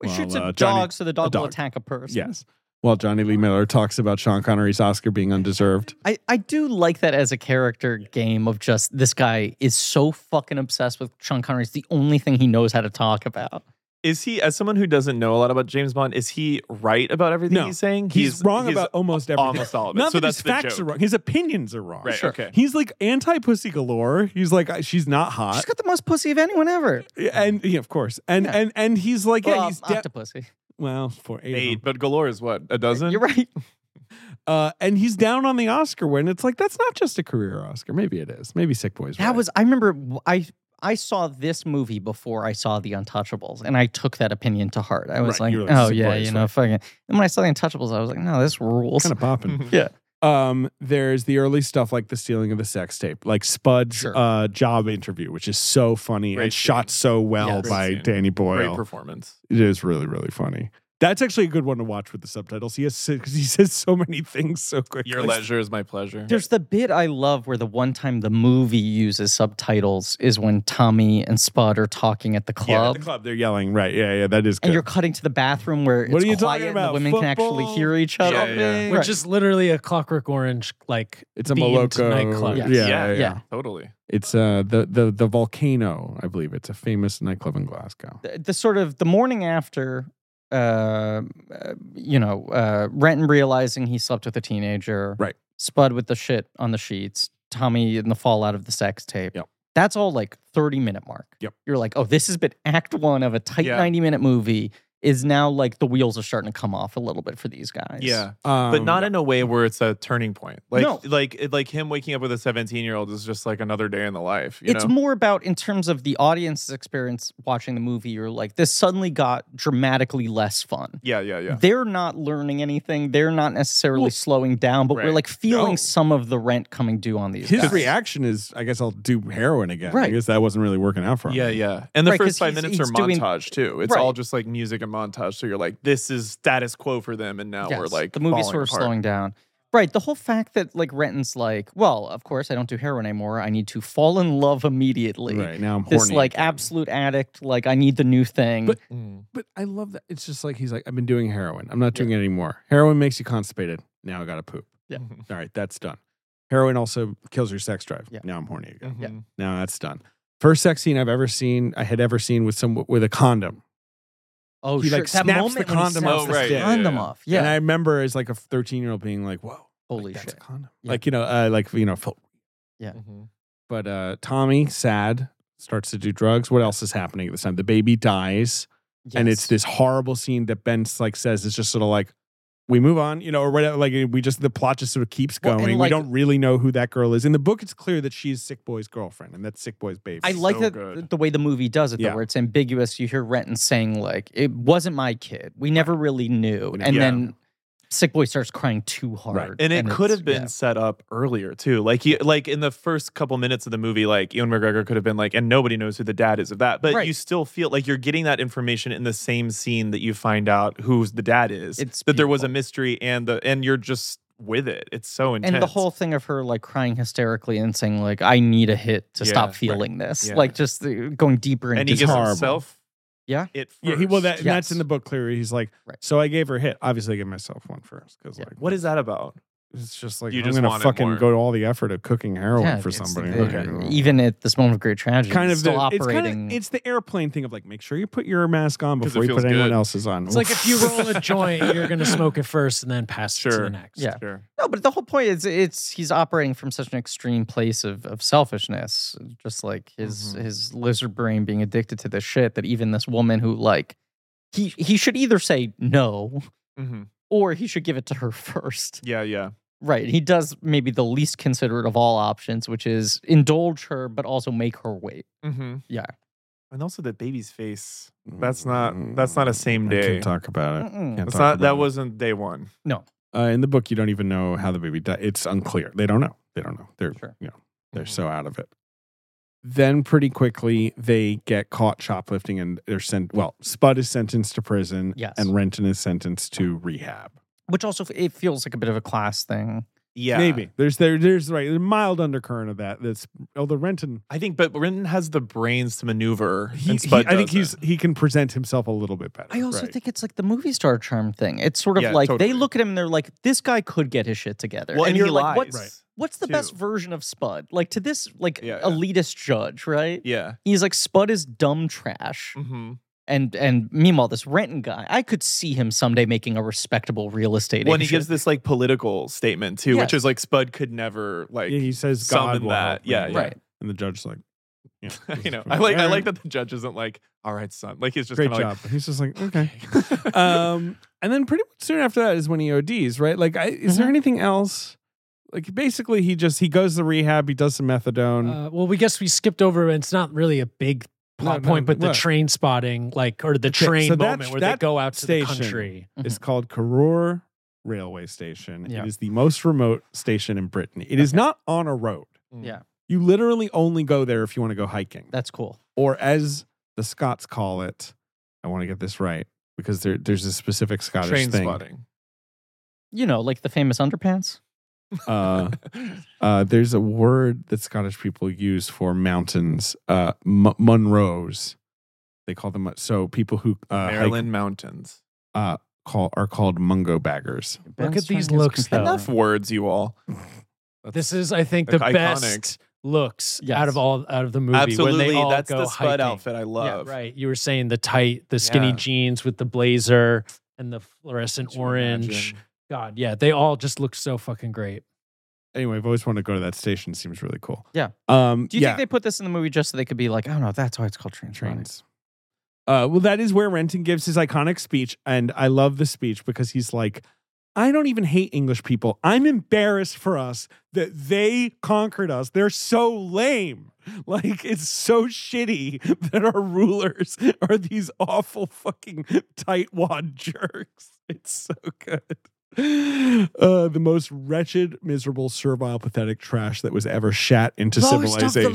[SPEAKER 2] we
[SPEAKER 3] Well,
[SPEAKER 2] shoot some
[SPEAKER 3] uh,
[SPEAKER 2] dogs
[SPEAKER 3] Johnny-
[SPEAKER 2] so the dog,
[SPEAKER 3] dog.
[SPEAKER 2] will attack a person.
[SPEAKER 3] Yes. While Johnny Lee Miller talks about Sean Connery's Oscar being undeserved.
[SPEAKER 2] I, I do like that as a character game of just this guy is so fucking obsessed with Sean Connery. It's the only thing he knows how to talk about.
[SPEAKER 4] Is he as someone who doesn't know a lot about James Bond, is he right about everything
[SPEAKER 3] No,
[SPEAKER 4] he's saying?
[SPEAKER 3] He's, wrong about almost everything.
[SPEAKER 4] almost all of it.
[SPEAKER 3] Not
[SPEAKER 4] so
[SPEAKER 3] that
[SPEAKER 4] that's
[SPEAKER 3] his
[SPEAKER 4] the
[SPEAKER 3] facts
[SPEAKER 4] joke.
[SPEAKER 3] are wrong. His opinions are wrong.
[SPEAKER 4] Right, Sure. okay.
[SPEAKER 3] He's like anti pussy galore. He's like, I- she's not
[SPEAKER 2] She's
[SPEAKER 3] hot.
[SPEAKER 2] got the most pussy of anyone ever.
[SPEAKER 3] And yeah, of course. And
[SPEAKER 2] Yeah.
[SPEAKER 3] and and he's like, yeah,
[SPEAKER 2] well,
[SPEAKER 3] he's de-
[SPEAKER 2] octopussy.
[SPEAKER 3] well for eight. of
[SPEAKER 4] eight,
[SPEAKER 3] them.
[SPEAKER 4] but galore is what, a dozen?
[SPEAKER 2] You're right.
[SPEAKER 3] Uh, and he's down on the Oscar win. It's like that's not just a career Oscar. Maybe it is. Maybe Sick Boys.
[SPEAKER 2] That was I remember w- I I saw this movie before I saw The Untouchables, and I took that opinion to heart. I was
[SPEAKER 3] Right,
[SPEAKER 2] like,
[SPEAKER 3] you were like,
[SPEAKER 2] oh
[SPEAKER 3] "Sick
[SPEAKER 2] yeah,
[SPEAKER 3] boys,"
[SPEAKER 2] you know, fucking. And when I saw The Untouchables, I was like, no, this rules.
[SPEAKER 3] kind of popping.
[SPEAKER 2] Yeah.
[SPEAKER 3] Um, there's the early stuff like the stealing of the sex tape, like Spud's
[SPEAKER 2] Sure.
[SPEAKER 3] uh, job interview, which is so funny
[SPEAKER 4] Great
[SPEAKER 3] and shot
[SPEAKER 4] scene.
[SPEAKER 3] so well
[SPEAKER 2] Yeah,
[SPEAKER 4] great
[SPEAKER 3] by
[SPEAKER 4] scene.
[SPEAKER 3] Danny
[SPEAKER 4] Great
[SPEAKER 3] Boyle.
[SPEAKER 4] performance.
[SPEAKER 3] it is really really funny That's actually a good one to watch with the subtitles. He has because he says so many things so quickly.
[SPEAKER 4] Your leisure is my pleasure.
[SPEAKER 2] There's the bit I love where the one time the movie uses subtitles is when Tommy and Spud are talking at the club.
[SPEAKER 3] Yeah, at the club. They're yelling. Right. Yeah. Yeah. That is good.
[SPEAKER 2] And you're cutting to the bathroom where
[SPEAKER 3] What
[SPEAKER 2] it's
[SPEAKER 3] are you talking
[SPEAKER 2] quiet and the
[SPEAKER 3] about?
[SPEAKER 2] women can actually
[SPEAKER 3] Football?
[SPEAKER 2] hear each other.
[SPEAKER 4] Yeah, yeah.
[SPEAKER 5] Which
[SPEAKER 2] Right.
[SPEAKER 5] is literally a Clockwork Orange, like
[SPEAKER 3] it's a
[SPEAKER 5] themed
[SPEAKER 3] Moloko
[SPEAKER 5] nightclub.
[SPEAKER 3] Yeah,
[SPEAKER 2] Yes.
[SPEAKER 3] yeah,
[SPEAKER 4] Yeah,
[SPEAKER 3] yeah.
[SPEAKER 2] yeah.
[SPEAKER 4] Totally.
[SPEAKER 3] It's uh the the the volcano. I believe it's a famous nightclub in Glasgow.
[SPEAKER 2] the, the sort of the morning after uh, uh you know uh renton realizing he slept with a teenager
[SPEAKER 3] Right.
[SPEAKER 2] spud with the shit on the sheets tommy in the fallout of the sex tape
[SPEAKER 3] Yep.
[SPEAKER 2] that's all like 30 minute mark
[SPEAKER 3] Yep.
[SPEAKER 2] you're like oh this has been act one of a tight
[SPEAKER 4] Yeah.
[SPEAKER 2] 90 minute movie is now like the wheels are starting to come off a little bit for these guys
[SPEAKER 4] Yeah.
[SPEAKER 3] Um,
[SPEAKER 4] But not in a way where it's a turning point. Like
[SPEAKER 2] No.
[SPEAKER 4] like it- like him waking up with a 17 year old is just like another day in the life. You
[SPEAKER 2] it's
[SPEAKER 4] know?
[SPEAKER 2] more about in terms of the audience's experience watching the movie you're like this suddenly got dramatically less fun
[SPEAKER 4] yeah, yeah, yeah.
[SPEAKER 2] they're not learning anything. They're not necessarily
[SPEAKER 3] Well,
[SPEAKER 2] slowing down, but we're
[SPEAKER 4] right.
[SPEAKER 2] like feeling
[SPEAKER 3] No.
[SPEAKER 2] some of the rent coming due on these.
[SPEAKER 3] his
[SPEAKER 2] guys.
[SPEAKER 3] reaction is, I guess I'll do heroin again. I
[SPEAKER 2] Right.
[SPEAKER 3] guess that wasn't really working out for him.
[SPEAKER 4] Yeah, yeah. And the
[SPEAKER 2] Right, 'cause
[SPEAKER 4] first five
[SPEAKER 2] he's-
[SPEAKER 4] minutes
[SPEAKER 2] he's
[SPEAKER 4] are
[SPEAKER 2] doing-
[SPEAKER 4] montage too. It's
[SPEAKER 2] Right.
[SPEAKER 4] all just like music and montage. So you're like, this is status quo for them, and now
[SPEAKER 2] Yes,
[SPEAKER 4] we're like
[SPEAKER 2] the movie's
[SPEAKER 4] falling
[SPEAKER 2] sort of
[SPEAKER 4] apart.
[SPEAKER 2] slowing down. Right, the whole fact that like Renton's like, well, of course I don't do heroin anymore. I need to fall in love immediately.
[SPEAKER 3] Right now I'm horny.
[SPEAKER 2] This like absolute addict, like I need the new thing.
[SPEAKER 3] But-
[SPEAKER 4] Mm.
[SPEAKER 3] But I love that. It's just like he's like, I've been doing heroin. I'm not doing it anymore. Heroin makes you constipated. Now I gotta poop.
[SPEAKER 2] Yeah.
[SPEAKER 3] All right, that's done. Heroin also kills your sex drive.
[SPEAKER 2] Yeah.
[SPEAKER 3] Now I'm horny again.
[SPEAKER 4] Mhm.
[SPEAKER 2] Yeah.
[SPEAKER 3] Now that's done. First sex scene I've ever seen, I had ever seen with some with a condom.
[SPEAKER 2] oh,
[SPEAKER 3] he,
[SPEAKER 2] sure.
[SPEAKER 3] like,
[SPEAKER 2] that
[SPEAKER 3] snaps the Oh,
[SPEAKER 2] moment when he
[SPEAKER 3] condom
[SPEAKER 2] snaps
[SPEAKER 4] off
[SPEAKER 2] the
[SPEAKER 4] right, yeah, yeah,
[SPEAKER 2] condom
[SPEAKER 4] yeah.
[SPEAKER 2] off. Yeah,
[SPEAKER 3] And I remember as like a 13 year old being like, whoa,
[SPEAKER 2] holy
[SPEAKER 3] that's
[SPEAKER 2] shit.
[SPEAKER 3] a condom.
[SPEAKER 2] Yeah.
[SPEAKER 3] Like, you know, uh, like, you know, felt
[SPEAKER 4] Mhm.
[SPEAKER 3] But uh, Tommy, sad, starts to do drugs. What else is happening at this time? The baby dies, and it's
[SPEAKER 2] Yes.
[SPEAKER 3] this horrible scene that Ben like says is just sort of like, we move on, you know, or whatever. Like we just the plot just sort of keeps
[SPEAKER 2] Well,
[SPEAKER 3] going.
[SPEAKER 2] and,
[SPEAKER 3] we
[SPEAKER 2] like-
[SPEAKER 3] don't really know who that girl is. In the book, it's clear that she's Sick Boy's girlfriend, and that's Sick Boy's baby.
[SPEAKER 2] I like
[SPEAKER 4] so
[SPEAKER 2] that
[SPEAKER 4] good.
[SPEAKER 2] th- the way the movie does it, though,
[SPEAKER 3] Yeah.
[SPEAKER 2] where it's ambiguous. You hear Renton saying, like, it wasn't my kid. We never really knew.
[SPEAKER 3] never-
[SPEAKER 2] And
[SPEAKER 4] Yeah.
[SPEAKER 2] then Sick Boy starts crying too hard.
[SPEAKER 4] and it could
[SPEAKER 2] it's-
[SPEAKER 4] have been set up earlier too like you like in the first couple minutes of the movie like ewan mcgregor could have been like and nobody knows who the dad is of that but
[SPEAKER 2] Right.
[SPEAKER 4] you still feel like you're getting that information in the same scene that you find out who's the dad is
[SPEAKER 2] It's
[SPEAKER 4] that there was a
[SPEAKER 2] beautiful.
[SPEAKER 4] mystery and the and you're just with it it's so
[SPEAKER 2] yeah.
[SPEAKER 4] intense
[SPEAKER 2] And the whole thing of her like crying hysterically and saying like I need a hit to
[SPEAKER 4] Yeah,
[SPEAKER 2] stop
[SPEAKER 4] right.
[SPEAKER 2] feeling this,
[SPEAKER 4] Yeah.
[SPEAKER 2] like just the, going deeper into
[SPEAKER 4] and he
[SPEAKER 3] is
[SPEAKER 4] gives
[SPEAKER 3] horrible.
[SPEAKER 4] himself
[SPEAKER 2] Yeah.
[SPEAKER 4] it first.
[SPEAKER 3] yeah, he well that and that's
[SPEAKER 2] Yes.
[SPEAKER 3] in the book clearly. He's like,
[SPEAKER 2] Right.
[SPEAKER 3] so I gave her a hit. Obviously, I gave myself one first because
[SPEAKER 2] Yeah.
[SPEAKER 3] like,
[SPEAKER 4] what is that about
[SPEAKER 3] It's just like
[SPEAKER 4] You
[SPEAKER 3] I'm
[SPEAKER 4] just
[SPEAKER 3] gonna
[SPEAKER 4] want it
[SPEAKER 3] fucking
[SPEAKER 4] more.
[SPEAKER 3] go to all the effort of cooking heroin
[SPEAKER 2] Yeah,
[SPEAKER 3] for
[SPEAKER 2] it's the
[SPEAKER 3] somebody.
[SPEAKER 2] thing.
[SPEAKER 3] Okay.
[SPEAKER 2] even at this moment of great tragedy,
[SPEAKER 3] kind
[SPEAKER 2] it's
[SPEAKER 3] of
[SPEAKER 2] still
[SPEAKER 4] uh,
[SPEAKER 3] the, it's
[SPEAKER 2] operating.
[SPEAKER 3] kind of it's the airplane thing of like make sure you put your mask on
[SPEAKER 4] 'Cause it
[SPEAKER 3] before you put
[SPEAKER 4] feels
[SPEAKER 3] anyone
[SPEAKER 4] good.
[SPEAKER 3] else's on.
[SPEAKER 5] It's like if you roll a joint, you're gonna smoke it first and then pass it to
[SPEAKER 4] Sure.
[SPEAKER 5] the next.
[SPEAKER 2] Yeah.
[SPEAKER 4] sure
[SPEAKER 2] no, but the whole point is it's he's operating from such an extreme place of, of selfishness, just like his
[SPEAKER 4] Mhm.
[SPEAKER 2] his lizard brain being addicted to this shit that even this woman who like he he should either say no
[SPEAKER 4] hmm
[SPEAKER 2] or he should give it to her first.
[SPEAKER 4] yeah yeah
[SPEAKER 2] Right. He does maybe the least considerate of all options, which is indulge her but also make her wait.
[SPEAKER 4] hmm
[SPEAKER 2] Yeah.
[SPEAKER 4] and also the baby's face that's not- that's not a same
[SPEAKER 3] I
[SPEAKER 4] day.
[SPEAKER 3] can't talk about it.
[SPEAKER 5] Mm.
[SPEAKER 2] Mm-mm.
[SPEAKER 3] Can't
[SPEAKER 4] that's
[SPEAKER 3] talk
[SPEAKER 4] not
[SPEAKER 3] about
[SPEAKER 4] that
[SPEAKER 3] it.
[SPEAKER 4] wasn't day one
[SPEAKER 3] uh, in the book. You don't even know how the baby died. It's unclear. They don't know. They don't know. They're
[SPEAKER 2] Sure.
[SPEAKER 3] you know they're so out of it. Then pretty quickly they get caught shoplifting and they're sent. Well, Spud is sentenced to prison.
[SPEAKER 2] Yes.
[SPEAKER 3] and Renton is sentenced to rehab.
[SPEAKER 2] Which also f- it feels like a bit of a class thing.
[SPEAKER 4] yeah
[SPEAKER 3] Maybe there's there there's right there's a mild undercurrent of that. That's although Renton
[SPEAKER 4] i think but Renton has the brains to maneuver
[SPEAKER 3] he,
[SPEAKER 4] and Spud
[SPEAKER 3] he- I think
[SPEAKER 4] doesn't.
[SPEAKER 3] he's he can present himself a little bit better.
[SPEAKER 2] I also
[SPEAKER 3] right?
[SPEAKER 2] think it's like the movie star charm thing. It's sort of
[SPEAKER 4] Yeah,
[SPEAKER 2] like they
[SPEAKER 4] totally.
[SPEAKER 2] look at him and they're like, this guy could get his shit together.
[SPEAKER 4] Well,
[SPEAKER 2] and,
[SPEAKER 4] and
[SPEAKER 2] you're
[SPEAKER 4] he
[SPEAKER 2] like,
[SPEAKER 4] lies,
[SPEAKER 2] what's
[SPEAKER 4] right,
[SPEAKER 2] what's the
[SPEAKER 4] too.
[SPEAKER 2] best version of Spud? Like to this like
[SPEAKER 4] Yeah, yeah.
[SPEAKER 2] elitist judge, right?
[SPEAKER 4] yeah
[SPEAKER 2] He's like, Spud is dumb trash.
[SPEAKER 4] hmm
[SPEAKER 2] And and meanwhile, this Renton guy, I could see him someday making a respectable real estate
[SPEAKER 4] when he
[SPEAKER 2] agent.
[SPEAKER 4] gives this like political statement too, which
[SPEAKER 2] Yes.
[SPEAKER 4] is like Spud could never like.
[SPEAKER 3] yeah, he says God
[SPEAKER 4] summon
[SPEAKER 3] will
[SPEAKER 4] that.
[SPEAKER 3] help me.
[SPEAKER 4] Yeah, yeah.
[SPEAKER 2] Right.
[SPEAKER 3] And the judge's like, yeah, this
[SPEAKER 4] you know,
[SPEAKER 3] is
[SPEAKER 4] I like I
[SPEAKER 3] fine.
[SPEAKER 4] like that the judge isn't like, all right, son. Like he's just
[SPEAKER 3] Great
[SPEAKER 4] kinda
[SPEAKER 3] job. He's just like,
[SPEAKER 4] Like,
[SPEAKER 3] okay. um, and then pretty much soon after that is when he ODs, right? Like, I, is
[SPEAKER 2] Mm-hmm.
[SPEAKER 3] there anything else? Like, basically, he just he goes to rehab. He does some methadone.
[SPEAKER 2] Oh.
[SPEAKER 5] Uh, well, we guess we skipped over. and It's not really a big plot
[SPEAKER 3] No, no,
[SPEAKER 5] point, but the
[SPEAKER 3] what?
[SPEAKER 5] train spotting, like, or the train
[SPEAKER 3] so that's-
[SPEAKER 5] moment where they
[SPEAKER 3] that
[SPEAKER 5] go out to the
[SPEAKER 3] station-
[SPEAKER 5] country.
[SPEAKER 3] It's called Karur Railway Station.
[SPEAKER 2] Yeah.
[SPEAKER 3] It is the most remote station in Britain. It is not on a road.
[SPEAKER 4] Mm.
[SPEAKER 2] Yeah.
[SPEAKER 3] You literally only go there if you want to go hiking,
[SPEAKER 2] That's cool.
[SPEAKER 3] or as the Scots call it. I want to get this right. because there, there's a specific Scottish
[SPEAKER 4] Train
[SPEAKER 3] thing.
[SPEAKER 4] spotting.
[SPEAKER 2] You know, like the famous underpants.
[SPEAKER 3] Uh, uh, there's a word that Scottish people use for mountains, uh, M- Munros. They call them so. People who uh, hike,
[SPEAKER 4] Maryland mountains.
[SPEAKER 3] uh, call are called mungo baggers.
[SPEAKER 5] Look
[SPEAKER 2] Ben's
[SPEAKER 5] at these
[SPEAKER 2] trying to get
[SPEAKER 5] looks,
[SPEAKER 2] some
[SPEAKER 5] though.
[SPEAKER 4] Enough words, you all.
[SPEAKER 5] This is, I think, the
[SPEAKER 4] Like, iconic.
[SPEAKER 5] best looks
[SPEAKER 2] Yes.
[SPEAKER 5] out of all out of the movie. when they
[SPEAKER 4] Absolutely,
[SPEAKER 5] all
[SPEAKER 4] that's
[SPEAKER 5] go
[SPEAKER 4] the spud
[SPEAKER 5] hiking.
[SPEAKER 4] outfit I love.
[SPEAKER 5] Yeah, right. You were saying the tight, the skinny
[SPEAKER 4] Yeah.
[SPEAKER 5] jeans with the blazer and the fluorescent
[SPEAKER 4] Could you
[SPEAKER 5] orange.
[SPEAKER 4] imagine?
[SPEAKER 5] God, yeah, they all just look so fucking great.
[SPEAKER 3] Anyway, I've always wanted to go to that station. Seems really cool.
[SPEAKER 2] Yeah.
[SPEAKER 3] Um.
[SPEAKER 2] Do you
[SPEAKER 3] yeah.
[SPEAKER 2] think they put this in the movie just so they could be like, oh no, that's why it's called train trains?
[SPEAKER 3] trains. Uh, well, that is where Renton gives his iconic speech, and I love the speech because he's like, "I don't even hate English people. I'm embarrassed for us that they conquered us. They're so lame. Like it's so shitty that our rulers are these awful fucking tightwad jerks. It's so good." Uh, the most wretched, miserable, servile, pathetic trash that was ever shat into civilization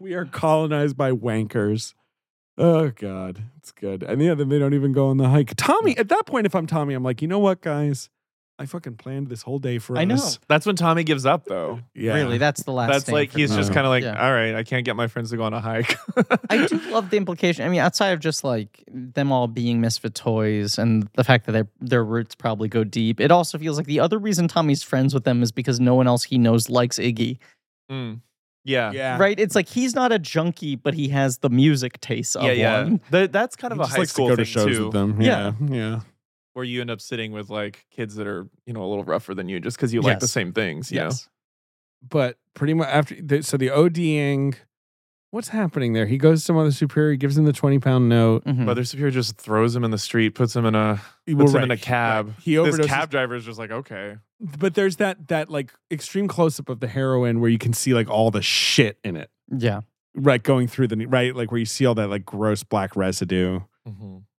[SPEAKER 3] we are colonized by wankers. Oh God, it's good. And yeah, then they don't even go on the hike. Tommy, at that point, if I'm Tommy, I'm like, you know what, guys, I fucking planned this whole day for
[SPEAKER 2] I know.
[SPEAKER 3] us.
[SPEAKER 4] That's when Tommy gives up, though.
[SPEAKER 3] Yeah,
[SPEAKER 2] Really, that's the last.
[SPEAKER 4] That's
[SPEAKER 2] stand
[SPEAKER 4] like
[SPEAKER 2] for
[SPEAKER 4] he's
[SPEAKER 2] me.
[SPEAKER 4] just
[SPEAKER 3] No.
[SPEAKER 4] kind of like,
[SPEAKER 2] Yeah.
[SPEAKER 4] all right, I can't get my friends to go on a hike.
[SPEAKER 2] I do love the implication. I mean, outside of just like them all being misfit toys and the fact that their their roots probably go deep, it also feels like the other reason Tommy's friends with them is because no one else he knows likes Iggy.
[SPEAKER 4] Mm. Yeah.
[SPEAKER 3] yeah,
[SPEAKER 2] Right? It's like he's not a junkie, but he has the music taste of
[SPEAKER 4] Yeah, yeah.
[SPEAKER 2] one.
[SPEAKER 4] Th- that's kind of
[SPEAKER 3] He
[SPEAKER 4] a
[SPEAKER 3] just
[SPEAKER 4] high
[SPEAKER 3] likes
[SPEAKER 4] school
[SPEAKER 3] to go
[SPEAKER 4] thing
[SPEAKER 3] to shows
[SPEAKER 4] too,
[SPEAKER 3] with them. Yeah,
[SPEAKER 2] Yeah.
[SPEAKER 3] yeah.
[SPEAKER 4] where you end up sitting with like kids that are you know a little rougher than you, just because you like the
[SPEAKER 2] Yes.
[SPEAKER 4] same things. You
[SPEAKER 2] Yes.
[SPEAKER 3] But pretty much after, the, so the ODing, what's happening there? He goes to Mother Superior, gives him the twenty pound note.
[SPEAKER 4] know,
[SPEAKER 2] Mhm.
[SPEAKER 4] Mother Superior just throws him in the street, puts him in a
[SPEAKER 3] He
[SPEAKER 4] puts him in a cab.
[SPEAKER 3] He
[SPEAKER 4] This
[SPEAKER 3] overdoses.
[SPEAKER 4] cab driver is just like, okay,
[SPEAKER 3] but there's that that like extreme close up of the heroin where you can see like all the shit in it.
[SPEAKER 2] Yeah.
[SPEAKER 3] right going through the right like where you see all that like gross black residue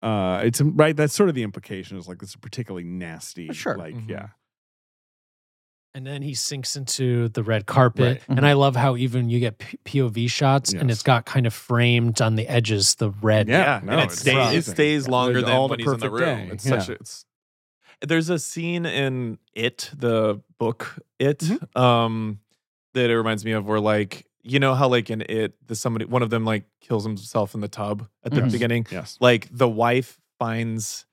[SPEAKER 3] uh it's right that's sort of the implication is like it's a particularly nasty
[SPEAKER 2] Sure.
[SPEAKER 3] like
[SPEAKER 4] Mhm.
[SPEAKER 3] yeah
[SPEAKER 5] And then he sinks into the red carpet.
[SPEAKER 3] Right. Mm-hmm.
[SPEAKER 5] And I love how even you get P- POV shots and
[SPEAKER 3] Yes.
[SPEAKER 5] it's got kind of framed on the edges the red.
[SPEAKER 3] Yeah, no,
[SPEAKER 4] and it
[SPEAKER 3] it's
[SPEAKER 4] stays,
[SPEAKER 3] amazing.
[SPEAKER 4] it stays longer
[SPEAKER 3] There's
[SPEAKER 4] than
[SPEAKER 3] all
[SPEAKER 4] when
[SPEAKER 3] the
[SPEAKER 4] he's in the
[SPEAKER 3] perfect
[SPEAKER 4] room.
[SPEAKER 3] day,
[SPEAKER 4] It's
[SPEAKER 3] yeah.
[SPEAKER 4] such a, it's. There's a scene in it, the book, it,
[SPEAKER 3] Mm-hmm.
[SPEAKER 4] um, that it reminds me of where like you know how like in it, the somebody one of them like kills himself in the tub at the
[SPEAKER 2] Mhm.
[SPEAKER 4] beginning.
[SPEAKER 3] yes
[SPEAKER 4] Like the wife finds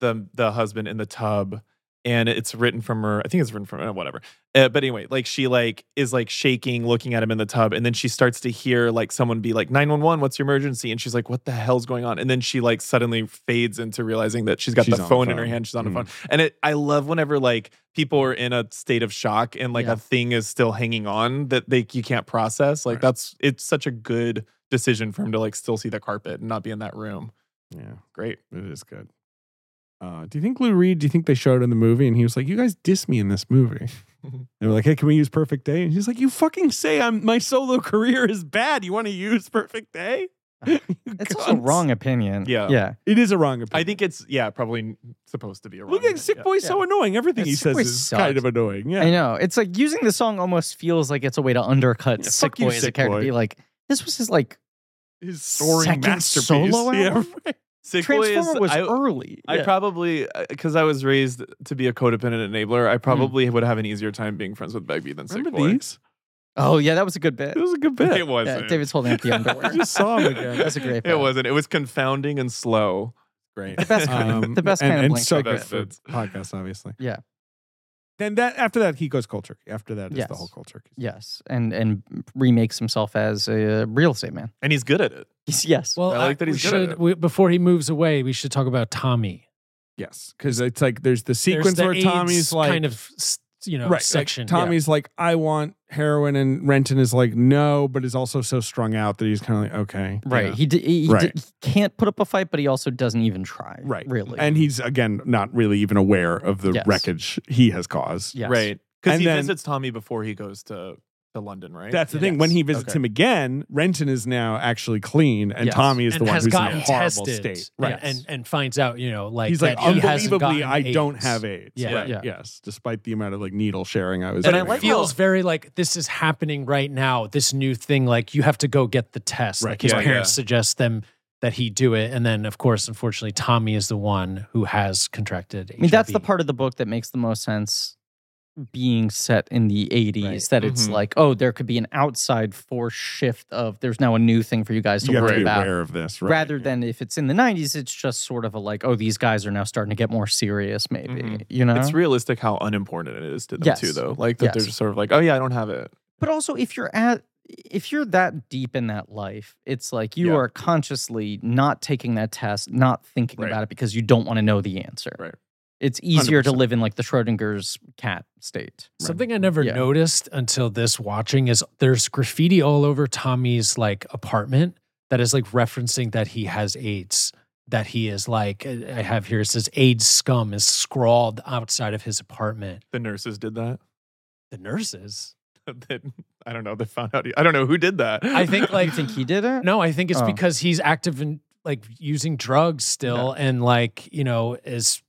[SPEAKER 4] the the husband in the tub. And it's written from her. I think it's written from uh, whatever. Uh, but anyway, like she like is like shaking, looking at him in the tub, and then she starts to hear like someone be like nine one one. What's your emergency? And she's like, what the hell's going on? And then she like suddenly fades into realizing that she's got
[SPEAKER 3] She's
[SPEAKER 4] the,
[SPEAKER 3] on the
[SPEAKER 4] phone in her
[SPEAKER 3] phone.
[SPEAKER 4] hand. She's on the
[SPEAKER 3] Mm.
[SPEAKER 4] phone. And it, I love whenever like people are in a state of shock and like
[SPEAKER 2] Yeah.
[SPEAKER 4] a thing is still hanging on that they you can't process. Like
[SPEAKER 3] Right.
[SPEAKER 4] that's it's such a good decision for him to like still see the carpet and not be in that room.
[SPEAKER 3] yeah
[SPEAKER 4] Great.
[SPEAKER 3] it is good uh do you think lou reed do you think they showed in the movie and he was like you guys diss me in this movie they were like hey can we use perfect day and he's like you fucking say i'm my solo career is bad you want to use perfect day
[SPEAKER 2] It's
[SPEAKER 3] it's
[SPEAKER 2] also a wrong opinion.
[SPEAKER 4] Yeah.
[SPEAKER 2] Yeah.
[SPEAKER 3] it is a wrong opinion
[SPEAKER 4] I think it's yeah, probably supposed to be a wrong
[SPEAKER 3] Look at
[SPEAKER 4] idea.
[SPEAKER 3] Sick
[SPEAKER 4] Yeah.
[SPEAKER 3] Boy's so annoying. Everything
[SPEAKER 2] Yeah,
[SPEAKER 3] he
[SPEAKER 2] Sick
[SPEAKER 3] says
[SPEAKER 2] Boy
[SPEAKER 3] is
[SPEAKER 2] sucks.
[SPEAKER 3] kind of annoying. Yeah.
[SPEAKER 2] I know. It's like using the song almost feels like it's a way to undercut
[SPEAKER 3] Yeah,
[SPEAKER 2] Sick
[SPEAKER 3] fuck you,
[SPEAKER 2] Boy as a
[SPEAKER 3] Sick
[SPEAKER 2] character.
[SPEAKER 3] Boy.
[SPEAKER 2] Be like, this was his like
[SPEAKER 3] his soaring
[SPEAKER 2] Second
[SPEAKER 3] masterpiece.
[SPEAKER 2] solo
[SPEAKER 3] yeah,
[SPEAKER 2] album?
[SPEAKER 3] right.
[SPEAKER 4] Sick Boy is-
[SPEAKER 2] Transformer was
[SPEAKER 4] I-
[SPEAKER 2] early.
[SPEAKER 4] I probably, because I was raised to be a codependent enabler, I probably would have an easier time being friends with Begbie than
[SPEAKER 3] Remember
[SPEAKER 4] Sick Boy.
[SPEAKER 3] these?
[SPEAKER 2] oh yeah, that was a good bit.
[SPEAKER 3] It was a good
[SPEAKER 4] It
[SPEAKER 3] bit.
[SPEAKER 4] wasn't.
[SPEAKER 2] Yeah, David's holding up the underwear.
[SPEAKER 3] I just saw him again.
[SPEAKER 2] That's a great
[SPEAKER 4] It
[SPEAKER 2] bit.
[SPEAKER 4] wasn't. It was confounding and slow.
[SPEAKER 3] Great.
[SPEAKER 2] The best kind of- the best
[SPEAKER 3] Um, and,
[SPEAKER 2] kind of
[SPEAKER 3] and
[SPEAKER 2] blank
[SPEAKER 3] so
[SPEAKER 4] check.
[SPEAKER 3] good for
[SPEAKER 4] Best
[SPEAKER 3] podcast, obviously.
[SPEAKER 2] Yeah.
[SPEAKER 3] Then that after that he goes culture. After that is the
[SPEAKER 2] Yes.
[SPEAKER 3] whole culture.
[SPEAKER 2] Yes, and and remakes himself as a real estate man.
[SPEAKER 4] And he's good at it.
[SPEAKER 2] Yes, yes.
[SPEAKER 5] Well,
[SPEAKER 4] I like that
[SPEAKER 5] we
[SPEAKER 4] he's good at
[SPEAKER 5] should,
[SPEAKER 4] it.
[SPEAKER 5] we, before he moves away, we should talk about Tommy.
[SPEAKER 3] Yes, because it's like there's the
[SPEAKER 5] There's
[SPEAKER 3] sequence
[SPEAKER 5] the
[SPEAKER 3] where
[SPEAKER 5] AIDS
[SPEAKER 3] Tommy's like
[SPEAKER 5] kind of s- you know
[SPEAKER 3] right, like,
[SPEAKER 5] section. yeah.
[SPEAKER 3] Tommy's like I want heroin, and Renton is like no, but is also so strung out that he's kind of like okay,
[SPEAKER 2] right. He, d- he, d-
[SPEAKER 3] Right.
[SPEAKER 2] he can't put up a fight, but he also doesn't even try.
[SPEAKER 3] Right.
[SPEAKER 2] Really.
[SPEAKER 3] and he's again not really even aware of the
[SPEAKER 2] Yes.
[SPEAKER 3] wreckage he has caused.
[SPEAKER 2] yes.
[SPEAKER 4] Right. Because
[SPEAKER 3] And
[SPEAKER 4] he
[SPEAKER 3] then-
[SPEAKER 4] visits Tommy before he goes to, to London, right?
[SPEAKER 3] That's the thing.
[SPEAKER 2] Yes.
[SPEAKER 3] When he visits
[SPEAKER 4] Okay.
[SPEAKER 3] him again, Renton is now actually clean, and
[SPEAKER 2] Yes.
[SPEAKER 3] Tommy is
[SPEAKER 5] and
[SPEAKER 3] the one
[SPEAKER 5] has
[SPEAKER 3] who's in
[SPEAKER 5] gotten
[SPEAKER 3] a horrible
[SPEAKER 5] tested
[SPEAKER 3] state.
[SPEAKER 5] and-
[SPEAKER 3] Right.
[SPEAKER 5] and, and finds out you know like
[SPEAKER 3] He's like,
[SPEAKER 5] that he hasn't
[SPEAKER 3] unbelievably,
[SPEAKER 5] gotten
[SPEAKER 3] I don't
[SPEAKER 5] AIDS.
[SPEAKER 3] have AIDS.
[SPEAKER 5] Yeah.
[SPEAKER 3] Right.
[SPEAKER 2] Yeah.
[SPEAKER 3] Yes. Despite the amount of like needle sharing I was
[SPEAKER 4] And I
[SPEAKER 3] doing.
[SPEAKER 4] like how-
[SPEAKER 5] feels very like this is happening right now. This new thing, like you have to go get the test.
[SPEAKER 3] Right,
[SPEAKER 5] Like his
[SPEAKER 4] yeah,
[SPEAKER 5] parents
[SPEAKER 4] yeah.
[SPEAKER 5] suggest them that he do it. And then, of course, unfortunately, Tommy is the one who has contracted.
[SPEAKER 2] I mean, that's the
[SPEAKER 5] HIV.
[SPEAKER 2] part of the book that makes the most sense being set in the 80s
[SPEAKER 5] Right.
[SPEAKER 2] that it's
[SPEAKER 3] Mm-hmm.
[SPEAKER 4] Mhm.
[SPEAKER 2] like, oh, there could be an outside force shift of there's now a new thing for you guys to
[SPEAKER 3] you have
[SPEAKER 2] worry
[SPEAKER 3] to be
[SPEAKER 2] about.
[SPEAKER 3] aware of this, right?
[SPEAKER 2] Rather than if it's in the 90s, it's just sort of a like, oh, these guys are now starting to get more serious, maybe.
[SPEAKER 4] Mhm.
[SPEAKER 2] You know?
[SPEAKER 4] It's realistic how unimportant it is to them
[SPEAKER 2] Uh-huh. Yes.
[SPEAKER 4] too, though. Like that they're
[SPEAKER 2] Yes.
[SPEAKER 4] just sort of like, oh yeah, I don't have it.
[SPEAKER 2] but also if you're at if you're that deep in that life it's like you
[SPEAKER 4] Yeah.
[SPEAKER 2] are consciously not taking that test not thinking
[SPEAKER 4] Right.
[SPEAKER 2] about it because you don't want to know the answer
[SPEAKER 4] Right.
[SPEAKER 2] it's easier to
[SPEAKER 4] 100%.
[SPEAKER 2] live in like the schrodinger's cat state
[SPEAKER 5] Something I never
[SPEAKER 2] Yeah.
[SPEAKER 5] noticed until this watching is there's graffiti all over Tommy's like apartment that is like referencing that he has AIDS. That he is like I have here it says AIDS scum is scrawled outside of his apartment.
[SPEAKER 4] The nurses did that.
[SPEAKER 5] The nurses.
[SPEAKER 4] That- I don't know. They found out. I don't know who did that.
[SPEAKER 5] I think
[SPEAKER 2] you
[SPEAKER 5] like
[SPEAKER 2] think he did it
[SPEAKER 5] No, I think it's
[SPEAKER 2] Oh.
[SPEAKER 5] because he's active in like using drugs still and like, you know, is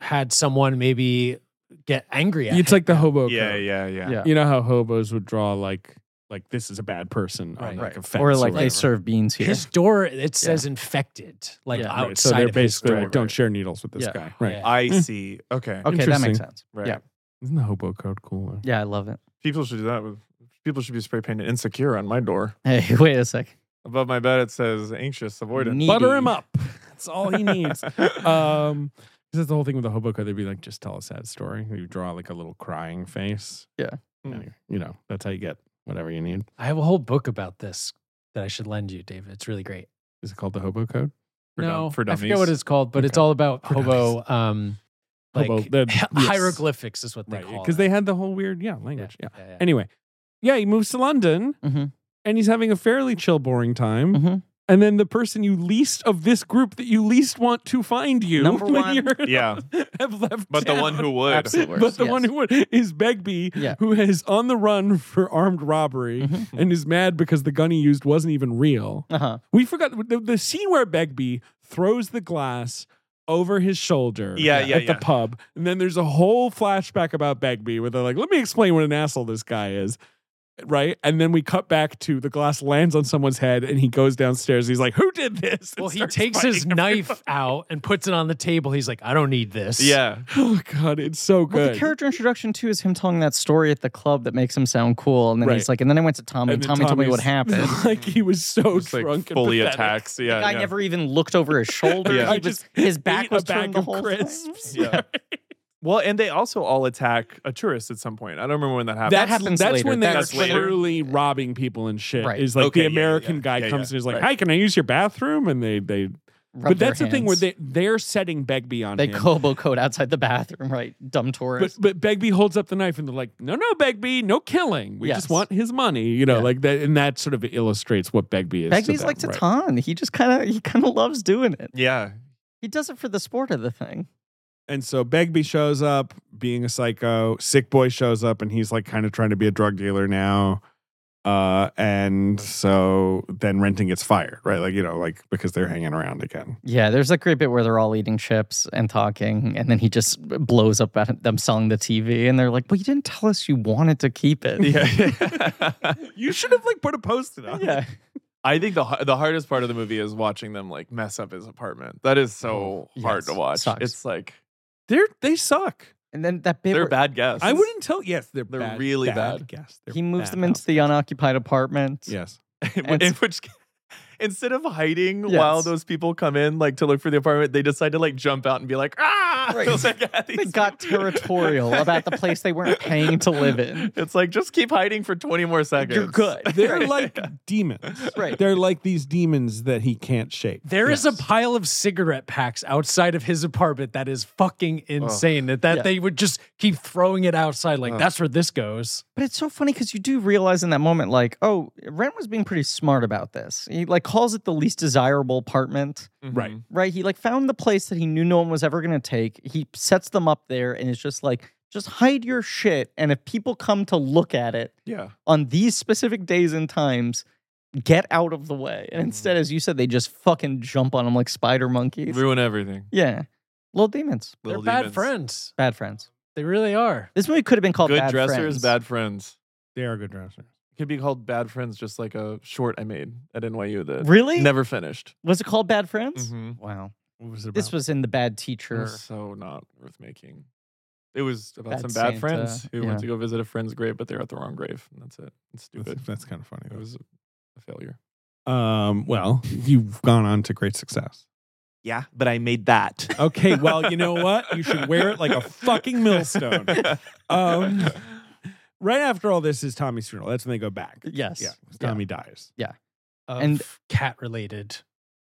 [SPEAKER 5] had someone maybe get angry at
[SPEAKER 3] it's
[SPEAKER 5] him.
[SPEAKER 3] like the hobo.
[SPEAKER 4] yeah,
[SPEAKER 3] code.
[SPEAKER 4] yeah, yeah,
[SPEAKER 2] Yeah.
[SPEAKER 3] You know how hobos would draw like like this is a bad person on
[SPEAKER 5] Right.
[SPEAKER 3] like a fence
[SPEAKER 2] or like they
[SPEAKER 3] whatever.
[SPEAKER 2] serve beans here
[SPEAKER 5] his door it says infected, like
[SPEAKER 2] Yeah.
[SPEAKER 5] outside
[SPEAKER 3] Right, so they're
[SPEAKER 5] of his
[SPEAKER 3] basically
[SPEAKER 5] door.
[SPEAKER 3] like don't share needles with this
[SPEAKER 2] Yeah.
[SPEAKER 3] guy, right?
[SPEAKER 5] Yeah.
[SPEAKER 4] I
[SPEAKER 3] Mm.
[SPEAKER 4] see. Okay.
[SPEAKER 2] okay that makes
[SPEAKER 3] Interesting.
[SPEAKER 2] sense
[SPEAKER 4] Right.
[SPEAKER 2] yeah
[SPEAKER 3] Isn't the hobo code cool?
[SPEAKER 2] yeah i love it
[SPEAKER 4] People should do that with. People should be spray painted insecure on my door.
[SPEAKER 2] hey wait a sec
[SPEAKER 4] Above my bed, it says anxious, avoidant.
[SPEAKER 2] Needy.
[SPEAKER 3] Butter him up. That's all he needs. um, 'cause that's the whole thing with the hobo code. They'd be like, just tell a sad story. You draw like a little crying face.
[SPEAKER 2] Yeah.
[SPEAKER 3] And you- you know, that's how you get whatever you need.
[SPEAKER 5] I have a whole book about this that I should lend you, David. It's really great.
[SPEAKER 3] Is it called the hobo code?
[SPEAKER 4] For dum-
[SPEAKER 5] no,
[SPEAKER 4] for
[SPEAKER 5] I forget what
[SPEAKER 4] dummies.
[SPEAKER 5] it's called, but it's all about
[SPEAKER 3] For
[SPEAKER 5] hobo, um, like
[SPEAKER 3] Hobo, the- yes.
[SPEAKER 5] hieroglyphics is what they
[SPEAKER 3] Right.
[SPEAKER 5] call
[SPEAKER 3] Because they had the whole weird, yeah, language. Yeah.
[SPEAKER 5] yeah, yeah.
[SPEAKER 3] Anyway, yeah, he moves to London
[SPEAKER 2] Mhm.
[SPEAKER 3] and he's having a fairly chill, boring time.
[SPEAKER 2] Mhm.
[SPEAKER 3] And then the person you least of this group that you least want to find you
[SPEAKER 2] Number
[SPEAKER 3] when
[SPEAKER 2] one.
[SPEAKER 3] you're
[SPEAKER 4] Yeah.
[SPEAKER 3] have left.
[SPEAKER 4] But the one
[SPEAKER 3] town.
[SPEAKER 4] who would.
[SPEAKER 2] Absolute worst,
[SPEAKER 3] But the
[SPEAKER 2] yes.
[SPEAKER 3] one who would is Begbie,
[SPEAKER 2] Yeah.
[SPEAKER 3] who is on the run for armed robbery
[SPEAKER 2] Mhm.
[SPEAKER 3] and is mad because the gun he used wasn't even real.
[SPEAKER 2] uh-huh
[SPEAKER 3] We forgot the, the scene where Begbie throws the glass over his shoulder
[SPEAKER 4] Yeah, yeah,
[SPEAKER 3] at
[SPEAKER 4] yeah.
[SPEAKER 3] the pub. And then there's a whole flashback about Begbie where they're like, let me explain what an asshole this guy is. Right. And then we cut back to the glass lands on someone's head and he goes downstairs. He's like, who did this? and
[SPEAKER 5] well, he
[SPEAKER 3] starts
[SPEAKER 5] takes his
[SPEAKER 3] fighting
[SPEAKER 5] knife out and puts it on the table. He's like, I don't need this.
[SPEAKER 4] Yeah.
[SPEAKER 3] everyone. Oh, God. It's so
[SPEAKER 2] Well,
[SPEAKER 3] good.
[SPEAKER 2] the character introduction too is him telling that story at the club that makes him sound cool, and then
[SPEAKER 3] Right.
[SPEAKER 2] he's like, and then I went to Tommy. And
[SPEAKER 3] And then
[SPEAKER 2] Tommy told me what
[SPEAKER 3] Tommy's-
[SPEAKER 2] happened.
[SPEAKER 3] like he was so
[SPEAKER 4] It's like
[SPEAKER 3] drunk and
[SPEAKER 4] fully
[SPEAKER 3] pathetic.
[SPEAKER 4] attacks. Yeah.
[SPEAKER 2] guy
[SPEAKER 4] yeah.
[SPEAKER 2] never even looked over his shoulder.
[SPEAKER 4] Yeah.
[SPEAKER 2] He
[SPEAKER 3] I
[SPEAKER 2] was-
[SPEAKER 3] just
[SPEAKER 2] his back
[SPEAKER 3] ate a
[SPEAKER 2] was
[SPEAKER 3] bag
[SPEAKER 2] turned the
[SPEAKER 3] of
[SPEAKER 2] whole
[SPEAKER 3] crisps.
[SPEAKER 2] time.
[SPEAKER 4] Yeah. well, and they also all attack a tourist at some point. I don't remember when that happened.
[SPEAKER 3] That's,
[SPEAKER 2] happens
[SPEAKER 3] that's
[SPEAKER 2] later.
[SPEAKER 3] when they're
[SPEAKER 4] That's later.
[SPEAKER 3] truly robbing people and shit.
[SPEAKER 2] Right.
[SPEAKER 3] Is like
[SPEAKER 4] Okay,
[SPEAKER 3] the
[SPEAKER 4] yeah,
[SPEAKER 3] American
[SPEAKER 4] yeah,
[SPEAKER 3] guy
[SPEAKER 4] yeah,
[SPEAKER 3] comes
[SPEAKER 4] yeah.
[SPEAKER 3] and is like,
[SPEAKER 4] Right.
[SPEAKER 3] "Hi, can I use your bathroom?" And they they. but
[SPEAKER 2] Rubbed their
[SPEAKER 3] that's the thing where
[SPEAKER 2] hands.
[SPEAKER 3] they they're setting Begbie on
[SPEAKER 2] they
[SPEAKER 3] him.
[SPEAKER 2] Kobo code outside the bathroom, right? Dumb
[SPEAKER 3] but
[SPEAKER 2] tourists.
[SPEAKER 3] but Begbie holds up the knife and they're like, "No, no, Begbie, no killing. We just
[SPEAKER 2] Yes.
[SPEAKER 3] want his money." You know,
[SPEAKER 2] Yeah.
[SPEAKER 3] like that, and that sort of illustrates what Begbie is.
[SPEAKER 2] Bagby's
[SPEAKER 3] to them,
[SPEAKER 2] like to
[SPEAKER 3] right?
[SPEAKER 2] Tan. He just kind of he kind of loves doing it.
[SPEAKER 4] Yeah.
[SPEAKER 2] He does it for the sport of the thing.
[SPEAKER 3] And so Begbie shows up being a psycho. Sick boy shows up and he's like kind of trying to be a drug dealer now. Uh, and so then renting gets fired, right? Like, you know, like because they're hanging around again.
[SPEAKER 2] Yeah, there's a great bit where they're all eating chips and talking, and then he just blows up at them selling the TV, and they're like, "Well, you didn't tell us you wanted to keep it."
[SPEAKER 4] Yeah.
[SPEAKER 3] You should have like put a post it on.
[SPEAKER 2] yeah.
[SPEAKER 4] I think the har- the hardest part of the movie is watching them like mess up his apartment. That is so
[SPEAKER 2] Oh,
[SPEAKER 4] hard
[SPEAKER 2] yes.
[SPEAKER 4] to watch.
[SPEAKER 2] Sucks.
[SPEAKER 4] It's like
[SPEAKER 3] They're they suck.
[SPEAKER 2] And then that bit
[SPEAKER 4] they're
[SPEAKER 2] where-
[SPEAKER 4] bad guests.
[SPEAKER 3] I wouldn't tell yes, they're
[SPEAKER 4] They're
[SPEAKER 3] bad-
[SPEAKER 4] really bad.
[SPEAKER 3] Yes.
[SPEAKER 2] he moves them
[SPEAKER 3] into
[SPEAKER 2] into the unoccupied apartment.
[SPEAKER 3] Yes.
[SPEAKER 4] In which instead of hiding
[SPEAKER 2] Yes.
[SPEAKER 4] while those people come in like to look for the apartment, they decide to like jump out and be like, ah!
[SPEAKER 2] Right.
[SPEAKER 4] Like, at
[SPEAKER 2] They
[SPEAKER 4] these-
[SPEAKER 2] got territorial about the place they weren't paying to live in.
[SPEAKER 4] It's like just keep hiding for 20 more seconds.
[SPEAKER 2] You're good.
[SPEAKER 3] They're like demons.
[SPEAKER 2] Right.
[SPEAKER 3] They're like these demons that he can't shake.
[SPEAKER 5] There is a pile of cigarette packs outside of his apartment that is fucking insane. That that
[SPEAKER 2] Oh. Yeah.
[SPEAKER 5] they would just keep throwing it outside, like that's where this goes.
[SPEAKER 2] But it's so funny because you do realize in that moment, like, oh, Rent was being pretty smart about this. He like calls it the least desirable apartment,
[SPEAKER 3] Right.
[SPEAKER 4] Mhm.
[SPEAKER 2] right? He like found the place that he knew no one was ever gonna take. He sets them up there and it's just like, just hide your shit. And if people come to look at it
[SPEAKER 4] Yeah.
[SPEAKER 2] on these specific days and times, get out of the way.
[SPEAKER 3] Mm-hmm.
[SPEAKER 2] And instead, as you said, they just fucking jump on him like spider monkeys.
[SPEAKER 4] Ruin everything.
[SPEAKER 2] Yeah. Little demons.
[SPEAKER 5] They're
[SPEAKER 4] Little
[SPEAKER 5] bad
[SPEAKER 4] demons.
[SPEAKER 5] friends.
[SPEAKER 2] Bad friends.
[SPEAKER 5] They really are.
[SPEAKER 2] This movie could have been called
[SPEAKER 4] Good
[SPEAKER 2] Bad
[SPEAKER 4] dressers,
[SPEAKER 2] Friends.
[SPEAKER 4] bad friends.
[SPEAKER 3] They are good dressers.
[SPEAKER 4] could be called Bad Friends, just like a short I made at NYU that
[SPEAKER 2] Really? Mm-hmm.
[SPEAKER 4] never finished.
[SPEAKER 2] Was it called Bad Friends?
[SPEAKER 3] Mm-hmm.
[SPEAKER 4] Mhm.
[SPEAKER 2] Wow.
[SPEAKER 3] What was it
[SPEAKER 2] This was in the bad
[SPEAKER 4] It
[SPEAKER 2] teacher.
[SPEAKER 4] was so not worth making. It was about
[SPEAKER 2] Bad
[SPEAKER 4] some
[SPEAKER 2] Santa,
[SPEAKER 4] bad friends who
[SPEAKER 2] yeah.
[SPEAKER 4] went to go visit a friend's grave, but they're at the wrong grave. And that's it. It's stupid.
[SPEAKER 3] That's, that's kind of funny.
[SPEAKER 4] It was a failure.
[SPEAKER 3] Though. Um, well, you've gone on to great success.
[SPEAKER 4] Yeah, but I made that.
[SPEAKER 3] Okay, well, you know what? You should wear it like a fucking millstone. Um, Right after all this is Tommy's funeral. That's when they go back.
[SPEAKER 2] Yes.
[SPEAKER 3] Yeah. 'cause Tommy dies.
[SPEAKER 2] And-
[SPEAKER 5] and cat related.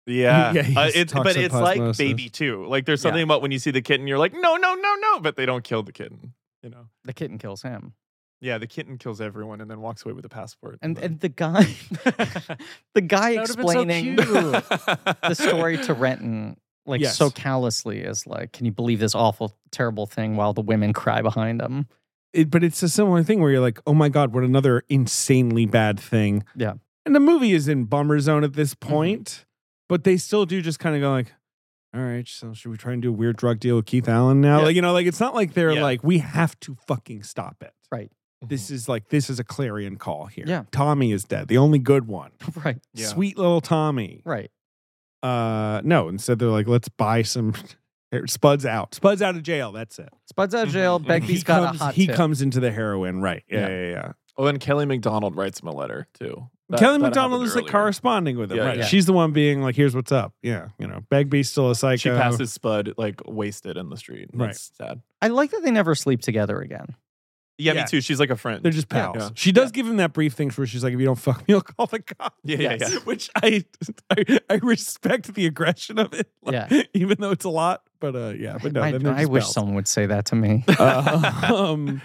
[SPEAKER 4] Yeah,
[SPEAKER 3] Yeah, he
[SPEAKER 4] Uh,
[SPEAKER 3] just
[SPEAKER 4] it's,
[SPEAKER 3] talks
[SPEAKER 4] but
[SPEAKER 3] in
[SPEAKER 4] it's like
[SPEAKER 3] Cosmos.
[SPEAKER 4] baby too. Like there's something about when you see the kitten, you're like, no, no, no, no, but they don't kill the kitten. You know?
[SPEAKER 2] The kitten kills him.
[SPEAKER 4] Yeah, the kitten kills everyone and then walks away with a passport.
[SPEAKER 2] And
[SPEAKER 4] then-
[SPEAKER 2] and the guy the guy
[SPEAKER 3] That would've been so
[SPEAKER 2] explaining
[SPEAKER 3] cute.
[SPEAKER 2] the story to Renton like
[SPEAKER 3] Yes.
[SPEAKER 2] so callously is like, can you believe this awful, terrible thing while the women cry behind him?
[SPEAKER 3] It, but it's a similar thing where you're like, oh my God, what another insanely bad thing.
[SPEAKER 2] Yeah. Mm-hmm.
[SPEAKER 3] And the movie is in bummer zone at this point, but they still do just kind of go like, all right, so should we try and do a weird drug deal with Keith Allen now?
[SPEAKER 4] Yeah.
[SPEAKER 3] Like, you know, like it's not like they're
[SPEAKER 4] Yeah.
[SPEAKER 3] like, we have to fucking stop it.
[SPEAKER 2] Right. Mm-hmm.
[SPEAKER 3] This is like, this is a clarion call here.
[SPEAKER 2] Yeah.
[SPEAKER 3] Tommy is dead, the only good one.
[SPEAKER 2] right.
[SPEAKER 4] Yeah.
[SPEAKER 3] Sweet little Tommy.
[SPEAKER 2] Right.
[SPEAKER 3] Uh, no, instead they're like, let's buy some Spuds out. Spuds out of jail. That's it.
[SPEAKER 2] Spuds out of jail,
[SPEAKER 4] Mhm.
[SPEAKER 2] Begbie's
[SPEAKER 3] Mm-hmm. he
[SPEAKER 2] got
[SPEAKER 3] comes,
[SPEAKER 2] a hot
[SPEAKER 3] he
[SPEAKER 2] tip.
[SPEAKER 3] comes into the heroin, right?
[SPEAKER 2] Yeah.
[SPEAKER 3] Yeah, yeah, yeah.
[SPEAKER 4] oh, and Kelly McDonald writes him a letter too. That-
[SPEAKER 3] Kelly
[SPEAKER 4] that
[SPEAKER 3] McDonald
[SPEAKER 4] happened
[SPEAKER 3] is like
[SPEAKER 4] earlier.
[SPEAKER 3] corresponding with him,
[SPEAKER 4] Yeah,
[SPEAKER 3] right?
[SPEAKER 4] yeah.
[SPEAKER 3] She's the one being like, "Here's what's up." Yeah, you know, Begbie's still a psycho.
[SPEAKER 4] She passes Spud like wasted in the street.
[SPEAKER 3] Right.
[SPEAKER 4] That's sad.
[SPEAKER 2] I like that they never sleep together again.
[SPEAKER 4] Yeah,
[SPEAKER 3] Yeah.
[SPEAKER 4] me too. She's like a friend.
[SPEAKER 3] They're just pals.
[SPEAKER 4] Yeah.
[SPEAKER 3] She does give him that brief thing where she's like, "If you don't fuck me, I'll call the cops."
[SPEAKER 4] Yeah, yeah, yeah.
[SPEAKER 3] Which I, I I respect the aggression of it. like, even though it's a lot, but uh, yeah, but no,
[SPEAKER 2] I,
[SPEAKER 3] then they're
[SPEAKER 2] I
[SPEAKER 3] just
[SPEAKER 2] wish
[SPEAKER 3] pals.
[SPEAKER 2] someone would say that to me.
[SPEAKER 3] Uh, um,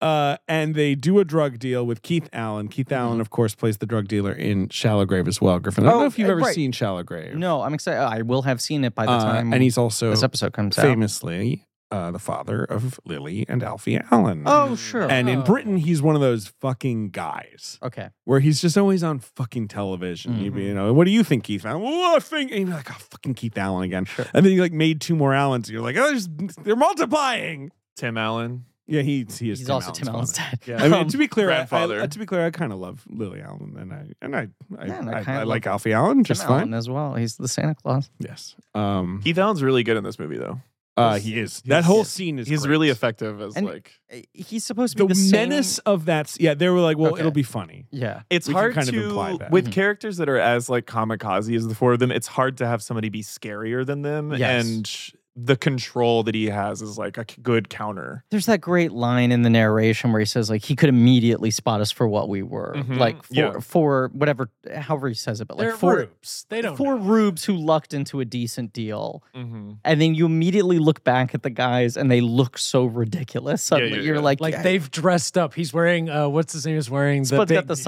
[SPEAKER 3] uh, and they do a drug deal with Keith Allen. Keith
[SPEAKER 2] Mm-hmm.
[SPEAKER 3] Allen, of course, plays the drug dealer in Shallow Grave as well. Griffin, I don't
[SPEAKER 2] Oh,
[SPEAKER 3] know if you've
[SPEAKER 2] uh,
[SPEAKER 3] ever
[SPEAKER 2] right.
[SPEAKER 3] seen Shallow Grave.
[SPEAKER 2] No, I'm excited. I will have seen it by the
[SPEAKER 3] Uh,
[SPEAKER 2] time
[SPEAKER 3] and he's also
[SPEAKER 2] this episode comes out.
[SPEAKER 3] famously uh, the father of Lily and Alfie Allen.
[SPEAKER 2] Oh, sure.
[SPEAKER 3] And in Britain, he's one of those fucking guys
[SPEAKER 2] okay.
[SPEAKER 3] where he's just always on fucking television. He'd
[SPEAKER 2] Mm-hmm.
[SPEAKER 3] be, You, know, what do you think, Keith Allen? Well, I think, and you're like, oh, fucking Keith Allen again. And then you like made two more Allens. And you're like, oh, there's- they're multiplying.
[SPEAKER 4] Tim Allen.
[SPEAKER 3] Yeah, he, he is.
[SPEAKER 2] He's also Tim Allen's dad.
[SPEAKER 4] Yeah.
[SPEAKER 3] I mean, to be clear, I- I,
[SPEAKER 4] grandfather.
[SPEAKER 3] to be clear, I kind of love Lily Allen, and I and I I,
[SPEAKER 2] Yeah, and I
[SPEAKER 3] I,
[SPEAKER 2] kinda
[SPEAKER 3] I
[SPEAKER 2] love
[SPEAKER 3] like Alfie Allen just
[SPEAKER 2] Tim
[SPEAKER 3] fine.
[SPEAKER 2] Allen as well. He's the Santa Claus.
[SPEAKER 3] Yes, um,
[SPEAKER 4] Keith Allen's really good in this movie though.
[SPEAKER 3] uh, he is. That whole scene is.
[SPEAKER 4] He's
[SPEAKER 3] great.
[SPEAKER 4] really effective as
[SPEAKER 2] And-
[SPEAKER 4] like
[SPEAKER 3] Eh,
[SPEAKER 2] He's supposed to
[SPEAKER 3] The,
[SPEAKER 2] be the, same-
[SPEAKER 3] menace of that. s- Yeah, they were like, well,
[SPEAKER 2] Okay.
[SPEAKER 3] it'll be funny.
[SPEAKER 2] Yeah.
[SPEAKER 4] it's
[SPEAKER 3] We can
[SPEAKER 4] hard
[SPEAKER 3] kind
[SPEAKER 4] to
[SPEAKER 3] of imply that.
[SPEAKER 4] with
[SPEAKER 2] Mhm.
[SPEAKER 4] characters that are as like kamikaze as the four of them. It's hard to have somebody be scarier than them,
[SPEAKER 2] Yes.
[SPEAKER 4] and the control that he has is like a c- good counter.
[SPEAKER 2] There's that great line in the narration where he says like he could immediately spot us for what we were,
[SPEAKER 3] Mm-hmm.
[SPEAKER 4] Mhm.
[SPEAKER 2] like for,
[SPEAKER 4] Yeah.
[SPEAKER 2] for whatever, however he says it, but like
[SPEAKER 5] They're
[SPEAKER 2] for
[SPEAKER 5] rubes. They don't.
[SPEAKER 2] for
[SPEAKER 5] know.
[SPEAKER 2] rubes who lucked into a decent deal.
[SPEAKER 4] Mm-hmm.
[SPEAKER 2] And then you immediately look back at the guys and they look so ridiculous.
[SPEAKER 4] Yeah,
[SPEAKER 2] Suddenly
[SPEAKER 4] yeah,
[SPEAKER 2] you're
[SPEAKER 4] yeah.
[SPEAKER 2] like,
[SPEAKER 5] Like
[SPEAKER 2] yeah,
[SPEAKER 5] they've dressed up. He's wearing uh, what's his name is wearing the
[SPEAKER 2] Spud's
[SPEAKER 5] big,
[SPEAKER 2] got the
[SPEAKER 5] Like,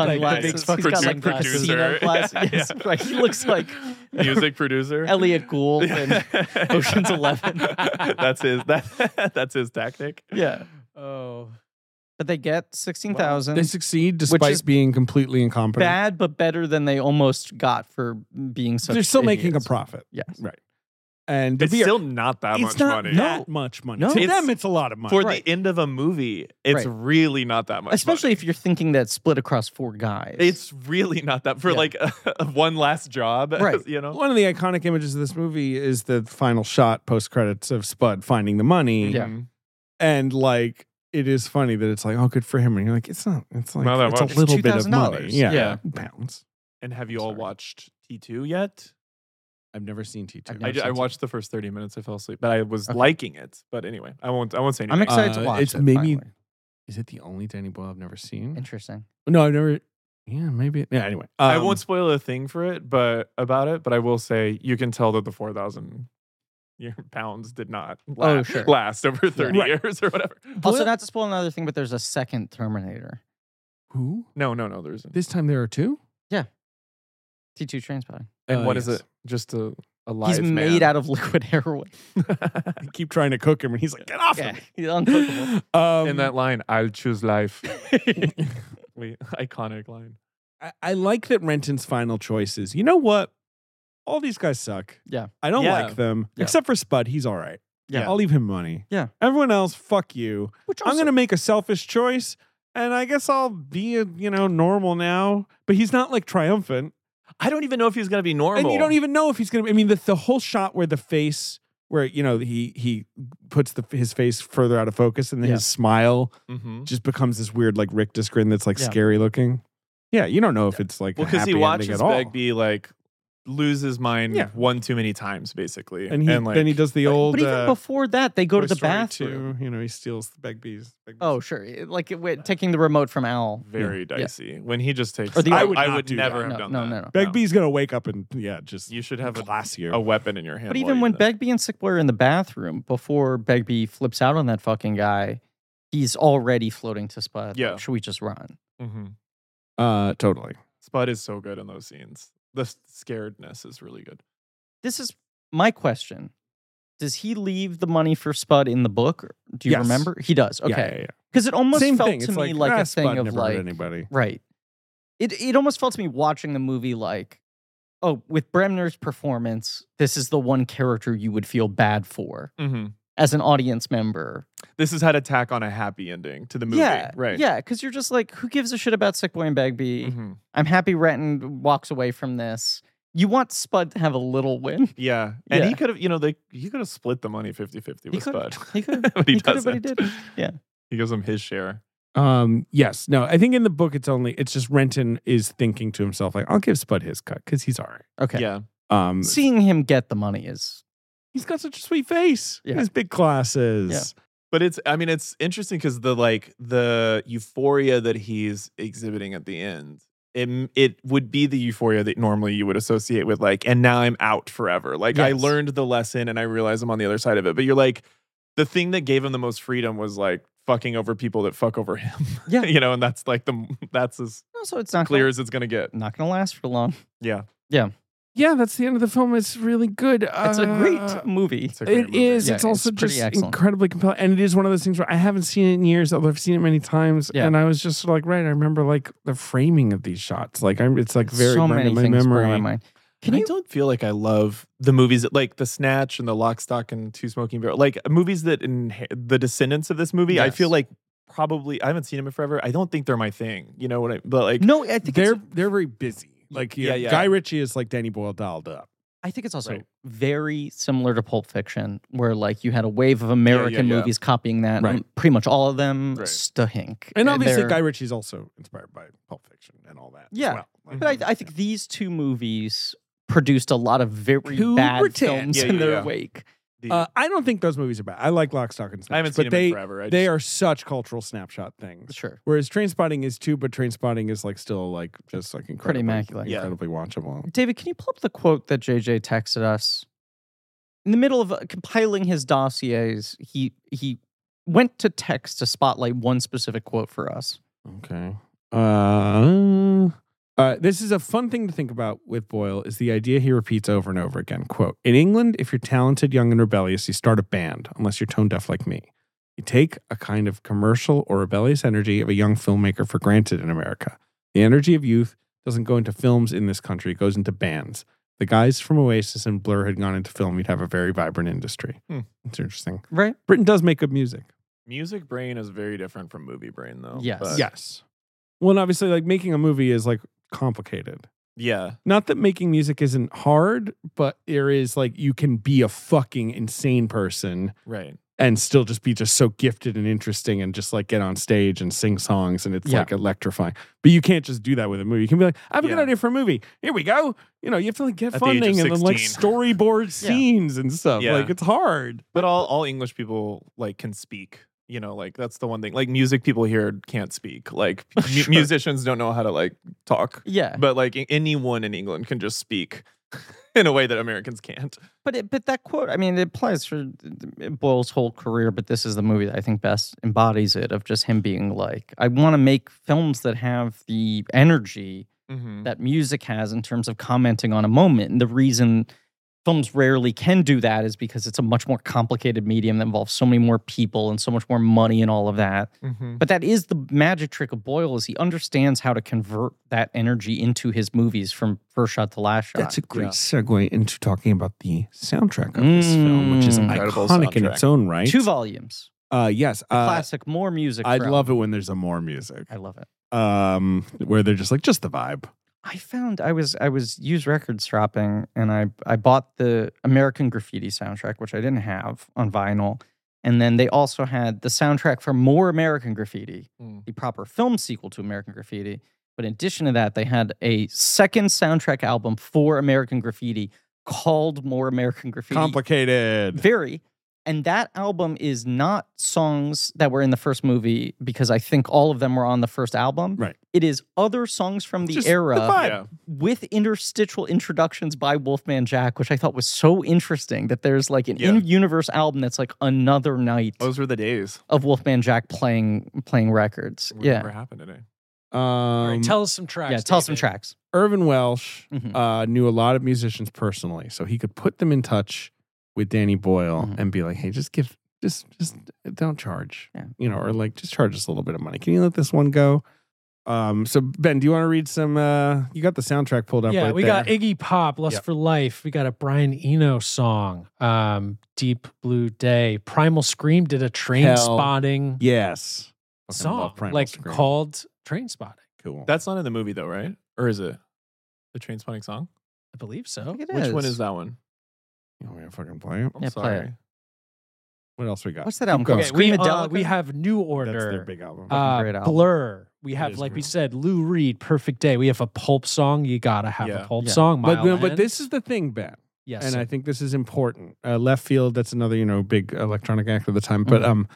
[SPEAKER 5] the
[SPEAKER 2] sunglasses.
[SPEAKER 5] big
[SPEAKER 2] He's got
[SPEAKER 5] fucking
[SPEAKER 2] like the
[SPEAKER 5] sunglasses.
[SPEAKER 2] casino glasses.
[SPEAKER 4] Yeah,
[SPEAKER 2] Yes,
[SPEAKER 4] yeah.
[SPEAKER 2] right. He looks like
[SPEAKER 4] music producer
[SPEAKER 2] Elliot Gould and Ocean's 11.
[SPEAKER 4] that's his that, that's his tactic.
[SPEAKER 2] yeah.
[SPEAKER 5] Oh,
[SPEAKER 2] But they get sixteen thousand.
[SPEAKER 3] They succeed despite
[SPEAKER 2] is
[SPEAKER 3] being completely incompetent.
[SPEAKER 2] bad, but better than they almost got for being such.
[SPEAKER 3] They're still making a
[SPEAKER 2] idiots.
[SPEAKER 3] profit,
[SPEAKER 2] Yes.
[SPEAKER 3] and
[SPEAKER 4] It's
[SPEAKER 3] we are-
[SPEAKER 4] still not that
[SPEAKER 3] it's
[SPEAKER 4] much
[SPEAKER 3] not
[SPEAKER 4] money.
[SPEAKER 3] that much money.
[SPEAKER 2] No.
[SPEAKER 3] To
[SPEAKER 4] It's-
[SPEAKER 3] them, it's a lot of money.
[SPEAKER 4] For
[SPEAKER 2] Right.
[SPEAKER 4] the end of a movie,
[SPEAKER 2] Right.
[SPEAKER 4] it's really not that much.
[SPEAKER 2] Especially
[SPEAKER 4] money.
[SPEAKER 2] if you're thinking that split across four guys.
[SPEAKER 4] it's really not that for
[SPEAKER 2] Yeah.
[SPEAKER 4] like one last job.
[SPEAKER 2] Right.
[SPEAKER 4] You know.
[SPEAKER 3] One of the iconic images of this movie is the final shot post credits of Spud finding the money.
[SPEAKER 2] Yeah.
[SPEAKER 4] Mhm.
[SPEAKER 3] And like it is funny that it's like, oh, good for him. And you're like, it's not, it's like
[SPEAKER 4] Not that
[SPEAKER 3] it's a
[SPEAKER 4] much. It's
[SPEAKER 3] little bit of money.
[SPEAKER 2] $2,000.
[SPEAKER 3] Yeah.
[SPEAKER 4] Yeah.
[SPEAKER 3] Pounds.
[SPEAKER 4] And have you all
[SPEAKER 3] Sorry.
[SPEAKER 4] watched T two yet?
[SPEAKER 3] I've never seen T2.
[SPEAKER 2] I've
[SPEAKER 4] I,
[SPEAKER 2] never
[SPEAKER 4] did- I watched the first thirty minutes. I fell asleep, but I was
[SPEAKER 2] Okay.
[SPEAKER 4] liking it. But anyway, I won't. I won't say
[SPEAKER 2] I'm
[SPEAKER 4] anything.
[SPEAKER 2] excited
[SPEAKER 3] Uh,
[SPEAKER 2] to watch.
[SPEAKER 3] it's
[SPEAKER 2] it,
[SPEAKER 3] maybe-
[SPEAKER 2] finally.
[SPEAKER 3] Is it the only Danny Boyle I've never seen?
[SPEAKER 2] interesting.
[SPEAKER 3] No, I've never. Yeah, maybe. Yeah, anyway.
[SPEAKER 4] I
[SPEAKER 3] Um,
[SPEAKER 4] won't spoil a thing for it, but about it. But I will say you can tell that the four thousand pounds did not la-
[SPEAKER 2] Oh, sure.
[SPEAKER 4] last over thirty
[SPEAKER 3] Right.
[SPEAKER 4] years or whatever.
[SPEAKER 2] Also, not to spoil another thing, but there's a second Terminator.
[SPEAKER 3] Who?
[SPEAKER 4] No, no, no. There isn't.
[SPEAKER 3] This time there are two?
[SPEAKER 2] T two Trainspotting.
[SPEAKER 4] and
[SPEAKER 3] Uh,
[SPEAKER 4] what is
[SPEAKER 3] yes.
[SPEAKER 4] it? Just a, a live
[SPEAKER 2] He's made out of liquid heroin.
[SPEAKER 4] out.
[SPEAKER 3] I keep trying to cook him and he's like, get off
[SPEAKER 2] Yeah,
[SPEAKER 3] of me.
[SPEAKER 2] he's uncookable.
[SPEAKER 3] Um,
[SPEAKER 4] In that line, I'll choose life. Wait, iconic line.
[SPEAKER 3] I, I like that Renton's final choice is, you know what? All these guys suck.
[SPEAKER 2] Yeah.
[SPEAKER 3] I don't
[SPEAKER 4] Yeah.
[SPEAKER 3] like them.
[SPEAKER 2] Yeah.
[SPEAKER 3] Except for Spud. He's all right.
[SPEAKER 2] Yeah.
[SPEAKER 3] I'll leave him money.
[SPEAKER 2] Yeah.
[SPEAKER 3] Everyone else, fuck you.
[SPEAKER 2] Which
[SPEAKER 3] I'm
[SPEAKER 2] also-
[SPEAKER 3] going to make a selfish choice and I guess I'll be, a, you know, normal now. But he's not like triumphant.
[SPEAKER 4] I don't even know if he's gonna be normal.
[SPEAKER 3] And you don't even know if he's gonna. be- I mean, the the whole shot where the face, where you know he he puts the his face further out of focus, and then his smile
[SPEAKER 4] hmm
[SPEAKER 3] just becomes this weird like rictus grin that's like
[SPEAKER 5] Yeah.
[SPEAKER 3] scary looking. Yeah, you don't know if it's like
[SPEAKER 4] Well,
[SPEAKER 3] because
[SPEAKER 4] because he watches
[SPEAKER 3] at all.
[SPEAKER 4] Begbie like lose his mind
[SPEAKER 3] Yeah.
[SPEAKER 4] one too many times, basically,
[SPEAKER 3] and he
[SPEAKER 4] like,
[SPEAKER 3] then he does the old.
[SPEAKER 2] But even
[SPEAKER 3] uh,
[SPEAKER 2] before that, they go to
[SPEAKER 3] Toy
[SPEAKER 2] the
[SPEAKER 3] Story
[SPEAKER 2] bathroom.
[SPEAKER 3] 2, you know, he steals the Begbie's. Begbie's.
[SPEAKER 2] Oh, sure. It- Like it, wait, taking the remote from Al.
[SPEAKER 4] very dicey when he just takes.
[SPEAKER 2] Or the-
[SPEAKER 4] I
[SPEAKER 2] I
[SPEAKER 4] would,
[SPEAKER 3] would
[SPEAKER 4] I
[SPEAKER 3] not
[SPEAKER 4] would
[SPEAKER 3] do
[SPEAKER 4] never
[SPEAKER 3] that.
[SPEAKER 4] have
[SPEAKER 2] No,
[SPEAKER 4] done
[SPEAKER 2] no,
[SPEAKER 4] that.
[SPEAKER 2] no, no.
[SPEAKER 3] Begbie's gonna wake up and yeah, just
[SPEAKER 4] You should have a,
[SPEAKER 3] classier.
[SPEAKER 4] a weapon in your hand.
[SPEAKER 2] But
[SPEAKER 4] while
[SPEAKER 2] even
[SPEAKER 4] you
[SPEAKER 2] when
[SPEAKER 4] do that.
[SPEAKER 2] Begbie and Sickboy are in the bathroom, before Begbie flips out on that fucking guy, he's already floating to Spud.
[SPEAKER 4] Yeah.
[SPEAKER 2] Should we just run?
[SPEAKER 4] Mhm.
[SPEAKER 3] uh, totally.
[SPEAKER 4] Spud is so good in those scenes. The s- scaredness is really good.
[SPEAKER 2] This is my question. Does he leave the money for Spud in the book? or- Do you
[SPEAKER 3] Yes.
[SPEAKER 2] remember? He does.
[SPEAKER 3] Yeah,
[SPEAKER 2] Okay.
[SPEAKER 3] yeah, yeah.
[SPEAKER 2] Because it almost
[SPEAKER 3] Same
[SPEAKER 2] felt
[SPEAKER 3] thing.
[SPEAKER 2] to
[SPEAKER 3] it's
[SPEAKER 2] me
[SPEAKER 3] like,
[SPEAKER 2] like,
[SPEAKER 3] ah,
[SPEAKER 2] a
[SPEAKER 3] Spud
[SPEAKER 2] thing of
[SPEAKER 3] never hurt
[SPEAKER 2] like
[SPEAKER 3] anybody.
[SPEAKER 2] Right. It it almost felt to me watching the movie like, oh, with Bremner's performance, this is the one character you would feel bad for
[SPEAKER 3] Mm-hmm.
[SPEAKER 4] hmm
[SPEAKER 2] as an audience member.
[SPEAKER 4] This is how to tack on a happy ending to the movie.
[SPEAKER 2] Yeah.
[SPEAKER 4] right.
[SPEAKER 2] Yeah, because you're just like, who gives a shit about Sick Boy and Begbie?
[SPEAKER 4] hmm
[SPEAKER 2] I'm happy Renton walks away from this. You want Spud to have a little win.
[SPEAKER 4] Yeah. And he
[SPEAKER 2] Yeah.
[SPEAKER 4] could have, you know, they he could have split the money 50 50
[SPEAKER 2] He
[SPEAKER 4] with
[SPEAKER 2] could.
[SPEAKER 4] Spud.
[SPEAKER 2] He could.
[SPEAKER 4] but he,
[SPEAKER 2] He coulda,
[SPEAKER 4] doesn't.
[SPEAKER 2] but he didn't. Yeah.
[SPEAKER 4] He gives him his share.
[SPEAKER 3] Um, yes. No, I think in the book it's only it's just Renton is thinking to himself like, I'll give Spud his cut because he's all right.
[SPEAKER 2] Okay.
[SPEAKER 4] Yeah.
[SPEAKER 3] Um,
[SPEAKER 2] Seeing him get the money is
[SPEAKER 3] he's got such a sweet face.
[SPEAKER 2] Yeah.
[SPEAKER 3] His big glasses.
[SPEAKER 4] But it's I mean, it's interesting because the like the euphoria that he's exhibiting at the end. It, it would be the euphoria that normally you would associate with like and now i'm out forever like i
[SPEAKER 2] Yes.
[SPEAKER 4] learned the lesson and i realize i'm on the other side of it but you're like the thing that gave him the most freedom was like fucking over people that fuck over him
[SPEAKER 2] Yeah. Uh-huh.
[SPEAKER 4] you know and that's like the that's as
[SPEAKER 2] also it's not
[SPEAKER 4] clear
[SPEAKER 2] clear.
[SPEAKER 4] as it's gonna get
[SPEAKER 2] Not gonna last for long.
[SPEAKER 4] yeah
[SPEAKER 3] Yeah. that's the end of the film. It's really good.
[SPEAKER 2] It's a
[SPEAKER 3] Uh,
[SPEAKER 2] great movie.
[SPEAKER 4] Ah. it's a great
[SPEAKER 3] It
[SPEAKER 4] movie.
[SPEAKER 3] is.
[SPEAKER 2] Yeah,
[SPEAKER 3] it's also
[SPEAKER 2] it's pretty
[SPEAKER 3] just
[SPEAKER 2] excellent.
[SPEAKER 3] incredibly compelling, and it is one of those things where I haven't seen it in years, although I've seen it many times.
[SPEAKER 2] Yeah.
[SPEAKER 3] And I was just like, right, I remember like the framing of these shots. Like I'm, it's like very
[SPEAKER 2] so
[SPEAKER 3] my-
[SPEAKER 2] many
[SPEAKER 3] my
[SPEAKER 2] things burn
[SPEAKER 3] memory.
[SPEAKER 2] my mind. Can
[SPEAKER 4] I
[SPEAKER 2] you
[SPEAKER 4] don't feel like I love the movies that, like The Snatch and The Lock, Stock, and Two Smoking Barrels, like movies that inha- the descendants of this movie. I feel
[SPEAKER 2] Yes.
[SPEAKER 4] like probably I haven't seen them in forever. I don't think they're my thing. You know what I? But like,
[SPEAKER 2] No, I think
[SPEAKER 3] They're
[SPEAKER 2] it's,
[SPEAKER 3] they're very busy. Like yeah,
[SPEAKER 4] Yeah, yeah.
[SPEAKER 3] Guy Ritchie is like Danny Boyle dialed up.
[SPEAKER 2] I think it's also
[SPEAKER 4] Right.
[SPEAKER 2] very similar to Pulp Fiction, where like you had a wave of American
[SPEAKER 4] yeah.
[SPEAKER 2] movies copying that.
[SPEAKER 3] Right.
[SPEAKER 2] and Pretty much all of them
[SPEAKER 4] Right.
[SPEAKER 2] stahink.
[SPEAKER 3] And obviously,
[SPEAKER 2] they're-
[SPEAKER 3] Guy Ritchie's also inspired by Pulp Fiction and all that. as
[SPEAKER 2] Yeah.
[SPEAKER 3] well. Like,
[SPEAKER 2] But I, I think these two movies produced a lot of very
[SPEAKER 3] Who
[SPEAKER 2] bad
[SPEAKER 3] pretend?
[SPEAKER 2] films
[SPEAKER 4] Yeah,
[SPEAKER 2] in
[SPEAKER 4] yeah,
[SPEAKER 2] their
[SPEAKER 4] yeah.
[SPEAKER 2] wake.
[SPEAKER 4] the-
[SPEAKER 3] uh, I don't think those movies are bad. I like Lock, Stock, and Snatch.
[SPEAKER 4] I haven't
[SPEAKER 3] but
[SPEAKER 4] seen them
[SPEAKER 3] they
[SPEAKER 4] in forever. I
[SPEAKER 3] they
[SPEAKER 4] just-
[SPEAKER 3] are such cultural snapshot things.
[SPEAKER 2] Sure.
[SPEAKER 3] Whereas Train Spotting is too, but Train Spotting is like still like just like incredibly,
[SPEAKER 2] immaculate.
[SPEAKER 4] Yeah.
[SPEAKER 3] incredibly watchable.
[SPEAKER 2] David, can you pull up the quote that JJ texted us? In the middle of uh, compiling his dossiers, he he went to text to spotlight one specific quote for us.
[SPEAKER 3] Okay. Uh, uh, this is a fun thing to think about with Boyle is the idea he repeats over and over again. Quote, in England, if you're talented, young, and rebellious, you start a band, unless you're tone deaf like me. You take a kind of commercial or rebellious energy of a young filmmaker for granted in America. The energy of youth doesn't go into films in this country, it goes into bands. If The guys from Oasis and Blur had gone into film, you'd have a very vibrant industry.
[SPEAKER 4] Hmm.
[SPEAKER 3] It's interesting.
[SPEAKER 2] Right?
[SPEAKER 3] Britain does make good music.
[SPEAKER 4] music brain is very different from movie brain, though.
[SPEAKER 2] Yes.
[SPEAKER 4] but-
[SPEAKER 3] Yes. Well, and obviously, like making a movie is like complicated.
[SPEAKER 4] yeah.
[SPEAKER 3] Not that making music isn't hard, but there is like you can be a fucking insane person
[SPEAKER 4] Right.
[SPEAKER 3] and still just be just so gifted and interesting and just like get on stage and sing songs and it's
[SPEAKER 2] Yeah.
[SPEAKER 3] like electrifying. But you can't just do that with a movie. You can be like, I have a good
[SPEAKER 4] Yeah.
[SPEAKER 3] idea for a movie. Here we go. You know, you have to like get
[SPEAKER 4] At the age of
[SPEAKER 3] funding and then like
[SPEAKER 4] 16.
[SPEAKER 3] storyboard
[SPEAKER 2] Yeah.
[SPEAKER 3] scenes and stuff.
[SPEAKER 4] Yeah.
[SPEAKER 3] Like it's hard.
[SPEAKER 4] But all all English people like can speak. You know, like that's the one thing. Like music people here can't speak. Like mu-
[SPEAKER 2] Sure.
[SPEAKER 4] musicians don't know how to like talk.
[SPEAKER 2] Yeah.
[SPEAKER 4] but like a- anyone in England can just speak in a way that Americans can't.
[SPEAKER 2] But it, but that quote, I mean, it applies for th- th- Boyle's whole career. But this is the movie that I think best embodies it of just him being like, I want to make films that have the energy
[SPEAKER 3] Mm-hmm,
[SPEAKER 2] that music has in terms of commenting on a moment. And the reason films rarely can do that is because it's a much more complicated medium that involves so many more people and so much more money and all of that.
[SPEAKER 3] Mm-hmm.
[SPEAKER 2] But that is the magic trick of Boyle is he understands how to convert that energy into his movies from first shot to last shot.
[SPEAKER 3] That's a great
[SPEAKER 4] Yeah.
[SPEAKER 3] segue into talking about the soundtrack of this film, which is
[SPEAKER 2] Mm.
[SPEAKER 4] Incredible
[SPEAKER 3] iconic in
[SPEAKER 4] soundtrack.
[SPEAKER 3] its own right.
[SPEAKER 2] Two volumes.
[SPEAKER 3] Uh, yes.
[SPEAKER 2] The
[SPEAKER 3] Uh,
[SPEAKER 2] classic, more music.
[SPEAKER 3] I'd
[SPEAKER 2] from-
[SPEAKER 3] love it when there's a more music.
[SPEAKER 2] I love it.
[SPEAKER 3] Um, where they're just like just the vibe.
[SPEAKER 2] I found I was I was used record shopping and I I bought the American Graffiti soundtrack, which I didn't have on vinyl. And then they also had the soundtrack for More American Graffiti,
[SPEAKER 4] Mm.
[SPEAKER 2] the proper film sequel to American Graffiti. But in addition to that, they had a second soundtrack album for American Graffiti called More American Graffiti.
[SPEAKER 3] Complicated.
[SPEAKER 2] Very. And that album is not songs that were in the first movie because I think all of them were on the first album.
[SPEAKER 3] Right.
[SPEAKER 2] It is other songs from the
[SPEAKER 3] Just
[SPEAKER 2] era
[SPEAKER 3] The vibe.
[SPEAKER 4] Yeah.
[SPEAKER 2] with interstitial introductions by Wolfman Jack, which I thought was so interesting that there's like an
[SPEAKER 4] Yeah. Oh.
[SPEAKER 2] in-universe album that's like another night
[SPEAKER 4] Those were the days.
[SPEAKER 2] of Wolfman Jack playing playing records.
[SPEAKER 4] Whatever
[SPEAKER 2] Yeah,
[SPEAKER 4] happened today?
[SPEAKER 5] All right,
[SPEAKER 3] Um,
[SPEAKER 5] tell Hmm. us some tracks.
[SPEAKER 2] yeah. Tell us some
[SPEAKER 5] David.
[SPEAKER 2] tracks.
[SPEAKER 3] Irvin Welsh
[SPEAKER 2] Mhm.
[SPEAKER 3] uh, knew a lot of musicians personally, so he could put them in touch with Danny Boyle
[SPEAKER 5] Mm-hmm.
[SPEAKER 2] Mhm.
[SPEAKER 3] and be like, "Hey, just give, just, just uh, don't charge,
[SPEAKER 2] Yeah.
[SPEAKER 3] you know, or like just charge us a little bit of money. Can you let this one go?" Um, so Ben, do you want to read some? Uh, you got the soundtrack pulled up.
[SPEAKER 5] Yeah,
[SPEAKER 3] right
[SPEAKER 5] we
[SPEAKER 3] there.
[SPEAKER 5] got Iggy Pop, Lust
[SPEAKER 3] Yep.
[SPEAKER 5] for Life. We got a Brian Eno song, um, Deep Blue Day. Primal Scream did a train
[SPEAKER 3] Hell
[SPEAKER 5] spotting
[SPEAKER 3] yes Fucking
[SPEAKER 5] song,
[SPEAKER 3] love Primal
[SPEAKER 5] like
[SPEAKER 3] Scream.
[SPEAKER 5] called Train Spotting.
[SPEAKER 3] cool.
[SPEAKER 4] That's not in the movie though, right? Or is it? The train spotting song?
[SPEAKER 5] I believe so.
[SPEAKER 2] Look at
[SPEAKER 4] Which one
[SPEAKER 2] this.
[SPEAKER 4] is that one?
[SPEAKER 3] you want me to Oh, fucking play it?
[SPEAKER 4] I'm
[SPEAKER 2] Yeah, play
[SPEAKER 4] sorry.
[SPEAKER 2] it.
[SPEAKER 3] What else we got?
[SPEAKER 2] What's that album
[SPEAKER 3] going.
[SPEAKER 2] called?
[SPEAKER 5] Okay, we,
[SPEAKER 2] Screamadelica?
[SPEAKER 5] uh, we have New Order.
[SPEAKER 3] That's their big album.
[SPEAKER 5] uh,
[SPEAKER 2] great album.
[SPEAKER 5] Blur. We
[SPEAKER 4] It
[SPEAKER 5] have,
[SPEAKER 4] is
[SPEAKER 5] like we
[SPEAKER 4] great.
[SPEAKER 5] said, Lou Reed, Perfect Day. We have a pulp song. You gotta have
[SPEAKER 4] Yeah.
[SPEAKER 5] a pulp
[SPEAKER 2] Yeah.
[SPEAKER 5] song.
[SPEAKER 3] but
[SPEAKER 5] Mile
[SPEAKER 3] but
[SPEAKER 5] End.
[SPEAKER 3] this is the thing, Ben.
[SPEAKER 5] yes,
[SPEAKER 3] and I think this is important. Uh, left field, that's another you know big electronic act of the time, but
[SPEAKER 5] Mm-hmm.
[SPEAKER 2] Mhm.
[SPEAKER 3] um,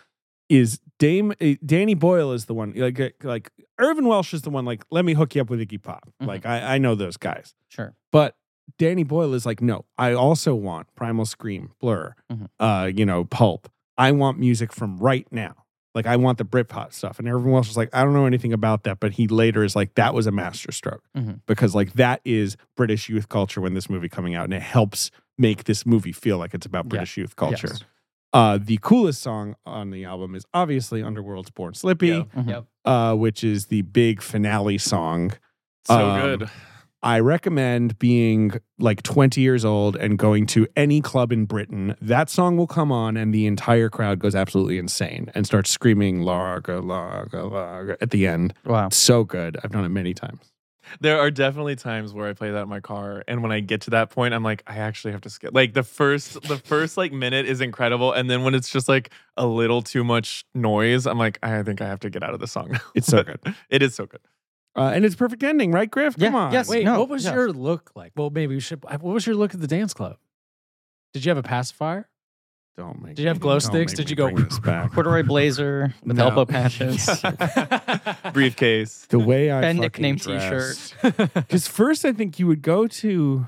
[SPEAKER 3] is Dame uh, Danny Boyle is the one like uh, like Irvin Welsh is the one like let me hook you up with Iggy Pop.
[SPEAKER 5] Mm-hmm.
[SPEAKER 2] Mhm.
[SPEAKER 3] Like I I know those guys,
[SPEAKER 2] Sure.
[SPEAKER 3] but Danny Boyle is like no, I also want Primal Scream, Blur,
[SPEAKER 2] Mhm.
[SPEAKER 3] uh, you know Pulp. I want music from right now. Like I want the Britpop stuff, and Irvin Welsh is like I don't know anything about that, but he later is like that was a masterstroke
[SPEAKER 2] Mhm.
[SPEAKER 3] because like that is British youth culture when this movie coming out, and it helps make this movie feel like it's about
[SPEAKER 2] Yeah.
[SPEAKER 3] British youth culture.
[SPEAKER 2] Yes.
[SPEAKER 3] Uh, the coolest song on the album is obviously Underworld's Born Slippy,
[SPEAKER 4] Yeah.
[SPEAKER 2] Mhm.
[SPEAKER 5] Yep.
[SPEAKER 3] uh, which is the big finale song.
[SPEAKER 4] So
[SPEAKER 3] Um,
[SPEAKER 4] good.
[SPEAKER 3] I recommend being like 20 years old and going to any club in Britain. That song will come on, and the entire crowd goes absolutely insane and starts screaming "Larga, Larga, Larga" at the end.
[SPEAKER 2] Wow.
[SPEAKER 3] So good. I've done it many times.
[SPEAKER 4] There are definitely times where I play that in my car, and when I get to that point, I'm like, I actually have to skip. Like the first, the first like minute is incredible, and then when it's just like a little too much noise, I'm like, I think I have to get out of the song. now."
[SPEAKER 3] It's so good,
[SPEAKER 4] it is so good.
[SPEAKER 3] uh, and it's a perfect ending, right, Griff?
[SPEAKER 2] Yeah,
[SPEAKER 3] Come on.
[SPEAKER 2] yes.
[SPEAKER 5] Wait,
[SPEAKER 2] No,
[SPEAKER 5] what was
[SPEAKER 2] yes.
[SPEAKER 5] your look like? Well, maybe we should. What was your look at the dance club? Did you have a pacifier?
[SPEAKER 3] Don't make.
[SPEAKER 5] Did you have
[SPEAKER 3] me-
[SPEAKER 5] glow
[SPEAKER 3] don't
[SPEAKER 5] sticks?
[SPEAKER 3] make
[SPEAKER 5] Did
[SPEAKER 3] me
[SPEAKER 5] you go-
[SPEAKER 3] bring this back?
[SPEAKER 2] Corduroy blazer with
[SPEAKER 3] No.
[SPEAKER 2] elbow patches.
[SPEAKER 4] Briefcase.
[SPEAKER 3] The way I
[SPEAKER 2] Ben
[SPEAKER 3] fucking
[SPEAKER 2] nickname
[SPEAKER 3] dressed.
[SPEAKER 2] T-shirt.
[SPEAKER 3] Because first, I think you would go to,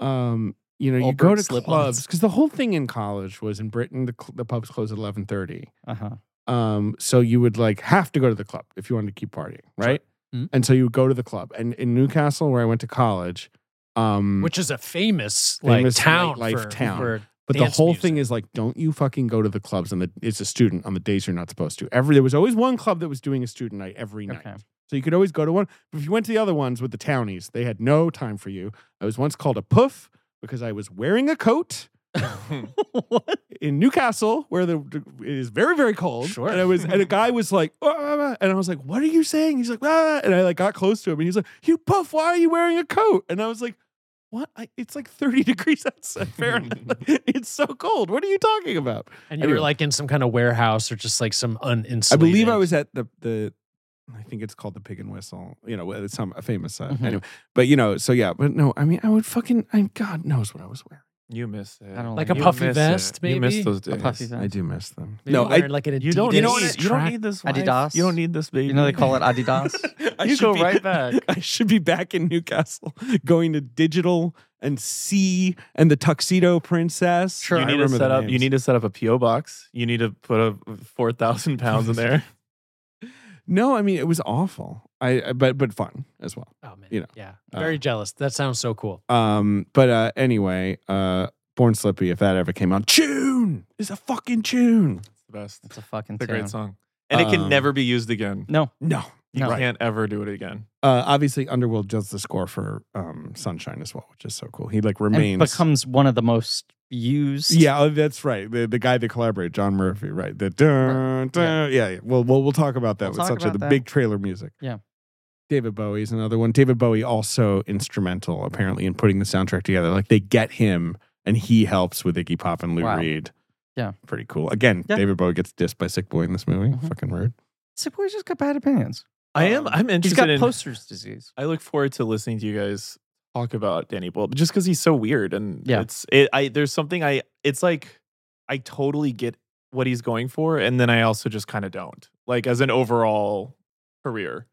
[SPEAKER 3] um, you know, you
[SPEAKER 2] Old
[SPEAKER 3] go
[SPEAKER 2] Burke
[SPEAKER 3] to
[SPEAKER 2] slip-ons.
[SPEAKER 3] clubs because the whole thing in college was in Britain. The, cl- the pubs closed at eleven thirty,
[SPEAKER 2] Uh huh.
[SPEAKER 3] um, so you would like have to go to the club if you wanted to keep partying, right?
[SPEAKER 5] Mhm.
[SPEAKER 3] And so you would go to the club, and in Newcastle, where I went to college, um,
[SPEAKER 5] Which is a famous,
[SPEAKER 3] Famous
[SPEAKER 5] like town,
[SPEAKER 3] nightlife
[SPEAKER 5] for,
[SPEAKER 3] town.
[SPEAKER 5] for
[SPEAKER 3] But the
[SPEAKER 5] dance
[SPEAKER 3] whole thing
[SPEAKER 5] music.
[SPEAKER 3] is like, don't you fucking go to the clubs on the it's a student on the days you're not supposed to. Every there was always one club that was doing a student night every night.
[SPEAKER 2] Okay.
[SPEAKER 3] So you could always go to one. But if you went to the other ones with the townies, they had no time for you. I was once called a poof because I was wearing a coat
[SPEAKER 2] what?
[SPEAKER 3] in Newcastle where the it is very very cold.
[SPEAKER 5] Sure.
[SPEAKER 3] And I was and a guy was like, "Ah, ah, ah," and I was like, "What are you saying?" He's like, "Ah," and I like got close to him and he's like, "You poof, why are you wearing a coat?" And I was like. What? I, it's like 30 degrees outside. Fair enough. It's so cold. What are you talking about?
[SPEAKER 5] and you were
[SPEAKER 3] Anyway.
[SPEAKER 5] like in some kind of warehouse or just like some uninsulated.
[SPEAKER 3] I believe I was at the the I think it's called the Pig and Whistle. You know, it's some a famous uh,
[SPEAKER 2] Mhm.
[SPEAKER 3] anyway. But you know, so yeah, but no, I mean, I would fucking I, God knows what I was wearing.
[SPEAKER 4] You miss it.
[SPEAKER 2] I don't
[SPEAKER 5] Like
[SPEAKER 2] a
[SPEAKER 4] You
[SPEAKER 5] puffy
[SPEAKER 4] miss
[SPEAKER 5] vest,
[SPEAKER 4] You miss
[SPEAKER 5] maybe?
[SPEAKER 4] those days.
[SPEAKER 2] A puffy vest.
[SPEAKER 3] I do miss them.
[SPEAKER 5] Maybe
[SPEAKER 3] no, I
[SPEAKER 5] wearing, like an
[SPEAKER 4] You don't. You don't,
[SPEAKER 5] Adidas
[SPEAKER 4] need- you don't
[SPEAKER 5] track.
[SPEAKER 4] need this. Life.
[SPEAKER 2] Adidas?
[SPEAKER 4] You don't need this baby.
[SPEAKER 2] You know they call it Adidas.
[SPEAKER 3] I
[SPEAKER 4] you
[SPEAKER 3] should
[SPEAKER 4] go
[SPEAKER 3] be-
[SPEAKER 4] right back.
[SPEAKER 3] I should be back in Newcastle, going to digital and C and the Tuxedo Princess.
[SPEAKER 2] Sure.
[SPEAKER 3] I
[SPEAKER 4] You need to
[SPEAKER 3] remember the
[SPEAKER 4] set up. You
[SPEAKER 3] names.
[SPEAKER 4] need to set up a PO box. You need to put a four thousand pounds in there.
[SPEAKER 3] No, I mean it was awful. I, I but but fun as well.
[SPEAKER 5] Oh man,
[SPEAKER 3] you know,
[SPEAKER 5] yeah,
[SPEAKER 3] uh,
[SPEAKER 5] very jealous. That sounds so cool.
[SPEAKER 3] Um, but uh, anyway, uh, Born Slippy, if that ever came out, tune is a fucking tune.
[SPEAKER 4] It's the best.
[SPEAKER 2] It's a fucking
[SPEAKER 4] It's a
[SPEAKER 2] tune.
[SPEAKER 4] great song, and it can
[SPEAKER 3] Um,
[SPEAKER 4] never be used again.
[SPEAKER 2] No,
[SPEAKER 3] No,
[SPEAKER 4] You
[SPEAKER 3] No.
[SPEAKER 4] can't ever do it again.
[SPEAKER 3] Uh, obviously, Underworld does the score for um, Sunshine as well, which is so cool. He like remains.
[SPEAKER 2] and becomes one of the most used.
[SPEAKER 3] yeah, oh, that's right. The, the guy they collaborate, John Murphy, right? The dun, dun, yeah. yeah, Well, we'll we'll talk about that
[SPEAKER 2] We'll
[SPEAKER 3] with
[SPEAKER 2] talk
[SPEAKER 3] such a
[SPEAKER 2] about
[SPEAKER 3] the
[SPEAKER 2] that.
[SPEAKER 3] big trailer music.
[SPEAKER 2] Yeah.
[SPEAKER 3] David Bowie is another one. David Bowie also instrumental apparently in putting the soundtrack together. Like they get him and he helps with Iggy Pop and Lou
[SPEAKER 2] Wow.
[SPEAKER 3] Reed.
[SPEAKER 2] Yeah.
[SPEAKER 3] pretty cool. Again,
[SPEAKER 2] Yeah.
[SPEAKER 3] David Bowie gets dissed by Sick Boy in this movie.
[SPEAKER 2] Mhm.
[SPEAKER 3] Fucking rude.
[SPEAKER 2] Sick Boy's just got bad opinions.
[SPEAKER 4] I am.
[SPEAKER 2] Um,
[SPEAKER 4] I'm
[SPEAKER 2] He's
[SPEAKER 4] interested
[SPEAKER 2] got
[SPEAKER 4] in.
[SPEAKER 2] posters disease.
[SPEAKER 4] I look forward to listening to you guys talk about Danny Boyle, just because he's so weird and
[SPEAKER 2] Yeah.
[SPEAKER 4] it's it. I there's something I. It's like I totally get what he's going for, and then I also just kind of don't. Like as an overall career,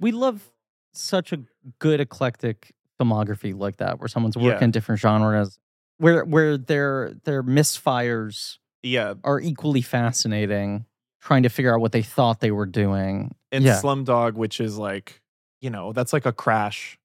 [SPEAKER 2] We love such a good eclectic filmography like that, where someone's
[SPEAKER 4] Yeah.
[SPEAKER 2] working different genres, where where their their misfires
[SPEAKER 4] yeah.
[SPEAKER 2] are equally fascinating, trying to figure out what they thought they were doing.
[SPEAKER 4] And
[SPEAKER 2] yeah,
[SPEAKER 4] Slumdog, which is like you know that's like a crash.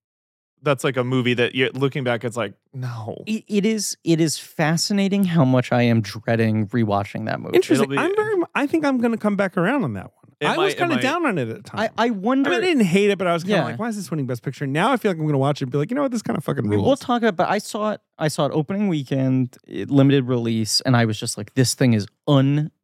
[SPEAKER 4] That's like a movie that you're looking back. It's like no.
[SPEAKER 2] it, it is it is fascinating how much I am dreading rewatching that movie.
[SPEAKER 3] Interesting.
[SPEAKER 4] It'll be-
[SPEAKER 3] I'm very. mu- I think I'm going to come back around on that one.
[SPEAKER 4] It
[SPEAKER 3] I was
[SPEAKER 4] might- it
[SPEAKER 3] kind of
[SPEAKER 4] might-
[SPEAKER 3] down on it at the time.
[SPEAKER 2] I, I
[SPEAKER 3] I,
[SPEAKER 2] wonder.
[SPEAKER 3] mean, I didn't hate it, but I was kind of
[SPEAKER 2] Yeah.
[SPEAKER 3] like, why is this winning Best Picture? Now I feel like I'm going to watch it and be like, you know what, this kind of fucking
[SPEAKER 2] We-
[SPEAKER 3] rules.
[SPEAKER 2] We'll talk about. But I saw it. I saw it opening weekend, it- limited release, and I was just like, "This thing is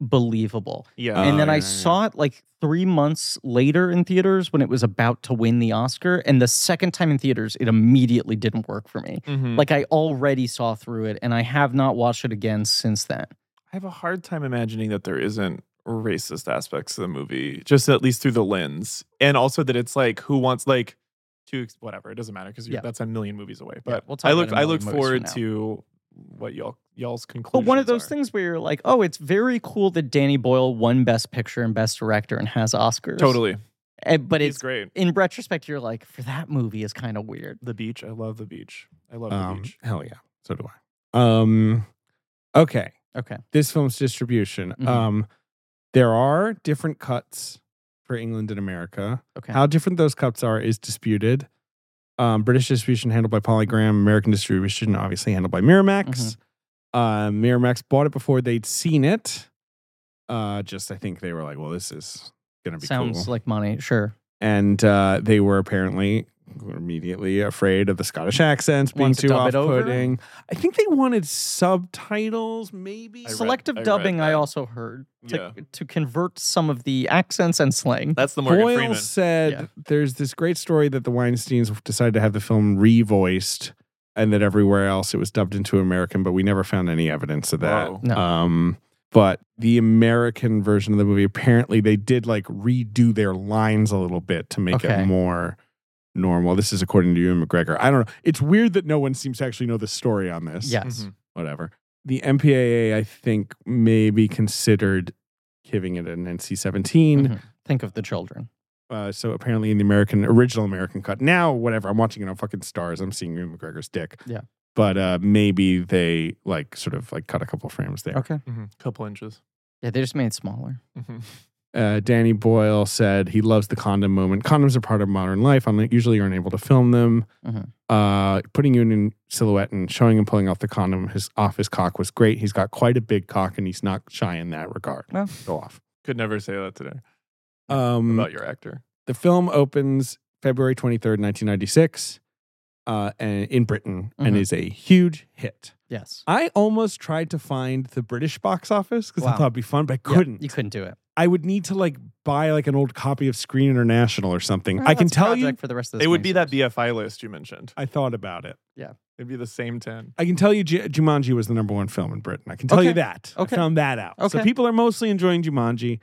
[SPEAKER 2] unbelievable."
[SPEAKER 4] Oh, Yeah.
[SPEAKER 2] and then
[SPEAKER 3] yeah,
[SPEAKER 2] I
[SPEAKER 3] yeah.
[SPEAKER 2] saw it like three months later in theaters when it was about to win the Oscar, and the second time in theaters, it immediately didn't work for me.
[SPEAKER 4] Mhm.
[SPEAKER 2] Like I already saw through it, and I have not watched it again since then.
[SPEAKER 4] I have a hard time imagining that there isn't racist aspects to the movie, just at least through the lens, and also that it's like who wants like to ex- whatever. It doesn't matter because
[SPEAKER 2] Yeah.
[SPEAKER 4] that's a million movies away. But
[SPEAKER 2] we'll talk
[SPEAKER 4] I
[SPEAKER 2] about
[SPEAKER 4] look
[SPEAKER 2] it in a
[SPEAKER 4] I look
[SPEAKER 2] million movies from
[SPEAKER 4] forward
[SPEAKER 2] now.
[SPEAKER 4] to what y'all y'all's
[SPEAKER 2] But
[SPEAKER 4] conclusions.
[SPEAKER 2] one of those
[SPEAKER 4] are.
[SPEAKER 2] things where you're like, "Oh, it's very cool that Danny Boyle won Best Picture and Best Director and has Oscars."
[SPEAKER 4] Totally,
[SPEAKER 2] Eh, but
[SPEAKER 4] he's
[SPEAKER 2] it's
[SPEAKER 4] great.
[SPEAKER 2] in retrospect, you're like, "For that movie is kind of weird."
[SPEAKER 4] The beach, I love the beach. I love the
[SPEAKER 3] Um,
[SPEAKER 4] beach.
[SPEAKER 3] hell yeah. So do I. Um, okay.
[SPEAKER 2] Okay.
[SPEAKER 3] This film's distribution.
[SPEAKER 2] Mhm.
[SPEAKER 3] Um, there are different cuts for England and America.
[SPEAKER 2] Okay.
[SPEAKER 3] How different those cuts are is disputed. Um, British distribution handled by Polygram, American distribution obviously handled by Miramax. Uh, Miramax bought it before they'd seen it. Uh, just I think they were like, well, this is gonna be
[SPEAKER 2] Sounds
[SPEAKER 3] cool.
[SPEAKER 2] like money. Sure.
[SPEAKER 3] and uh, they were apparently immediately afraid of the Scottish accents being
[SPEAKER 2] Want to
[SPEAKER 3] too
[SPEAKER 2] dub it over?
[SPEAKER 3] off-putting. I think they wanted subtitles, maybe.
[SPEAKER 4] I read-
[SPEAKER 2] Selective
[SPEAKER 4] I read
[SPEAKER 2] dubbing, I
[SPEAKER 4] that.
[SPEAKER 2] also heard to,
[SPEAKER 4] Yeah.
[SPEAKER 2] to convert some of the accents and slang.
[SPEAKER 4] That's the Morgan
[SPEAKER 3] Boyle
[SPEAKER 4] Freeman.
[SPEAKER 3] said
[SPEAKER 2] Yeah.
[SPEAKER 3] there's this great story that the Weinsteins decided to have the film revoiced, and that everywhere else it was dubbed into American, but we never found any evidence of that.
[SPEAKER 4] Whoa.
[SPEAKER 2] No.
[SPEAKER 3] Um, but the American version of the movie, apparently they did like redo their lines a little bit to make
[SPEAKER 2] Okay.
[SPEAKER 3] it more normal. This is according to Ewan McGregor. I don't know. It's weird that no one seems to actually know the story on this.
[SPEAKER 2] yes.
[SPEAKER 4] Mhm.
[SPEAKER 3] Whatever. The MPAA, I think, maybe considered giving it an NC 17
[SPEAKER 2] Mhm. Think of the children.
[SPEAKER 3] uh, so apparently in the American original American cut. Now, whatever, I'm watching it on fucking stars. I'm seeing Ewan McGregor's dick.
[SPEAKER 2] Yeah.
[SPEAKER 3] But uh, maybe they like sort of like cut a couple frames there.
[SPEAKER 2] Okay.
[SPEAKER 4] Mhm. Couple inches.
[SPEAKER 2] Yeah, they just made it smaller.
[SPEAKER 4] Mhm.
[SPEAKER 3] Uh, Danny Boyle said he loves the condom moment. Condoms are part of modern life. I'm like, usually aren't able to film them.
[SPEAKER 2] Mhm.
[SPEAKER 3] Uh, putting you in silhouette and showing him pulling off the condom his off his cock was great. He's got quite a big cock and he's not shy in that regard.
[SPEAKER 2] Well.
[SPEAKER 3] Go off.
[SPEAKER 4] Could never say that today
[SPEAKER 2] Mm.
[SPEAKER 3] Um,
[SPEAKER 4] about your actor.
[SPEAKER 3] The film opens February 23rd, 1996, uh, and in Britain and
[SPEAKER 2] Mhm.
[SPEAKER 3] is a huge hit.
[SPEAKER 2] Yes.
[SPEAKER 3] I almost tried to find the British box office because I
[SPEAKER 2] Wow.
[SPEAKER 3] thought it'd be fun, but I
[SPEAKER 2] Yeah,
[SPEAKER 3] couldn't.
[SPEAKER 2] you couldn't do it.
[SPEAKER 3] I would need to like buy like an old copy of Screen International or something.
[SPEAKER 2] Well,
[SPEAKER 3] I
[SPEAKER 2] Oh,
[SPEAKER 3] can
[SPEAKER 2] that's a
[SPEAKER 3] tell you,
[SPEAKER 2] project for the rest of this
[SPEAKER 4] It would be that
[SPEAKER 2] miniseries.
[SPEAKER 4] BFI list you mentioned.
[SPEAKER 3] I thought about it.
[SPEAKER 4] It'd be the same ten.
[SPEAKER 3] I can tell you, J- Jumanji was the number one film in Britain. I can tell you
[SPEAKER 2] Okay.
[SPEAKER 3] that.
[SPEAKER 2] Okay.
[SPEAKER 3] I found that out. So
[SPEAKER 2] Okay.
[SPEAKER 3] people are mostly enjoying Jumanji,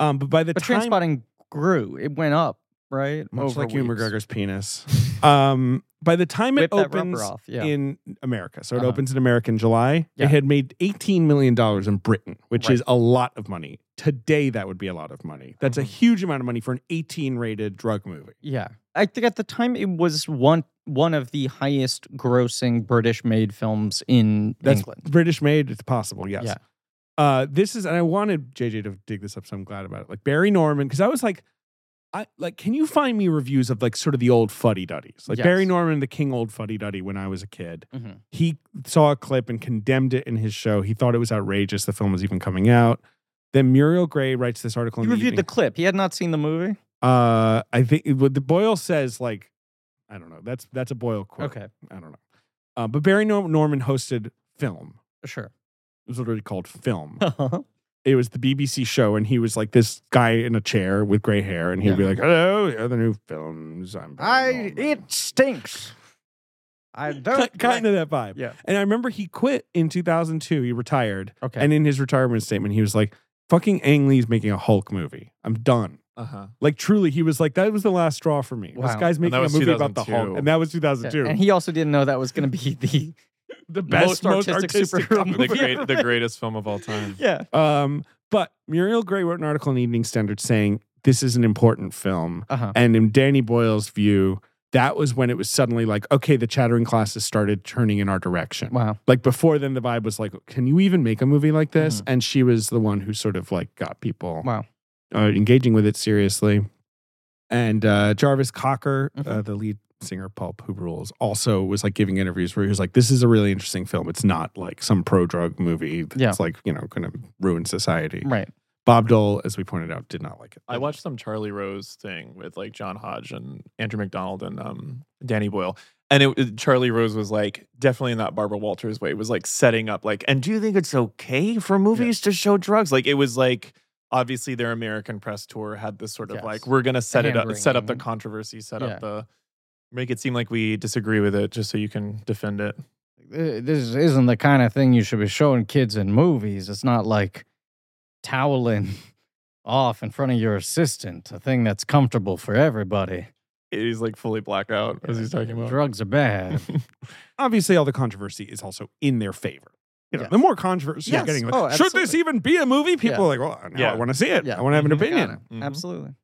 [SPEAKER 3] um, but by the
[SPEAKER 2] But
[SPEAKER 3] time
[SPEAKER 2] Transpotting grew. It went up, right?
[SPEAKER 3] much
[SPEAKER 2] Over
[SPEAKER 3] like Hugh
[SPEAKER 2] weeks.
[SPEAKER 3] McGregor's penis, um, by the time
[SPEAKER 2] Whip
[SPEAKER 3] it
[SPEAKER 2] that rubber
[SPEAKER 3] opens,
[SPEAKER 2] off. Yeah.
[SPEAKER 3] in America. So it
[SPEAKER 2] Uh-huh.
[SPEAKER 3] opens in America in July.
[SPEAKER 2] Yeah.
[SPEAKER 3] It had made $18 million in Britain, which
[SPEAKER 2] Right.
[SPEAKER 3] is a lot of money. Today, that would be a lot of money. That's a
[SPEAKER 4] Mhm.
[SPEAKER 2] Mm-hmm.
[SPEAKER 3] huge amount of money for an 18 rated drug movie.
[SPEAKER 2] yeah. I think at the time it was one one of the highest grossing British made films in
[SPEAKER 3] That's
[SPEAKER 2] England.
[SPEAKER 3] British made. It's possible. Yes.
[SPEAKER 2] Yeah.
[SPEAKER 3] Uh, this is, and I wanted JJ to dig this up, so I'm glad about it. Like Barry Norman, because I was like, I like, can you find me reviews of like sort of the old fuddy duddies? Like
[SPEAKER 2] Yes.
[SPEAKER 3] Barry Norman, the king old fuddy duddy when I was a kid.
[SPEAKER 2] Mhm.
[SPEAKER 3] He saw a clip and condemned it in his show. He thought it was outrageous the film was even coming out. Then Muriel Gray writes this article
[SPEAKER 2] He
[SPEAKER 3] in the
[SPEAKER 2] reviewed the
[SPEAKER 3] evening.
[SPEAKER 2] clip. He had not seen the movie.
[SPEAKER 3] Uh, I think what the Boyle says, like, I don't know. That's that's a Boyle quote.
[SPEAKER 2] Okay,
[SPEAKER 3] I don't know. Uh, but Barry Nor- Norman hosted film.
[SPEAKER 2] sure.
[SPEAKER 3] It was literally called film. it was the BBC show, and he was like this guy in a chair with gray hair, and he'd
[SPEAKER 2] Yeah.
[SPEAKER 3] be like, "Hello, here are the new films." I'm Barry Norman."
[SPEAKER 2] stinks. I
[SPEAKER 3] Ki- kind of that vibe.
[SPEAKER 4] Yeah.
[SPEAKER 3] And I remember he quit in 2002. He retired,
[SPEAKER 2] okay.
[SPEAKER 3] and in his retirement statement, he was like, "Fucking Ang Lee's making a Hulk movie. I'm done."
[SPEAKER 4] Uh huh.
[SPEAKER 3] Like truly, he was like, "That was the last straw for me." This
[SPEAKER 2] Wow.
[SPEAKER 3] guy's
[SPEAKER 4] And that
[SPEAKER 3] making a
[SPEAKER 4] was
[SPEAKER 3] movie about the
[SPEAKER 4] 2002.
[SPEAKER 3] Hulk, and that was
[SPEAKER 2] Yeah,
[SPEAKER 3] 2002.
[SPEAKER 2] And he also didn't know that was going to be the
[SPEAKER 3] the
[SPEAKER 2] most
[SPEAKER 3] best, most
[SPEAKER 2] artistic
[SPEAKER 3] artistic,
[SPEAKER 2] superhero
[SPEAKER 3] comic
[SPEAKER 4] The,
[SPEAKER 2] movie.
[SPEAKER 4] great, the greatest film of all time.
[SPEAKER 2] yeah.
[SPEAKER 3] Um, but Muriel Gray wrote an article in Evening Standard saying this is an important film.
[SPEAKER 2] Uh huh.
[SPEAKER 3] And in Danny Boyle's view, that was when it was suddenly like, okay, the chattering classes started turning in our direction.
[SPEAKER 2] Wow.
[SPEAKER 3] Like before then, the vibe was like, can you even make a movie like this? And she was the one who sort of like got people
[SPEAKER 2] Mm-hmm. Wow.
[SPEAKER 3] uh, engaging with it seriously. And uh, Jarvis Cocker, uh,
[SPEAKER 2] Mhm.
[SPEAKER 3] the lead singer of Pulp Who Rules, also was like giving interviews where he was like, "This is a really interesting film. It's not like some pro drug movie that's
[SPEAKER 2] Yeah.
[SPEAKER 3] like you know going to ruin society."
[SPEAKER 2] Right.
[SPEAKER 3] Bob Dole, as we pointed out, did not like it.
[SPEAKER 4] I watched some Charlie Rose thing with like John Hodge and Andrew McDonald and um, Danny Boyle. And it, it- Charlie Rose was like definitely in that Barbara Walters way. It was like setting up like, and do you think it's okay for movies to show drugs? Like it was like obviously their American press tour had this sort of
[SPEAKER 2] Yes.
[SPEAKER 4] like we're gonna set it up, set up the
[SPEAKER 2] hand-wringing.
[SPEAKER 4] controversy, set
[SPEAKER 2] Yeah.
[SPEAKER 4] up the make it seem like we disagree with it just so you can defend it.
[SPEAKER 1] "Uh, this isn't the kind of thing you should be showing kids in movies. It's not like toweling off in front of your assistant, a thing that's comfortable for everybody.
[SPEAKER 4] He's like fully blackout as he's talking about.
[SPEAKER 1] Drugs are bad.
[SPEAKER 3] Obviously, all the controversy is also in their favor. You know,
[SPEAKER 2] Yes.
[SPEAKER 3] the more controversy
[SPEAKER 2] Yes.
[SPEAKER 3] you're getting, like,
[SPEAKER 2] Oh,
[SPEAKER 3] should this
[SPEAKER 2] absolutely.
[SPEAKER 3] even be a movie? People
[SPEAKER 2] Yeah.
[SPEAKER 3] are like, well, now
[SPEAKER 4] Yeah.
[SPEAKER 3] I want to see it.
[SPEAKER 2] Yeah.
[SPEAKER 3] I want to have an
[SPEAKER 2] Mhm. Got
[SPEAKER 3] opinion.
[SPEAKER 2] it.
[SPEAKER 4] Mhm.
[SPEAKER 2] Absolutely.
[SPEAKER 3] Mm-hmm.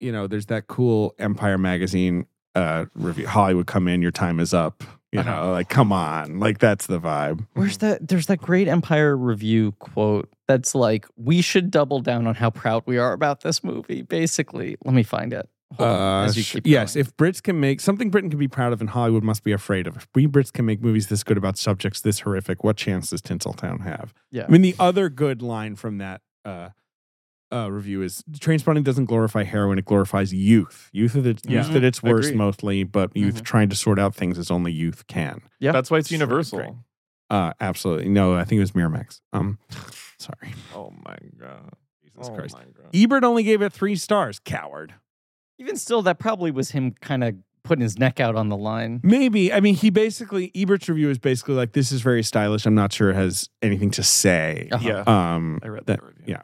[SPEAKER 3] you know, there's that cool Empire magazine uh review. Hollywood come in, your time is up. You
[SPEAKER 2] Uh-huh.
[SPEAKER 3] know, like come on, like that's the vibe.
[SPEAKER 2] Where's that? There's that great Empire review quote that's like, "We should double down on how proud we are about this movie." Basically, let me find it. Hold on, as you
[SPEAKER 3] Uh, sh-
[SPEAKER 2] keep
[SPEAKER 3] yes,
[SPEAKER 2] going.
[SPEAKER 3] if Brits can make something Britain can be proud of and Hollywood must be afraid of. If we Brits can make movies this good about subjects this horrific, what chance does Tinseltown have?
[SPEAKER 2] Yeah.
[SPEAKER 3] I mean, the uh, other good line from that uh uh, review is Trainspotting doesn't glorify heroin; it glorifies youth. Youth of its
[SPEAKER 4] Yeah. Mm-hmm.
[SPEAKER 3] youth at its worst,
[SPEAKER 4] Agreed. Mm-hmm.
[SPEAKER 3] mostly, but youth trying to sort out things as only youth can.
[SPEAKER 2] Yeah.
[SPEAKER 4] That's why it's
[SPEAKER 3] Sure,
[SPEAKER 4] universal.
[SPEAKER 3] great. Uh, absolutely. No, I think it was Miramax. Um, sorry.
[SPEAKER 4] Oh my god.
[SPEAKER 3] Jesus
[SPEAKER 4] oh
[SPEAKER 3] Christ. E
[SPEAKER 4] My god.
[SPEAKER 3] Ebert only gave it three stars. Coward.
[SPEAKER 2] even still, that probably was him kind of putting his neck out on the line.
[SPEAKER 3] Maybe. I mean, he basically, Ebert's review is basically like, this is very stylish. I'm not sure it has anything to say.
[SPEAKER 2] Uh-huh.
[SPEAKER 4] Yeah.
[SPEAKER 3] Um,
[SPEAKER 4] I read that,
[SPEAKER 3] that-
[SPEAKER 4] review.
[SPEAKER 3] yeah.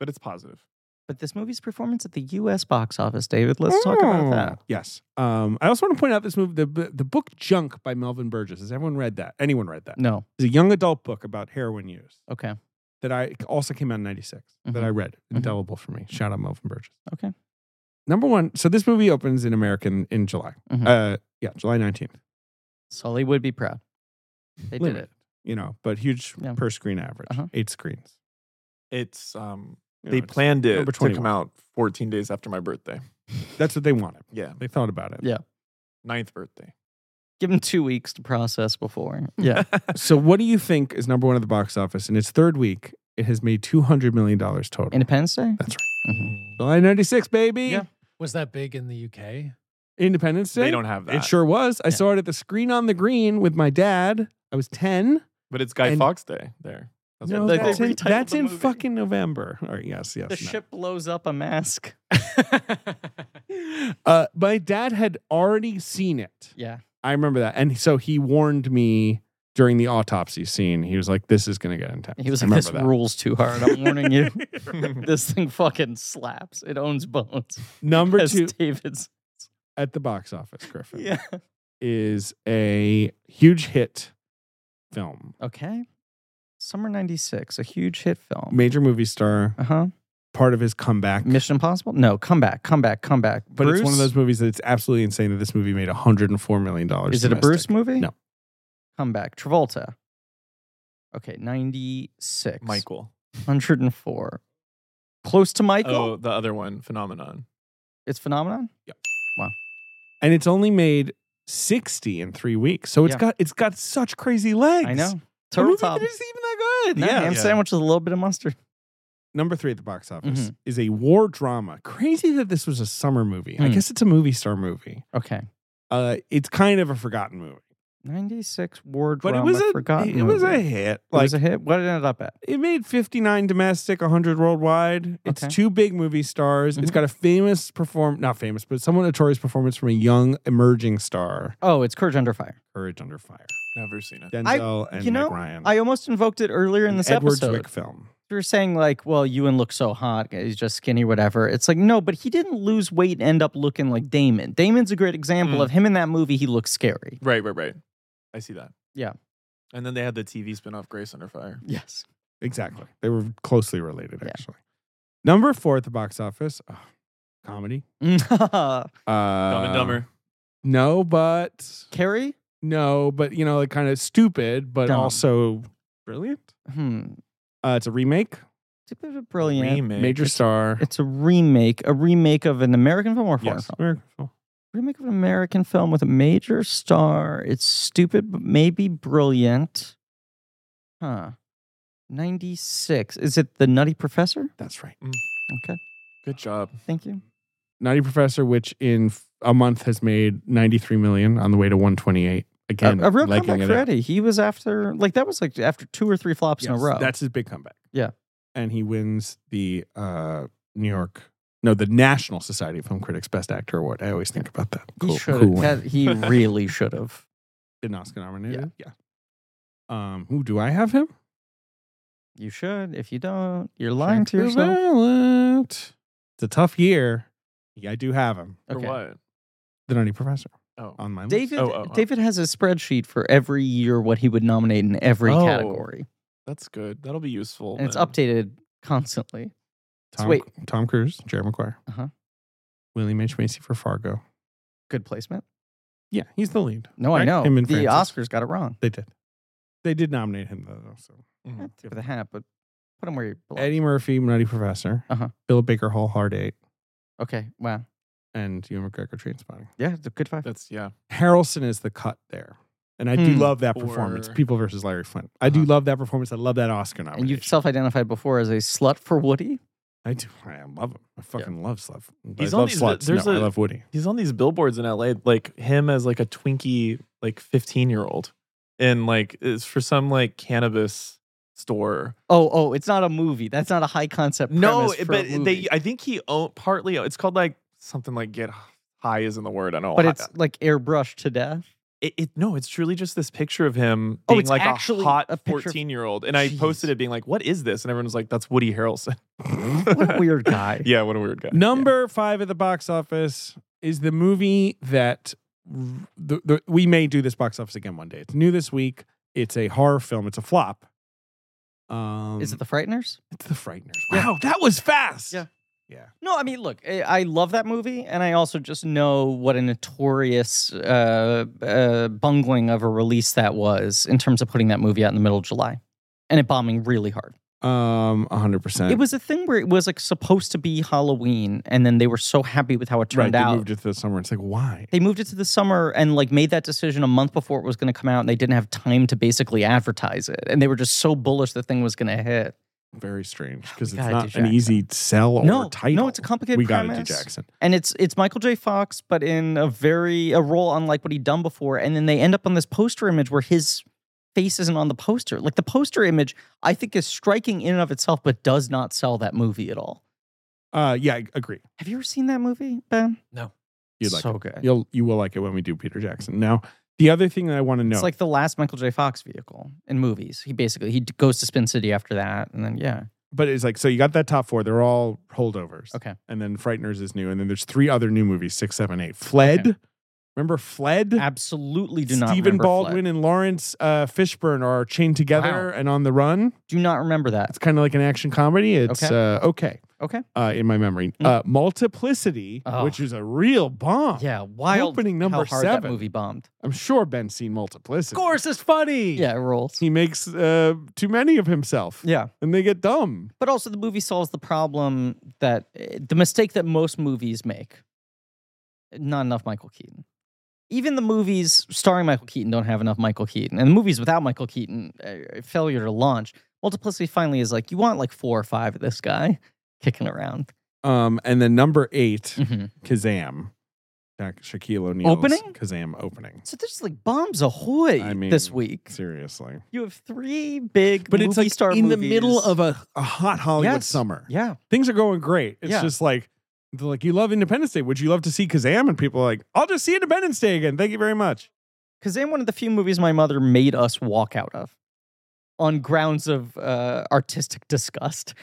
[SPEAKER 4] But it's positive.
[SPEAKER 2] But this movie's performance at the U.S. box office, David. Let's talk about that.
[SPEAKER 3] Yes. Um, I also want to point out this movie, the, b- the book Junk by Melvin Burgess. Has everyone read that? Anyone read that?
[SPEAKER 2] No.
[SPEAKER 3] It's a young adult book about heroin use
[SPEAKER 2] Okay.
[SPEAKER 3] that I also came out in 96 that
[SPEAKER 2] Mhm.
[SPEAKER 3] I read.
[SPEAKER 2] Mhm.
[SPEAKER 3] Indelible for me. Shout out Melvin Burgess.
[SPEAKER 2] Okay.
[SPEAKER 3] Number one. So this movie opens in America in, in July.
[SPEAKER 2] Mhm.
[SPEAKER 3] Uh, yeah, July 19th.
[SPEAKER 2] Sully would be proud. They did
[SPEAKER 3] Limited.
[SPEAKER 2] it.
[SPEAKER 3] You know, but huge
[SPEAKER 2] Yeah.
[SPEAKER 3] per screen average.
[SPEAKER 2] Uh-huh.
[SPEAKER 3] Eight screens.
[SPEAKER 4] It's um
[SPEAKER 3] You know,
[SPEAKER 4] they
[SPEAKER 3] it's-
[SPEAKER 4] planned it
[SPEAKER 3] number
[SPEAKER 4] to come
[SPEAKER 3] 21.
[SPEAKER 4] out 14 days after my birthday.
[SPEAKER 3] That's what they wanted.
[SPEAKER 4] Yeah,
[SPEAKER 3] They thought about it.
[SPEAKER 2] Yeah.
[SPEAKER 4] ninth birthday.
[SPEAKER 2] Give him two weeks to process before. Yeah.
[SPEAKER 3] So what do you think is number one at the box office? In its third week, it has made two hundred million dollars total.
[SPEAKER 2] Independence Day.
[SPEAKER 3] That's right.
[SPEAKER 2] Mhm.
[SPEAKER 3] July ninety six, baby.
[SPEAKER 2] Yeah.
[SPEAKER 5] Was that big in the UK?
[SPEAKER 3] Independence Day.
[SPEAKER 4] They don't have that.
[SPEAKER 3] It sure was. I
[SPEAKER 2] Yeah.
[SPEAKER 3] saw it at the screen on the green with my dad. I was ten.
[SPEAKER 4] but it's Guy
[SPEAKER 3] and-
[SPEAKER 4] Fawkes Day there. That's
[SPEAKER 3] No,
[SPEAKER 4] what it's
[SPEAKER 3] that's
[SPEAKER 4] called.
[SPEAKER 3] in,
[SPEAKER 2] retitled
[SPEAKER 3] that's
[SPEAKER 2] the
[SPEAKER 3] in
[SPEAKER 2] movie.
[SPEAKER 3] fucking November. All right, yes, yes.
[SPEAKER 2] The
[SPEAKER 3] no.
[SPEAKER 2] ship blows up a mask.
[SPEAKER 3] uh, my dad had already seen it.
[SPEAKER 2] Yeah.
[SPEAKER 3] I remember that, and so he warned me during the autopsy scene. He was like, "This is going to get intense."
[SPEAKER 2] He was
[SPEAKER 3] I
[SPEAKER 2] like, "This
[SPEAKER 3] remember that.
[SPEAKER 2] rules too hard. I'm warning you. this thing fucking slaps. It owns bones."
[SPEAKER 3] Number
[SPEAKER 2] As
[SPEAKER 3] two
[SPEAKER 2] David's.
[SPEAKER 3] at the box office, Griffin
[SPEAKER 2] Yeah.
[SPEAKER 3] is a huge hit film,
[SPEAKER 2] Okay. Summer '96, a huge hit film.
[SPEAKER 3] major movie star,
[SPEAKER 2] Uh huh.
[SPEAKER 3] part of his comeback.
[SPEAKER 2] Mission Impossible. No, come back, come back, come back.
[SPEAKER 3] but it's one
[SPEAKER 2] Bruce?
[SPEAKER 3] of those movies that it's absolutely insane that this movie made 104 million dollars.
[SPEAKER 2] Is it a Bruce movie?
[SPEAKER 3] No.
[SPEAKER 2] Come back. Travolta. Okay, 96.
[SPEAKER 4] Michael.
[SPEAKER 2] 104. Close to Michael.
[SPEAKER 4] Oh, the other one, Phenomenon.
[SPEAKER 2] It's Phenomenon?
[SPEAKER 3] and it's only made 60 in three weeks. So it's
[SPEAKER 2] Yeah.
[SPEAKER 3] got it's got such crazy legs.
[SPEAKER 2] I know.
[SPEAKER 3] The
[SPEAKER 2] Turtle
[SPEAKER 3] movie
[SPEAKER 2] Top.
[SPEAKER 3] that isn't even that good.
[SPEAKER 2] No,
[SPEAKER 3] yeah.
[SPEAKER 2] ham
[SPEAKER 4] Yeah.
[SPEAKER 2] sandwich with a little bit of mustard.
[SPEAKER 3] number three at the box office
[SPEAKER 2] Mm-hmm.
[SPEAKER 3] is a war drama. Crazy that this was a summer movie. I
[SPEAKER 2] Hmm.
[SPEAKER 3] guess it's a movie star movie.
[SPEAKER 2] Okay.
[SPEAKER 3] Uh, it's kind of a forgotten movie,
[SPEAKER 2] 96 war
[SPEAKER 3] but
[SPEAKER 2] drama.
[SPEAKER 3] it was a
[SPEAKER 2] forgotten
[SPEAKER 3] it was a
[SPEAKER 2] movie.
[SPEAKER 3] hit.
[SPEAKER 2] it
[SPEAKER 3] Like
[SPEAKER 2] was a hit. What did it end up at?
[SPEAKER 3] it made 59 domestic, 100 worldwide. It's
[SPEAKER 2] Okay.
[SPEAKER 3] two big movie stars. It's
[SPEAKER 2] Mhm.
[SPEAKER 3] got a famous perform, not famous, but somewhat notorious performance from a young emerging star,
[SPEAKER 2] Oh, it's Courage Under Fire.
[SPEAKER 3] Courage Under Fire.
[SPEAKER 4] Never seen it.
[SPEAKER 3] Denzel and
[SPEAKER 2] you know,
[SPEAKER 3] Meg Ryan.
[SPEAKER 2] I almost invoked it earlier in
[SPEAKER 3] An
[SPEAKER 2] this
[SPEAKER 3] Edward
[SPEAKER 2] episode.
[SPEAKER 3] Zwick film.
[SPEAKER 2] You were saying like, well, Ewan looks so hot. He's just skinny, whatever. It's like no, but he didn't lose weight and end up looking like Damon. Damon's a great example
[SPEAKER 4] Mm.
[SPEAKER 2] of him in that movie. He looks scary.
[SPEAKER 4] Right, right, right. I see that.
[SPEAKER 2] Yeah.
[SPEAKER 4] And then they had the TV spin-off Grace Under Fire.
[SPEAKER 2] Yes.
[SPEAKER 3] Exactly. They were closely related,
[SPEAKER 2] Yeah.
[SPEAKER 3] actually. Number four at the box office, oh, comedy. Uh,
[SPEAKER 4] Dumb and Dumber.
[SPEAKER 3] No, but
[SPEAKER 2] Carrie.
[SPEAKER 3] no, but you know, like kind of stupid, but
[SPEAKER 2] Dumb.
[SPEAKER 3] also brilliant.
[SPEAKER 2] Hmm.
[SPEAKER 3] Uh, it's a remake,
[SPEAKER 2] It's a bit of a brilliant.
[SPEAKER 4] Remake.
[SPEAKER 3] major star.
[SPEAKER 2] It's a remake, a remake of an American film or foreign
[SPEAKER 3] yes,
[SPEAKER 2] film.
[SPEAKER 3] American film.
[SPEAKER 2] Remake of an American film with a major star. It's stupid, but maybe brilliant. Huh. 96. Is it The Nutty Professor?
[SPEAKER 3] That's right.
[SPEAKER 2] Okay.
[SPEAKER 4] Good job.
[SPEAKER 2] Thank you.
[SPEAKER 3] Naughty Professor, which in f- a month has made 93 million on the way to 128. Again,
[SPEAKER 2] a, a real
[SPEAKER 3] legging
[SPEAKER 2] comeback
[SPEAKER 3] it
[SPEAKER 2] for
[SPEAKER 3] out.
[SPEAKER 2] Eddie. He was after, like, that was like after two or three flops in a
[SPEAKER 3] Yes,
[SPEAKER 2] row.
[SPEAKER 3] That's his big comeback.
[SPEAKER 2] Yeah.
[SPEAKER 3] And he wins the uh, New York, no, the National Society of Film Critics Best Actor Award. I always think about that.
[SPEAKER 2] he should
[SPEAKER 3] win.
[SPEAKER 2] have. He really should have.
[SPEAKER 3] An Oscar nominated. Yeah. Um, who do I have him?
[SPEAKER 2] You should. If you don't, you're lying to
[SPEAKER 3] Check the
[SPEAKER 2] yourself.
[SPEAKER 3] ballot. It's a tough year. Yeah, I do have him.
[SPEAKER 4] For
[SPEAKER 2] Okay.
[SPEAKER 4] what?
[SPEAKER 3] The Nutty Professor
[SPEAKER 4] Oh.
[SPEAKER 3] on my list.
[SPEAKER 2] David
[SPEAKER 4] Oh, oh, oh.
[SPEAKER 2] David has a spreadsheet for every year what he would nominate in every
[SPEAKER 4] Oh.
[SPEAKER 2] category,
[SPEAKER 4] That's good. That'll be useful.
[SPEAKER 2] and it's
[SPEAKER 4] then.
[SPEAKER 2] updated constantly.
[SPEAKER 3] Tom,
[SPEAKER 2] wait.
[SPEAKER 3] Tom Cruise, Jerry Maguire,
[SPEAKER 2] Uh-huh.
[SPEAKER 3] William H. Macy for Fargo.
[SPEAKER 2] Good placement.
[SPEAKER 3] Yeah, he's the lead.
[SPEAKER 2] No, I
[SPEAKER 3] Right?
[SPEAKER 2] know
[SPEAKER 3] Him and
[SPEAKER 2] the
[SPEAKER 3] Francis.
[SPEAKER 2] Oscars got it wrong.
[SPEAKER 3] They did. They did nominate him though. So
[SPEAKER 4] Mm.
[SPEAKER 2] Not Tip of Mm-hmm. the hat, but put him where you belong.
[SPEAKER 3] Eddie Murphy, Nutty Professor,
[SPEAKER 2] Uh-huh.
[SPEAKER 3] Bill Baker Hall, Hard Eight,
[SPEAKER 2] Okay, wow,
[SPEAKER 3] and Ewan McGregor, Trainspotting.
[SPEAKER 2] yeah, it's a good five.
[SPEAKER 4] That's yeah.
[SPEAKER 3] Harrelson is the cut there, and I do
[SPEAKER 2] Hmm.
[SPEAKER 3] love that performance.
[SPEAKER 4] Or-
[SPEAKER 3] People versus Larry Flint. I do
[SPEAKER 4] Uh-huh.
[SPEAKER 3] love that performance. I love that Oscar nomination.
[SPEAKER 2] And you've self-identified before as a slut for Woody.
[SPEAKER 3] I do. I love him. I fucking love Sluv.
[SPEAKER 4] He's
[SPEAKER 3] I
[SPEAKER 4] on
[SPEAKER 3] love
[SPEAKER 4] these-
[SPEAKER 3] sluts.
[SPEAKER 4] there's
[SPEAKER 3] no, I
[SPEAKER 4] a-
[SPEAKER 3] love Woody.
[SPEAKER 4] He's on these billboards in LA, like him as like a twinkie, like fifteen year old, and like it's for some like cannabis store.
[SPEAKER 2] Oh, oh, it's not a movie. That's not a high concept.
[SPEAKER 4] No,
[SPEAKER 2] premise for a
[SPEAKER 4] but
[SPEAKER 2] movie.
[SPEAKER 4] they. I think he owned partly. It's called like something like get high isn't the word. I don't. know.
[SPEAKER 2] But it's like airbrushed to death.
[SPEAKER 4] it, it no, it's truly just this picture of him
[SPEAKER 2] Oh,
[SPEAKER 4] being
[SPEAKER 2] it's
[SPEAKER 4] like
[SPEAKER 2] actually
[SPEAKER 4] a hot
[SPEAKER 2] a picture of-
[SPEAKER 4] 14 year old. And I
[SPEAKER 2] Jeez.
[SPEAKER 4] posted it being like, what is this? And everyone was like, that's Woody Harrelson.
[SPEAKER 2] What a weird guy.
[SPEAKER 4] yeah, what a weird guy.
[SPEAKER 3] Number five at the box office is the movie that r- the, the, we may do this box office again one day. It's new this week. It's a horror film. It's a flop. Um,
[SPEAKER 2] Is it the Frighteners?
[SPEAKER 3] It's the Frighteners.
[SPEAKER 2] Yeah.
[SPEAKER 3] Wow, that was fast.
[SPEAKER 2] Yeah.
[SPEAKER 3] Yeah.
[SPEAKER 2] No, I mean, look, eh, I I love that movie, and I also just know what a notorious uh, uh, bungling of a release that was in terms of putting that movie out in the middle of July, and it bombing really hard.
[SPEAKER 3] Um, hundred percent.
[SPEAKER 2] It was a thing where it was like supposed to be Halloween, and then they were so happy with how it
[SPEAKER 3] right.
[SPEAKER 2] turned
[SPEAKER 3] They
[SPEAKER 2] out.
[SPEAKER 3] moved it to the summer. It's like why?
[SPEAKER 2] they moved it to the summer and like made that decision a month before it was going to come out, and they didn't have time to basically advertise it, and they were just so bullish the thing was going to hit.
[SPEAKER 3] Very strange because
[SPEAKER 2] We
[SPEAKER 3] it's
[SPEAKER 2] gotta
[SPEAKER 3] not
[SPEAKER 2] do
[SPEAKER 3] an
[SPEAKER 2] Jackson.
[SPEAKER 3] easy sell or
[SPEAKER 2] no,
[SPEAKER 3] title.
[SPEAKER 2] no, it's a complicated
[SPEAKER 3] we
[SPEAKER 2] premise.
[SPEAKER 3] gotta do Jackson.
[SPEAKER 2] and it's it's Michael J. Fox, but in a very a role unlike what he'd done before. And then they end up on this poster image where his face isn't on the poster. Like the poster image, I think is striking in and of itself, but does not sell that movie at all.
[SPEAKER 3] Uh, yeah, I agree.
[SPEAKER 2] Have you ever seen that movie, Ben?
[SPEAKER 3] You'd like
[SPEAKER 2] so
[SPEAKER 3] it.
[SPEAKER 2] good.
[SPEAKER 3] You'll you will like it when we do Peter Jackson. Now, the other thing that I want to know.
[SPEAKER 2] It's like the last Michael J. Fox vehicle in movies. He basically he d- goes to Spin City after that, and then yeah,
[SPEAKER 3] but it's like so you got that top four. They're all holdovers.
[SPEAKER 2] Okay.
[SPEAKER 3] And then Frighteners is new, and then there's three other new movies: six, seven, eight. Fled. Remember Fled?
[SPEAKER 2] absolutely do not
[SPEAKER 3] Stephen
[SPEAKER 2] remember
[SPEAKER 3] Baldwin
[SPEAKER 2] Fled.
[SPEAKER 3] and Lawrence uh, Fishburne are chained together and on the run.
[SPEAKER 2] Do not remember that.
[SPEAKER 3] It's kind of like an action comedy. It's okay, uh, okay,
[SPEAKER 2] Okay.
[SPEAKER 3] uh, in my memory.
[SPEAKER 2] Mm.
[SPEAKER 3] Uh, Multiplicity,
[SPEAKER 2] Oh.
[SPEAKER 3] which is a real bomb.
[SPEAKER 2] Yeah, wild.
[SPEAKER 3] Opening number
[SPEAKER 2] how hard that
[SPEAKER 3] seven.
[SPEAKER 2] movie bombed.
[SPEAKER 3] I'm sure Ben's seen Multiplicity.
[SPEAKER 5] it's funny.
[SPEAKER 2] Yeah, it rolls.
[SPEAKER 3] he makes uh, too many of himself,
[SPEAKER 2] Yeah.
[SPEAKER 3] and they get dumb.
[SPEAKER 2] But also, the movie solves the problem that eh, the mistake that most movies make. Not enough Michael Keaton. Even the movies starring Michael Keaton don't have enough Michael Keaton, and the movies without Michael Keaton, a eh, failure to launch. Multiplicity finally is like, you want like four or five of this guy kicking around.
[SPEAKER 3] Um, and then number eight,
[SPEAKER 2] Mm-hmm.
[SPEAKER 3] Kazam, Shaq- Shaquille O'Neal's
[SPEAKER 2] Opening?
[SPEAKER 3] Kazam opening.
[SPEAKER 2] So there's like bombs ahoy
[SPEAKER 3] I mean,
[SPEAKER 2] this week.
[SPEAKER 3] Seriously,
[SPEAKER 2] You have three big,
[SPEAKER 3] but
[SPEAKER 2] movie
[SPEAKER 3] it's like
[SPEAKER 2] star
[SPEAKER 3] in the
[SPEAKER 2] movies.
[SPEAKER 3] middle of a, a hot Hollywood
[SPEAKER 2] Yes.
[SPEAKER 3] summer.
[SPEAKER 2] yeah,
[SPEAKER 3] Things are going great. It's
[SPEAKER 2] Yeah.
[SPEAKER 3] just like they're like you love Independence Day. Would you love to see Kazam? And people are like, I'll just see Independence Day again. Thank you very much.
[SPEAKER 2] because in one of the few movies my mother made us walk out of on grounds of uh, artistic disgust.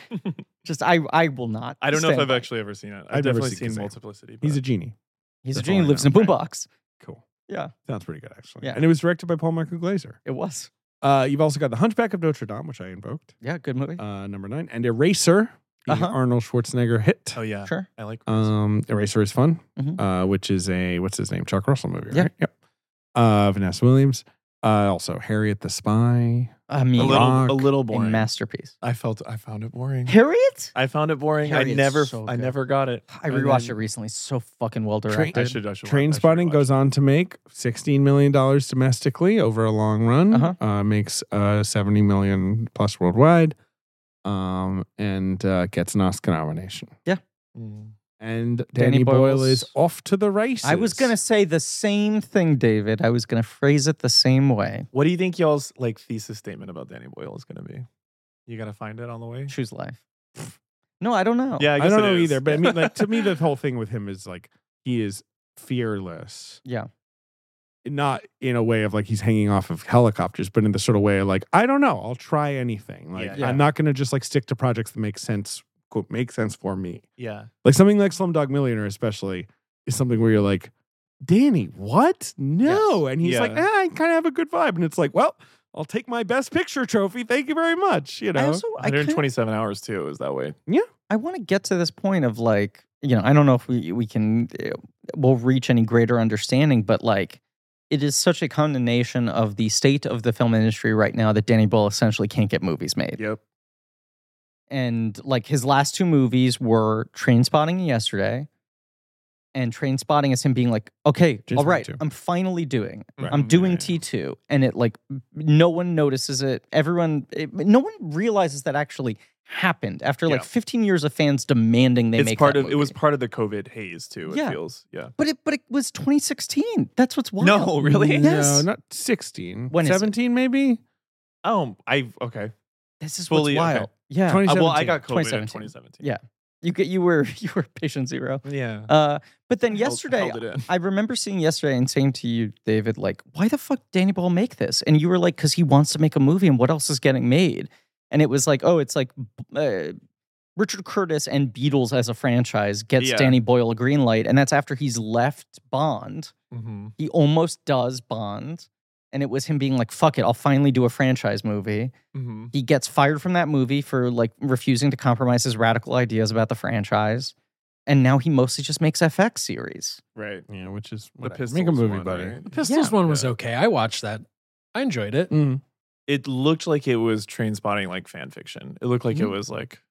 [SPEAKER 2] Just I, I will not.
[SPEAKER 4] I don't know if
[SPEAKER 2] stand
[SPEAKER 4] I've
[SPEAKER 2] by it.
[SPEAKER 4] actually ever seen it. I've,
[SPEAKER 3] I've never
[SPEAKER 4] definitely
[SPEAKER 3] seen
[SPEAKER 4] seen
[SPEAKER 3] Kazam.
[SPEAKER 4] Multiplicity.
[SPEAKER 3] He's a
[SPEAKER 4] but-
[SPEAKER 3] genie.
[SPEAKER 2] He's a
[SPEAKER 3] That's
[SPEAKER 2] genie
[SPEAKER 3] all I
[SPEAKER 2] lives in
[SPEAKER 3] know.
[SPEAKER 2] a boombox.
[SPEAKER 3] Cool.
[SPEAKER 2] Yeah.
[SPEAKER 3] sounds pretty good actually.
[SPEAKER 2] Yeah.
[SPEAKER 3] and it was directed by Paul Michael Glazer.
[SPEAKER 2] It was.
[SPEAKER 3] Uh, you've also got The Hunchback of Notre Dame, which I invoked.
[SPEAKER 2] Yeah, good movie.
[SPEAKER 3] Uh, number nine, and Eraser, the
[SPEAKER 2] Uh-huh.
[SPEAKER 3] Arnold Schwarzenegger hit.
[SPEAKER 4] Oh yeah,
[SPEAKER 2] sure.
[SPEAKER 4] I like.
[SPEAKER 3] Um, Eraser is fun,
[SPEAKER 2] Mhm.
[SPEAKER 3] uh, which is a what's his name Chuck Russell movie,
[SPEAKER 2] Yeah.
[SPEAKER 3] right? Yep. Uh, Vanessa Williams. Uh, also Harriet the Spy.
[SPEAKER 2] I
[SPEAKER 4] a
[SPEAKER 2] mean,
[SPEAKER 4] little,
[SPEAKER 3] Rock
[SPEAKER 4] a little
[SPEAKER 2] a
[SPEAKER 4] boring.
[SPEAKER 2] masterpiece.
[SPEAKER 4] I felt I found it boring.
[SPEAKER 2] Harriet?
[SPEAKER 4] I found it boring. I
[SPEAKER 2] Harry is
[SPEAKER 4] never,
[SPEAKER 2] so
[SPEAKER 4] I
[SPEAKER 2] good.
[SPEAKER 4] never got it.
[SPEAKER 2] I rewatched it recently. So fucking well
[SPEAKER 3] Train-
[SPEAKER 2] directed.
[SPEAKER 4] I should. I should.
[SPEAKER 3] Train Spotting goes on to make sixteen million dollars domestically over a long run.
[SPEAKER 2] Uh-huh.
[SPEAKER 3] Uh, makes uh, seventy million plus worldwide, um, and uh, gets an Oscar nomination. And Danny,
[SPEAKER 2] Danny
[SPEAKER 3] Boyle
[SPEAKER 2] Boyle's-
[SPEAKER 3] is off to the races.
[SPEAKER 2] I was gonna say the same thing, David. I was gonna phrase it the same way.
[SPEAKER 4] What do you think y'all's like thesis statement about Danny Boyle is going to be? You got to find it on the way.
[SPEAKER 2] Choose life. No, I don't know.
[SPEAKER 4] Yeah, I,
[SPEAKER 3] I,
[SPEAKER 4] guess
[SPEAKER 3] don't
[SPEAKER 4] it
[SPEAKER 3] know
[SPEAKER 4] is.
[SPEAKER 3] either. But I mean, like to me, the whole thing with him is like he is fearless,
[SPEAKER 2] Yeah.
[SPEAKER 3] not in a way of like he's hanging off of helicopters, but in the sort of way of like I don't know, I'll try anything. Like
[SPEAKER 4] Yeah.
[SPEAKER 2] Yeah.
[SPEAKER 3] I'm not going to just like stick to projects that make sense, quote, make sense for me.
[SPEAKER 4] yeah,
[SPEAKER 3] Like something like Slumdog Millionaire, especially, is something where you're like, Danny, what? No, and he's
[SPEAKER 4] Yeah.
[SPEAKER 3] like, ah, I kind of have a good vibe, and it's like, well. I'll take my best picture trophy. Thank you very much. You know,
[SPEAKER 2] I also I, kinda-
[SPEAKER 4] 127 hours too is that way.
[SPEAKER 2] I want to get to this point of like, you know, I don't know if we we can uh, we'll reach any greater understanding, but like it is such a condemnation of the state of the film industry right now that Danny Boyle essentially can't get movies made.
[SPEAKER 4] Yep.
[SPEAKER 2] and like his last two movies were Train Spotting yesterday, and Train Spotting is him being like, okay,
[SPEAKER 3] Trainspotting
[SPEAKER 2] all right,
[SPEAKER 3] 2.
[SPEAKER 2] I'm finally doing,
[SPEAKER 4] Right.
[SPEAKER 2] I'm doing
[SPEAKER 3] Right.
[SPEAKER 2] T two, and it like no one notices it. Everyone, it, no one realizes that actually happened after like
[SPEAKER 4] Yeah.
[SPEAKER 2] 15 years of fans demanding they
[SPEAKER 4] it's
[SPEAKER 2] make
[SPEAKER 4] part
[SPEAKER 2] that
[SPEAKER 4] of it was
[SPEAKER 2] movie.
[SPEAKER 4] part of the COVID haze too. It
[SPEAKER 2] Yeah.
[SPEAKER 4] feels yeah.
[SPEAKER 2] but it but it was 2016. That's what's wild.
[SPEAKER 4] No, really?
[SPEAKER 3] No,
[SPEAKER 2] Yes.
[SPEAKER 3] not 16.
[SPEAKER 2] When is it?
[SPEAKER 3] 17 maybe?
[SPEAKER 4] Oh, I okay.
[SPEAKER 2] this is
[SPEAKER 4] Fully,
[SPEAKER 2] what's
[SPEAKER 4] okay.
[SPEAKER 2] wild. Yeah,
[SPEAKER 4] Uh, well, I
[SPEAKER 3] 2017.
[SPEAKER 4] got COVID in
[SPEAKER 2] 2017.
[SPEAKER 4] 2017.
[SPEAKER 2] Yeah. you get you were you were patient zero.
[SPEAKER 4] yeah.
[SPEAKER 2] Uh, but then
[SPEAKER 4] Held-
[SPEAKER 2] yesterday,
[SPEAKER 4] held it in.
[SPEAKER 2] I remember seeing yesterday and saying to you, David, like, why the fuck Danny Boyle make this? And you were like, because he wants to make a movie, and what else is getting made? And it was like, oh, it's like uh, Richard Curtis and Beatles as a franchise gets
[SPEAKER 4] Yeah.
[SPEAKER 2] Danny Boyle a green light, and that's after he's left Bond.
[SPEAKER 4] Mhm.
[SPEAKER 2] He almost does Bond, and it was him being like, fuck it, I'll finally do a franchise movie.
[SPEAKER 4] Mhm.
[SPEAKER 2] He gets fired from that movie for like refusing to compromise his radical ideas about the franchise, and now he mostly just makes FX series.
[SPEAKER 4] Right.
[SPEAKER 3] Yeah, which is
[SPEAKER 4] The
[SPEAKER 3] whatever.
[SPEAKER 4] pistols
[SPEAKER 3] make a movie,
[SPEAKER 4] one,
[SPEAKER 3] buddy.
[SPEAKER 4] right?
[SPEAKER 5] The Pistols
[SPEAKER 2] Yeah.
[SPEAKER 5] one was
[SPEAKER 4] Yeah.
[SPEAKER 5] okay. I watched that. I enjoyed it.
[SPEAKER 3] Mm.
[SPEAKER 4] It looked like it was train spotting like fan fiction. It looked like it
[SPEAKER 5] Mhm.
[SPEAKER 4] was like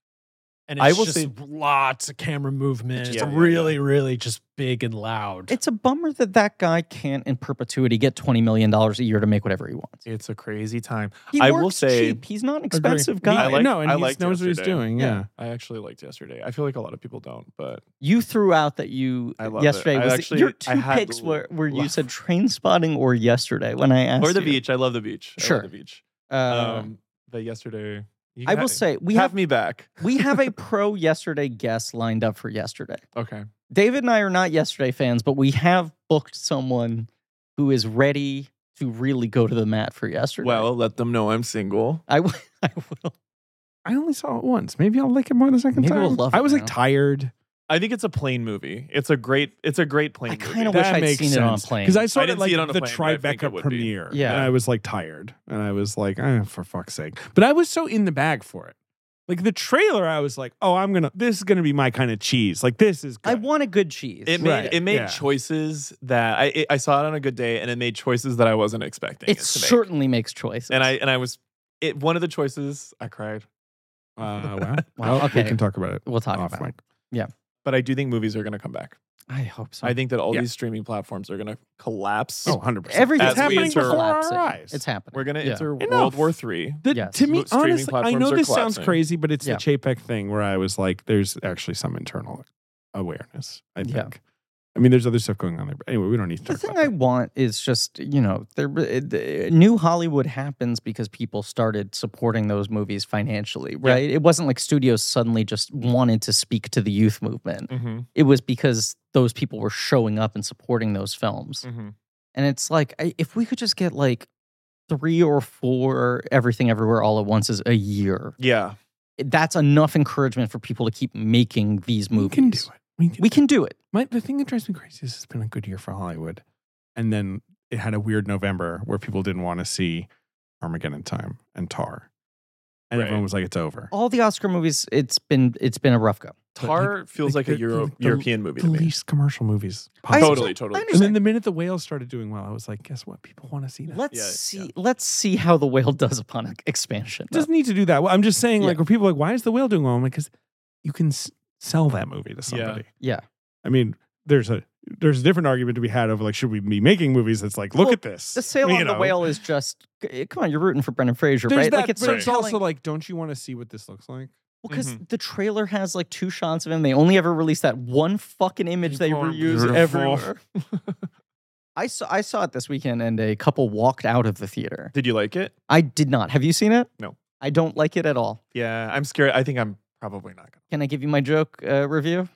[SPEAKER 5] And
[SPEAKER 4] I
[SPEAKER 5] it's
[SPEAKER 4] will
[SPEAKER 5] just
[SPEAKER 4] say-
[SPEAKER 5] lots of camera movement. It's
[SPEAKER 4] Yeah, yeah, yeah.
[SPEAKER 5] really, really just big and loud.
[SPEAKER 2] It's a bummer that that guy can't in perpetuity get $20 million a year to make whatever he wants.
[SPEAKER 4] it's a crazy time.
[SPEAKER 2] He
[SPEAKER 4] I
[SPEAKER 2] works
[SPEAKER 4] will say-
[SPEAKER 2] cheap. He's not an
[SPEAKER 3] Agree.
[SPEAKER 2] expensive
[SPEAKER 4] I
[SPEAKER 2] guy.
[SPEAKER 4] like-
[SPEAKER 3] no, and
[SPEAKER 4] I
[SPEAKER 3] he
[SPEAKER 4] liked
[SPEAKER 3] knows what he's
[SPEAKER 4] yesterday.
[SPEAKER 3] doing. Yeah.
[SPEAKER 4] I actually liked yesterday. I feel like a lot of people don't, but
[SPEAKER 2] you threw out that you
[SPEAKER 4] I love it.
[SPEAKER 2] yesterday
[SPEAKER 4] I
[SPEAKER 2] was
[SPEAKER 4] actually-
[SPEAKER 2] your
[SPEAKER 4] I
[SPEAKER 2] two
[SPEAKER 4] had
[SPEAKER 2] picks were where you
[SPEAKER 4] love-
[SPEAKER 2] said train spotting or yesterday when I asked
[SPEAKER 4] or the
[SPEAKER 2] you.
[SPEAKER 4] beach. I love the beach. I love
[SPEAKER 2] Sure.
[SPEAKER 4] the beach.
[SPEAKER 2] Uh,
[SPEAKER 4] Um, but yesterday, you
[SPEAKER 2] I
[SPEAKER 4] can ha-
[SPEAKER 2] will say we
[SPEAKER 4] have,
[SPEAKER 2] have
[SPEAKER 4] me back.
[SPEAKER 2] we have a pro yesterday guest lined up for yesterday.
[SPEAKER 4] Okay.
[SPEAKER 2] David and I are not yesterday fans, but we have booked someone who is ready to really go to the mat for yesterday.
[SPEAKER 4] Well, let them know I'm single.
[SPEAKER 2] I will. I will.
[SPEAKER 3] I only saw it once. Maybe I'll like it more the second
[SPEAKER 2] Maybe
[SPEAKER 3] time.
[SPEAKER 2] we'll love
[SPEAKER 3] I
[SPEAKER 2] it
[SPEAKER 3] was
[SPEAKER 2] now.
[SPEAKER 3] like tired.
[SPEAKER 4] I think it's a plain movie. It's a great. It's a great plain.
[SPEAKER 2] I
[SPEAKER 4] movie.
[SPEAKER 2] kinda wish
[SPEAKER 3] that
[SPEAKER 2] I'd
[SPEAKER 3] makes
[SPEAKER 2] seen
[SPEAKER 3] sense.
[SPEAKER 2] it on a plane.
[SPEAKER 3] Because I saw it
[SPEAKER 4] I
[SPEAKER 3] at
[SPEAKER 4] didn't
[SPEAKER 3] like
[SPEAKER 4] see it on a
[SPEAKER 3] the
[SPEAKER 4] plane, but I think it
[SPEAKER 3] Tribeca
[SPEAKER 4] would be.
[SPEAKER 3] premiere.
[SPEAKER 2] Yeah.
[SPEAKER 3] And I was like tired. And I was like, ah, for fuck's sake. But I was so in the bag for it. Like the trailer, I was like, oh, I'm going to, this is going to be my kind of cheese. Like this is good.
[SPEAKER 2] I want a good cheese.
[SPEAKER 4] It made
[SPEAKER 3] Right,
[SPEAKER 4] it made
[SPEAKER 3] yeah.
[SPEAKER 4] choices that I it, I saw it on a good day, and it made choices that I wasn't expecting.
[SPEAKER 2] it
[SPEAKER 4] it to make.
[SPEAKER 2] certainly makes choices.
[SPEAKER 4] and I and I was it. One of the choices I cried,
[SPEAKER 3] uh, wow.
[SPEAKER 2] Wow,
[SPEAKER 3] Well,
[SPEAKER 2] okay.
[SPEAKER 3] We can talk about it
[SPEAKER 2] we'll talk
[SPEAKER 3] off
[SPEAKER 2] about.
[SPEAKER 3] mic.
[SPEAKER 2] It.
[SPEAKER 4] but I do think movies are going to come back.
[SPEAKER 2] I hope so.
[SPEAKER 4] I think that all
[SPEAKER 3] Yeah.
[SPEAKER 4] these streaming platforms are going to collapse.
[SPEAKER 3] Oh, 100%.
[SPEAKER 2] Everything's
[SPEAKER 3] It's happening
[SPEAKER 4] enter-
[SPEAKER 3] before our
[SPEAKER 2] collapsing.
[SPEAKER 3] eyes.
[SPEAKER 2] it's happening.
[SPEAKER 4] We're going to
[SPEAKER 5] Yeah.
[SPEAKER 4] enter
[SPEAKER 3] Enough.
[SPEAKER 4] World War Three.
[SPEAKER 3] The-
[SPEAKER 2] Yes.
[SPEAKER 3] To me,
[SPEAKER 4] Most streaming
[SPEAKER 3] honestly, I
[SPEAKER 4] platforms
[SPEAKER 3] know
[SPEAKER 4] are
[SPEAKER 3] this sounds
[SPEAKER 4] collapsing.
[SPEAKER 3] crazy, but it's
[SPEAKER 2] Yeah.
[SPEAKER 3] the JPEG thing where I was like, there's actually some internal awareness, I think.
[SPEAKER 2] Yeah.
[SPEAKER 3] I mean, there's other stuff going on there. But anyway, we don't need to
[SPEAKER 2] The
[SPEAKER 3] talk
[SPEAKER 2] thing
[SPEAKER 3] about
[SPEAKER 2] I
[SPEAKER 3] that.
[SPEAKER 2] want is just you know, there, uh, the new Hollywood happens because people started supporting those movies financially, right? It wasn't like studios suddenly just wanted to speak to the youth movement.
[SPEAKER 4] Mm-hmm.
[SPEAKER 2] It was because those people were showing up and supporting those films.
[SPEAKER 4] Mm-hmm.
[SPEAKER 2] And it's like I, if we could just get like three or four Everything Everywhere All at Once is a year,
[SPEAKER 4] Yeah.
[SPEAKER 2] that's enough encouragement for people to keep making these movies.
[SPEAKER 3] We can do it. We can,
[SPEAKER 2] We can do it.
[SPEAKER 3] My, the thing that drives me crazy is it's been a good year for Hollywood. And then it had a weird November where people didn't want to see Armageddon Time and Tar. And
[SPEAKER 4] Right.
[SPEAKER 3] everyone was like, it's over.
[SPEAKER 2] All the Oscar movies, it's been it's been a rough go.
[SPEAKER 3] But,
[SPEAKER 4] Tar feels
[SPEAKER 3] like
[SPEAKER 4] like,
[SPEAKER 3] the-
[SPEAKER 4] a Euro-
[SPEAKER 3] the- the-
[SPEAKER 4] European movie
[SPEAKER 3] the
[SPEAKER 4] to me.
[SPEAKER 3] least commercial movies.
[SPEAKER 2] I-
[SPEAKER 3] possible.
[SPEAKER 4] Totally, totally.
[SPEAKER 2] I
[SPEAKER 3] And then
[SPEAKER 2] understand.
[SPEAKER 3] the minute the whales started doing well, I was like, guess what? People want to see that.
[SPEAKER 2] Let's
[SPEAKER 4] Yeah, yeah.
[SPEAKER 2] see. Let's see how the whale does upon ex- expansion.
[SPEAKER 3] It doesn't need to do that. Well, I'm just saying,
[SPEAKER 2] Yeah.
[SPEAKER 3] like, where people are like, why is the whale doing well? I'm like, because you can s- sell that movie to somebody.
[SPEAKER 2] Yeah.
[SPEAKER 3] I mean, there's a there's a different argument to be had over like, should we be making movies that's like, look
[SPEAKER 2] Well,
[SPEAKER 3] at this.
[SPEAKER 2] the sale
[SPEAKER 3] you
[SPEAKER 2] on the
[SPEAKER 3] know?
[SPEAKER 2] whale is just. c- eh, Come on, you're rooting for Brendan Fraser,
[SPEAKER 3] There's
[SPEAKER 2] right?
[SPEAKER 3] that,
[SPEAKER 2] like it's
[SPEAKER 3] but
[SPEAKER 2] so
[SPEAKER 3] it's
[SPEAKER 2] telling.
[SPEAKER 3] also like, mm-hmm. don't you want to see what this looks like?
[SPEAKER 2] because the trailer has like two shots of him. They only ever released that one fucking image they
[SPEAKER 4] Oh,
[SPEAKER 2] reuse
[SPEAKER 4] beautiful.
[SPEAKER 2] everywhere. I saw I saw it this weekend, and a couple walked out of the theater.
[SPEAKER 4] Did you like it?
[SPEAKER 2] I did not. Have you seen it?
[SPEAKER 4] No.
[SPEAKER 2] I don't like it at all.
[SPEAKER 4] Yeah. I'm scared. I think I'm probably not going
[SPEAKER 2] Can I give you my joke uh, review?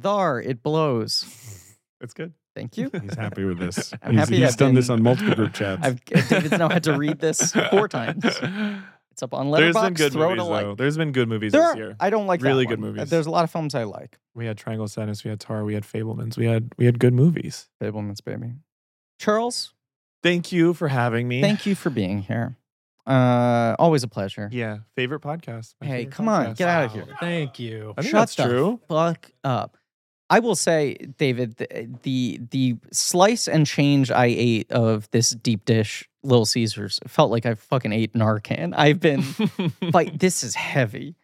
[SPEAKER 2] Thar, it blows.
[SPEAKER 4] to. It's good.
[SPEAKER 2] Thank you.
[SPEAKER 3] He's happy with this.
[SPEAKER 2] I'm
[SPEAKER 3] he's
[SPEAKER 2] happy
[SPEAKER 3] he's
[SPEAKER 2] I've
[SPEAKER 3] done this
[SPEAKER 4] been-
[SPEAKER 3] on multiple group chats.
[SPEAKER 2] I've, uh, David's now had to read this four times. It's up on
[SPEAKER 4] There's been
[SPEAKER 2] Letterboxd.
[SPEAKER 4] good
[SPEAKER 2] Throw
[SPEAKER 4] movies,
[SPEAKER 2] it a like.
[SPEAKER 4] though. There's been good movies
[SPEAKER 2] There
[SPEAKER 4] this
[SPEAKER 2] are-
[SPEAKER 4] year.
[SPEAKER 2] I don't like that
[SPEAKER 4] Really
[SPEAKER 2] one. Uh,
[SPEAKER 4] good movies.
[SPEAKER 2] There's a lot of films I like.
[SPEAKER 4] We had Triangle of Sadness. We had Tar. We had Fablemans. We had we had good movies.
[SPEAKER 2] Fableman's Baby. Charles,
[SPEAKER 4] Thank you for having me.
[SPEAKER 2] thank you for being here. Uh, always a pleasure.
[SPEAKER 4] Yeah, favorite podcast. my
[SPEAKER 2] Hey,
[SPEAKER 4] favorite
[SPEAKER 2] come on,
[SPEAKER 4] podcast.
[SPEAKER 2] get out of here.
[SPEAKER 5] Thank you.
[SPEAKER 4] I think
[SPEAKER 2] Shut
[SPEAKER 4] that's
[SPEAKER 2] the
[SPEAKER 4] true.
[SPEAKER 2] Fuck up. I will say, David, the, the the slice and change I ate of this deep dish Little Caesars felt like I fucking ate Narcan. I've been like, this is heavy.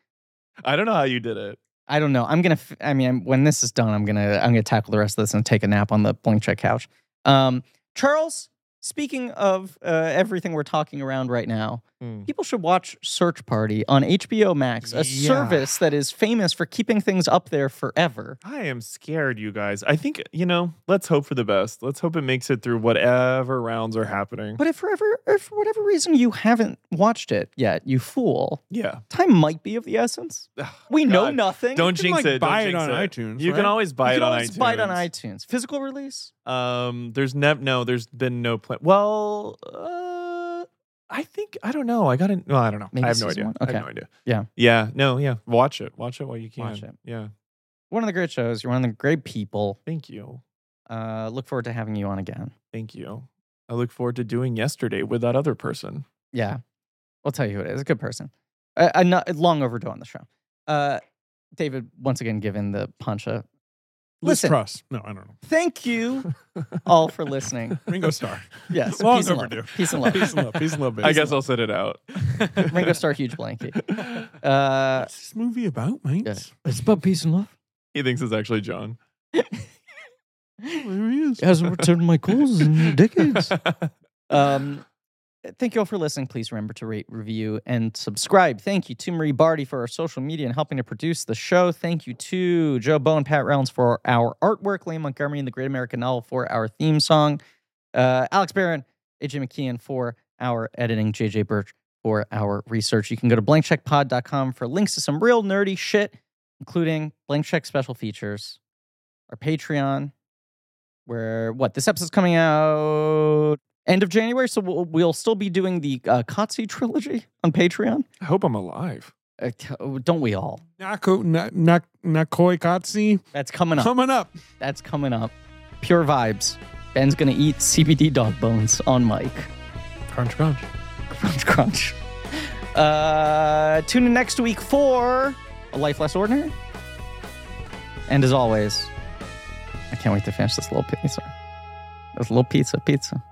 [SPEAKER 4] I don't know how you did it.
[SPEAKER 2] I don't know. I'm gonna. f- I mean, when this is done, I'm gonna. I'm gonna tackle the rest of this and take a nap on the blink check couch. Um, Charles. Speaking of uh, everything we're talking around right now,
[SPEAKER 4] Hmm.
[SPEAKER 2] people should watch Search Party on HBO Max, a
[SPEAKER 3] Yeah.
[SPEAKER 2] service that is famous for keeping things up there forever.
[SPEAKER 4] I am scared, you guys. I think you know. Let's hope for the best. Let's hope it makes it through whatever rounds are happening.
[SPEAKER 2] But if for ever, if for whatever reason you haven't watched it yet, you fool,
[SPEAKER 4] Yeah.
[SPEAKER 2] time might be of the essence. We know
[SPEAKER 4] God.
[SPEAKER 2] nothing.
[SPEAKER 4] Don't
[SPEAKER 3] You can,
[SPEAKER 4] jinx
[SPEAKER 3] like,
[SPEAKER 4] it. Don't
[SPEAKER 3] buy it
[SPEAKER 4] jinx
[SPEAKER 3] on iTunes,
[SPEAKER 4] You
[SPEAKER 3] right?
[SPEAKER 4] can always buy
[SPEAKER 2] you
[SPEAKER 4] it
[SPEAKER 2] can
[SPEAKER 4] on
[SPEAKER 2] always
[SPEAKER 4] iTunes.
[SPEAKER 2] buy it on iTunes. Physical release.
[SPEAKER 4] Um, there's nev- no, there's been no plan. Well, uh, I think I don't know. I got to. Well, I don't know.
[SPEAKER 2] Maybe
[SPEAKER 4] I have no
[SPEAKER 2] season
[SPEAKER 4] idea.
[SPEAKER 2] one?
[SPEAKER 4] I
[SPEAKER 2] Okay.
[SPEAKER 4] have no idea.
[SPEAKER 2] Yeah.
[SPEAKER 4] Yeah. No. Yeah. Watch it. Watch it while you can.
[SPEAKER 2] Watch it.
[SPEAKER 4] Yeah.
[SPEAKER 2] One of the great shows. You're one of the great people.
[SPEAKER 4] Thank you.
[SPEAKER 2] Uh, look forward to having you on again.
[SPEAKER 4] Thank you. I look forward to doing yesterday with that other person.
[SPEAKER 2] Yeah. We'll tell you who it is. A good person. Uh, uh, not, long overdue on the show. Uh, David, once again, given the pancha.
[SPEAKER 3] Liz
[SPEAKER 2] Listen.
[SPEAKER 3] Truss. No, I don't know.
[SPEAKER 2] Thank you all for listening.
[SPEAKER 3] Ringo Starr.
[SPEAKER 2] Yes.
[SPEAKER 3] Long
[SPEAKER 2] peace And
[SPEAKER 3] overdue.
[SPEAKER 2] love. Peace and love.
[SPEAKER 3] Peace and love. Peace and love.
[SPEAKER 4] I
[SPEAKER 3] baby.
[SPEAKER 4] guess I'll set it out.
[SPEAKER 2] Ringo Starr, huge blankie. Uh,
[SPEAKER 3] What's this movie about, mate?
[SPEAKER 2] Yeah.
[SPEAKER 1] It's about peace and love.
[SPEAKER 4] He thinks it's actually John.
[SPEAKER 3] There he is.
[SPEAKER 1] It hasn't returned my calls in decades.
[SPEAKER 2] um, thank you all for listening. Please remember to rate, review, and subscribe. Thank you to Marie Barty for our social media and helping to produce the show. Thank you to Joe Bow and Pat Rounds for our artwork, Liam Montgomery and the Great American Novel for our theme song, uh, Alex Barron, AJ McKeon for our editing, JJ Birch for our research. You can go to blankcheckpod.com for links to some real nerdy shit, including blank check special features, our Patreon, where what this episode's coming out end of January. So we'll, we'll still be doing the uh, Kotze trilogy on Patreon.
[SPEAKER 4] I hope I'm alive.
[SPEAKER 2] Uh, c- oh, don't we all?
[SPEAKER 3] Nako, na, na, Nakoi Katsi.
[SPEAKER 2] That's coming up.
[SPEAKER 3] Coming up.
[SPEAKER 2] That's coming up. Pure vibes. Ben's gonna eat CBD dog bones on mic.
[SPEAKER 5] Crunch, crunch.
[SPEAKER 2] Crunch, crunch. Uh, tune in next week for a life less ordinary. And as always, I can't wait to finish this little pizza. This little pizza, pizza.